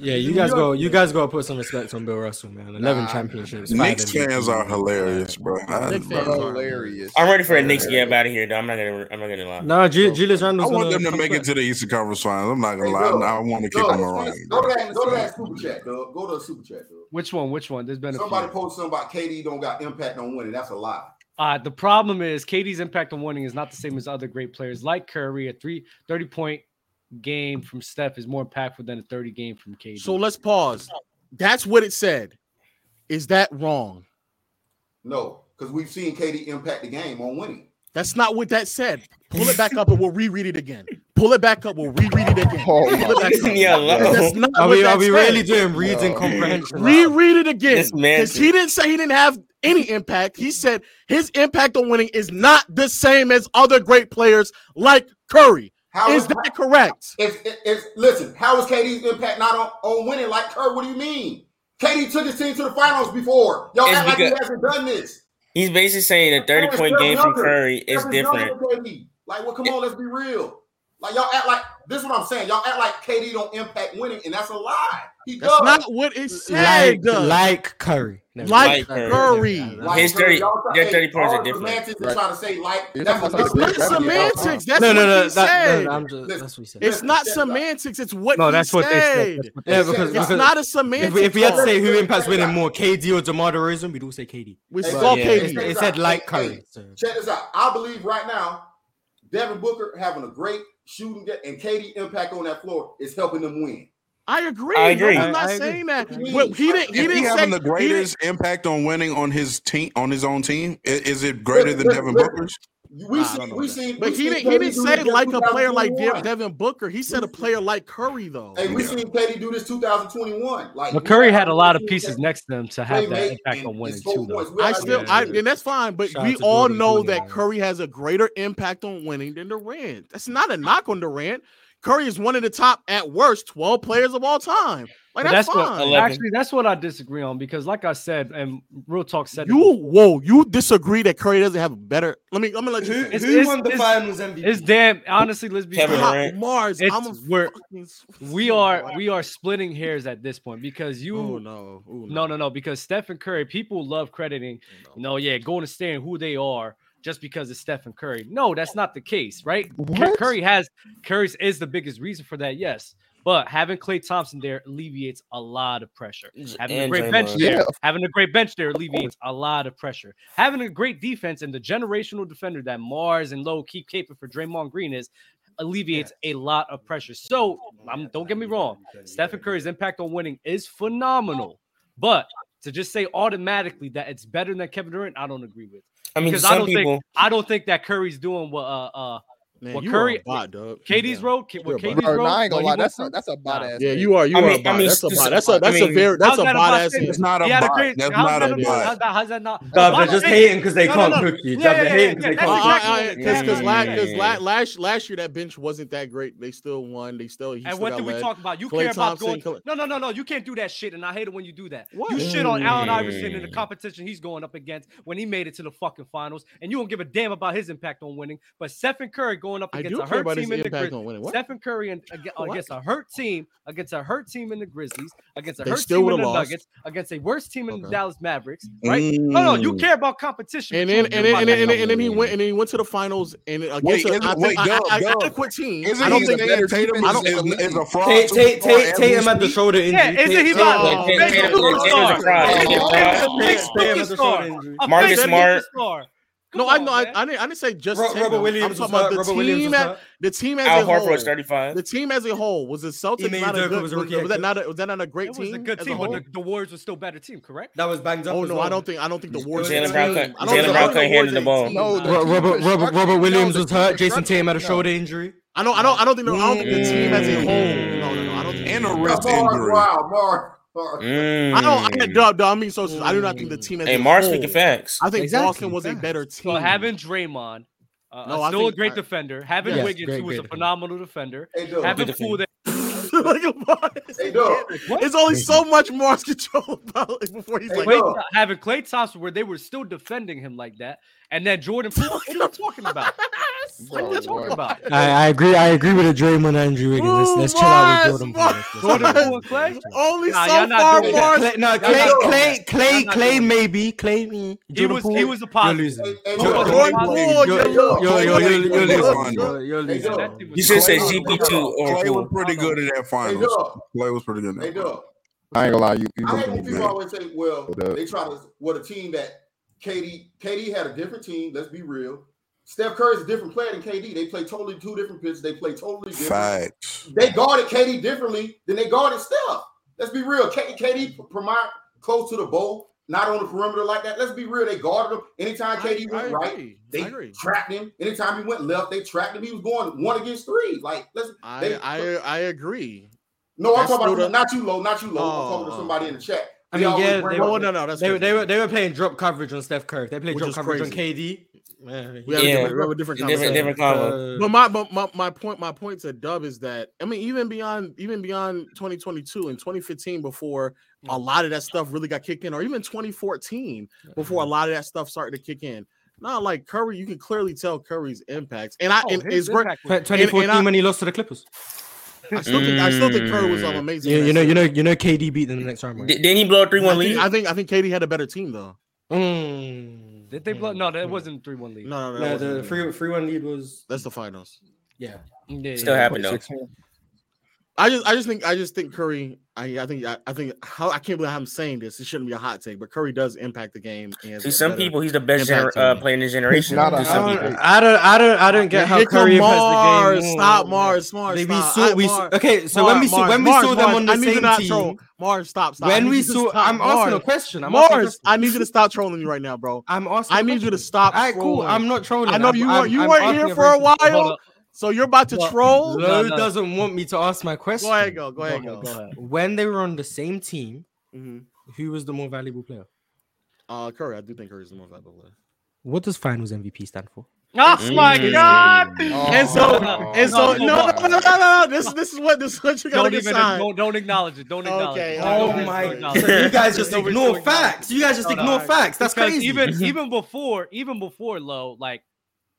[SPEAKER 2] Yeah, you guys go. You guys gotta put some respect on Bill Russell, man. Eleven
[SPEAKER 9] Nah.
[SPEAKER 2] championships, five
[SPEAKER 4] Knicks fans
[SPEAKER 2] MVPs.
[SPEAKER 4] are hilarious, bro. I,
[SPEAKER 3] Knicks fans
[SPEAKER 4] bro.
[SPEAKER 3] are
[SPEAKER 9] Hilarious.
[SPEAKER 10] I'm ready for a Knicks game
[SPEAKER 9] Hilarious.
[SPEAKER 10] out of here, though. I'm not gonna. I'm not gonna lie.
[SPEAKER 2] Nah, Ju-
[SPEAKER 9] So
[SPEAKER 2] Julius
[SPEAKER 9] funny.
[SPEAKER 4] I
[SPEAKER 2] Randle's
[SPEAKER 4] want
[SPEAKER 2] gonna
[SPEAKER 4] them to
[SPEAKER 2] come
[SPEAKER 4] make it
[SPEAKER 2] back.
[SPEAKER 4] to the Eastern Conference Finals. I'm not
[SPEAKER 11] Hey,
[SPEAKER 4] gonna lie.
[SPEAKER 11] Doug.
[SPEAKER 4] I, I want to kick
[SPEAKER 11] Doug,
[SPEAKER 4] them
[SPEAKER 11] go
[SPEAKER 4] around,
[SPEAKER 11] to
[SPEAKER 4] bro.
[SPEAKER 11] that go to that super chat, Doug. Go to the super chat, Doug.
[SPEAKER 1] Which one? Which one? There's been a
[SPEAKER 11] Somebody
[SPEAKER 1] few.
[SPEAKER 11] posted something about KD don't got impact on winning. That's a lie.
[SPEAKER 1] Uh, the problem is KD's impact on winning is not the same as other great players like Curry. A three 30 point game from Steph is more impactful than a 30 game from KD.
[SPEAKER 3] So let's pause. That's what it said. Is that wrong?
[SPEAKER 11] No, because we've seen KD impact the game on winning.
[SPEAKER 3] That's not what that said. Pull it back up and we'll reread it again. Pull it back up, we'll reread it again.
[SPEAKER 9] Oh
[SPEAKER 3] Pull it
[SPEAKER 9] my
[SPEAKER 3] back up.
[SPEAKER 10] Leave me alone.
[SPEAKER 3] That's not
[SPEAKER 2] Are
[SPEAKER 3] what
[SPEAKER 2] we
[SPEAKER 3] that
[SPEAKER 2] are we
[SPEAKER 3] said.
[SPEAKER 2] really doing reading
[SPEAKER 9] No.
[SPEAKER 2] comprehension? now?
[SPEAKER 3] Reread it again.
[SPEAKER 10] This man
[SPEAKER 3] Because he didn't say he didn't have any impact. He said his impact on winning is not the same as other great players like Curry.
[SPEAKER 11] How
[SPEAKER 3] Is that correct?
[SPEAKER 11] It's, it- it's listen. How is KD's impact not on, on winning? Like Kerr, what do you mean? KD took his team to the finals before. Y'all
[SPEAKER 10] It's
[SPEAKER 11] act like he
[SPEAKER 10] because-
[SPEAKER 11] hasn't done this.
[SPEAKER 10] He's basasically saying a 30
[SPEAKER 11] Steph
[SPEAKER 10] point game from
[SPEAKER 11] Younger.
[SPEAKER 10] Curry is
[SPEAKER 11] Steph younger
[SPEAKER 10] different.
[SPEAKER 11] than KD. Like, well, come on, let's be real. Like y'all act like this. Is what I'm saying. Y'all act like KD don't impact winning, and that's a lie. He
[SPEAKER 3] That's
[SPEAKER 11] does.
[SPEAKER 3] not what it said. uh,
[SPEAKER 2] Like- like Curry.
[SPEAKER 3] Like,
[SPEAKER 2] Like
[SPEAKER 3] Curry.
[SPEAKER 2] Curry. His 30
[SPEAKER 11] y'all try-
[SPEAKER 2] their
[SPEAKER 11] hey,
[SPEAKER 2] 30 points are
[SPEAKER 11] all the
[SPEAKER 2] different.
[SPEAKER 11] Semantics
[SPEAKER 2] Right.
[SPEAKER 11] and trying to say like
[SPEAKER 2] It's
[SPEAKER 11] that's
[SPEAKER 2] not
[SPEAKER 11] what-
[SPEAKER 2] like
[SPEAKER 11] that's
[SPEAKER 2] that.
[SPEAKER 11] what-
[SPEAKER 2] Semantics,
[SPEAKER 11] that's
[SPEAKER 2] that's No, no, what no, he that- that- said. I'm just- that's what he said.
[SPEAKER 3] It's not
[SPEAKER 11] Listen,
[SPEAKER 3] semantics. It's what
[SPEAKER 2] No,
[SPEAKER 3] he
[SPEAKER 2] that's what they said.
[SPEAKER 3] said.
[SPEAKER 2] That's what they Yeah, said. because-
[SPEAKER 3] it's
[SPEAKER 2] because-
[SPEAKER 3] not a
[SPEAKER 2] If,
[SPEAKER 3] semantics.
[SPEAKER 2] if we had to
[SPEAKER 3] talk.
[SPEAKER 2] say who impacts winning more, KD or DeMar DeRozan, we'd all say KD.
[SPEAKER 3] We
[SPEAKER 2] But
[SPEAKER 3] saw KD.
[SPEAKER 2] It, it said like Curry. so-
[SPEAKER 11] Check this out. I believe right now, Devin Booker having a great shooting day and KD impact on that floor is helping them win.
[SPEAKER 3] I agree.
[SPEAKER 11] I agree.
[SPEAKER 3] but I'm not
[SPEAKER 11] I- I agree.
[SPEAKER 3] saying that.
[SPEAKER 11] What do you
[SPEAKER 3] Well,
[SPEAKER 11] mean?
[SPEAKER 3] he didn't. He
[SPEAKER 11] If
[SPEAKER 4] Is
[SPEAKER 3] didn't
[SPEAKER 4] he
[SPEAKER 3] say
[SPEAKER 4] having the
[SPEAKER 3] he didn't-
[SPEAKER 4] greatest impact on winning on his team on his own team? I- Is it greater than
[SPEAKER 11] Listen,
[SPEAKER 4] Devin
[SPEAKER 11] listen.
[SPEAKER 4] Booker's?
[SPEAKER 11] We seen, we seen,
[SPEAKER 3] But
[SPEAKER 11] we
[SPEAKER 3] he
[SPEAKER 11] seen
[SPEAKER 3] didn't. He
[SPEAKER 11] KD
[SPEAKER 3] didn't
[SPEAKER 11] do
[SPEAKER 3] say
[SPEAKER 11] this in
[SPEAKER 3] like a player like De-
[SPEAKER 11] 2021.
[SPEAKER 3] Devin Booker. He said a player like Curry though.
[SPEAKER 11] Hey, we seen KD do this 2021. Like
[SPEAKER 1] But Curry had a lot of pieces next to him to have that
[SPEAKER 11] Playmate
[SPEAKER 1] impact on winning too, though.
[SPEAKER 3] I still, I, and that's fine, but
[SPEAKER 1] Shout out
[SPEAKER 3] we
[SPEAKER 1] to
[SPEAKER 3] all
[SPEAKER 1] Jordan
[SPEAKER 3] know
[SPEAKER 1] Poole,
[SPEAKER 3] that Curry has a greater impact on winning than Durant. That's not a knock on Durant. Curry is one of the top, at worst, 12 players of all time. Like,
[SPEAKER 1] But
[SPEAKER 3] that's,
[SPEAKER 1] what
[SPEAKER 3] fine.
[SPEAKER 1] actually that's what I disagree on because, like I said, and real talk said it
[SPEAKER 3] you, whoa, you disagree that Curry doesn't have a better. Let me, let me let you.
[SPEAKER 1] It's- it's- it's- It's damn honestly. Let's be
[SPEAKER 3] Kevin
[SPEAKER 1] honest.
[SPEAKER 3] Durant. Mars,
[SPEAKER 1] It's-
[SPEAKER 3] I'm a
[SPEAKER 1] we're, we are we are splitting hairs at this point because you
[SPEAKER 3] Oh, no. Ooh,
[SPEAKER 1] no no no because Stephen Curry people love crediting you know yeah going to stand who they are just because it's Stephen Curry no that's not the case right Cur- Curry has Curry's is the biggest reason for that yes but having Klay Thompson there alleviates a lot of pressure having a
[SPEAKER 10] and
[SPEAKER 1] great
[SPEAKER 10] Draymond.
[SPEAKER 1] bench there
[SPEAKER 10] Yeah.
[SPEAKER 1] having a great bench there alleviates a lot of pressure. Having a great defense and the generational defender that Mars and Lowe keep caping for Draymond Green is alleviates a lot of pressure. So I'm, don't get me wrong, Stephen Curry's impact on winning is phenomenal, but to just say automatically that it's better than Kevin Durant, I don't agree with.
[SPEAKER 10] I mean,
[SPEAKER 1] because
[SPEAKER 10] some
[SPEAKER 1] I don't
[SPEAKER 10] people-
[SPEAKER 1] think I don't think that Curry's doing what uh uh
[SPEAKER 3] Man,
[SPEAKER 1] what
[SPEAKER 3] you are a
[SPEAKER 1] Curry
[SPEAKER 3] bot, dog.
[SPEAKER 1] KD's road, what
[SPEAKER 3] You're a
[SPEAKER 1] KD's
[SPEAKER 3] bot.
[SPEAKER 1] road.
[SPEAKER 3] Bro, nah, I
[SPEAKER 9] ain't gonna lie,
[SPEAKER 1] what he went
[SPEAKER 9] that's a-
[SPEAKER 1] through?
[SPEAKER 9] that's a bot ass
[SPEAKER 3] Yeah, you are. You
[SPEAKER 1] I
[SPEAKER 3] are
[SPEAKER 1] mean-
[SPEAKER 3] a
[SPEAKER 1] I
[SPEAKER 3] bot.
[SPEAKER 1] mean,
[SPEAKER 3] that's a
[SPEAKER 1] it's-
[SPEAKER 3] bot. That's a
[SPEAKER 1] I
[SPEAKER 3] that's a
[SPEAKER 1] mean,
[SPEAKER 3] very that's
[SPEAKER 1] how's
[SPEAKER 3] a
[SPEAKER 1] that a
[SPEAKER 3] bot
[SPEAKER 1] bot
[SPEAKER 3] ass.
[SPEAKER 1] statement?
[SPEAKER 3] statement.
[SPEAKER 1] Not a He had a bot. great- That's how's not that a a bot? bot? How's that- how's that not-
[SPEAKER 2] Nah,
[SPEAKER 1] Why
[SPEAKER 2] but just
[SPEAKER 1] not?
[SPEAKER 2] hating because they
[SPEAKER 1] Uh, No, no,
[SPEAKER 2] can't
[SPEAKER 1] no.
[SPEAKER 2] cook
[SPEAKER 1] Yeah,
[SPEAKER 2] you. They're
[SPEAKER 1] yeah,
[SPEAKER 2] hating 'cause
[SPEAKER 1] yeah,
[SPEAKER 2] they
[SPEAKER 1] yeah. That's
[SPEAKER 2] can't cook
[SPEAKER 1] exactly
[SPEAKER 2] you.
[SPEAKER 1] what-
[SPEAKER 3] Because because
[SPEAKER 2] Yeah,
[SPEAKER 3] last,
[SPEAKER 2] yeah,
[SPEAKER 3] Uh, cause
[SPEAKER 2] yeah.
[SPEAKER 3] la- last last year that bench wasn't that great. They still won. They still. He
[SPEAKER 1] And
[SPEAKER 3] still
[SPEAKER 1] what
[SPEAKER 3] got
[SPEAKER 1] do we
[SPEAKER 3] led.
[SPEAKER 1] talk about? You
[SPEAKER 3] Klay
[SPEAKER 1] care about
[SPEAKER 3] Thompson,
[SPEAKER 1] going?
[SPEAKER 3] Klay-
[SPEAKER 1] No, no, no, no. You can't do that shit, and I hate it when you do that.
[SPEAKER 3] What?
[SPEAKER 1] You shit on Allen Iverson in the
[SPEAKER 3] Mm.
[SPEAKER 1] competition he's going up against when he made it to the fucking finals, and you don't give a damn about his impact on winning. But Stephen Curry going up
[SPEAKER 3] I
[SPEAKER 1] against
[SPEAKER 3] do
[SPEAKER 1] a
[SPEAKER 3] care
[SPEAKER 1] hurt
[SPEAKER 3] about
[SPEAKER 1] team
[SPEAKER 3] his
[SPEAKER 1] in the
[SPEAKER 3] impact
[SPEAKER 1] Grizz-
[SPEAKER 3] on winning. What?
[SPEAKER 1] Stephen Curry and ag-
[SPEAKER 3] What?
[SPEAKER 1] against a hurt team, against a hurt team in the Grizzlies, against a
[SPEAKER 3] They
[SPEAKER 1] hurt
[SPEAKER 3] still
[SPEAKER 1] team in
[SPEAKER 3] would've
[SPEAKER 1] the
[SPEAKER 3] lost.
[SPEAKER 1] Nuggets, against a worse team in the
[SPEAKER 3] Okay.
[SPEAKER 1] Dallas Mavericks. Right? No, no. You
[SPEAKER 3] Mm.
[SPEAKER 1] care about competition,
[SPEAKER 3] And
[SPEAKER 1] but
[SPEAKER 3] then
[SPEAKER 1] you
[SPEAKER 3] and
[SPEAKER 1] don't
[SPEAKER 3] then,
[SPEAKER 1] care
[SPEAKER 3] and
[SPEAKER 1] about
[SPEAKER 3] then, and then, and then he
[SPEAKER 1] competition.
[SPEAKER 3] went and then he went to the finals and against
[SPEAKER 4] Wait,
[SPEAKER 3] a,
[SPEAKER 4] isn't-
[SPEAKER 3] I
[SPEAKER 4] wait,
[SPEAKER 3] think, I, I,
[SPEAKER 4] Dub,
[SPEAKER 3] I,
[SPEAKER 4] Dub.
[SPEAKER 3] adequate team.
[SPEAKER 4] Isn't
[SPEAKER 3] I don't
[SPEAKER 4] he
[SPEAKER 3] think
[SPEAKER 4] saying
[SPEAKER 3] their
[SPEAKER 4] Tatum
[SPEAKER 3] defense- I
[SPEAKER 4] is,
[SPEAKER 3] don't-
[SPEAKER 4] is, is a fraud?
[SPEAKER 2] Tay- Tay-
[SPEAKER 4] superstar
[SPEAKER 2] Tay-
[SPEAKER 4] at
[SPEAKER 2] Tatum
[SPEAKER 4] least?
[SPEAKER 2] had the shoulder injury.
[SPEAKER 1] Yeah, isn't he
[SPEAKER 2] Tay-
[SPEAKER 1] about
[SPEAKER 2] Tay-
[SPEAKER 1] big
[SPEAKER 2] Tatum- Tatum- Tatum's a fraud.
[SPEAKER 1] superstar?
[SPEAKER 2] Tatum's a
[SPEAKER 1] Tatum's a
[SPEAKER 2] fraud.
[SPEAKER 1] big
[SPEAKER 2] Tatum's a shoulder
[SPEAKER 1] superstar.
[SPEAKER 2] injury.
[SPEAKER 1] A
[SPEAKER 2] Marcus
[SPEAKER 1] big
[SPEAKER 2] Smart.
[SPEAKER 1] superstar.
[SPEAKER 3] No, I know. I, I, didn't, I didn't say just
[SPEAKER 2] Ro-
[SPEAKER 3] Tatum.
[SPEAKER 2] Robert Williams
[SPEAKER 3] I'm
[SPEAKER 2] was
[SPEAKER 3] talking about
[SPEAKER 2] hurt.
[SPEAKER 3] the
[SPEAKER 2] Robert Williams
[SPEAKER 3] team.
[SPEAKER 2] was
[SPEAKER 3] At,
[SPEAKER 2] hurt.
[SPEAKER 3] the team as
[SPEAKER 2] Al
[SPEAKER 3] a
[SPEAKER 2] Horford
[SPEAKER 3] whole.
[SPEAKER 2] was 35.
[SPEAKER 3] The team as a whole was the Celtics
[SPEAKER 2] Emanuel
[SPEAKER 3] not a
[SPEAKER 2] Durkin
[SPEAKER 3] good.
[SPEAKER 2] was
[SPEAKER 3] Was,
[SPEAKER 2] a rookie
[SPEAKER 3] was that
[SPEAKER 2] at-
[SPEAKER 3] not a, was that not a great
[SPEAKER 1] It
[SPEAKER 3] team?
[SPEAKER 1] was a good
[SPEAKER 3] as
[SPEAKER 1] team,
[SPEAKER 3] whole?
[SPEAKER 1] but the, the Warriors was still better team, correct?
[SPEAKER 2] That was banged up.
[SPEAKER 3] Oh
[SPEAKER 2] as
[SPEAKER 3] no,
[SPEAKER 2] well.
[SPEAKER 3] I don't think I don't think the Warriors.
[SPEAKER 2] Jalen
[SPEAKER 3] team-
[SPEAKER 2] Brown
[SPEAKER 3] I
[SPEAKER 2] couldn't.
[SPEAKER 3] don't think- I
[SPEAKER 2] Jalen
[SPEAKER 3] don't
[SPEAKER 2] Brown
[SPEAKER 3] think the
[SPEAKER 2] couldn't
[SPEAKER 3] Warriors
[SPEAKER 2] handle the
[SPEAKER 3] are a
[SPEAKER 2] ball.
[SPEAKER 3] team. No, the
[SPEAKER 2] Ro-
[SPEAKER 3] team
[SPEAKER 2] Robert, Robert,
[SPEAKER 3] construction-
[SPEAKER 2] Robert
[SPEAKER 3] no,
[SPEAKER 2] Williams
[SPEAKER 3] the
[SPEAKER 2] was
[SPEAKER 3] team
[SPEAKER 2] hurt. Jason
[SPEAKER 3] construction-
[SPEAKER 2] Tatum had a
[SPEAKER 3] no.
[SPEAKER 2] shoulder injury.
[SPEAKER 3] I don't. I don't. I don't think. The, I don't think the team as a whole. No, no, no. I don't think.
[SPEAKER 4] And a
[SPEAKER 11] Mars,
[SPEAKER 4] wrist injury.
[SPEAKER 11] wow, Mars, Mars.
[SPEAKER 3] I don't. I, no, no, I mean, so I do not think the team as
[SPEAKER 10] Hey,
[SPEAKER 3] a
[SPEAKER 10] Mars
[SPEAKER 3] whole-
[SPEAKER 10] speaking facts.
[SPEAKER 3] I think
[SPEAKER 10] Exactly,
[SPEAKER 3] Boston was a better team.
[SPEAKER 1] So having Draymond, uh,
[SPEAKER 3] No,
[SPEAKER 1] uh,
[SPEAKER 3] I
[SPEAKER 1] still
[SPEAKER 3] think-
[SPEAKER 1] a great
[SPEAKER 3] I-
[SPEAKER 1] defender. Having
[SPEAKER 3] Yes,
[SPEAKER 1] Wiggins,
[SPEAKER 3] great,
[SPEAKER 1] who was
[SPEAKER 3] great
[SPEAKER 1] a phenomenal defender.
[SPEAKER 11] Hey, Doug.
[SPEAKER 1] having
[SPEAKER 11] Good
[SPEAKER 1] Poole
[SPEAKER 11] defender.
[SPEAKER 1] that
[SPEAKER 3] like a boss. It's only so much Mars control about it before he's
[SPEAKER 11] Hey,
[SPEAKER 3] like,
[SPEAKER 1] Klay-
[SPEAKER 3] oh.
[SPEAKER 1] having Clay Thompson, where they were still defending him like that, and then Jordan Poole. What are you talking about? What are you talking about?
[SPEAKER 2] I, I agree. I agree with the Draymond Andrew Wiggins. Let's, let's chill out with Jordan. Poole. Let's- let's-
[SPEAKER 1] Jordan Poole and Clay.
[SPEAKER 3] Only
[SPEAKER 1] Nah,
[SPEAKER 3] so
[SPEAKER 1] y'all not
[SPEAKER 3] far
[SPEAKER 1] doing that.
[SPEAKER 3] Mars.
[SPEAKER 2] Clay, no,
[SPEAKER 1] Y'all
[SPEAKER 2] Clay,
[SPEAKER 1] not doing
[SPEAKER 2] Clay,
[SPEAKER 1] that.
[SPEAKER 2] Clay,
[SPEAKER 1] Y'all not
[SPEAKER 2] Clay,
[SPEAKER 1] doing
[SPEAKER 2] maybe, Clay. mm,
[SPEAKER 1] He
[SPEAKER 2] Jordan
[SPEAKER 1] was-
[SPEAKER 2] Poole,
[SPEAKER 1] he was a
[SPEAKER 2] you're
[SPEAKER 1] positive.
[SPEAKER 2] losing.
[SPEAKER 1] Hey,
[SPEAKER 11] hey,
[SPEAKER 2] You're-
[SPEAKER 11] Jordan
[SPEAKER 2] you're-
[SPEAKER 11] Poole,
[SPEAKER 2] you're-
[SPEAKER 11] you're-
[SPEAKER 2] you're- you're- you're-
[SPEAKER 11] Clay
[SPEAKER 2] you're
[SPEAKER 11] was
[SPEAKER 2] losing.
[SPEAKER 11] fun.
[SPEAKER 2] You're- you're
[SPEAKER 11] Hey,
[SPEAKER 2] losing.
[SPEAKER 11] Doug.
[SPEAKER 2] You
[SPEAKER 4] Clay
[SPEAKER 2] should've said
[SPEAKER 4] was-
[SPEAKER 2] GP2 or
[SPEAKER 4] Clay was
[SPEAKER 2] Poole.
[SPEAKER 4] pretty good in that finals.
[SPEAKER 11] Doug.
[SPEAKER 4] Clay was pretty good in
[SPEAKER 11] Hey,
[SPEAKER 4] that
[SPEAKER 11] Doug.
[SPEAKER 4] finals.
[SPEAKER 9] I ain't gonna lie, you. you
[SPEAKER 11] I hate
[SPEAKER 9] making
[SPEAKER 11] when
[SPEAKER 9] me
[SPEAKER 11] people
[SPEAKER 9] mad.
[SPEAKER 11] always say, well,
[SPEAKER 9] Hold up.
[SPEAKER 11] they try to what a team that KD KD had a different team. Let's be real. Steph Curry's a different player than KD. They play totally two different pitches. They play totally different.
[SPEAKER 4] Facts.
[SPEAKER 11] They guarded KD differently than they guarded Steph. Let's be real. K- KD premier close to the bowl, not on the perimeter like that. Let's be real. They guarded him. Anytime KD went right, they trapped him. Anytime he went left, they trapped him. He was going one against three. Like let's.
[SPEAKER 3] I,
[SPEAKER 11] they-
[SPEAKER 3] I, I agree.
[SPEAKER 11] no, I'm
[SPEAKER 3] That's
[SPEAKER 11] talking about
[SPEAKER 3] still the-
[SPEAKER 11] not you low, not you low. I'm
[SPEAKER 3] Oh,
[SPEAKER 11] talking to
[SPEAKER 3] oh.
[SPEAKER 11] somebody in the chat.
[SPEAKER 2] I
[SPEAKER 11] They
[SPEAKER 2] mean,
[SPEAKER 11] always
[SPEAKER 2] yeah,
[SPEAKER 11] bring
[SPEAKER 2] they
[SPEAKER 11] up-
[SPEAKER 2] were,
[SPEAKER 3] no, no, that's
[SPEAKER 2] they, were,
[SPEAKER 3] crazy.
[SPEAKER 2] they were they were playing drop coverage on Steph Curry. They played
[SPEAKER 3] Which
[SPEAKER 2] drop
[SPEAKER 3] is
[SPEAKER 2] coverage on
[SPEAKER 3] crazy.
[SPEAKER 2] KD.
[SPEAKER 3] We have,
[SPEAKER 2] Yeah.
[SPEAKER 3] a different, we have a different
[SPEAKER 2] Different- Uh,
[SPEAKER 3] conversation. Uh,
[SPEAKER 2] different convo.
[SPEAKER 3] but my, but my, my point, my point to Dub is that I mean, even beyond, even beyond 2022 and 2015, before
[SPEAKER 10] Mm.
[SPEAKER 3] a lot of that stuff really got kicked in, or even 2014, before a
[SPEAKER 10] Mm-hmm.
[SPEAKER 3] lot of that stuff started to kick in. Not like Curry, you can clearly tell Curry's impacts, and I
[SPEAKER 2] Oh,
[SPEAKER 3] and it's
[SPEAKER 2] his
[SPEAKER 3] great.
[SPEAKER 2] impact
[SPEAKER 3] and-
[SPEAKER 2] was-
[SPEAKER 3] and
[SPEAKER 2] 2014
[SPEAKER 3] I-
[SPEAKER 2] when he lost to the Clippers.
[SPEAKER 3] I still think I still think Curry was um,
[SPEAKER 10] Mm.
[SPEAKER 3] amazing.
[SPEAKER 2] You,
[SPEAKER 3] in that
[SPEAKER 2] you know, you
[SPEAKER 3] series.
[SPEAKER 2] know, you know, KD beat them the next round. right?
[SPEAKER 10] Did, not he blow a three one
[SPEAKER 3] I think-
[SPEAKER 10] lead?
[SPEAKER 3] I think I think KD had a better team though.
[SPEAKER 10] Mm.
[SPEAKER 1] Did they blow? No, that wasn't three one lead.
[SPEAKER 3] Mm. No, no, no, that
[SPEAKER 2] No,
[SPEAKER 3] wasn't
[SPEAKER 2] the
[SPEAKER 3] it.
[SPEAKER 2] three three one lead was
[SPEAKER 3] That's the finals.
[SPEAKER 2] yeah.
[SPEAKER 1] Yeah,
[SPEAKER 10] Still
[SPEAKER 1] yeah.
[SPEAKER 10] happened though.
[SPEAKER 3] I just I just think I just think Curry. I I think I, I think how I can't believe I'm saying this. It shouldn't be a hot take, but Curry does impact the game. And
[SPEAKER 10] To some people, he's the best
[SPEAKER 3] Impact
[SPEAKER 10] gener-
[SPEAKER 3] on
[SPEAKER 10] uh,
[SPEAKER 3] me.
[SPEAKER 10] player in this generation.
[SPEAKER 9] not a
[SPEAKER 10] To some
[SPEAKER 9] hot
[SPEAKER 10] people.
[SPEAKER 9] take.
[SPEAKER 2] I don't, I don't, I don't get how
[SPEAKER 3] Nick
[SPEAKER 2] Curry
[SPEAKER 3] Mars,
[SPEAKER 2] impressed the game.
[SPEAKER 3] stop Mars, Mars.
[SPEAKER 2] They- we
[SPEAKER 3] stop.
[SPEAKER 2] saw-
[SPEAKER 3] I-
[SPEAKER 2] we
[SPEAKER 3] Mars,
[SPEAKER 2] saw- okay, so
[SPEAKER 3] Mars,
[SPEAKER 2] when we saw-
[SPEAKER 3] Mars,
[SPEAKER 2] when we
[SPEAKER 3] Mars,
[SPEAKER 2] saw them
[SPEAKER 3] Mars,
[SPEAKER 2] on the
[SPEAKER 3] I need you
[SPEAKER 2] same
[SPEAKER 3] to not troll.
[SPEAKER 2] team-
[SPEAKER 3] Mars, stop, stop. I
[SPEAKER 2] when
[SPEAKER 3] need
[SPEAKER 2] we
[SPEAKER 3] you to
[SPEAKER 2] saw,
[SPEAKER 3] stop.
[SPEAKER 2] I'm asking a
[SPEAKER 3] Mars,
[SPEAKER 2] question. I'm asking a
[SPEAKER 3] Mars,
[SPEAKER 2] question.
[SPEAKER 3] I need you to stop trolling me right now, bro.
[SPEAKER 2] I'm asking.
[SPEAKER 3] I
[SPEAKER 2] a
[SPEAKER 3] need you to
[SPEAKER 2] question.
[SPEAKER 3] stop.
[SPEAKER 2] All right, cool.
[SPEAKER 3] trolling.
[SPEAKER 2] I'm not trolling.
[SPEAKER 3] I know
[SPEAKER 2] I'm-
[SPEAKER 3] you
[SPEAKER 2] I'm-
[SPEAKER 3] weren't you
[SPEAKER 2] I'm
[SPEAKER 3] weren't
[SPEAKER 2] asking
[SPEAKER 3] here for a
[SPEAKER 2] question.
[SPEAKER 1] Hold
[SPEAKER 3] while,
[SPEAKER 1] up.
[SPEAKER 3] so you're about to
[SPEAKER 1] Well,
[SPEAKER 3] troll.
[SPEAKER 2] Lo
[SPEAKER 1] No, no.
[SPEAKER 2] doesn't want me to ask my question.
[SPEAKER 3] Go ahead, go, go ahead, go.
[SPEAKER 1] Go ahead.
[SPEAKER 2] When they were on the same team,
[SPEAKER 3] Mhm.
[SPEAKER 2] who was the more valuable player?
[SPEAKER 3] Uh, Curry, I do think Curry's the most valuable player.
[SPEAKER 2] What does Finals MVP stand for?
[SPEAKER 1] Oh my
[SPEAKER 3] Mm.
[SPEAKER 1] god!
[SPEAKER 3] Oh. And so,
[SPEAKER 1] no,
[SPEAKER 2] Oh,
[SPEAKER 3] and so, no, no, no, no, no, no. This, this is what this is what you gotta
[SPEAKER 1] Don't even
[SPEAKER 3] decide.
[SPEAKER 1] don't, don't acknowledge it. Don't acknowledge
[SPEAKER 3] Okay,
[SPEAKER 1] it.
[SPEAKER 3] Oh
[SPEAKER 1] Don't
[SPEAKER 3] my
[SPEAKER 1] acknowledge
[SPEAKER 2] So
[SPEAKER 1] it.
[SPEAKER 2] you guys just
[SPEAKER 1] Don't
[SPEAKER 2] ignore
[SPEAKER 1] acknowledge it.
[SPEAKER 2] facts. You guys just
[SPEAKER 1] No, no,
[SPEAKER 2] ignore
[SPEAKER 1] I-
[SPEAKER 2] facts. That's
[SPEAKER 1] because
[SPEAKER 2] crazy.
[SPEAKER 1] Even even before even before low like.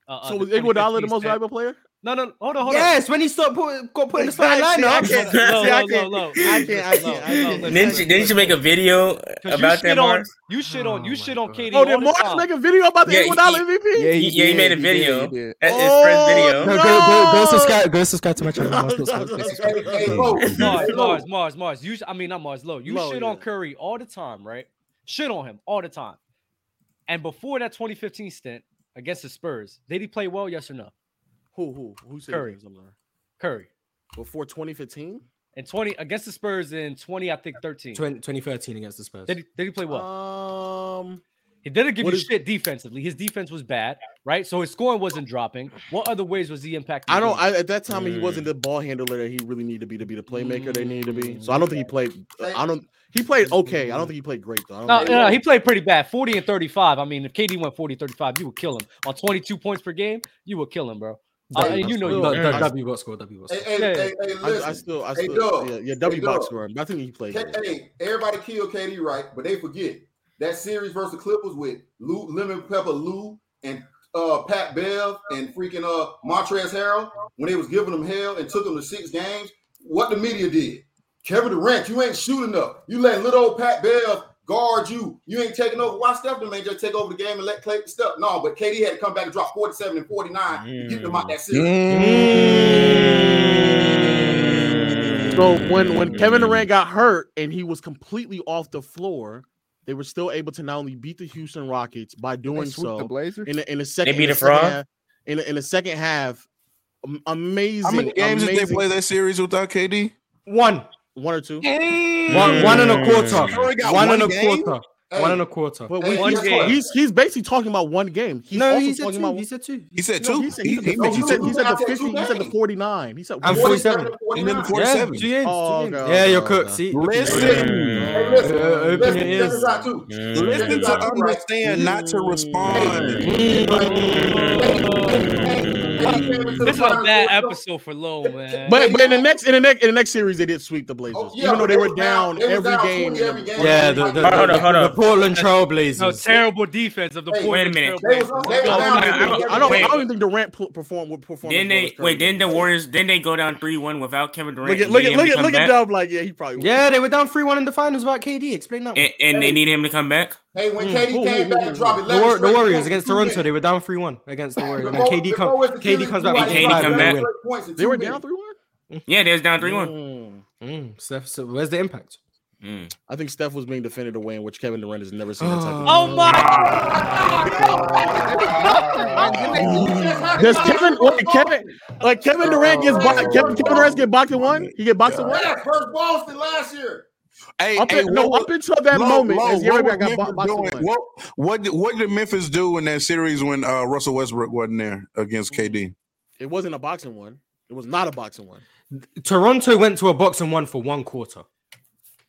[SPEAKER 1] Uh, uh,
[SPEAKER 3] So
[SPEAKER 1] the
[SPEAKER 3] was Iguodala the
[SPEAKER 1] 2015
[SPEAKER 3] most
[SPEAKER 1] stat-
[SPEAKER 3] valuable player?
[SPEAKER 1] No, no, hold on, hold on.
[SPEAKER 2] yes, when he stopped putting, got put in the starting
[SPEAKER 3] Exactly.
[SPEAKER 2] lineup.
[SPEAKER 3] See, I can't-
[SPEAKER 1] Low,
[SPEAKER 3] see, I
[SPEAKER 1] low, low,
[SPEAKER 3] can't-
[SPEAKER 1] low.
[SPEAKER 3] I can't- I
[SPEAKER 1] Low,
[SPEAKER 3] can't- I
[SPEAKER 1] low,
[SPEAKER 3] can't-
[SPEAKER 1] look,
[SPEAKER 10] Didn't you, didn't you make a video
[SPEAKER 1] 'Cause you
[SPEAKER 10] about
[SPEAKER 1] shit
[SPEAKER 10] that,
[SPEAKER 1] on,
[SPEAKER 10] Mark?
[SPEAKER 1] you shit on, you
[SPEAKER 2] Oh
[SPEAKER 1] shit
[SPEAKER 2] my
[SPEAKER 1] on
[SPEAKER 2] God.
[SPEAKER 1] KD.
[SPEAKER 3] Oh, did
[SPEAKER 1] all the
[SPEAKER 3] Mars
[SPEAKER 1] time.
[SPEAKER 3] make a video about the
[SPEAKER 10] Yeah, he-
[SPEAKER 3] Iguodala MVP?
[SPEAKER 10] He, yeah, he made
[SPEAKER 9] did,
[SPEAKER 10] a
[SPEAKER 9] he
[SPEAKER 10] video.
[SPEAKER 9] did.
[SPEAKER 10] That's his first video.
[SPEAKER 3] No,
[SPEAKER 2] Oh, No,
[SPEAKER 3] go-
[SPEAKER 2] go,
[SPEAKER 3] go-
[SPEAKER 2] go,
[SPEAKER 3] go subscribe-
[SPEAKER 2] subscribe. Go subscribe to my channel.
[SPEAKER 11] Hey, Flo,
[SPEAKER 1] Mars,
[SPEAKER 11] Hey, Flo.
[SPEAKER 1] Mars, Mars, Mars. You, I mean, not Mars. Low. You
[SPEAKER 3] Low,
[SPEAKER 1] shit on
[SPEAKER 3] yeah.
[SPEAKER 1] Curry all the time, right? Shit on him all the time. And before that 2015 stint against the Spurs, did he play well? Yes or no?
[SPEAKER 3] Who, who, who said
[SPEAKER 1] Curry.
[SPEAKER 3] Curry? I'm sorry.
[SPEAKER 1] Curry.
[SPEAKER 3] Before 2015?
[SPEAKER 1] And 20 against the Spurs in 20, I think 13.
[SPEAKER 2] 2013 against the Spurs.
[SPEAKER 1] Did he, did he play well?
[SPEAKER 3] Um,
[SPEAKER 1] He didn't give
[SPEAKER 3] what
[SPEAKER 1] you
[SPEAKER 3] is-
[SPEAKER 1] shit defensively. His defense was bad, right? So his scoring wasn't dropping. What other ways was he impacting?
[SPEAKER 3] I
[SPEAKER 1] the
[SPEAKER 3] don't.
[SPEAKER 1] game?
[SPEAKER 3] I, at that time, he wasn't the ball handler that he really needed to be to be the playmaker they needed to be. So I don't think he played. I don't. He played okay. I don't think he played great though. I don't
[SPEAKER 1] No,
[SPEAKER 3] think-
[SPEAKER 1] no, he played pretty bad. 40 and 35. I mean, if KD went 40 35, you would kill him. On 22 points per game, you would kill him, bro. Uh,
[SPEAKER 2] W
[SPEAKER 1] and you
[SPEAKER 2] box
[SPEAKER 1] know
[SPEAKER 2] score.
[SPEAKER 1] you would
[SPEAKER 2] No, no,
[SPEAKER 1] kill him.
[SPEAKER 2] Oh, W box score. W box
[SPEAKER 11] Hey,
[SPEAKER 2] score.
[SPEAKER 11] hey,
[SPEAKER 1] Yeah.
[SPEAKER 11] hey, hey,
[SPEAKER 3] I, I
[SPEAKER 11] listen.
[SPEAKER 3] still, I
[SPEAKER 11] Hey,
[SPEAKER 3] still,
[SPEAKER 11] Doug.
[SPEAKER 3] yeah, yeah. W
[SPEAKER 11] Hey,
[SPEAKER 3] box
[SPEAKER 11] Doug.
[SPEAKER 3] score. I think he played.
[SPEAKER 11] K-
[SPEAKER 3] Great.
[SPEAKER 11] Hey, everybody killed KD, right? But they forget that series versus the Clippers with Lou, Lemon Pepper Lou and uh, Pat Bev and freaking uh, Montrez Harrell when they was giving them hell and took them to six games. What the media did? Kevin Durant, you ain't shooting up. You let little old Pat Bev guard you. You ain't taking over. Why Stephen Major take over the game and let Clayton step? No, but KD had to come back and drop 47 and 49 to get them out that series.
[SPEAKER 2] Mm.
[SPEAKER 3] So when when Kevin Durant got hurt and he was completely off the floor, they were still able to not only beat the Houston Rockets by
[SPEAKER 9] They
[SPEAKER 3] doing
[SPEAKER 9] sweep the
[SPEAKER 3] so
[SPEAKER 9] Blazers.
[SPEAKER 3] in the, in the second
[SPEAKER 10] beat
[SPEAKER 3] in the
[SPEAKER 10] the
[SPEAKER 3] second
[SPEAKER 10] Frog?
[SPEAKER 3] half- in the, in the second half. am-
[SPEAKER 4] How
[SPEAKER 3] Amazing.
[SPEAKER 4] many games
[SPEAKER 3] amazing,
[SPEAKER 4] did they play that series without KD?
[SPEAKER 2] One.
[SPEAKER 3] One or two.
[SPEAKER 2] One, one and a quarter.
[SPEAKER 4] Curry got
[SPEAKER 2] One,
[SPEAKER 4] one
[SPEAKER 2] and a
[SPEAKER 4] game?
[SPEAKER 2] quarter.
[SPEAKER 11] Hey,
[SPEAKER 2] One and a quarter.
[SPEAKER 3] But
[SPEAKER 11] Hey,
[SPEAKER 3] we,
[SPEAKER 11] one
[SPEAKER 3] he's,
[SPEAKER 11] game.
[SPEAKER 3] he's he's basically talking about one game. He's
[SPEAKER 2] no,
[SPEAKER 3] also
[SPEAKER 2] he said
[SPEAKER 3] talking
[SPEAKER 2] two.
[SPEAKER 3] about
[SPEAKER 2] He said two.
[SPEAKER 4] He said
[SPEAKER 3] no,
[SPEAKER 4] two.
[SPEAKER 3] he said he,
[SPEAKER 4] He, he,
[SPEAKER 3] said-
[SPEAKER 4] mentioned
[SPEAKER 3] he said he
[SPEAKER 4] two.
[SPEAKER 3] said the
[SPEAKER 11] I said two
[SPEAKER 3] 50, he said the
[SPEAKER 11] games.
[SPEAKER 3] 49. He said
[SPEAKER 2] I'm
[SPEAKER 3] what?
[SPEAKER 11] 47
[SPEAKER 2] 47.
[SPEAKER 11] and
[SPEAKER 4] He named
[SPEAKER 11] 49.
[SPEAKER 4] the 47.
[SPEAKER 2] Yeah, two games.
[SPEAKER 3] Oh,
[SPEAKER 2] two games.
[SPEAKER 3] God,
[SPEAKER 2] yeah, you're
[SPEAKER 3] God,
[SPEAKER 2] cooked.
[SPEAKER 3] God.
[SPEAKER 2] See,
[SPEAKER 4] Listen,
[SPEAKER 11] Hey, listen,
[SPEAKER 2] Uh, open
[SPEAKER 11] listen, check
[SPEAKER 2] your ears.
[SPEAKER 11] this out too. Check
[SPEAKER 4] listen
[SPEAKER 11] this
[SPEAKER 4] to
[SPEAKER 11] out too, right?
[SPEAKER 4] understand, not to respond.
[SPEAKER 11] Hey, right? Hey, hey, hey, he came into the
[SPEAKER 1] This is a
[SPEAKER 11] finals
[SPEAKER 1] bad
[SPEAKER 11] with-
[SPEAKER 1] episode for Low, man.
[SPEAKER 11] Hey,
[SPEAKER 3] But but in the
[SPEAKER 11] yo.
[SPEAKER 3] next in the next in the next series they did sweep the Blazers,
[SPEAKER 11] Oh, yeah,
[SPEAKER 3] even though
[SPEAKER 11] but
[SPEAKER 3] they were
[SPEAKER 11] was
[SPEAKER 3] down,
[SPEAKER 11] they was
[SPEAKER 3] every,
[SPEAKER 11] down
[SPEAKER 3] game
[SPEAKER 11] 20 every game.
[SPEAKER 2] Yeah, the, the, the,
[SPEAKER 10] Hold on, hold
[SPEAKER 2] the
[SPEAKER 10] on.
[SPEAKER 2] Portland Trail
[SPEAKER 1] No
[SPEAKER 2] Blazers.
[SPEAKER 1] terrible defense of the
[SPEAKER 11] Hey,
[SPEAKER 10] wait a
[SPEAKER 1] Portland
[SPEAKER 10] minute.
[SPEAKER 1] Trail
[SPEAKER 11] They was-
[SPEAKER 1] Blazers.
[SPEAKER 11] they was
[SPEAKER 3] I don't,
[SPEAKER 11] down
[SPEAKER 3] even think,
[SPEAKER 11] every game.
[SPEAKER 3] I don't, I
[SPEAKER 10] Wait.
[SPEAKER 3] don't even think Durant pu- performed would perform.
[SPEAKER 10] Then
[SPEAKER 3] as well as
[SPEAKER 10] they
[SPEAKER 3] Curry
[SPEAKER 10] wait. Then
[SPEAKER 3] did.
[SPEAKER 10] the Warriors. Then they go down three one without Kevin Durant.
[SPEAKER 3] Look at
[SPEAKER 10] and
[SPEAKER 3] look
[SPEAKER 10] need him
[SPEAKER 3] at look
[SPEAKER 10] to
[SPEAKER 3] at
[SPEAKER 10] come
[SPEAKER 3] look at
[SPEAKER 10] back?
[SPEAKER 3] Dub like yeah he probably would.
[SPEAKER 2] Yeah, they were down 3 1 in the finals without KD. Explain that one.
[SPEAKER 10] And, and they need him to come back.
[SPEAKER 11] Hey, when
[SPEAKER 2] Mm.
[SPEAKER 11] KD
[SPEAKER 3] Who, who,
[SPEAKER 11] came back
[SPEAKER 3] who,
[SPEAKER 11] and
[SPEAKER 3] who,
[SPEAKER 11] dropped
[SPEAKER 3] who?
[SPEAKER 11] 11
[SPEAKER 2] The, War- the
[SPEAKER 11] straight
[SPEAKER 2] Warriors
[SPEAKER 11] points in
[SPEAKER 2] against
[SPEAKER 11] two
[SPEAKER 2] Toronto,
[SPEAKER 11] minutes.
[SPEAKER 2] they were down 3 1 against the Warriors. And then
[SPEAKER 11] Before-
[SPEAKER 2] KD, come,
[SPEAKER 11] before was the
[SPEAKER 2] KD
[SPEAKER 11] Kings
[SPEAKER 2] comes back
[SPEAKER 11] drew
[SPEAKER 2] with
[SPEAKER 11] out
[SPEAKER 10] KD
[SPEAKER 2] five
[SPEAKER 10] come
[SPEAKER 2] and
[SPEAKER 11] 11
[SPEAKER 2] they
[SPEAKER 10] back.
[SPEAKER 2] win.
[SPEAKER 11] straight points in
[SPEAKER 3] they
[SPEAKER 11] two
[SPEAKER 3] were
[SPEAKER 11] minutes.
[SPEAKER 3] down three one.
[SPEAKER 10] Yeah, they was down three one.
[SPEAKER 3] Mm.
[SPEAKER 2] Mm, so, so where's the impact?
[SPEAKER 10] Mm.
[SPEAKER 3] I think Steph was being defended away in which Kevin Durant has never seen that type of.
[SPEAKER 1] Oh my!
[SPEAKER 3] Does Kevin wait, Kevin like Kevin Durant gets bo- Kevin, Kevin Durant get boxed in one? He get boxed in one.
[SPEAKER 11] Yeah, first Boston last year.
[SPEAKER 4] Hey,
[SPEAKER 3] Up
[SPEAKER 4] hey,
[SPEAKER 3] in, no,
[SPEAKER 4] what-
[SPEAKER 3] up until that
[SPEAKER 4] Lo,
[SPEAKER 3] moment,
[SPEAKER 4] Lo,
[SPEAKER 3] as
[SPEAKER 4] what,
[SPEAKER 3] everybody
[SPEAKER 4] was
[SPEAKER 3] got bo-
[SPEAKER 4] Memphis
[SPEAKER 3] boxed in
[SPEAKER 4] doing?
[SPEAKER 3] one.
[SPEAKER 4] What, what, did- what did Memphis do in that series when uh, Russell Westbrook wasn't there against KD?
[SPEAKER 3] It wasn't a boxing one. It was not a boxing one.
[SPEAKER 2] Toronto went to a box and one for one quarter.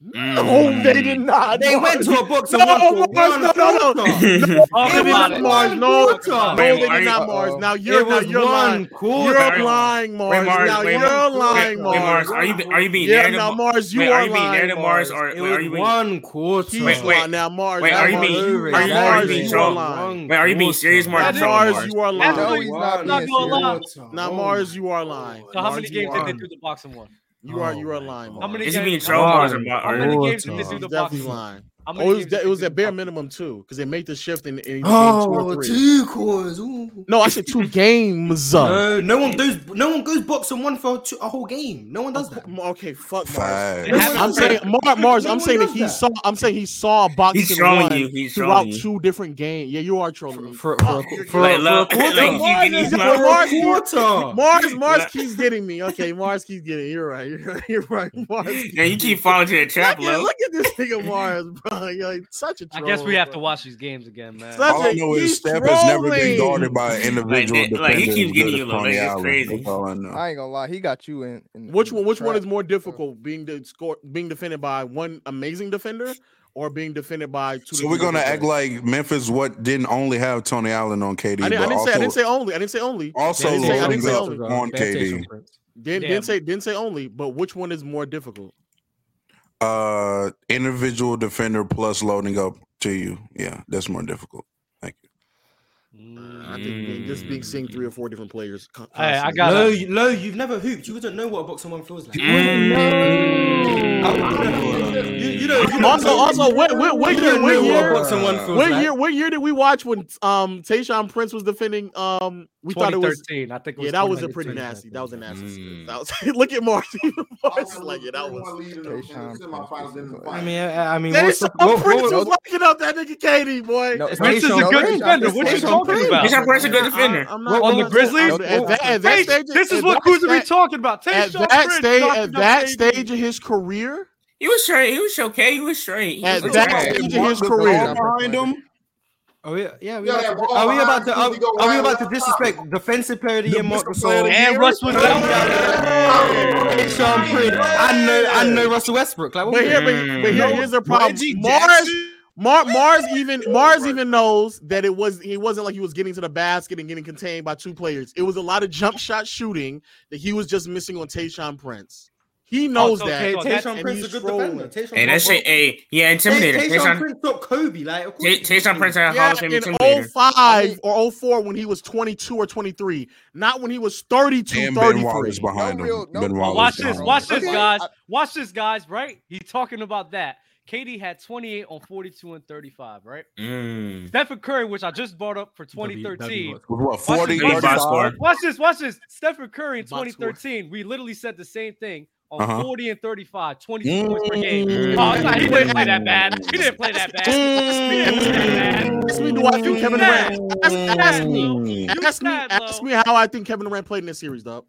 [SPEAKER 3] No, they did not.
[SPEAKER 2] Mm. They went to a box and
[SPEAKER 3] No,
[SPEAKER 2] one for
[SPEAKER 3] Mars,
[SPEAKER 2] one
[SPEAKER 3] no, no, no.
[SPEAKER 2] quarter.
[SPEAKER 1] Talk
[SPEAKER 2] It
[SPEAKER 1] about
[SPEAKER 2] was
[SPEAKER 3] Mars,
[SPEAKER 1] it.
[SPEAKER 2] one
[SPEAKER 3] no.
[SPEAKER 2] quarter.
[SPEAKER 3] No,
[SPEAKER 10] Wait,
[SPEAKER 3] they
[SPEAKER 10] are
[SPEAKER 3] did
[SPEAKER 10] you-
[SPEAKER 3] not, Mars.
[SPEAKER 9] Uh-oh.
[SPEAKER 3] Now
[SPEAKER 2] It
[SPEAKER 3] you're now
[SPEAKER 2] was
[SPEAKER 3] you're lying.
[SPEAKER 2] one
[SPEAKER 3] You're
[SPEAKER 2] quarter.
[SPEAKER 10] Mars.
[SPEAKER 3] lying, Mars.
[SPEAKER 10] Mars,
[SPEAKER 3] Now
[SPEAKER 10] wait,
[SPEAKER 3] you're
[SPEAKER 10] Mars.
[SPEAKER 3] lying,
[SPEAKER 10] Wait,
[SPEAKER 3] Mars.
[SPEAKER 10] wait, Mars, are you are you being
[SPEAKER 3] yeah,
[SPEAKER 10] narrative?
[SPEAKER 3] now Mars, you
[SPEAKER 10] wait,
[SPEAKER 3] are
[SPEAKER 10] are you being
[SPEAKER 3] lying,
[SPEAKER 10] narrative, Mars?
[SPEAKER 3] Mars.
[SPEAKER 10] Or
[SPEAKER 2] It
[SPEAKER 10] wait, are
[SPEAKER 2] was
[SPEAKER 10] you being?
[SPEAKER 2] one quarter.
[SPEAKER 3] He's
[SPEAKER 10] Wait, wait.
[SPEAKER 3] lying now, Mars.
[SPEAKER 10] wait,
[SPEAKER 3] now,
[SPEAKER 10] are you
[SPEAKER 3] Mars,
[SPEAKER 10] being-
[SPEAKER 3] you,
[SPEAKER 10] are
[SPEAKER 3] now,
[SPEAKER 10] you- are you
[SPEAKER 3] Mars,
[SPEAKER 10] being
[SPEAKER 3] you are
[SPEAKER 10] trolled?
[SPEAKER 3] lying.
[SPEAKER 10] Wait, are you being serious, Mars?
[SPEAKER 3] Now,
[SPEAKER 10] Troll
[SPEAKER 3] Mars, you are
[SPEAKER 1] That's
[SPEAKER 9] No,
[SPEAKER 3] lying.
[SPEAKER 1] what-
[SPEAKER 9] he's
[SPEAKER 1] I'm
[SPEAKER 9] not
[SPEAKER 1] not
[SPEAKER 9] being
[SPEAKER 1] gonna lie.
[SPEAKER 9] serious.
[SPEAKER 3] Now, Mars, you are lying.
[SPEAKER 1] So how
[SPEAKER 3] Mars,
[SPEAKER 1] many
[SPEAKER 3] you
[SPEAKER 1] games
[SPEAKER 3] are-
[SPEAKER 1] did they do the boxing one?
[SPEAKER 3] You are
[SPEAKER 4] Oh,
[SPEAKER 3] you are lying.
[SPEAKER 11] How many
[SPEAKER 3] Mark.
[SPEAKER 11] Is he games- being trolled or is it my-
[SPEAKER 3] How
[SPEAKER 11] or-
[SPEAKER 3] many
[SPEAKER 11] Lord,
[SPEAKER 3] games did this
[SPEAKER 11] dog.
[SPEAKER 3] do the
[SPEAKER 11] Definitely
[SPEAKER 3] boxing?
[SPEAKER 11] lying.
[SPEAKER 3] How
[SPEAKER 11] many
[SPEAKER 3] many oh, it was,
[SPEAKER 11] games
[SPEAKER 3] it was at bare minimum two because they made the shift in, in
[SPEAKER 2] Oh, two
[SPEAKER 11] quarters.
[SPEAKER 3] No, I said two games. uh.
[SPEAKER 2] No, no one goes. No one goes boxing one for two, a whole game. No one does that.
[SPEAKER 3] Okay, fuck
[SPEAKER 2] Mars.
[SPEAKER 3] I'm saying Mar- Mars. I'm saying that he saw. I'm saying he saw a boxing
[SPEAKER 2] trolling
[SPEAKER 3] one
[SPEAKER 2] you, he's
[SPEAKER 3] throughout
[SPEAKER 2] trolling you.
[SPEAKER 3] two different games. Yeah, you are trolling me.
[SPEAKER 2] for
[SPEAKER 3] Fuck,
[SPEAKER 2] for-
[SPEAKER 3] you're
[SPEAKER 2] for- Like,
[SPEAKER 3] getting-
[SPEAKER 2] look, for a like, quarter. you can use
[SPEAKER 3] Mars,
[SPEAKER 2] my
[SPEAKER 3] Mars,
[SPEAKER 2] whole
[SPEAKER 3] Mars,
[SPEAKER 2] quarter.
[SPEAKER 3] Mars, Mars
[SPEAKER 10] Like-
[SPEAKER 3] keeps getting me. Okay, Mars keeps getting. You're right. You're right. You're right. Mars. keeps
[SPEAKER 10] Yeah, you keep falling to the trap,
[SPEAKER 3] Yeah,
[SPEAKER 10] low.
[SPEAKER 3] look at this nigga Mars, bro. You're like, such a
[SPEAKER 1] I
[SPEAKER 3] troll.
[SPEAKER 1] guess we have to watch these games again, man.
[SPEAKER 3] Such
[SPEAKER 4] All I know is Steph has never been guarded by an individual
[SPEAKER 1] that-
[SPEAKER 4] defender.
[SPEAKER 1] like, he keeps
[SPEAKER 4] as
[SPEAKER 1] getting
[SPEAKER 4] good
[SPEAKER 1] you,
[SPEAKER 4] as
[SPEAKER 1] Lil,
[SPEAKER 4] Tony
[SPEAKER 1] like, it's
[SPEAKER 4] Allen.
[SPEAKER 1] crazy.
[SPEAKER 4] That's all I know.
[SPEAKER 9] I ain't gonna lie, he got you in. in
[SPEAKER 3] Which one? Which one is more difficult? Being de- score, being defended by one amazing defender, or being defended by two?
[SPEAKER 4] So we're gonna act like Memphis what didn't only have Tony Allen on KD,
[SPEAKER 3] I didn't, I
[SPEAKER 4] but
[SPEAKER 3] didn't
[SPEAKER 4] also
[SPEAKER 3] say. I didn't say only. I didn't say only.
[SPEAKER 4] also
[SPEAKER 3] I didn't say, I didn't say
[SPEAKER 4] Lorenzo
[SPEAKER 3] only.
[SPEAKER 4] on KD.
[SPEAKER 3] Didn't,
[SPEAKER 1] Yeah,
[SPEAKER 3] didn't say. Didn't say only. But which one is more difficult?
[SPEAKER 4] Uh, individual defender plus loading up to you. Yeah, that's more difficult.
[SPEAKER 3] I think being, just being seeing
[SPEAKER 1] Mm.
[SPEAKER 3] three or four different players. con- constantly.
[SPEAKER 2] No, you, no, you've never hooped. You don't know what a boxing one floor is like.
[SPEAKER 3] also, also, what, what, what
[SPEAKER 2] You
[SPEAKER 3] year?
[SPEAKER 2] don't
[SPEAKER 3] What
[SPEAKER 2] know
[SPEAKER 3] year?
[SPEAKER 2] what someone feels
[SPEAKER 3] What
[SPEAKER 2] like.
[SPEAKER 3] year? What year did we watch when um Tayshawn Prince was defending? Um, we thought it was.
[SPEAKER 1] 2013, I think it
[SPEAKER 3] yeah,
[SPEAKER 1] was
[SPEAKER 3] that was a pretty
[SPEAKER 1] 2013, I
[SPEAKER 3] nasty. That was a nasty. skit. That was, look at Mars. Mars is like, yeah, that was.
[SPEAKER 2] I mean, I, I mean,
[SPEAKER 3] Tayshaun
[SPEAKER 2] what's up-
[SPEAKER 3] Prince
[SPEAKER 2] what- what-
[SPEAKER 3] was locking up that nigga Katie, boy.
[SPEAKER 2] No, Prince is a Tayshaun- good no, defender. Tayshaun- What you Tayshaun talking Prince. about? Tayshaun Prince is a good defender.
[SPEAKER 3] I'm
[SPEAKER 2] Well,
[SPEAKER 3] not,
[SPEAKER 2] on
[SPEAKER 3] I'm
[SPEAKER 2] the
[SPEAKER 3] not-
[SPEAKER 2] Grizzlies?
[SPEAKER 3] I'm- at that- at that
[SPEAKER 2] Hey,
[SPEAKER 3] stage-
[SPEAKER 2] this is
[SPEAKER 3] at
[SPEAKER 2] what
[SPEAKER 3] that
[SPEAKER 2] Kuzma be
[SPEAKER 3] stage-
[SPEAKER 2] talking about.
[SPEAKER 3] At
[SPEAKER 2] Tayshaun
[SPEAKER 3] that
[SPEAKER 2] Prince
[SPEAKER 3] stage,
[SPEAKER 2] knocking
[SPEAKER 3] at
[SPEAKER 2] up
[SPEAKER 3] that
[SPEAKER 2] KD.
[SPEAKER 3] stage of his career,
[SPEAKER 10] He was straight. He was okay. He was straight. He
[SPEAKER 3] At
[SPEAKER 10] was
[SPEAKER 3] that
[SPEAKER 10] okay.
[SPEAKER 3] stage of his career,
[SPEAKER 2] Are we, Oh, yeah, we
[SPEAKER 3] Yeah,
[SPEAKER 2] about
[SPEAKER 3] that
[SPEAKER 2] to,
[SPEAKER 3] ball
[SPEAKER 2] are we about
[SPEAKER 3] behind
[SPEAKER 2] to are,
[SPEAKER 3] Kuzma go
[SPEAKER 2] are we
[SPEAKER 3] right
[SPEAKER 2] about to
[SPEAKER 3] over the top.
[SPEAKER 2] disrespect defensive player of the year, Marcus
[SPEAKER 3] player of
[SPEAKER 2] Gasol,
[SPEAKER 3] the year?
[SPEAKER 2] Russell Sean Prince? I know, I know Russell Westbrook. Like, what
[SPEAKER 3] but
[SPEAKER 2] we-
[SPEAKER 3] here, but, but here,
[SPEAKER 2] No,
[SPEAKER 3] here's the problem.
[SPEAKER 2] Reggie
[SPEAKER 3] Mars,
[SPEAKER 2] Jackson?
[SPEAKER 3] Mar- Mars even Mars even knows that it was he wasn't like he was getting to the basket and getting contained by two players. It was a lot of jump shot shooting that he was just missing on Tayshawn Prince. He knows
[SPEAKER 2] Oh,
[SPEAKER 3] that.
[SPEAKER 2] okay,
[SPEAKER 3] and
[SPEAKER 2] Tayshaun
[SPEAKER 3] he's
[SPEAKER 2] Prince is a good
[SPEAKER 3] trolling.
[SPEAKER 2] defender. Tayshaun
[SPEAKER 10] Hey, that shit. Hey, yeah, intimidator.
[SPEAKER 2] Tay- Tayshaun Prince took Kobe. Like, of course.
[SPEAKER 10] Tayshawn Prince had a Hall
[SPEAKER 3] Yeah,
[SPEAKER 10] of Fame
[SPEAKER 3] in
[SPEAKER 10] intimidator.
[SPEAKER 3] 05 or 04 when he was 22 or 23, not when he was 32,
[SPEAKER 4] And Ben
[SPEAKER 3] 33.
[SPEAKER 4] Wallace behind him. ben Wallace
[SPEAKER 1] watch this,
[SPEAKER 4] behind
[SPEAKER 1] watch
[SPEAKER 4] him.
[SPEAKER 1] this, guys, watch this, guys. Right? He talking about that. Katie had 28 on 42 and 35, right? Stephen Curry, which I just brought up for 2013.
[SPEAKER 4] With what,
[SPEAKER 1] Watch
[SPEAKER 4] 40,
[SPEAKER 1] this, watch this,
[SPEAKER 4] 35?
[SPEAKER 1] Watch this, watch this. Stephen Curry in
[SPEAKER 4] Box score.
[SPEAKER 1] 2013, we literally said the same thing on
[SPEAKER 4] Uh-huh. Mm.
[SPEAKER 1] 40 and 35, 22 points per game. Oh, it's like, he didn't play that bad. He didn't play that bad. He didn't
[SPEAKER 3] Mm.
[SPEAKER 1] play that bad.
[SPEAKER 3] Ask me, do I think Kevin
[SPEAKER 1] mad.
[SPEAKER 3] Durant? Ask, ask me,
[SPEAKER 1] You
[SPEAKER 3] ask me,
[SPEAKER 1] mad,
[SPEAKER 3] ask
[SPEAKER 1] Lo.
[SPEAKER 3] me how I think Kevin Durant played in this series, dog.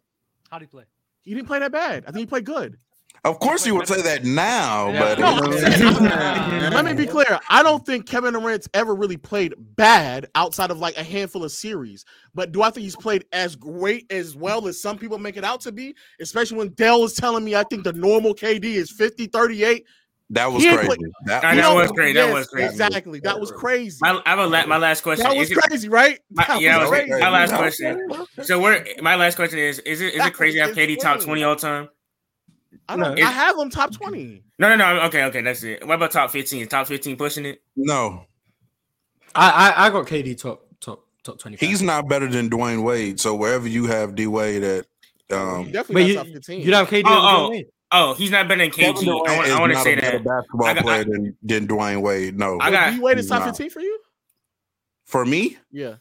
[SPEAKER 1] How'd he play?
[SPEAKER 3] He didn't play that bad. I think he played good.
[SPEAKER 4] Of course, you would say that now, but
[SPEAKER 3] No, I'm saying- Let me be clear. I don't think Kevin Durant's ever really played bad outside of like a handful of series. But do I think he's played as great as well as some people make it out to be? Especially when Dell is telling me I think the normal KD is 50, 38.
[SPEAKER 4] that was
[SPEAKER 3] He ain't
[SPEAKER 4] crazy.
[SPEAKER 3] play-
[SPEAKER 4] that,
[SPEAKER 10] Nah,
[SPEAKER 3] You
[SPEAKER 10] that
[SPEAKER 3] know-
[SPEAKER 10] was crazy. That
[SPEAKER 3] Yes,
[SPEAKER 10] was crazy.
[SPEAKER 3] Exactly. That was crazy.
[SPEAKER 10] My, I have a la- my last question.
[SPEAKER 3] That
[SPEAKER 10] is
[SPEAKER 3] was
[SPEAKER 10] it-
[SPEAKER 3] crazy, right?
[SPEAKER 10] My,
[SPEAKER 3] That
[SPEAKER 10] yeah, that
[SPEAKER 3] was
[SPEAKER 10] was
[SPEAKER 3] crazy.
[SPEAKER 10] my last
[SPEAKER 3] That was
[SPEAKER 10] question. So we're my last question is is it is it crazy to have KD top twenty all time?
[SPEAKER 3] I don't.
[SPEAKER 10] Is-
[SPEAKER 3] I have him top twenty.
[SPEAKER 10] no, no, no. Okay, okay, that's it. What about top fifteen? Top fifteen pushing it?
[SPEAKER 4] No,
[SPEAKER 2] I, I I got KD top top top twenty.
[SPEAKER 4] he's not better than Dwayne Wade. So wherever you have D Wade at, um,
[SPEAKER 2] Wait, you, you don't have KD.
[SPEAKER 10] Oh, oh, oh, he's not better than KG.
[SPEAKER 4] Kevin Durant
[SPEAKER 10] I want,
[SPEAKER 4] is
[SPEAKER 10] I want to
[SPEAKER 4] not
[SPEAKER 10] say
[SPEAKER 4] a better
[SPEAKER 10] that.
[SPEAKER 4] basketball
[SPEAKER 10] I got-
[SPEAKER 4] player than, than Dwayne Wade. No,
[SPEAKER 10] I got-
[SPEAKER 3] D Wade is top
[SPEAKER 4] Nah.
[SPEAKER 3] fifteen for you?
[SPEAKER 4] For me,
[SPEAKER 3] Yeah.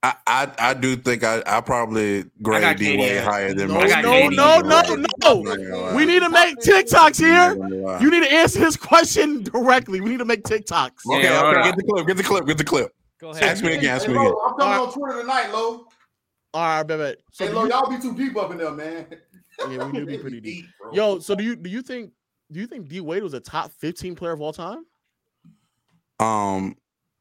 [SPEAKER 4] I, I I do think I I probably
[SPEAKER 3] got
[SPEAKER 4] grade D
[SPEAKER 3] KD.
[SPEAKER 4] Wade higher than
[SPEAKER 3] No,
[SPEAKER 4] most.
[SPEAKER 3] no, no,
[SPEAKER 4] people.
[SPEAKER 3] no,
[SPEAKER 4] I'm not
[SPEAKER 3] no,
[SPEAKER 4] gonna lie.
[SPEAKER 3] We need to make TikToks here.
[SPEAKER 4] I'm not gonna lie.
[SPEAKER 3] You need to answer this question directly. We need to make TikToks.
[SPEAKER 4] Okay, okay, get the clip, get the clip, get the clip.
[SPEAKER 3] Go ahead.
[SPEAKER 4] Ask me again, ask
[SPEAKER 11] Hey,
[SPEAKER 4] me
[SPEAKER 11] Lo,
[SPEAKER 4] again.
[SPEAKER 11] I'm coming on Twitter tonight, Lo.
[SPEAKER 3] All right, baby. So
[SPEAKER 11] Hey,
[SPEAKER 3] do
[SPEAKER 11] Lo,
[SPEAKER 3] you-
[SPEAKER 11] y'all be too deep up in there, man.
[SPEAKER 3] yeah, we do be
[SPEAKER 11] They
[SPEAKER 3] pretty deep.
[SPEAKER 11] bro.
[SPEAKER 3] Yo, so do you do you think do you think D Wade was a top fifteen player of all time?
[SPEAKER 4] Um,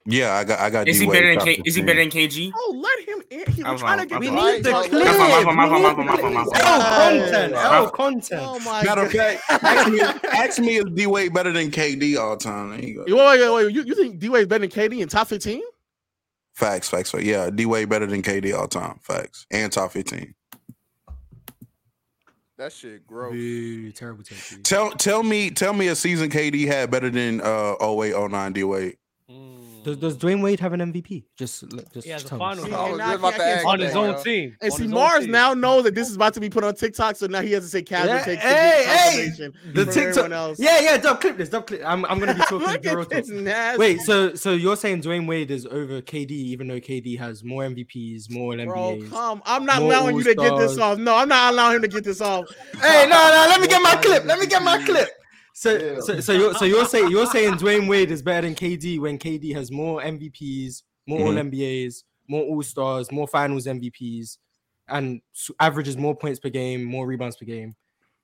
[SPEAKER 4] yeah, I got I got.
[SPEAKER 10] Is he
[SPEAKER 4] D-Wade
[SPEAKER 10] better than
[SPEAKER 4] top
[SPEAKER 10] K? Is he
[SPEAKER 4] 15.
[SPEAKER 10] better than KG?
[SPEAKER 3] Oh, let him in. He
[SPEAKER 10] I'm
[SPEAKER 3] was trying to
[SPEAKER 10] wrong,
[SPEAKER 3] get
[SPEAKER 10] I'm
[SPEAKER 3] the
[SPEAKER 10] wrong.
[SPEAKER 3] right
[SPEAKER 10] My fault,
[SPEAKER 3] to play.
[SPEAKER 10] my fault, my fault, my fault, my fault, my fault.
[SPEAKER 2] content.
[SPEAKER 4] My-
[SPEAKER 2] Oh, content.
[SPEAKER 3] Oh my
[SPEAKER 4] Matter
[SPEAKER 3] god.
[SPEAKER 4] of fact, ask me, ask me is D Wade better than KD all time? There you go.
[SPEAKER 3] Wait, wait, wait, wait. You, you think D Wade's better than KD in top fifteen?
[SPEAKER 4] Facts, facts, facts. Yeah, D Wade better than KD all time. Facts and top fifteen.
[SPEAKER 9] That shit gross.
[SPEAKER 2] terrible take.
[SPEAKER 4] oh Tell tell me tell me a season KD had better than uh 08, 09 D Wade.
[SPEAKER 2] Does, does Dwayne Wade have an MVP? Just, just
[SPEAKER 1] He has a
[SPEAKER 2] tell
[SPEAKER 1] final
[SPEAKER 2] us.
[SPEAKER 1] See, and
[SPEAKER 3] Now I can't- I can't say that, bro. And see,
[SPEAKER 1] his own
[SPEAKER 3] Mars
[SPEAKER 1] team.
[SPEAKER 3] now knows that this is about to be put on TikTok, so now he has to say Cavs
[SPEAKER 2] Yeah,
[SPEAKER 3] takes
[SPEAKER 2] hey, hey, the
[SPEAKER 3] everyone
[SPEAKER 2] TikTok.
[SPEAKER 3] else.
[SPEAKER 2] Yeah, yeah, dub clip this, dub clip. I'm, I'm gonna be talking
[SPEAKER 3] Look
[SPEAKER 2] Doro
[SPEAKER 3] at this
[SPEAKER 2] talk.
[SPEAKER 3] nasty.
[SPEAKER 2] Wait, so so you're saying Dwayne Wade is over KD, even though KD has more MVPs, more
[SPEAKER 3] Bro,
[SPEAKER 2] NBAs.
[SPEAKER 3] come! I'm not
[SPEAKER 2] more
[SPEAKER 3] allowing you to get this
[SPEAKER 2] All-Stars.
[SPEAKER 3] off. No, I'm not allowing him to get this off.
[SPEAKER 2] Hey, no, no, let me get my clip. Let me get my clip. So,
[SPEAKER 3] Yeah.
[SPEAKER 2] so, so you're so you're saying you're saying Dwayne Wade is better than KD when KD has more MVPs, more
[SPEAKER 4] Mm-hmm.
[SPEAKER 2] All
[SPEAKER 3] Mhm.
[SPEAKER 2] NBAs, more All Stars, more Finals MVPs, and s- averages more points per game, more rebounds per game.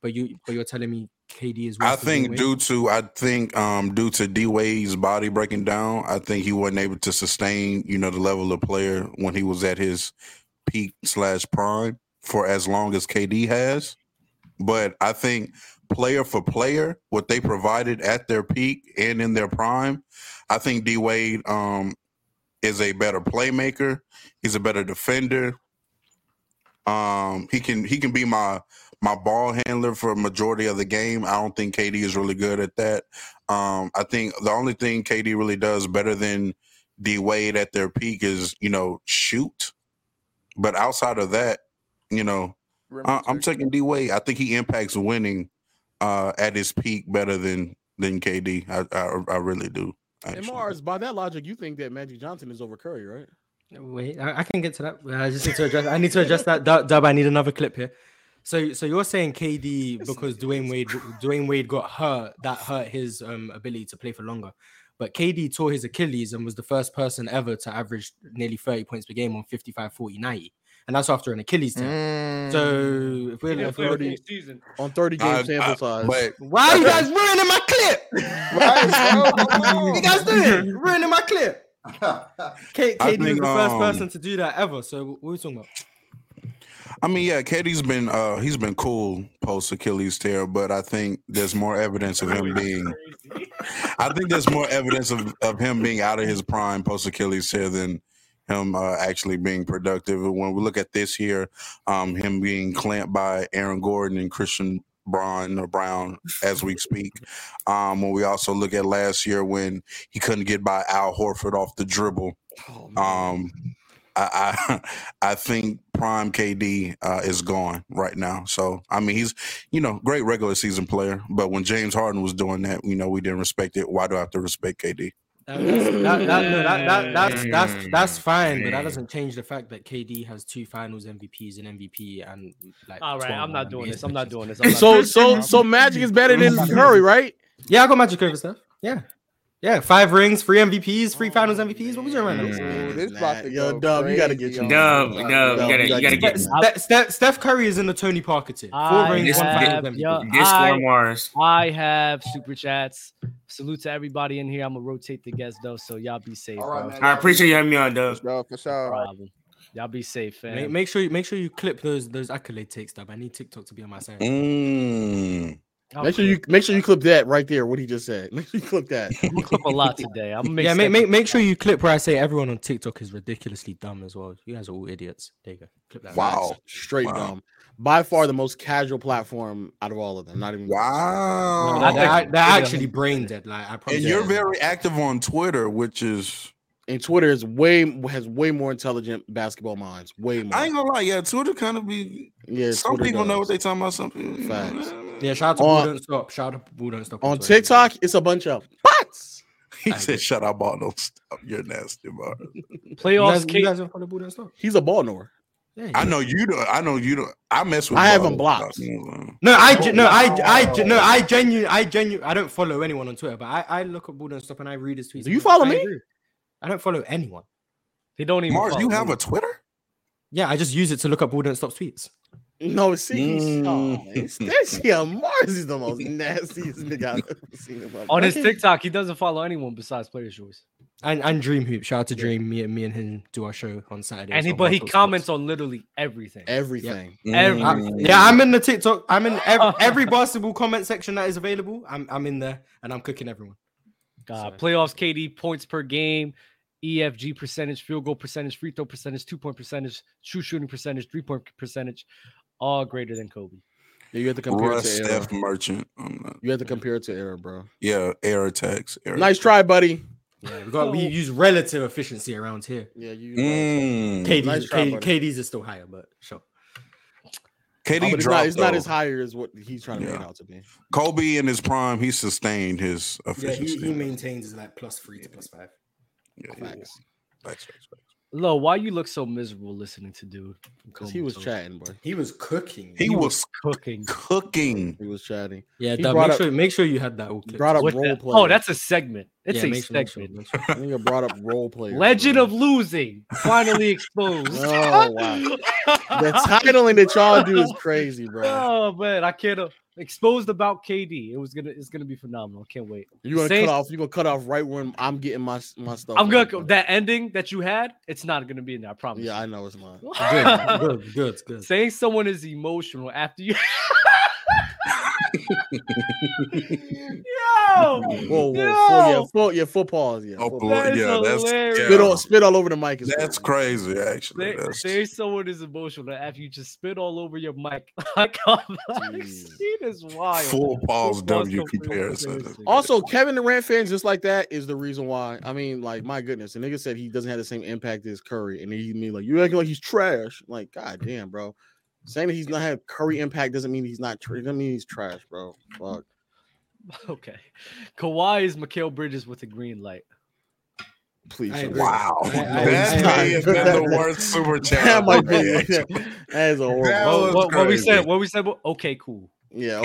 [SPEAKER 2] But you but you're telling me KD is.
[SPEAKER 4] I
[SPEAKER 2] worse than
[SPEAKER 4] think
[SPEAKER 2] Dwayne?
[SPEAKER 4] due to I think um due to D Wade's body breaking down, I think he wasn't able to sustain you know the level of player when he was at his peak slash prime for as long as KD has. But I think player for player, what they provided at their peak and in their prime, I think D Wade um is a better playmaker. He's a better defender. Um, he can he can be my my ball handler for a majority of the game. I don't think KD is really good at that. Um, I think the only thing KD really does better than D Wade at their peak is you know shoot. But outside of that, you know, I, I'm taking D Wade. I think he impacts winning uh, at his peak better than than KD. I I, I really do.
[SPEAKER 3] And Mars, by that logic, you think that Magic Johnson is over Curry, right?
[SPEAKER 2] Wait, I, I can get to that. I just need to address. I need to address that. Dub, Dub, I need another clip here. So, so you're saying KD because Dwayne Wade, Dwayne Wade got hurt. That hurt his um, ability to play for longer. But KD tore his Achilles and was the first person ever to average nearly 30 points per game on 55, 40, 90. And that's after an Achilles tear.
[SPEAKER 3] Mm.
[SPEAKER 2] So if we're,
[SPEAKER 1] Yeah,
[SPEAKER 2] if we're looking,
[SPEAKER 1] season.
[SPEAKER 3] on 30 game
[SPEAKER 2] Mm. I-
[SPEAKER 3] sample
[SPEAKER 2] I-
[SPEAKER 3] size.
[SPEAKER 2] but- Why are you guys ruining my clip? you guys doing it, ruining my clip. K-
[SPEAKER 4] I
[SPEAKER 2] KD was
[SPEAKER 4] think,
[SPEAKER 2] the first
[SPEAKER 4] um,
[SPEAKER 2] person to do that ever. So what are we talking about?
[SPEAKER 4] I mean, yeah, KD's been uh he's been cool post Achilles tear, but I think there's more evidence of him being I think there's more evidence of, of him being out of his prime post Achilles tear than him uh, actually being productive. And when we look at this year, um him being clamped by Aaron Gordon and Christian Braun or Brown as we speak. Um when we also look at last year when he couldn't get by Al Horford off the dribble. um I, I I think prime KD uh, is gone right now. So I mean, he's you know great regular season player, but when James Harden was doing that, you know we didn't respect it. Why do I have to respect KD?
[SPEAKER 2] That- that- that- no, that- that- that's that's that's fine, but that doesn't change the fact that KD has two Finals MVPs and MVP and like.
[SPEAKER 1] All right,
[SPEAKER 2] 12
[SPEAKER 1] I'm not doing
[SPEAKER 2] NBA
[SPEAKER 1] this. I'm not doing this. I'm
[SPEAKER 2] pitches.
[SPEAKER 1] not doing this.
[SPEAKER 3] Magic is
[SPEAKER 1] better than Curry,
[SPEAKER 3] right?
[SPEAKER 2] Yeah, I got Magic over stuff. Yeah, yeah, five rings, three MVPs, three Finals
[SPEAKER 1] Oh,
[SPEAKER 2] MVPs. What was your random?
[SPEAKER 3] Yo, Dub, you gotta get your
[SPEAKER 2] Dub,
[SPEAKER 3] Dub,
[SPEAKER 2] Dub,
[SPEAKER 3] Dub,
[SPEAKER 2] you gotta- you gotta get- Ste- Ste- Steph Curry is in the Tony Parker tier. Four
[SPEAKER 1] I
[SPEAKER 2] rings, one
[SPEAKER 1] have,
[SPEAKER 2] Finals MVP.
[SPEAKER 1] yo, Ah, I- I have super chats. Salute to everybody in here. I'm gonna rotate the guests though, so y'all be safe.
[SPEAKER 9] All right,
[SPEAKER 1] bro.
[SPEAKER 9] man. I appreciate
[SPEAKER 2] you having me on, Dub.
[SPEAKER 9] for
[SPEAKER 3] Uh,
[SPEAKER 9] sure.
[SPEAKER 1] Problem. Y'all be safe, fam.
[SPEAKER 2] Make, make sure you make sure you clip those those accolade takes, Dub. I need TikTok to be on my
[SPEAKER 3] Mm.
[SPEAKER 2] side. Mm.
[SPEAKER 3] Make sure you make sure you clip that right there. What he just said. Make sure you clip that.
[SPEAKER 1] You clip a lot today. I'm
[SPEAKER 2] yeah, make, make, make sure you clip where I say everyone on TikTok is ridiculously dumb as well. You guys are all idiots. There you go. Clip that.
[SPEAKER 3] Wow, straight dumb. By far the most casual platform out of all of them. Not even. Oh,
[SPEAKER 4] Wow,
[SPEAKER 2] No, they're, they're actually brain dead. Like I promise.
[SPEAKER 4] And you're very active on Twitter, which is
[SPEAKER 3] and Twitter is way has way more intelligent basketball minds. Way more.
[SPEAKER 4] I ain't gonna lie, yeah, Twitter kind of be
[SPEAKER 3] Yeah,
[SPEAKER 4] some
[SPEAKER 3] Twitter
[SPEAKER 4] people know what
[SPEAKER 3] does.
[SPEAKER 4] they talking about. Some people,
[SPEAKER 3] Facts.
[SPEAKER 2] Yeah, shout out to
[SPEAKER 3] On-
[SPEAKER 2] Boo Don't Stop. Shout out to Boo Don't Stop.
[SPEAKER 3] On TikTok, it's a bunch of bots.
[SPEAKER 4] He said, "Shut up, ball don't stop. You're nasty, bro."
[SPEAKER 2] You guys,
[SPEAKER 3] Playoffs.
[SPEAKER 2] you guys don't follow Boo Don't Stop.
[SPEAKER 3] He's a ball knower.
[SPEAKER 4] I know you don't. I know you don't. I mess with.
[SPEAKER 3] I have
[SPEAKER 4] Ball.
[SPEAKER 3] him blocked.
[SPEAKER 2] No, I ge- no, I I ge- no, I genuinely, I genuinely, I don't follow anyone on Twitter, but I, I look at Boo Don't Stop and I read his tweets.
[SPEAKER 3] Do you follow
[SPEAKER 2] I
[SPEAKER 3] me?
[SPEAKER 2] agree. I don't follow anyone.
[SPEAKER 1] He don't
[SPEAKER 2] even
[SPEAKER 4] Mars, you
[SPEAKER 2] follow
[SPEAKER 4] have
[SPEAKER 2] me.
[SPEAKER 4] a Twitter?
[SPEAKER 2] Yeah, I just use it to look up Boo Don't Stop tweets.
[SPEAKER 3] No, see, he's, oh,
[SPEAKER 4] Mm.
[SPEAKER 3] it's- this here, Mars is the most nastiest nigga I've ever seen. in my
[SPEAKER 1] On his
[SPEAKER 3] life.
[SPEAKER 1] TikTok, he doesn't follow anyone besides Players Choice.
[SPEAKER 2] And and Dream Hoop. Shout out to Dream. Me and me and him do our show on Saturday.
[SPEAKER 1] And he, but he comments on literally everything.
[SPEAKER 3] Everything.
[SPEAKER 1] Everything.
[SPEAKER 2] Uh, yeah, I'm in the TikTok. I'm in every, every basketball comment section that is available. I'm I'm in there and I'm cooking everyone.
[SPEAKER 1] God, Uh, playoffs, KD points per game, EFG percentage, field goal percentage, free throw percentage, two point percentage, true shooting percentage, three point percentage, all greater than Kobe.
[SPEAKER 3] Yeah, you have to compare
[SPEAKER 4] Russ
[SPEAKER 3] it to era.
[SPEAKER 4] Steph Merchant. I'm not-
[SPEAKER 3] You have to compare it to era, bro.
[SPEAKER 4] Yeah, air attacks. Era.
[SPEAKER 3] Nice try, buddy.
[SPEAKER 2] Yeah, we got we use relative efficiency around here.
[SPEAKER 3] Oh. Yeah, you.
[SPEAKER 4] Mm.
[SPEAKER 2] KD's,
[SPEAKER 3] Nice try,
[SPEAKER 2] KD,
[SPEAKER 3] buddy.
[SPEAKER 2] KD's is still higher, but sure.
[SPEAKER 4] KD
[SPEAKER 3] Oh, but it's
[SPEAKER 4] dropped,
[SPEAKER 3] not, it's not
[SPEAKER 4] though.
[SPEAKER 3] as high as what he's trying to make
[SPEAKER 4] Yeah.
[SPEAKER 3] out to be.
[SPEAKER 4] Kobe in his prime, he sustained his
[SPEAKER 2] Yeah, he,
[SPEAKER 4] efficiency.
[SPEAKER 2] he maintains his like plus three to plus five.
[SPEAKER 3] Facts.
[SPEAKER 4] Facts,
[SPEAKER 1] Lo, why you look so miserable listening to dude? Because
[SPEAKER 3] he was chatting, bro.
[SPEAKER 2] He was cooking.
[SPEAKER 4] He was
[SPEAKER 1] cooking.
[SPEAKER 4] Cooking.
[SPEAKER 3] He was chatting.
[SPEAKER 2] Yeah,
[SPEAKER 3] He
[SPEAKER 2] Dub,
[SPEAKER 3] brought
[SPEAKER 2] make
[SPEAKER 3] up-
[SPEAKER 2] sure make sure you had that. Clip.
[SPEAKER 3] brought up
[SPEAKER 1] What
[SPEAKER 3] role
[SPEAKER 1] the-
[SPEAKER 3] play.
[SPEAKER 1] oh, that's a segment. It's
[SPEAKER 2] Yeah,
[SPEAKER 1] a
[SPEAKER 2] make sure- make sure-
[SPEAKER 1] segment.
[SPEAKER 3] Nigga brought up role players.
[SPEAKER 1] Legend of losing finally exposed.
[SPEAKER 3] Oh, wow. The titling that y'all do is crazy, bro.
[SPEAKER 1] Oh man, I can't uh, exposed about KD. It was gonna it's gonna be phenomenal. Can't wait.
[SPEAKER 3] You gonna
[SPEAKER 1] Saints-
[SPEAKER 3] cut off? You gonna cut off right when I'm getting my my stuff.
[SPEAKER 1] I'm
[SPEAKER 3] right,
[SPEAKER 1] gonna go
[SPEAKER 3] bro.
[SPEAKER 1] that ending that you had, it's not gonna be in there, I promise.
[SPEAKER 3] Yeah, I know it's not.
[SPEAKER 2] Good, good, good, good.
[SPEAKER 1] Saying someone is emotional after you Yo!
[SPEAKER 3] Whoa, whoa, full, yeah,
[SPEAKER 1] Yo!
[SPEAKER 3] full, yeah, full pause, yeah.
[SPEAKER 4] Oh,
[SPEAKER 3] full
[SPEAKER 4] boy,
[SPEAKER 3] pause.
[SPEAKER 1] That is
[SPEAKER 4] yeah, that's
[SPEAKER 1] hilarious.
[SPEAKER 4] yeah,
[SPEAKER 3] Spit all, spit all over the mic. Is
[SPEAKER 4] that's
[SPEAKER 3] crazy.
[SPEAKER 4] crazy. Actually,
[SPEAKER 1] Say,
[SPEAKER 4] that's,
[SPEAKER 1] say someone is emotional after you just spit all over your mic. Like, I'm like, shit is wild.
[SPEAKER 4] Full pause W
[SPEAKER 1] complete
[SPEAKER 4] comparison.
[SPEAKER 3] Also, Kevin Durant fans just like that is the reason why. I mean, like, my goodness, the nigga said he doesn't have the same impact as Curry, and he mean like you acting like he's trash. Like, god damn, bro. Saying that he's not have Curry impact doesn't mean he's not. Tra- doesn't mean he's trash, bro. Fuck.
[SPEAKER 1] Okay. Kawhi is Mikhail Bridges with a green light.
[SPEAKER 3] Please.
[SPEAKER 2] I
[SPEAKER 3] shut
[SPEAKER 2] agree.
[SPEAKER 3] up.
[SPEAKER 4] wow.
[SPEAKER 2] I- I-
[SPEAKER 4] that
[SPEAKER 2] I-
[SPEAKER 4] may have been the worst super chat.
[SPEAKER 3] That
[SPEAKER 4] I've
[SPEAKER 3] might
[SPEAKER 4] ever
[SPEAKER 3] be.
[SPEAKER 4] had.
[SPEAKER 3] That is a horrible.
[SPEAKER 4] That
[SPEAKER 1] What,
[SPEAKER 4] was
[SPEAKER 1] what- what we
[SPEAKER 4] crazy.
[SPEAKER 1] said, what we said, wa- okay, cool.
[SPEAKER 3] Yeah.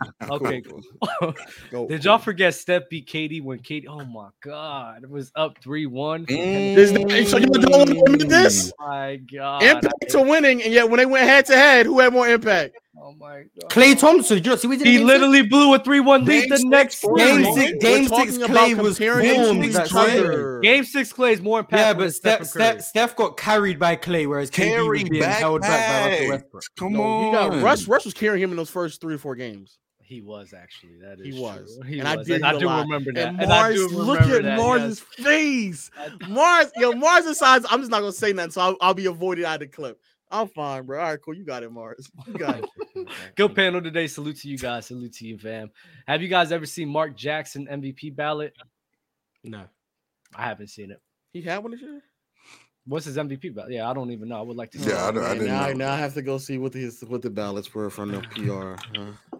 [SPEAKER 3] Okay.
[SPEAKER 1] Okay,
[SPEAKER 3] Cool,
[SPEAKER 1] cool.
[SPEAKER 3] Go-
[SPEAKER 1] Did y'all forget Steph beat Katie when Katie? Oh my god, it was up 3 1.
[SPEAKER 4] Mm.
[SPEAKER 3] Is that, so you don't want to admit this?
[SPEAKER 1] my god. I
[SPEAKER 3] Impact to
[SPEAKER 1] hate-
[SPEAKER 3] winning, and yet when they went head to head, who had more impact?
[SPEAKER 1] oh my god.
[SPEAKER 2] Clay Thompson, you know, see, we did
[SPEAKER 1] He literally blew a 3 1 lead
[SPEAKER 4] Game
[SPEAKER 1] the
[SPEAKER 4] six,
[SPEAKER 1] next
[SPEAKER 4] four
[SPEAKER 1] game.
[SPEAKER 4] zero.
[SPEAKER 2] Game six,
[SPEAKER 3] We're
[SPEAKER 2] game six,
[SPEAKER 3] talking about
[SPEAKER 2] Clay was
[SPEAKER 3] comparing
[SPEAKER 2] formed.
[SPEAKER 3] each
[SPEAKER 2] That's
[SPEAKER 3] other.
[SPEAKER 2] right.
[SPEAKER 1] Game six, Clay's more impactful.
[SPEAKER 2] Yeah,
[SPEAKER 1] than
[SPEAKER 2] but
[SPEAKER 1] Stephen
[SPEAKER 2] Steph,
[SPEAKER 1] Curry.
[SPEAKER 2] Steph, Steph got carried by Clay, whereas KD was
[SPEAKER 4] Carry
[SPEAKER 2] being held back by Russell
[SPEAKER 4] back.
[SPEAKER 2] Westbrook.
[SPEAKER 4] Come
[SPEAKER 3] No,
[SPEAKER 4] on.
[SPEAKER 3] he got Russ. Russ was carrying him in those first three or four games.
[SPEAKER 1] He was actually. That is
[SPEAKER 3] He
[SPEAKER 1] true.
[SPEAKER 3] was,
[SPEAKER 1] He
[SPEAKER 3] and I
[SPEAKER 1] was.
[SPEAKER 3] did
[SPEAKER 1] and I
[SPEAKER 3] eat a
[SPEAKER 1] do
[SPEAKER 3] lot.
[SPEAKER 1] remember that.
[SPEAKER 3] And
[SPEAKER 1] And I
[SPEAKER 3] Mars,
[SPEAKER 1] do
[SPEAKER 3] look
[SPEAKER 1] remember
[SPEAKER 3] at
[SPEAKER 1] that,
[SPEAKER 3] Mars's face. Mars, yo, Mars decides I'm just not gonna say nothing, so I'll, I'll be avoided out of the clip. I'm fine, bro. All right, cool. You got it, Mars. You got it.
[SPEAKER 1] yes. Good panel today. Salute to you guys. Salute to you, fam. Have you guys ever seen Mark Jackson MVP ballot?
[SPEAKER 2] No.
[SPEAKER 1] I haven't seen it.
[SPEAKER 3] He had one this year.
[SPEAKER 1] What's his MVP ballot? Yeah, I don't even know. I would like to. see
[SPEAKER 4] Yeah, I
[SPEAKER 1] it.
[SPEAKER 4] don't- I
[SPEAKER 3] Man,
[SPEAKER 4] didn't
[SPEAKER 3] now,
[SPEAKER 4] know.
[SPEAKER 3] now I have to go see what the what the ballots were from the PR. huh?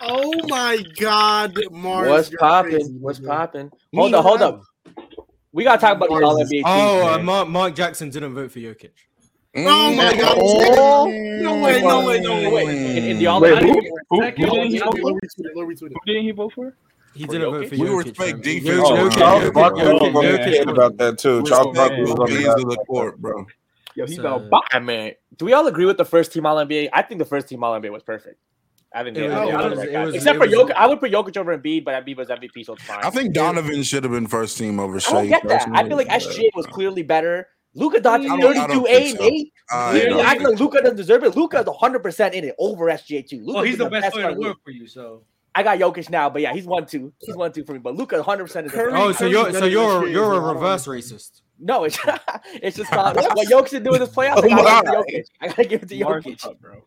[SPEAKER 12] Oh my God, Mars!
[SPEAKER 13] What's
[SPEAKER 12] you're
[SPEAKER 13] popping?
[SPEAKER 12] crazy,
[SPEAKER 13] What's
[SPEAKER 12] nigga.
[SPEAKER 13] popping?
[SPEAKER 2] Me
[SPEAKER 13] Hold up, hold
[SPEAKER 2] neither.
[SPEAKER 13] up. We gotta talk about these all NBA teams.
[SPEAKER 2] Oh, uh,
[SPEAKER 13] man.
[SPEAKER 2] Mark, Mark Jackson didn't vote for Jokic.
[SPEAKER 12] Oh my God!
[SPEAKER 3] Oh.
[SPEAKER 12] No way! No way! No way!
[SPEAKER 1] In, in the
[SPEAKER 4] Mm.
[SPEAKER 1] all
[SPEAKER 7] Wait,
[SPEAKER 1] I didn't
[SPEAKER 7] who-
[SPEAKER 1] even-
[SPEAKER 7] who-
[SPEAKER 1] second,
[SPEAKER 7] who-
[SPEAKER 1] I didn't
[SPEAKER 7] who-
[SPEAKER 1] even-
[SPEAKER 12] Lil retweeted, Lil retweeted.
[SPEAKER 7] Who didn't he vote for?
[SPEAKER 2] He
[SPEAKER 7] For
[SPEAKER 2] didn't vote for
[SPEAKER 7] Jokic?
[SPEAKER 4] We
[SPEAKER 2] Jokic.
[SPEAKER 4] respect
[SPEAKER 2] fam.
[SPEAKER 1] Oh,
[SPEAKER 4] defense
[SPEAKER 13] Oh,
[SPEAKER 2] Jokic,
[SPEAKER 4] around here,
[SPEAKER 2] Jokic, Jokic,
[SPEAKER 4] bro.
[SPEAKER 2] Jokic,
[SPEAKER 14] Mark
[SPEAKER 7] Jokic
[SPEAKER 14] Jackson
[SPEAKER 7] was-
[SPEAKER 14] was
[SPEAKER 2] Jokic
[SPEAKER 14] mad
[SPEAKER 2] was-
[SPEAKER 14] about that too. Charles
[SPEAKER 2] was
[SPEAKER 14] Barkley was
[SPEAKER 2] mad.
[SPEAKER 14] on
[SPEAKER 4] Both
[SPEAKER 14] his
[SPEAKER 4] ends
[SPEAKER 14] ass
[SPEAKER 4] of the
[SPEAKER 14] about that.
[SPEAKER 4] court, bro.
[SPEAKER 7] Yo, he's
[SPEAKER 2] So-
[SPEAKER 7] a bot.
[SPEAKER 13] I mean, do we all agree with the first team All NBA? I think the first team All NBA was perfect. I think
[SPEAKER 2] It
[SPEAKER 13] they,
[SPEAKER 2] was-
[SPEAKER 13] I think
[SPEAKER 12] it
[SPEAKER 13] they
[SPEAKER 12] was-
[SPEAKER 13] all
[SPEAKER 2] it
[SPEAKER 13] guys.
[SPEAKER 2] was-
[SPEAKER 13] Except
[SPEAKER 2] it
[SPEAKER 13] for
[SPEAKER 2] was-
[SPEAKER 13] Jokic, I would put Jokic over Embiid, but Embiid was MVP, so it's fine.
[SPEAKER 4] I think Donovan should have been first team over
[SPEAKER 13] I don't
[SPEAKER 4] Shea.
[SPEAKER 13] get that. I feel
[SPEAKER 4] personally,
[SPEAKER 13] like
[SPEAKER 4] but-
[SPEAKER 13] SGA was clearly better. Luka
[SPEAKER 4] I
[SPEAKER 13] Doncic,
[SPEAKER 4] don't- I don't
[SPEAKER 13] thirty-two, eight,
[SPEAKER 4] think
[SPEAKER 13] and
[SPEAKER 4] so.
[SPEAKER 13] eight.
[SPEAKER 4] I
[SPEAKER 13] Clearly,
[SPEAKER 4] don't
[SPEAKER 13] I
[SPEAKER 4] think
[SPEAKER 13] feel Luka doesn't deserve it. Luka is hundred percent in it over SGA too. Luka
[SPEAKER 1] Well, Oh, he's the best player in
[SPEAKER 13] in
[SPEAKER 1] the world for you, so
[SPEAKER 13] I got Jokic now, but yeah, he's one two. He's one two for me. But Luka, hundred percent is.
[SPEAKER 12] Curry-
[SPEAKER 2] Oh, so
[SPEAKER 12] Curry's
[SPEAKER 2] you're
[SPEAKER 12] better
[SPEAKER 2] so
[SPEAKER 12] than
[SPEAKER 2] you're
[SPEAKER 12] Shea,
[SPEAKER 2] you're
[SPEAKER 12] so
[SPEAKER 2] a
[SPEAKER 12] I don't-
[SPEAKER 2] reverse racist.
[SPEAKER 13] No, it's it's just not, what Jokic should do in this playoffs. I
[SPEAKER 14] Oh,
[SPEAKER 13] gotta
[SPEAKER 14] my.
[SPEAKER 13] give it to Jokic. I gotta give it to
[SPEAKER 7] Mars
[SPEAKER 13] Jokic.
[SPEAKER 7] is up, bro.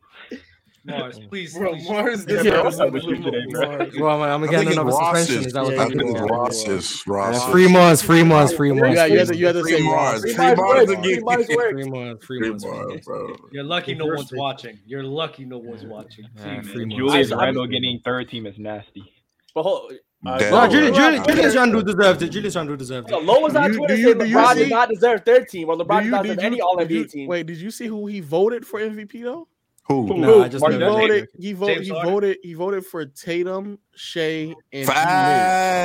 [SPEAKER 1] Mars, please,
[SPEAKER 12] Bro,
[SPEAKER 1] please.
[SPEAKER 12] Mars
[SPEAKER 3] Yeah,
[SPEAKER 12] this
[SPEAKER 3] what's
[SPEAKER 7] up with you today, bro?
[SPEAKER 2] Well, I'm, I'm
[SPEAKER 4] I
[SPEAKER 2] getting
[SPEAKER 4] think it's
[SPEAKER 2] another suspension.
[SPEAKER 4] Ross's.
[SPEAKER 2] Is that what
[SPEAKER 3] Yeah,
[SPEAKER 4] I
[SPEAKER 2] you're
[SPEAKER 4] think
[SPEAKER 2] doing?
[SPEAKER 4] it's
[SPEAKER 3] yeah.
[SPEAKER 4] Ross's.
[SPEAKER 2] Uh,
[SPEAKER 4] Ross's.
[SPEAKER 2] Free Mars, free Mars, free Mars.
[SPEAKER 3] You got, you had to, you had to
[SPEAKER 4] Free
[SPEAKER 3] say Mars.
[SPEAKER 4] Mars.
[SPEAKER 13] Free
[SPEAKER 4] Free
[SPEAKER 13] Mars
[SPEAKER 4] Mars
[SPEAKER 13] works. Free
[SPEAKER 4] again.
[SPEAKER 13] Mars works.
[SPEAKER 2] Free Mars, free
[SPEAKER 4] Free
[SPEAKER 2] Mars, free
[SPEAKER 4] Mars,
[SPEAKER 2] Mars.
[SPEAKER 4] bro.
[SPEAKER 1] You're lucky no
[SPEAKER 2] Reverse
[SPEAKER 1] one's
[SPEAKER 2] it.
[SPEAKER 1] watching. You're lucky no one's watching.
[SPEAKER 2] Yeah,
[SPEAKER 1] Please.
[SPEAKER 2] free Mars.
[SPEAKER 7] Julius
[SPEAKER 13] I-
[SPEAKER 7] Randle getting third team is nasty.
[SPEAKER 13] But hold, uh,
[SPEAKER 4] Damn.
[SPEAKER 2] No,
[SPEAKER 13] Lo-
[SPEAKER 4] Nah,
[SPEAKER 2] Julius,
[SPEAKER 4] Julius-
[SPEAKER 13] Lo-
[SPEAKER 2] Julius,
[SPEAKER 4] Julius-
[SPEAKER 2] Julius Randle deserved it. Julius Randle deserved
[SPEAKER 13] Yo,
[SPEAKER 2] it.
[SPEAKER 13] Lo was on
[SPEAKER 3] Do you-
[SPEAKER 13] Twitter
[SPEAKER 3] do
[SPEAKER 13] saying
[SPEAKER 3] you- do you
[SPEAKER 13] LeBron
[SPEAKER 3] see-
[SPEAKER 13] did not deserve their team, or LeBron
[SPEAKER 3] Do
[SPEAKER 13] did
[SPEAKER 3] you,
[SPEAKER 13] not
[SPEAKER 3] did
[SPEAKER 13] deserve
[SPEAKER 3] you,
[SPEAKER 13] any All
[SPEAKER 3] did you-
[SPEAKER 13] NBA team.
[SPEAKER 3] Wait, did you see who he voted for MVP though?
[SPEAKER 4] Who?
[SPEAKER 7] Who?
[SPEAKER 2] No, I just
[SPEAKER 7] Mark
[SPEAKER 3] He
[SPEAKER 2] know.
[SPEAKER 7] Jackson?
[SPEAKER 3] voted. He voted.
[SPEAKER 1] James
[SPEAKER 3] He
[SPEAKER 1] Harden?
[SPEAKER 3] voted. He voted for Tatum, Shea, and Embiid.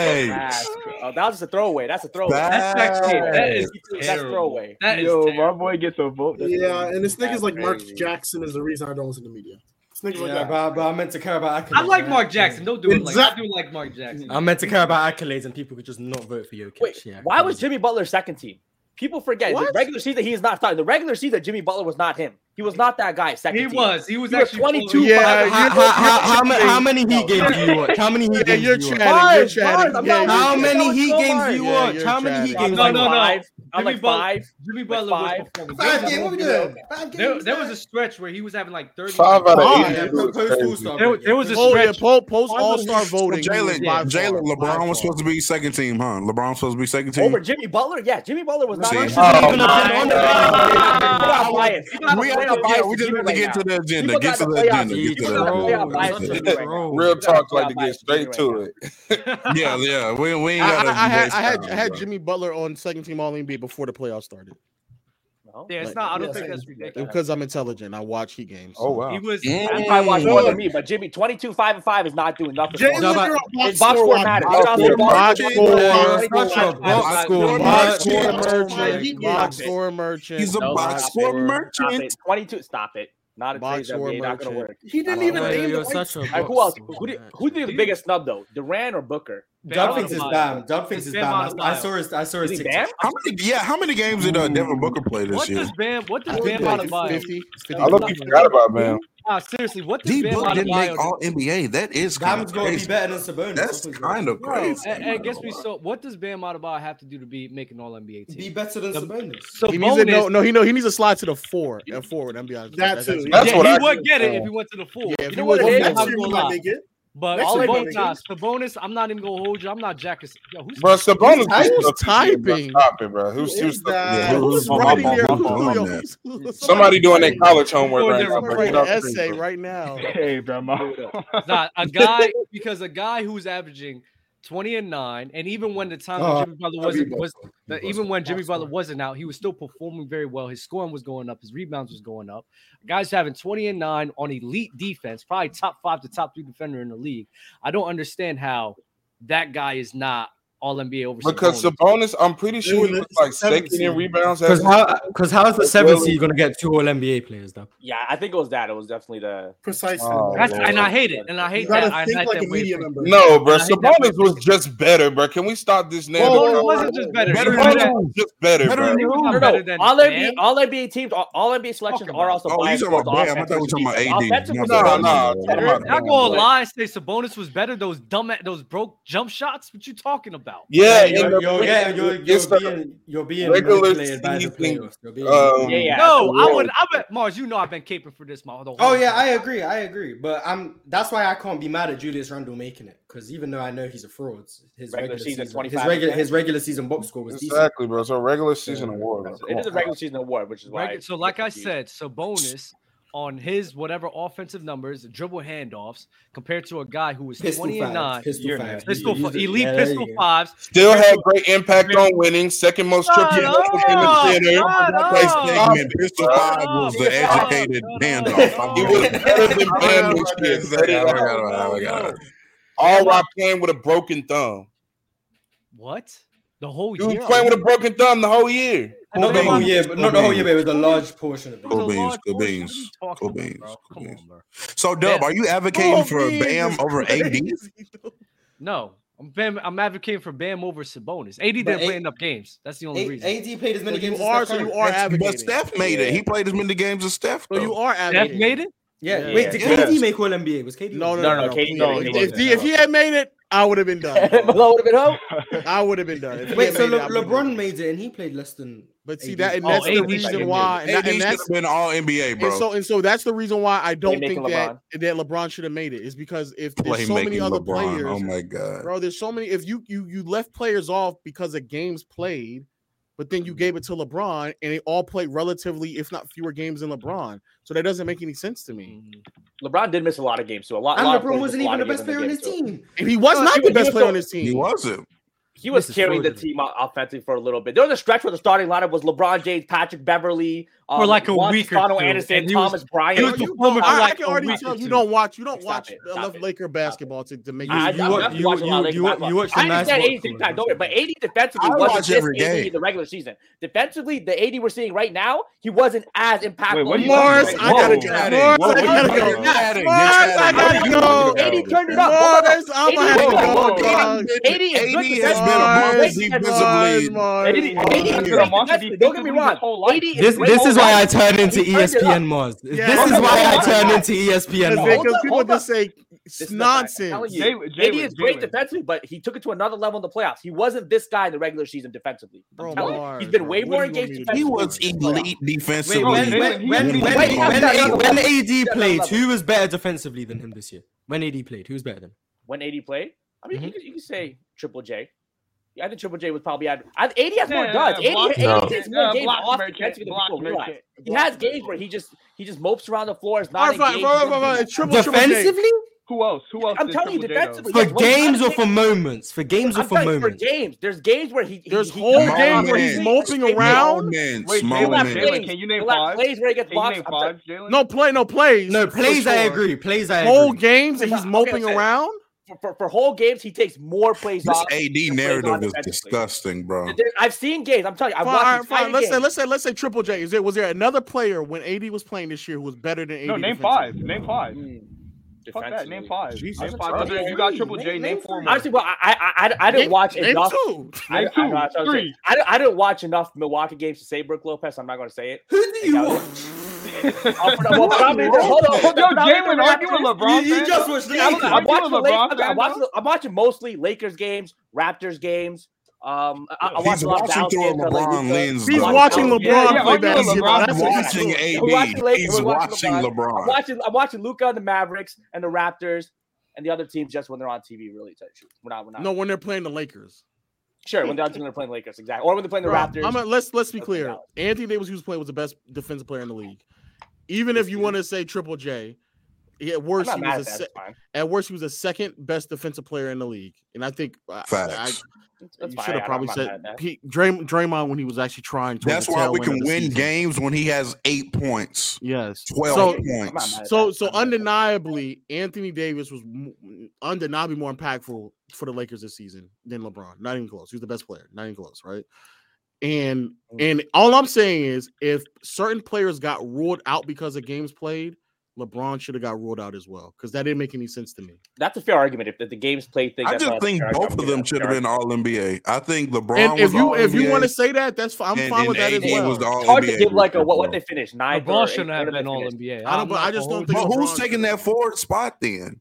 [SPEAKER 4] Facts.
[SPEAKER 13] Ass, bro. Oh, that was just a throwaway. That's a throwaway.
[SPEAKER 4] That's actually-
[SPEAKER 1] that is
[SPEAKER 13] that's
[SPEAKER 1] terrible.
[SPEAKER 13] throwaway.
[SPEAKER 1] That is
[SPEAKER 7] Yo, my
[SPEAKER 1] terrible.
[SPEAKER 7] boy gets a vote. That's
[SPEAKER 12] Yeah, and this nigga's
[SPEAKER 13] That's
[SPEAKER 12] like Mark
[SPEAKER 13] crazy.
[SPEAKER 12] Jackson is the reason I don't listen to media. This nigga's like
[SPEAKER 2] Yeah,
[SPEAKER 12] that.
[SPEAKER 2] but, but I meant to care about accolades.
[SPEAKER 1] I like
[SPEAKER 2] right?
[SPEAKER 1] Mark Jackson. Don't do it like I
[SPEAKER 12] Exact-
[SPEAKER 1] do like Mark Jackson.
[SPEAKER 2] I meant to care about accolades, and people could just not vote for Jokic.
[SPEAKER 13] Wait,
[SPEAKER 2] yeah,
[SPEAKER 13] why was
[SPEAKER 2] crazy.
[SPEAKER 13] Jimmy Butler second team? People forget the
[SPEAKER 3] What?
[SPEAKER 13] regular season he is not starting. The regular season Jimmy Butler was not him. He was not that guy. Second
[SPEAKER 1] He
[SPEAKER 13] team.
[SPEAKER 1] was. He was
[SPEAKER 13] He was
[SPEAKER 1] actually
[SPEAKER 13] 22.
[SPEAKER 3] Yeah,
[SPEAKER 13] five-
[SPEAKER 3] you-
[SPEAKER 2] How, how, how, how, many, how many heat games do you watch? How many heat
[SPEAKER 3] Yeah,
[SPEAKER 2] games
[SPEAKER 3] you're
[SPEAKER 2] do you watch?
[SPEAKER 3] chatting. You're
[SPEAKER 13] Mars, Mars,
[SPEAKER 3] chatting.
[SPEAKER 13] I'm
[SPEAKER 3] Yeah,
[SPEAKER 13] not-
[SPEAKER 3] you're
[SPEAKER 2] How
[SPEAKER 13] That
[SPEAKER 2] many
[SPEAKER 13] was
[SPEAKER 2] heat
[SPEAKER 13] so
[SPEAKER 2] games
[SPEAKER 13] hard.
[SPEAKER 2] do you
[SPEAKER 3] Yeah,
[SPEAKER 2] watch?
[SPEAKER 3] you're
[SPEAKER 2] How many heat
[SPEAKER 3] chatting.
[SPEAKER 2] games?
[SPEAKER 1] No,
[SPEAKER 2] do you
[SPEAKER 1] no,
[SPEAKER 2] watch?
[SPEAKER 1] no.
[SPEAKER 13] Five. I'm like
[SPEAKER 1] Butler-
[SPEAKER 13] five.
[SPEAKER 1] Jimmy
[SPEAKER 13] like
[SPEAKER 1] Butler
[SPEAKER 13] five.
[SPEAKER 1] was performing.
[SPEAKER 13] Five
[SPEAKER 1] There was
[SPEAKER 13] game,
[SPEAKER 1] a-
[SPEAKER 13] what we doing?
[SPEAKER 1] There-
[SPEAKER 13] Five
[SPEAKER 1] There,
[SPEAKER 13] games,
[SPEAKER 1] was a stretch where he was having like thirty.
[SPEAKER 3] Five out of
[SPEAKER 1] Oh,
[SPEAKER 3] eight
[SPEAKER 1] yeah,
[SPEAKER 3] is crazy.
[SPEAKER 1] There, there was a
[SPEAKER 3] Post- Oh, yeah,
[SPEAKER 1] stretch.
[SPEAKER 3] po- post All-Star voting
[SPEAKER 4] Jalen,
[SPEAKER 3] by
[SPEAKER 4] Jalen,
[SPEAKER 3] far, by
[SPEAKER 4] LeBron was supposed to be second team, huh? LeBron was supposed to be second team.
[SPEAKER 13] Over Jimmy Butler? Yeah, Jimmy Butler was not.
[SPEAKER 4] See?
[SPEAKER 13] I'm
[SPEAKER 4] Oh,
[SPEAKER 13] not
[SPEAKER 4] my
[SPEAKER 13] biased. biased. People got
[SPEAKER 4] We have
[SPEAKER 13] playoff
[SPEAKER 4] to-
[SPEAKER 13] bias
[SPEAKER 4] yeah, we just
[SPEAKER 13] to Jimmy
[SPEAKER 4] have to
[SPEAKER 13] right
[SPEAKER 4] get to
[SPEAKER 13] now.
[SPEAKER 4] the agenda.
[SPEAKER 13] People
[SPEAKER 4] Get
[SPEAKER 13] got
[SPEAKER 4] to
[SPEAKER 13] the
[SPEAKER 4] the
[SPEAKER 13] playoff-
[SPEAKER 4] agenda. Get to
[SPEAKER 13] people
[SPEAKER 4] the
[SPEAKER 13] got the playoff bias to
[SPEAKER 4] agenda.
[SPEAKER 13] Jimmy right now.
[SPEAKER 9] Real talk, like to
[SPEAKER 13] Bias
[SPEAKER 9] get straight to it.
[SPEAKER 4] Yeah, yeah. We, we ain't
[SPEAKER 3] I,
[SPEAKER 4] got to.
[SPEAKER 3] I, I had, I had, I had Jimmy Butler on second team All NBA before the playoffs started.
[SPEAKER 1] Yeah, it's
[SPEAKER 3] Like,
[SPEAKER 1] not. I don't
[SPEAKER 3] yeah,
[SPEAKER 1] think
[SPEAKER 3] same.
[SPEAKER 1] that's ridiculous.
[SPEAKER 3] Because I'm intelligent, I watch heat games.
[SPEAKER 1] Oh, wow. He was- Mm.
[SPEAKER 13] You probably watch more than me, but Jimmy, 22, 5, and 5 is not doing nothing.
[SPEAKER 3] Jalen,
[SPEAKER 13] His
[SPEAKER 3] No, but-
[SPEAKER 13] box
[SPEAKER 3] you're a box
[SPEAKER 13] box
[SPEAKER 3] score
[SPEAKER 13] score
[SPEAKER 3] watch.
[SPEAKER 13] matters.
[SPEAKER 3] Box
[SPEAKER 13] Box score
[SPEAKER 3] score, box
[SPEAKER 13] matters.
[SPEAKER 3] score,
[SPEAKER 13] Box
[SPEAKER 3] box
[SPEAKER 13] score
[SPEAKER 3] score,
[SPEAKER 13] matters.
[SPEAKER 3] box score,
[SPEAKER 13] You're a
[SPEAKER 3] box
[SPEAKER 13] box
[SPEAKER 3] score
[SPEAKER 13] score
[SPEAKER 3] merchant.
[SPEAKER 13] merchant.
[SPEAKER 3] Box
[SPEAKER 13] Stop it.
[SPEAKER 3] score merchant.
[SPEAKER 4] He's a
[SPEAKER 13] No,
[SPEAKER 4] box
[SPEAKER 13] stop
[SPEAKER 4] score
[SPEAKER 13] it. Stop
[SPEAKER 4] merchant.
[SPEAKER 13] it. 22, stop it. Not a
[SPEAKER 3] Box
[SPEAKER 13] trade
[SPEAKER 3] score
[SPEAKER 13] NBA, not gonna
[SPEAKER 3] merchant.
[SPEAKER 13] work.
[SPEAKER 3] He didn't even Yo, name yo, the you're white- such a
[SPEAKER 13] All right, who
[SPEAKER 3] box
[SPEAKER 13] else? Who did who did the biggest snub though? Durant or Booker?
[SPEAKER 2] Dub thinks is bam. Dub thinks is bam. I I saw his. I saw his.
[SPEAKER 13] Is he
[SPEAKER 2] TikTok.
[SPEAKER 13] Bam?
[SPEAKER 4] How many? Yeah, how many games did uh, Devin Booker play this
[SPEAKER 1] What
[SPEAKER 4] year?
[SPEAKER 1] does Bam? What does
[SPEAKER 4] I
[SPEAKER 1] Bam
[SPEAKER 4] think like
[SPEAKER 1] Adebayo?
[SPEAKER 4] 50, 50.
[SPEAKER 1] No,
[SPEAKER 4] I low-key forgot about Bam.
[SPEAKER 1] Nah, seriously, what does
[SPEAKER 4] D
[SPEAKER 1] Bam
[SPEAKER 4] Book didn't
[SPEAKER 1] Adebayo?
[SPEAKER 4] make All NBA. That is kind
[SPEAKER 2] Bam's
[SPEAKER 4] of
[SPEAKER 2] gonna be
[SPEAKER 4] crazy.
[SPEAKER 2] better than Sabonis.
[SPEAKER 4] That's kind of
[SPEAKER 1] Bro,
[SPEAKER 4] crazy.
[SPEAKER 1] and, and guess we saw what does Bam Adebayo have to do to be make an All NBA team?
[SPEAKER 2] Be better than
[SPEAKER 1] The-
[SPEAKER 2] Sabonis.
[SPEAKER 1] So
[SPEAKER 3] He needs to, no,
[SPEAKER 1] bonus-
[SPEAKER 3] no, he know he needs to slide to the four and forward. I'm be honest.
[SPEAKER 1] That
[SPEAKER 3] That's
[SPEAKER 1] too.
[SPEAKER 3] actually- Oh.
[SPEAKER 1] That's Yeah, what he I would get it if he went to the four.
[SPEAKER 3] Yeah, if
[SPEAKER 1] You
[SPEAKER 3] he
[SPEAKER 1] know
[SPEAKER 3] was
[SPEAKER 1] what it
[SPEAKER 3] I'm
[SPEAKER 1] is?
[SPEAKER 3] not
[SPEAKER 1] I'm
[SPEAKER 3] gonna
[SPEAKER 1] gonna
[SPEAKER 3] lie.
[SPEAKER 1] lie. But
[SPEAKER 3] Next year he might
[SPEAKER 1] Sabonis,
[SPEAKER 3] make it.
[SPEAKER 1] Sabonis, I'm not even gonna hold you. I'm not Jack. Yo, who's
[SPEAKER 9] Bro, Sabonis was
[SPEAKER 3] Who's typing?
[SPEAKER 9] Stop it, bro. Who's,
[SPEAKER 3] Who
[SPEAKER 9] who's
[SPEAKER 3] is that? Who's writing there? Who- yo, who's-
[SPEAKER 9] Somebody doing their college homework
[SPEAKER 1] Who's
[SPEAKER 9] right
[SPEAKER 1] doing
[SPEAKER 9] now.
[SPEAKER 1] their
[SPEAKER 9] bro.
[SPEAKER 1] homework?
[SPEAKER 9] Get off the
[SPEAKER 1] Essay
[SPEAKER 9] screen, bro.
[SPEAKER 3] right now.
[SPEAKER 1] Hey, Nah, a guy because a guy who's averaging twenty and nine, and even when the time
[SPEAKER 2] Oh,
[SPEAKER 1] that Jimmy Butler wasn't
[SPEAKER 2] Jimmy
[SPEAKER 1] was
[SPEAKER 2] Butler.
[SPEAKER 1] that even when Jimmy Butler wasn't out, he was still performing very well. His scoring was going up, his rebounds was going up. Guys having twenty and nine on elite defense, probably top five to top three defender in the league. I don't understand how that guy is not all NBA over
[SPEAKER 9] Because Sabonis,
[SPEAKER 1] Sabonis.
[SPEAKER 9] I'm pretty sure he was like
[SPEAKER 1] seventh
[SPEAKER 9] second in
[SPEAKER 1] seed.
[SPEAKER 9] rebounds.
[SPEAKER 2] Because how? Because how is the
[SPEAKER 9] Well,
[SPEAKER 2] seventh seed gonna get two All NBA players though?
[SPEAKER 13] Yeah, I think it was that. It was definitely the
[SPEAKER 12] precisely.
[SPEAKER 1] That's, and I hate it, and I hate
[SPEAKER 12] gotta
[SPEAKER 1] that. I
[SPEAKER 12] think
[SPEAKER 1] hate
[SPEAKER 12] like
[SPEAKER 1] that
[SPEAKER 12] a
[SPEAKER 1] way.
[SPEAKER 12] media member.
[SPEAKER 9] No, bro. Sabonis was just better, bro. Can we stop this now?
[SPEAKER 1] Whoa, it wasn't just better. He was
[SPEAKER 9] Sabonis
[SPEAKER 1] better.
[SPEAKER 9] was just better,
[SPEAKER 1] Better
[SPEAKER 9] bro.
[SPEAKER 1] than who?
[SPEAKER 13] No,
[SPEAKER 1] better
[SPEAKER 13] no.
[SPEAKER 1] than
[SPEAKER 13] All NBA,
[SPEAKER 1] Bam?
[SPEAKER 13] all NBA teams, all, all NBA selections are also
[SPEAKER 4] Oh, you
[SPEAKER 13] biased.
[SPEAKER 4] talking about
[SPEAKER 13] towards
[SPEAKER 4] Bam? I
[SPEAKER 13] offense
[SPEAKER 4] thought we talking about
[SPEAKER 13] versus
[SPEAKER 4] AD.
[SPEAKER 13] defense.
[SPEAKER 4] No,
[SPEAKER 13] Offensive
[SPEAKER 4] no,
[SPEAKER 13] versus
[SPEAKER 4] no.
[SPEAKER 13] defense.
[SPEAKER 4] Talking about
[SPEAKER 1] Not
[SPEAKER 4] Bam.
[SPEAKER 1] gonna lie, say Sabonis was better. Those dumb, those broke jump shots. What you talking about?
[SPEAKER 9] Yeah, in
[SPEAKER 2] you're,
[SPEAKER 9] the-
[SPEAKER 2] you're, yeah, you're,
[SPEAKER 9] it's
[SPEAKER 2] you're
[SPEAKER 9] the
[SPEAKER 2] being you're being
[SPEAKER 9] regular
[SPEAKER 2] manipulated by the
[SPEAKER 9] season,
[SPEAKER 2] playoffs. You're being
[SPEAKER 9] um,
[SPEAKER 2] manipulated.
[SPEAKER 9] Yeah,
[SPEAKER 1] no, I
[SPEAKER 9] yeah.
[SPEAKER 1] would. I bet Mars. You know I've been caping for this my whole.
[SPEAKER 2] Oh yeah, I agree. I agree. But I'm that's why I can't be mad at Julius Randle making it because even though I know he's a fraud, his
[SPEAKER 13] Regular
[SPEAKER 2] regular,
[SPEAKER 13] season,
[SPEAKER 2] season, his
[SPEAKER 13] 25%.
[SPEAKER 2] regular his regular season box score was decent.
[SPEAKER 9] Exactly, bro. So regular season award. Bro.
[SPEAKER 13] It is a regular season award, which is why.
[SPEAKER 1] Right. So like I said, Sabonis on his whatever offensive numbers, dribble handoffs, compared to a guy who was
[SPEAKER 2] Pistol
[SPEAKER 1] twenty and
[SPEAKER 2] fives,
[SPEAKER 1] nine,
[SPEAKER 2] pistol
[SPEAKER 1] pistol,
[SPEAKER 2] fives.
[SPEAKER 1] pistol
[SPEAKER 2] You- you-
[SPEAKER 1] fi- elite
[SPEAKER 2] yeah, there
[SPEAKER 1] pistol
[SPEAKER 2] you go.
[SPEAKER 1] fives.
[SPEAKER 9] Still had great impact on winning. Second most triple doubles in the center.
[SPEAKER 4] Place segment. Pistol Five was the educated handoff.
[SPEAKER 9] He was better than Bam this year. Set it up. All while playing with a broken thumb.
[SPEAKER 1] What? The whole
[SPEAKER 9] He was
[SPEAKER 1] year.
[SPEAKER 9] playing with a broken thumb the whole year.
[SPEAKER 2] Not the whole year, but not the whole year, but it was a large portion of it.
[SPEAKER 4] Cool beans, cool beans, cool beans. Come on,
[SPEAKER 1] bro.
[SPEAKER 4] So, Dub, are you advocating
[SPEAKER 1] Oh,
[SPEAKER 4] for
[SPEAKER 1] Jesus
[SPEAKER 4] Bam over AD?
[SPEAKER 1] No, I'm Bam, I'm advocating for Bam over Sabonis. AD
[SPEAKER 2] But
[SPEAKER 1] didn't play
[SPEAKER 2] A-
[SPEAKER 1] enough games. That's the only
[SPEAKER 2] A-
[SPEAKER 1] reason.
[SPEAKER 2] AD played as many
[SPEAKER 1] So you
[SPEAKER 2] games.
[SPEAKER 1] are-
[SPEAKER 2] as Steph
[SPEAKER 1] so you
[SPEAKER 2] Curry.
[SPEAKER 1] are
[SPEAKER 4] But-
[SPEAKER 1] advocating.
[SPEAKER 4] But Steph made it. He played as many games as Steph. So
[SPEAKER 3] you are
[SPEAKER 1] Steph made it.
[SPEAKER 2] Yeah.
[SPEAKER 1] Yeah.
[SPEAKER 2] Wait, did
[SPEAKER 1] Yeah.
[SPEAKER 2] KD make All NBA? Was KD?
[SPEAKER 3] No, no, no, no.
[SPEAKER 2] KD
[SPEAKER 3] no.
[SPEAKER 2] didn't.
[SPEAKER 3] If, he- if he had made it, I would have been done.
[SPEAKER 13] would have been out.
[SPEAKER 3] I would have been done. If he
[SPEAKER 2] Wait,
[SPEAKER 3] had
[SPEAKER 2] so
[SPEAKER 3] made it,
[SPEAKER 2] Le-
[SPEAKER 3] I would've
[SPEAKER 2] LeBron made it and he played less than.
[SPEAKER 3] But see
[SPEAKER 2] AD.
[SPEAKER 3] that, and that's the reason why, and, that-
[SPEAKER 4] AD
[SPEAKER 3] and
[SPEAKER 4] should
[SPEAKER 3] that's
[SPEAKER 4] have been All NBA, bro.
[SPEAKER 3] And so and so that's the reason why I don't
[SPEAKER 4] Playmaking
[SPEAKER 3] think that that LeBron should have made it is because if there's so many
[SPEAKER 4] Playmaking
[SPEAKER 3] other
[SPEAKER 4] LeBron.
[SPEAKER 3] players,
[SPEAKER 4] Oh my god.
[SPEAKER 3] bro, there's so many. If you you you left players off because of games played, but then you gave it to LeBron, and they all played relatively, if not fewer games than LeBron. So that doesn't make any sense to me.
[SPEAKER 13] Mm-hmm. LeBron did miss a lot of games, so a lot.
[SPEAKER 3] And
[SPEAKER 13] lot of
[SPEAKER 3] LeBron
[SPEAKER 13] players
[SPEAKER 3] wasn't
[SPEAKER 13] missed a lot
[SPEAKER 3] even
[SPEAKER 13] of
[SPEAKER 3] the
[SPEAKER 13] games
[SPEAKER 3] best player
[SPEAKER 13] in
[SPEAKER 3] on
[SPEAKER 13] the
[SPEAKER 3] his
[SPEAKER 13] game, so-
[SPEAKER 3] team. And he was
[SPEAKER 13] No,
[SPEAKER 3] not
[SPEAKER 13] he
[SPEAKER 3] the
[SPEAKER 13] was-
[SPEAKER 3] best
[SPEAKER 13] he was
[SPEAKER 3] player
[SPEAKER 13] so-
[SPEAKER 3] on his team.
[SPEAKER 4] He wasn't.
[SPEAKER 13] He was carrying the team o- offensively for a little bit. There was a stretch where the starting lineup was LeBron James, Patrick Beverly, um,
[SPEAKER 1] For like a
[SPEAKER 13] Juan
[SPEAKER 1] week or
[SPEAKER 13] Toscano
[SPEAKER 1] two,
[SPEAKER 13] Anderson,
[SPEAKER 1] and he was-
[SPEAKER 13] Thomas Bryant.
[SPEAKER 1] he was performing for
[SPEAKER 3] I,
[SPEAKER 1] like
[SPEAKER 3] I can
[SPEAKER 1] a
[SPEAKER 3] already
[SPEAKER 1] week or
[SPEAKER 3] tell you
[SPEAKER 1] two.
[SPEAKER 3] don't watch you don't watch
[SPEAKER 13] it,
[SPEAKER 3] enough Laker basketball to, to make
[SPEAKER 13] I-
[SPEAKER 3] you-
[SPEAKER 13] I- I'm
[SPEAKER 3] you-
[SPEAKER 13] definitely
[SPEAKER 3] you-
[SPEAKER 13] watching a lot of
[SPEAKER 3] you- you-
[SPEAKER 13] Lakers basketball.
[SPEAKER 3] you watch the
[SPEAKER 13] I understand
[SPEAKER 3] national
[SPEAKER 13] 80 time. Don't worry, but 80 defensively
[SPEAKER 3] I
[SPEAKER 13] wasn't
[SPEAKER 3] watch
[SPEAKER 13] this
[SPEAKER 3] every
[SPEAKER 13] 80
[SPEAKER 3] game.
[SPEAKER 13] in the regular season. Defensively, the 80 we're seeing right now, he wasn't as impactful.
[SPEAKER 3] what you- Morris, I gotta Whoa. get- Morris, Whoa, I gotta whoa, go. you're chatting, you're Morris, I chatting. gotta You're go. chatting.
[SPEAKER 13] 80 turned it up. Hold
[SPEAKER 3] Morris,
[SPEAKER 13] on.
[SPEAKER 3] I'm gonna
[SPEAKER 13] 80
[SPEAKER 3] have to
[SPEAKER 13] is
[SPEAKER 3] go,
[SPEAKER 13] good.
[SPEAKER 3] dog.
[SPEAKER 13] 80 is good
[SPEAKER 3] 80 has been a
[SPEAKER 13] defensively.
[SPEAKER 3] monster
[SPEAKER 13] Great defensively.
[SPEAKER 3] defensively. Morris, Morris,
[SPEAKER 13] 80 is great
[SPEAKER 3] Morris.
[SPEAKER 13] defensively. Don't get me wrong. 80 is
[SPEAKER 2] This
[SPEAKER 13] great
[SPEAKER 2] this is why I turned into
[SPEAKER 3] E
[SPEAKER 2] E ESPN Mars.
[SPEAKER 3] Yeah.
[SPEAKER 2] This is why I turned into E ESPN
[SPEAKER 3] Because-
[SPEAKER 2] Mars.
[SPEAKER 3] Because people
[SPEAKER 13] hold
[SPEAKER 3] just say
[SPEAKER 13] This
[SPEAKER 3] nonsense.
[SPEAKER 13] Jay, is great defensively, but he took it to another level in the playoffs. He wasn't this guy in the regular season defensively. I'm
[SPEAKER 3] Bro,
[SPEAKER 13] telling you.
[SPEAKER 3] Marv,
[SPEAKER 13] he's been
[SPEAKER 3] bro,
[SPEAKER 13] way
[SPEAKER 3] what do
[SPEAKER 13] more
[SPEAKER 3] you
[SPEAKER 13] engaged
[SPEAKER 3] mean?
[SPEAKER 13] defensively.
[SPEAKER 4] He was elite defensively.
[SPEAKER 2] When, when A- when AD played, who was better defensively than him this year? When AD played, who was better than? him?
[SPEAKER 13] when AD played. I mean, you, could, you could say Triple J. Yeah, I think Triple J was probably at. I, AD has more
[SPEAKER 7] Yeah,
[SPEAKER 13] duds.
[SPEAKER 7] yeah, block
[SPEAKER 13] AD,
[SPEAKER 7] merchant.
[SPEAKER 13] takes more
[SPEAKER 7] Yeah,
[SPEAKER 13] games
[SPEAKER 7] block
[SPEAKER 13] off
[SPEAKER 7] merchant,
[SPEAKER 13] defensively than
[SPEAKER 7] block
[SPEAKER 13] people realize.
[SPEAKER 7] merchant,
[SPEAKER 13] He has games where he just he just mopes around the floor. Is
[SPEAKER 3] All
[SPEAKER 13] not
[SPEAKER 3] right, fine,
[SPEAKER 13] engaged.
[SPEAKER 3] fine, fine, fine. Triple- Triple J. Defensively?
[SPEAKER 13] Who else? Who else? I'm
[SPEAKER 3] did
[SPEAKER 13] telling
[SPEAKER 3] Triple
[SPEAKER 13] you,
[SPEAKER 3] J, though?
[SPEAKER 13] defensively.
[SPEAKER 2] For
[SPEAKER 13] yes, when he
[SPEAKER 2] games
[SPEAKER 13] got
[SPEAKER 2] or for moments? For games or
[SPEAKER 13] I'm
[SPEAKER 2] for
[SPEAKER 13] telling you, for
[SPEAKER 2] moments?
[SPEAKER 13] games, there's games where he
[SPEAKER 2] There's
[SPEAKER 13] he,
[SPEAKER 2] whole
[SPEAKER 13] he,
[SPEAKER 2] games where he's moping
[SPEAKER 3] around?
[SPEAKER 4] Moments,
[SPEAKER 13] Wait,
[SPEAKER 2] moments.
[SPEAKER 13] Jalen,
[SPEAKER 2] Jalen,
[SPEAKER 13] can you name five? Plays where he gets boxed. I'm telling-
[SPEAKER 3] No play, no plays.
[SPEAKER 2] No
[SPEAKER 3] for
[SPEAKER 2] plays. I
[SPEAKER 3] sure.
[SPEAKER 2] agree. Plays. I
[SPEAKER 3] Whole
[SPEAKER 2] agree.
[SPEAKER 3] games and he's
[SPEAKER 13] Okay,
[SPEAKER 3] moping
[SPEAKER 13] okay.
[SPEAKER 3] around.
[SPEAKER 13] For, for, for whole games, he takes more plays
[SPEAKER 4] This
[SPEAKER 13] off.
[SPEAKER 4] AD narrative is disgusting, bro.
[SPEAKER 13] There- I've seen games. I'm telling you, I've
[SPEAKER 3] Fine, all
[SPEAKER 13] watched
[SPEAKER 3] right, fine.
[SPEAKER 13] entire
[SPEAKER 3] Let's say
[SPEAKER 13] games.
[SPEAKER 3] let's say let's say Triple J. Is there was there another player when AD was playing this year who was better than AD?
[SPEAKER 14] No, name five. Name five. Fuck that. Name five.
[SPEAKER 3] Jesus
[SPEAKER 14] name five.
[SPEAKER 3] Christ.
[SPEAKER 14] Other- you got Triple J. Name, four. More.
[SPEAKER 13] Honestly, well, I I I, I didn't
[SPEAKER 14] Name-
[SPEAKER 13] watch
[SPEAKER 14] name
[SPEAKER 13] enough.
[SPEAKER 14] two.
[SPEAKER 13] I,
[SPEAKER 14] Name
[SPEAKER 13] I, I,
[SPEAKER 14] two,
[SPEAKER 13] that's what I'm
[SPEAKER 14] three.
[SPEAKER 13] saying. I, didn't- I didn't watch enough Milwaukee games to say Brooke Lopez. I'm not going to say it. Who do you want? well, but I'm in the- hold on, hold
[SPEAKER 14] Yo,
[SPEAKER 13] on. but I'm in
[SPEAKER 14] Jalen,
[SPEAKER 13] the
[SPEAKER 14] aren't you a
[SPEAKER 13] Raptors.
[SPEAKER 14] LeBron You- you fan, just though? was-
[SPEAKER 13] I'm,
[SPEAKER 14] Jalen,
[SPEAKER 13] I'm
[SPEAKER 14] aren't you a
[SPEAKER 13] watching the
[SPEAKER 14] LeBron
[SPEAKER 13] Lakers.
[SPEAKER 14] fan,
[SPEAKER 13] I'm watching, I'm watching mostly Lakers games, Raptors games. Um, I, I
[SPEAKER 4] He's
[SPEAKER 13] watch a lot of
[SPEAKER 4] watching
[SPEAKER 13] Dallas
[SPEAKER 4] through a
[SPEAKER 13] games, so
[SPEAKER 4] LeBron lens, though.
[SPEAKER 13] Lakers, uh, I'm Dallas games.
[SPEAKER 4] Yeah, yeah,
[SPEAKER 13] I'm
[SPEAKER 4] watching
[SPEAKER 13] watching LeBron
[SPEAKER 4] LeBron.
[SPEAKER 13] play
[SPEAKER 4] Watching
[SPEAKER 13] basketball.
[SPEAKER 4] AD.
[SPEAKER 13] We're watching Lakers,
[SPEAKER 4] He's
[SPEAKER 13] we're watching
[SPEAKER 4] watching LeBron.
[SPEAKER 13] I'm watching. I'm watching Luca and the Mavericks and the Raptors and the other teams just when they're on TV. Really, to tell you the truth. we're not. We're not.
[SPEAKER 3] No, when they're playing the Lakers.
[SPEAKER 13] Sure, when they're on TV, they're playing Lakers, exactly, or when they're playing the
[SPEAKER 3] Bro,
[SPEAKER 13] Raptors.
[SPEAKER 3] I'm a, let's let's be
[SPEAKER 13] Okay,
[SPEAKER 3] clear.
[SPEAKER 13] Dallas.
[SPEAKER 3] Anthony Davis, who was playing, was the best defensive player in the league. Even if you want to say Triple J, he- at worst
[SPEAKER 13] not
[SPEAKER 3] he
[SPEAKER 13] mad
[SPEAKER 3] was a
[SPEAKER 13] at that,
[SPEAKER 3] se-
[SPEAKER 13] it's fine.
[SPEAKER 3] at worst he was the second best defensive player in the league, and I think I- I,
[SPEAKER 4] Facts.
[SPEAKER 13] That's
[SPEAKER 3] you
[SPEAKER 13] fine,
[SPEAKER 3] should have
[SPEAKER 13] I'm not
[SPEAKER 3] probably
[SPEAKER 13] mad
[SPEAKER 3] said
[SPEAKER 13] at that.
[SPEAKER 3] P, Draym, Draymond when he was actually trying. towards
[SPEAKER 4] That's
[SPEAKER 3] the
[SPEAKER 4] why we
[SPEAKER 3] tail end
[SPEAKER 4] can
[SPEAKER 3] of the
[SPEAKER 4] win
[SPEAKER 3] season.
[SPEAKER 4] games when he has eight points.
[SPEAKER 3] Yes, so,
[SPEAKER 4] twelve points.
[SPEAKER 3] So, so undeniably, Anthony Davis was m- undeniably more impactful for the Lakers this season than LeBron. Not even close. He was the best player. Not even close, right? And and all I'm saying is, if certain players got ruled out because of games played, LeBron should have got ruled out as well because that didn't make any sense to me.
[SPEAKER 13] That's a fair argument. If the, the games play thing,
[SPEAKER 4] I
[SPEAKER 13] that's
[SPEAKER 4] just
[SPEAKER 13] not a
[SPEAKER 4] think
[SPEAKER 13] fair
[SPEAKER 4] both
[SPEAKER 13] argument.
[SPEAKER 4] of them should have been All NBA. I think LeBron.
[SPEAKER 3] and if
[SPEAKER 4] was
[SPEAKER 3] you if you
[SPEAKER 4] All-NBA.
[SPEAKER 3] want to say that, that's fine. I'm
[SPEAKER 4] and-
[SPEAKER 3] fine with that
[SPEAKER 4] and
[SPEAKER 3] as
[SPEAKER 4] AD
[SPEAKER 3] well.
[SPEAKER 4] was the
[SPEAKER 13] It's hard to
[SPEAKER 4] All-NBA
[SPEAKER 13] give like a
[SPEAKER 4] group,
[SPEAKER 13] what,
[SPEAKER 4] bro.
[SPEAKER 13] what they finished ninth.
[SPEAKER 1] LeBron
[SPEAKER 13] or
[SPEAKER 1] shouldn't
[SPEAKER 13] eighth,
[SPEAKER 1] have
[SPEAKER 13] whatever they
[SPEAKER 1] been All
[SPEAKER 13] finished.
[SPEAKER 1] NBA.
[SPEAKER 3] I don't- but I just don't think
[SPEAKER 4] But who's
[SPEAKER 3] LeBron
[SPEAKER 4] taking that forward spot then?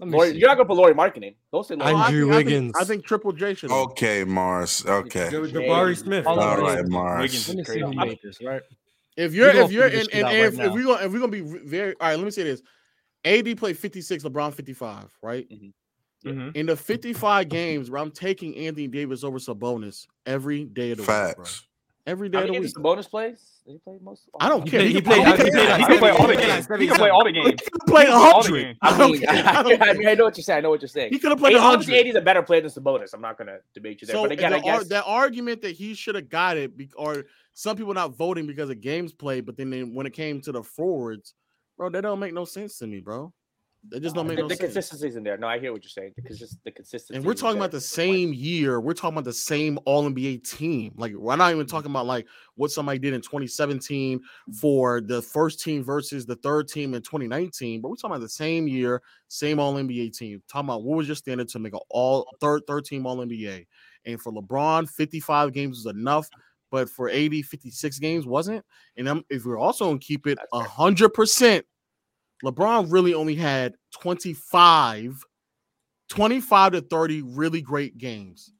[SPEAKER 13] Laurie- You're not gonna put Laurie Marketing. Don't say Laurie.
[SPEAKER 4] Andrew
[SPEAKER 13] Marketing.
[SPEAKER 4] Wiggins.
[SPEAKER 3] I think Triple J should.
[SPEAKER 14] Oh.
[SPEAKER 3] have.
[SPEAKER 4] Okay, Mars. Okay.
[SPEAKER 2] Go with Jabari Smith.
[SPEAKER 4] All
[SPEAKER 2] All
[SPEAKER 4] right,
[SPEAKER 2] right,
[SPEAKER 4] Mars.
[SPEAKER 2] Wiggins. Let me see who made
[SPEAKER 1] this, right?
[SPEAKER 3] If
[SPEAKER 1] We're
[SPEAKER 3] you're
[SPEAKER 1] gonna
[SPEAKER 3] if you're
[SPEAKER 1] figure
[SPEAKER 3] and,
[SPEAKER 1] this shit
[SPEAKER 3] and
[SPEAKER 1] out
[SPEAKER 3] if,
[SPEAKER 1] right
[SPEAKER 3] if we're gonna if we're gonna be re- very all right, let me say this. AD played 56, LeBron 55, right? In the 55 games where I'm taking Anthony Davis over Sabonis every day of the week, bro.
[SPEAKER 4] Facts.
[SPEAKER 3] Every day
[SPEAKER 13] How
[SPEAKER 3] of the
[SPEAKER 13] many
[SPEAKER 3] week.
[SPEAKER 13] games the bonus plays? Did he play most?
[SPEAKER 3] I don't
[SPEAKER 13] He
[SPEAKER 3] care.
[SPEAKER 13] played- he
[SPEAKER 3] could play-
[SPEAKER 13] played- he
[SPEAKER 3] could
[SPEAKER 13] played-
[SPEAKER 3] play-
[SPEAKER 13] he could play all the
[SPEAKER 3] could
[SPEAKER 13] games. He could play all the games.
[SPEAKER 3] He could play
[SPEAKER 13] He could play all the
[SPEAKER 3] 100.
[SPEAKER 13] games. I mean, I,
[SPEAKER 3] don't care.
[SPEAKER 13] mean, I know what you're saying. I know what you're saying.
[SPEAKER 3] He could have played
[SPEAKER 13] Hey, obviously
[SPEAKER 3] 100.
[SPEAKER 13] AD is a better player than Sabonis. I'm not gonna debate you there.
[SPEAKER 3] So
[SPEAKER 13] but again,
[SPEAKER 3] the
[SPEAKER 13] I guess
[SPEAKER 3] ar- that argument that he should have got it, be- or some people not voting because of games played, but then they, when it came to the forwards, bro, that don't make no sense to me, bro. That just don't
[SPEAKER 13] the,
[SPEAKER 3] make no
[SPEAKER 13] the
[SPEAKER 3] sense.
[SPEAKER 13] consistency's in there. No, I hear what you're saying. Because just the consistency.
[SPEAKER 3] And we're
[SPEAKER 13] is
[SPEAKER 3] talking
[SPEAKER 13] there.
[SPEAKER 3] about the same year. We're talking about the same All NBA team. Like we're not even talking about like what somebody did in 2017 for the first team versus the third team in 2019. But we're talking about the same year, same All NBA team. Talking about what was your standard to make an All third third team All NBA. And for LeBron, 55 games was enough, but for 80, 56 games wasn't. And i if we're also gonna keep it 100 percent LeBron really only had 25, 25 to 30 really great games.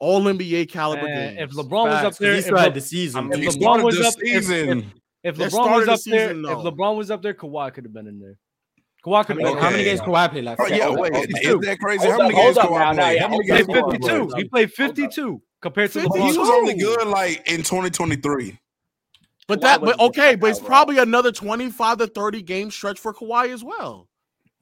[SPEAKER 3] All NBA caliber
[SPEAKER 1] Man,
[SPEAKER 3] games.
[SPEAKER 1] if LeBron was up
[SPEAKER 2] Facts, 'cause
[SPEAKER 1] there,
[SPEAKER 2] he
[SPEAKER 1] if
[SPEAKER 2] started
[SPEAKER 1] Le-
[SPEAKER 2] the season.
[SPEAKER 1] If
[SPEAKER 2] He
[SPEAKER 1] LeBron
[SPEAKER 2] started
[SPEAKER 1] was
[SPEAKER 2] the
[SPEAKER 1] up, if-
[SPEAKER 2] season.
[SPEAKER 1] if- if
[SPEAKER 2] They
[SPEAKER 1] LeBron
[SPEAKER 2] started
[SPEAKER 1] was
[SPEAKER 2] the
[SPEAKER 1] up there,
[SPEAKER 2] season,
[SPEAKER 1] if
[SPEAKER 2] though.
[SPEAKER 1] LeBron was up there, Kawhi could have been in there. Kawhi could have been.
[SPEAKER 2] How many games Kawhi played last
[SPEAKER 1] Oh,
[SPEAKER 2] year?
[SPEAKER 1] yeah,
[SPEAKER 2] Hold
[SPEAKER 1] wait,
[SPEAKER 2] up,
[SPEAKER 1] is
[SPEAKER 2] 52.
[SPEAKER 1] that crazy? How Hold many up, games hold up Kawhi now, now, played? yeah, How many hold games up, Kawhi hold up, played? hold up.
[SPEAKER 4] He
[SPEAKER 1] played 52 compared to LeBron.
[SPEAKER 4] He was only good like in 2023.
[SPEAKER 3] But that, but okay, but it's probably another 25 to 30 game stretch for Kawhi as well.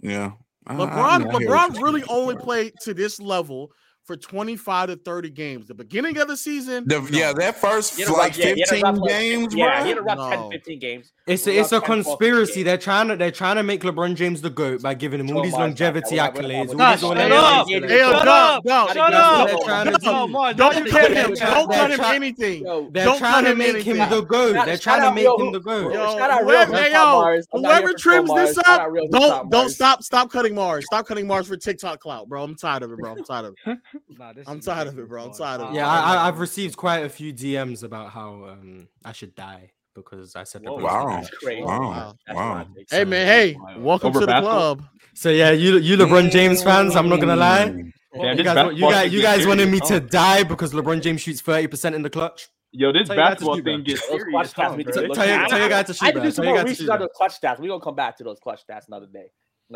[SPEAKER 4] Yeah. I- I-
[SPEAKER 3] LeBron,
[SPEAKER 4] I hear what
[SPEAKER 3] LeBron
[SPEAKER 4] you're
[SPEAKER 3] really only played to this level for 25 to 30 games. The beginning of the season,
[SPEAKER 4] The- Yeah, that first
[SPEAKER 3] You know
[SPEAKER 4] like
[SPEAKER 3] what, yeah, you know
[SPEAKER 4] 15
[SPEAKER 3] what, like,
[SPEAKER 4] games,
[SPEAKER 3] yeah,
[SPEAKER 4] bro.
[SPEAKER 3] you know what,
[SPEAKER 13] around 10,
[SPEAKER 3] No.
[SPEAKER 13] 15 games.
[SPEAKER 2] It's a,
[SPEAKER 13] Around
[SPEAKER 2] it's a
[SPEAKER 13] 10, 12, 15
[SPEAKER 2] conspiracy. They're trying to they're trying to make LeBron James the goat by giving him all these
[SPEAKER 13] Mark,
[SPEAKER 2] longevity
[SPEAKER 13] I would- I
[SPEAKER 2] accolades.
[SPEAKER 13] would-
[SPEAKER 2] all these
[SPEAKER 13] Shut
[SPEAKER 2] all-NBA
[SPEAKER 13] up!
[SPEAKER 2] accolades.
[SPEAKER 13] Hey, yo, Shut up!
[SPEAKER 3] No,
[SPEAKER 13] Shut
[SPEAKER 3] shut
[SPEAKER 13] up!
[SPEAKER 3] up.
[SPEAKER 2] They're trying to
[SPEAKER 3] No,
[SPEAKER 2] do-
[SPEAKER 3] no, don't cut him. Don't cut him
[SPEAKER 2] They're
[SPEAKER 3] anything.
[SPEAKER 2] They're
[SPEAKER 3] Don't
[SPEAKER 2] trying
[SPEAKER 3] cut
[SPEAKER 2] to
[SPEAKER 3] him
[SPEAKER 2] make him
[SPEAKER 3] anything.
[SPEAKER 2] the goat. They're
[SPEAKER 13] Shout
[SPEAKER 2] trying to
[SPEAKER 13] out
[SPEAKER 2] make
[SPEAKER 13] real
[SPEAKER 2] him
[SPEAKER 13] hoop-
[SPEAKER 2] the goat.
[SPEAKER 13] Yo,
[SPEAKER 3] Shout out
[SPEAKER 13] real
[SPEAKER 3] whoever,
[SPEAKER 13] hip-hop
[SPEAKER 3] yo,
[SPEAKER 13] bars. I'm not here
[SPEAKER 3] whoever
[SPEAKER 13] for troll
[SPEAKER 3] trims this
[SPEAKER 13] bars. Shout
[SPEAKER 3] up,
[SPEAKER 13] out real hip-hop
[SPEAKER 3] don't don't
[SPEAKER 13] bars.
[SPEAKER 3] stop stop cutting Mars. Stop cutting Mars for TikTok clout, bro. I'm tired of it, bro. I'm tired of it. I'm tired of it, bro. I'm tired of it.
[SPEAKER 2] Yeah, I, I, I've received quite a few DMs about how um, I should die. because I said
[SPEAKER 3] Whoa.
[SPEAKER 2] that.
[SPEAKER 3] Wow.
[SPEAKER 2] That's crazy.
[SPEAKER 3] Wow.
[SPEAKER 2] That's my
[SPEAKER 3] Wow.
[SPEAKER 2] take.
[SPEAKER 3] Hey, man, hey, welcome Over to the basketball? club.
[SPEAKER 2] So yeah, you you LeBron James fans, I'm not gonna lie.
[SPEAKER 14] Damn,
[SPEAKER 2] you
[SPEAKER 14] this
[SPEAKER 2] guys, want- you
[SPEAKER 14] basketball
[SPEAKER 2] guys,
[SPEAKER 14] shit
[SPEAKER 2] you
[SPEAKER 14] gets
[SPEAKER 2] guys wanted me
[SPEAKER 14] serious,
[SPEAKER 2] to
[SPEAKER 14] huh?
[SPEAKER 2] die because LeBron James shoots 30% in the clutch.
[SPEAKER 14] Yo, this
[SPEAKER 2] Tell your guy to
[SPEAKER 14] basketball
[SPEAKER 2] shoot,
[SPEAKER 14] thing
[SPEAKER 2] bro.
[SPEAKER 14] gets
[SPEAKER 2] Those
[SPEAKER 14] serious.
[SPEAKER 2] podcast
[SPEAKER 14] huh,
[SPEAKER 2] meetings
[SPEAKER 14] bro?
[SPEAKER 2] are Tell your- tell your guy to
[SPEAKER 13] I
[SPEAKER 2] shoot,
[SPEAKER 13] have to
[SPEAKER 2] bro.
[SPEAKER 13] do some
[SPEAKER 2] Tell your
[SPEAKER 13] more
[SPEAKER 2] guy to
[SPEAKER 13] research
[SPEAKER 2] shoot,
[SPEAKER 13] on
[SPEAKER 2] bro.
[SPEAKER 13] those clutch stats. We're gonna come back to those clutch stats another day.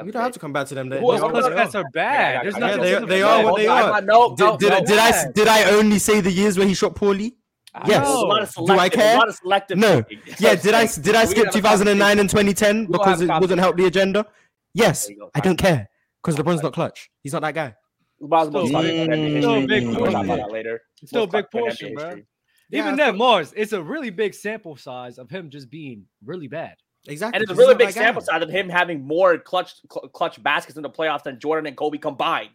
[SPEAKER 2] We don't have to come back to them. They,
[SPEAKER 13] Who
[SPEAKER 2] they
[SPEAKER 13] else
[SPEAKER 2] are
[SPEAKER 13] got
[SPEAKER 2] what
[SPEAKER 13] clutch stats
[SPEAKER 2] they are.
[SPEAKER 13] are bad? There's
[SPEAKER 2] Yeah,
[SPEAKER 13] nothing to
[SPEAKER 2] they, they
[SPEAKER 13] them.
[SPEAKER 2] are what they
[SPEAKER 13] Hold on,
[SPEAKER 2] are.
[SPEAKER 13] no,
[SPEAKER 2] did,
[SPEAKER 13] no,
[SPEAKER 2] did,
[SPEAKER 13] no,
[SPEAKER 2] did I s-
[SPEAKER 13] bad.
[SPEAKER 2] did I only say the years where he shot poorly?
[SPEAKER 13] I know.
[SPEAKER 2] Yes.
[SPEAKER 13] There's a lot of
[SPEAKER 2] Do I
[SPEAKER 13] selective- there's a
[SPEAKER 2] care?
[SPEAKER 13] lot of selective
[SPEAKER 2] No.
[SPEAKER 13] thinking.
[SPEAKER 2] Yeah. Did I did I
[SPEAKER 13] We gotta
[SPEAKER 2] skip
[SPEAKER 13] have a
[SPEAKER 2] 2009 and 2010
[SPEAKER 13] We'll
[SPEAKER 2] because
[SPEAKER 13] have
[SPEAKER 2] it
[SPEAKER 13] a
[SPEAKER 2] wouldn't help the agenda? Yes.
[SPEAKER 13] There you go.
[SPEAKER 2] I don't care because LeBron's not clutch. He's not that guy.
[SPEAKER 13] Miles Morales
[SPEAKER 2] Still
[SPEAKER 13] talking
[SPEAKER 2] big-
[SPEAKER 13] about NBA
[SPEAKER 2] still
[SPEAKER 13] history.
[SPEAKER 2] big
[SPEAKER 13] We'll talk about
[SPEAKER 2] portion.
[SPEAKER 13] that later.
[SPEAKER 1] It's still a
[SPEAKER 13] We'll
[SPEAKER 1] big
[SPEAKER 13] talk about
[SPEAKER 1] portion,
[SPEAKER 13] NBA
[SPEAKER 1] bro.
[SPEAKER 13] history.
[SPEAKER 1] Even that Mars, it's a really big sample size of him just being really bad.
[SPEAKER 2] Exactly.
[SPEAKER 13] And it's a really big sample size of him having more clutch cl- clutch baskets in the playoffs than Jordan and Kobe combined.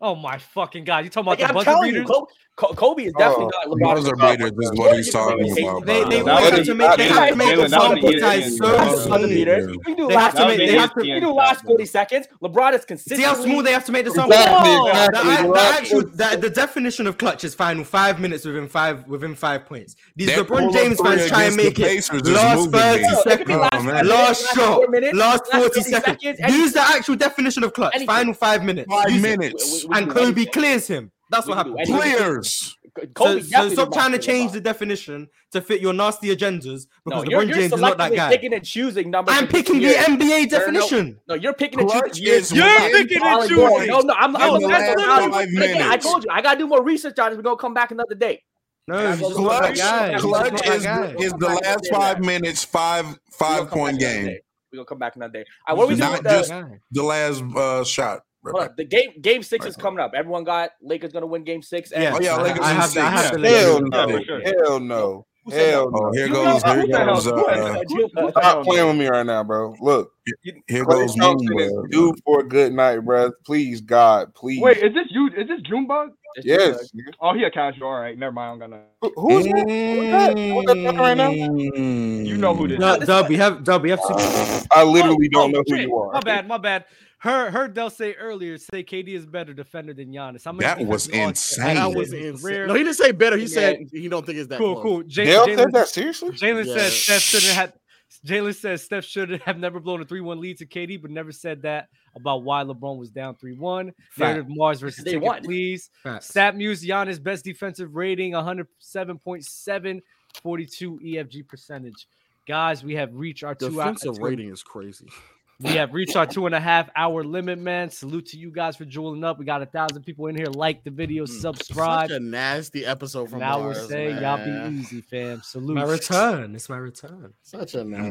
[SPEAKER 1] Oh my fucking god! You talking about
[SPEAKER 13] Like,
[SPEAKER 1] the
[SPEAKER 13] I'm
[SPEAKER 1] buzzer
[SPEAKER 13] telling
[SPEAKER 1] beaters?
[SPEAKER 13] you, Kobe, Kobe is definitely
[SPEAKER 4] Oh,
[SPEAKER 13] not LeBron's
[SPEAKER 4] buzzer beater is what he's talking about.
[SPEAKER 2] They,
[SPEAKER 4] bro.
[SPEAKER 2] they want to make they have to make the
[SPEAKER 13] E
[SPEAKER 2] sample size so
[SPEAKER 4] Buzzer
[SPEAKER 2] small.
[SPEAKER 4] beater.
[SPEAKER 2] They have to make they have to
[SPEAKER 13] We do last 40 seconds. LeBron is consistent.
[SPEAKER 2] See how smooth they have to make the sample.
[SPEAKER 13] Exactly,
[SPEAKER 2] The,
[SPEAKER 13] exactly.
[SPEAKER 2] the
[SPEAKER 13] Relax.
[SPEAKER 2] actual, the, the definition of clutch is final five minutes within five within five points. These
[SPEAKER 4] That
[SPEAKER 2] LeBron
[SPEAKER 4] pull-up
[SPEAKER 2] James
[SPEAKER 4] three
[SPEAKER 2] fans try and
[SPEAKER 4] against the
[SPEAKER 2] make it
[SPEAKER 4] Pacers is
[SPEAKER 2] last
[SPEAKER 4] moving me. It could
[SPEAKER 2] thirty
[SPEAKER 4] be
[SPEAKER 2] seconds,
[SPEAKER 4] last five
[SPEAKER 2] last,
[SPEAKER 4] minutes, last
[SPEAKER 2] shot,
[SPEAKER 4] four minutes,
[SPEAKER 2] last
[SPEAKER 4] last
[SPEAKER 2] forty
[SPEAKER 4] 30
[SPEAKER 2] seconds.
[SPEAKER 4] seconds,
[SPEAKER 2] Use the actual definition of clutch. Final five minutes.
[SPEAKER 4] Five
[SPEAKER 2] Use it.
[SPEAKER 4] minutes.
[SPEAKER 2] and Kobe clears him. That's what happens.
[SPEAKER 4] anything. Clears.
[SPEAKER 2] So,
[SPEAKER 13] Kobe
[SPEAKER 2] so
[SPEAKER 13] definitely
[SPEAKER 2] stop
[SPEAKER 13] did
[SPEAKER 2] trying to
[SPEAKER 13] not clear
[SPEAKER 2] change the definition to fit your nasty agendas because
[SPEAKER 13] no, you're,
[SPEAKER 2] LeBron
[SPEAKER 13] you're
[SPEAKER 2] James is not that
[SPEAKER 13] selectively
[SPEAKER 2] guy.
[SPEAKER 13] picking and choosing numbers.
[SPEAKER 2] I'm
[SPEAKER 13] for each
[SPEAKER 2] picking the
[SPEAKER 13] year.
[SPEAKER 2] NBA
[SPEAKER 13] No, no, no.
[SPEAKER 2] definition.
[SPEAKER 13] No, you're picking and
[SPEAKER 2] Clutch
[SPEAKER 13] choosing. years.
[SPEAKER 2] is You're when picking and
[SPEAKER 13] All ignored.
[SPEAKER 2] choosing
[SPEAKER 13] No, no, I'm.
[SPEAKER 2] in
[SPEAKER 13] I'm
[SPEAKER 2] the
[SPEAKER 13] that's
[SPEAKER 2] last
[SPEAKER 13] literally what-
[SPEAKER 2] five
[SPEAKER 13] but again, I
[SPEAKER 2] minutes.
[SPEAKER 13] told you, I gotta do more research on it. We're gonna come back another day.
[SPEAKER 2] No,
[SPEAKER 13] he's just not that
[SPEAKER 4] Clutch,
[SPEAKER 13] guy. He's just
[SPEAKER 4] clutch
[SPEAKER 13] not that
[SPEAKER 4] is,
[SPEAKER 13] guy.
[SPEAKER 4] is the last five minutes, five five point game.
[SPEAKER 13] We're gonna come back another day. All right, what are we doing
[SPEAKER 4] Not
[SPEAKER 13] with
[SPEAKER 4] just
[SPEAKER 13] the?
[SPEAKER 4] the last uh, shot. bro.
[SPEAKER 13] Hold on, the game game six is coming up. Everyone got Lakers gonna win game six. And
[SPEAKER 4] Oh yeah, Lakers in six.
[SPEAKER 9] Hell no. Hell no. Hell no.
[SPEAKER 4] Oh, here goes, here goes, uh,
[SPEAKER 9] Stop playing with me right now, bro. Look.
[SPEAKER 4] here
[SPEAKER 9] Klay
[SPEAKER 4] goes
[SPEAKER 9] Thompson is
[SPEAKER 4] Moonwell.
[SPEAKER 9] due for a good night, bro. Please, God, please.
[SPEAKER 14] Wait, is this you? Is this Junebug?
[SPEAKER 9] Yes.
[SPEAKER 14] Oh, he a casual. All right, never mind. I'm gonna.
[SPEAKER 9] Who is that? Who's that? Who's that talking right now?
[SPEAKER 4] You
[SPEAKER 14] know who this
[SPEAKER 2] Dub,
[SPEAKER 14] is.
[SPEAKER 2] Dub, we have Dub, we have.
[SPEAKER 9] I literally don't know
[SPEAKER 2] who
[SPEAKER 1] oh, Shit,
[SPEAKER 2] you are.
[SPEAKER 1] My bad, my bad. Her heard Del say earlier, say KD is better defender than Giannis. How many
[SPEAKER 4] That
[SPEAKER 1] defensive
[SPEAKER 4] was
[SPEAKER 1] all-stars
[SPEAKER 4] insane.
[SPEAKER 1] have
[SPEAKER 4] That was
[SPEAKER 1] in his
[SPEAKER 3] insane.
[SPEAKER 1] career?
[SPEAKER 3] No, he didn't say better. He
[SPEAKER 1] Yeah.
[SPEAKER 3] said he don't think it's that
[SPEAKER 1] cool,
[SPEAKER 3] close.
[SPEAKER 1] cool. Ja-
[SPEAKER 3] Dale
[SPEAKER 1] Jalen-
[SPEAKER 3] said that? Seriously?
[SPEAKER 1] Jalen
[SPEAKER 3] Yeah.
[SPEAKER 1] says Steph shouldn't have. Jalen says Steph should have never blown a 3-1 lead to KD, but never said that about why LeBron was down 3-1. Narrative Mars versus
[SPEAKER 13] They
[SPEAKER 1] Ticket,
[SPEAKER 13] won.
[SPEAKER 1] please.
[SPEAKER 13] Facts.
[SPEAKER 1] Stat Muse, Giannis best defensive rating, 107.7, 42 EFG E percentage. Guys, we have reached our two hours.
[SPEAKER 3] Defensive rating is crazy.
[SPEAKER 1] We have reached our two and a half hour limit, man. Salute to you guys for juuling up. We got a thousand people in here. Like the video, subscribe.
[SPEAKER 3] Mm, Such a nasty episode from
[SPEAKER 1] Now we're
[SPEAKER 3] Mars,
[SPEAKER 1] saying y'all be
[SPEAKER 3] man.
[SPEAKER 1] easy, fam. Salute.
[SPEAKER 2] My return. It's my return.
[SPEAKER 3] Such a nasty.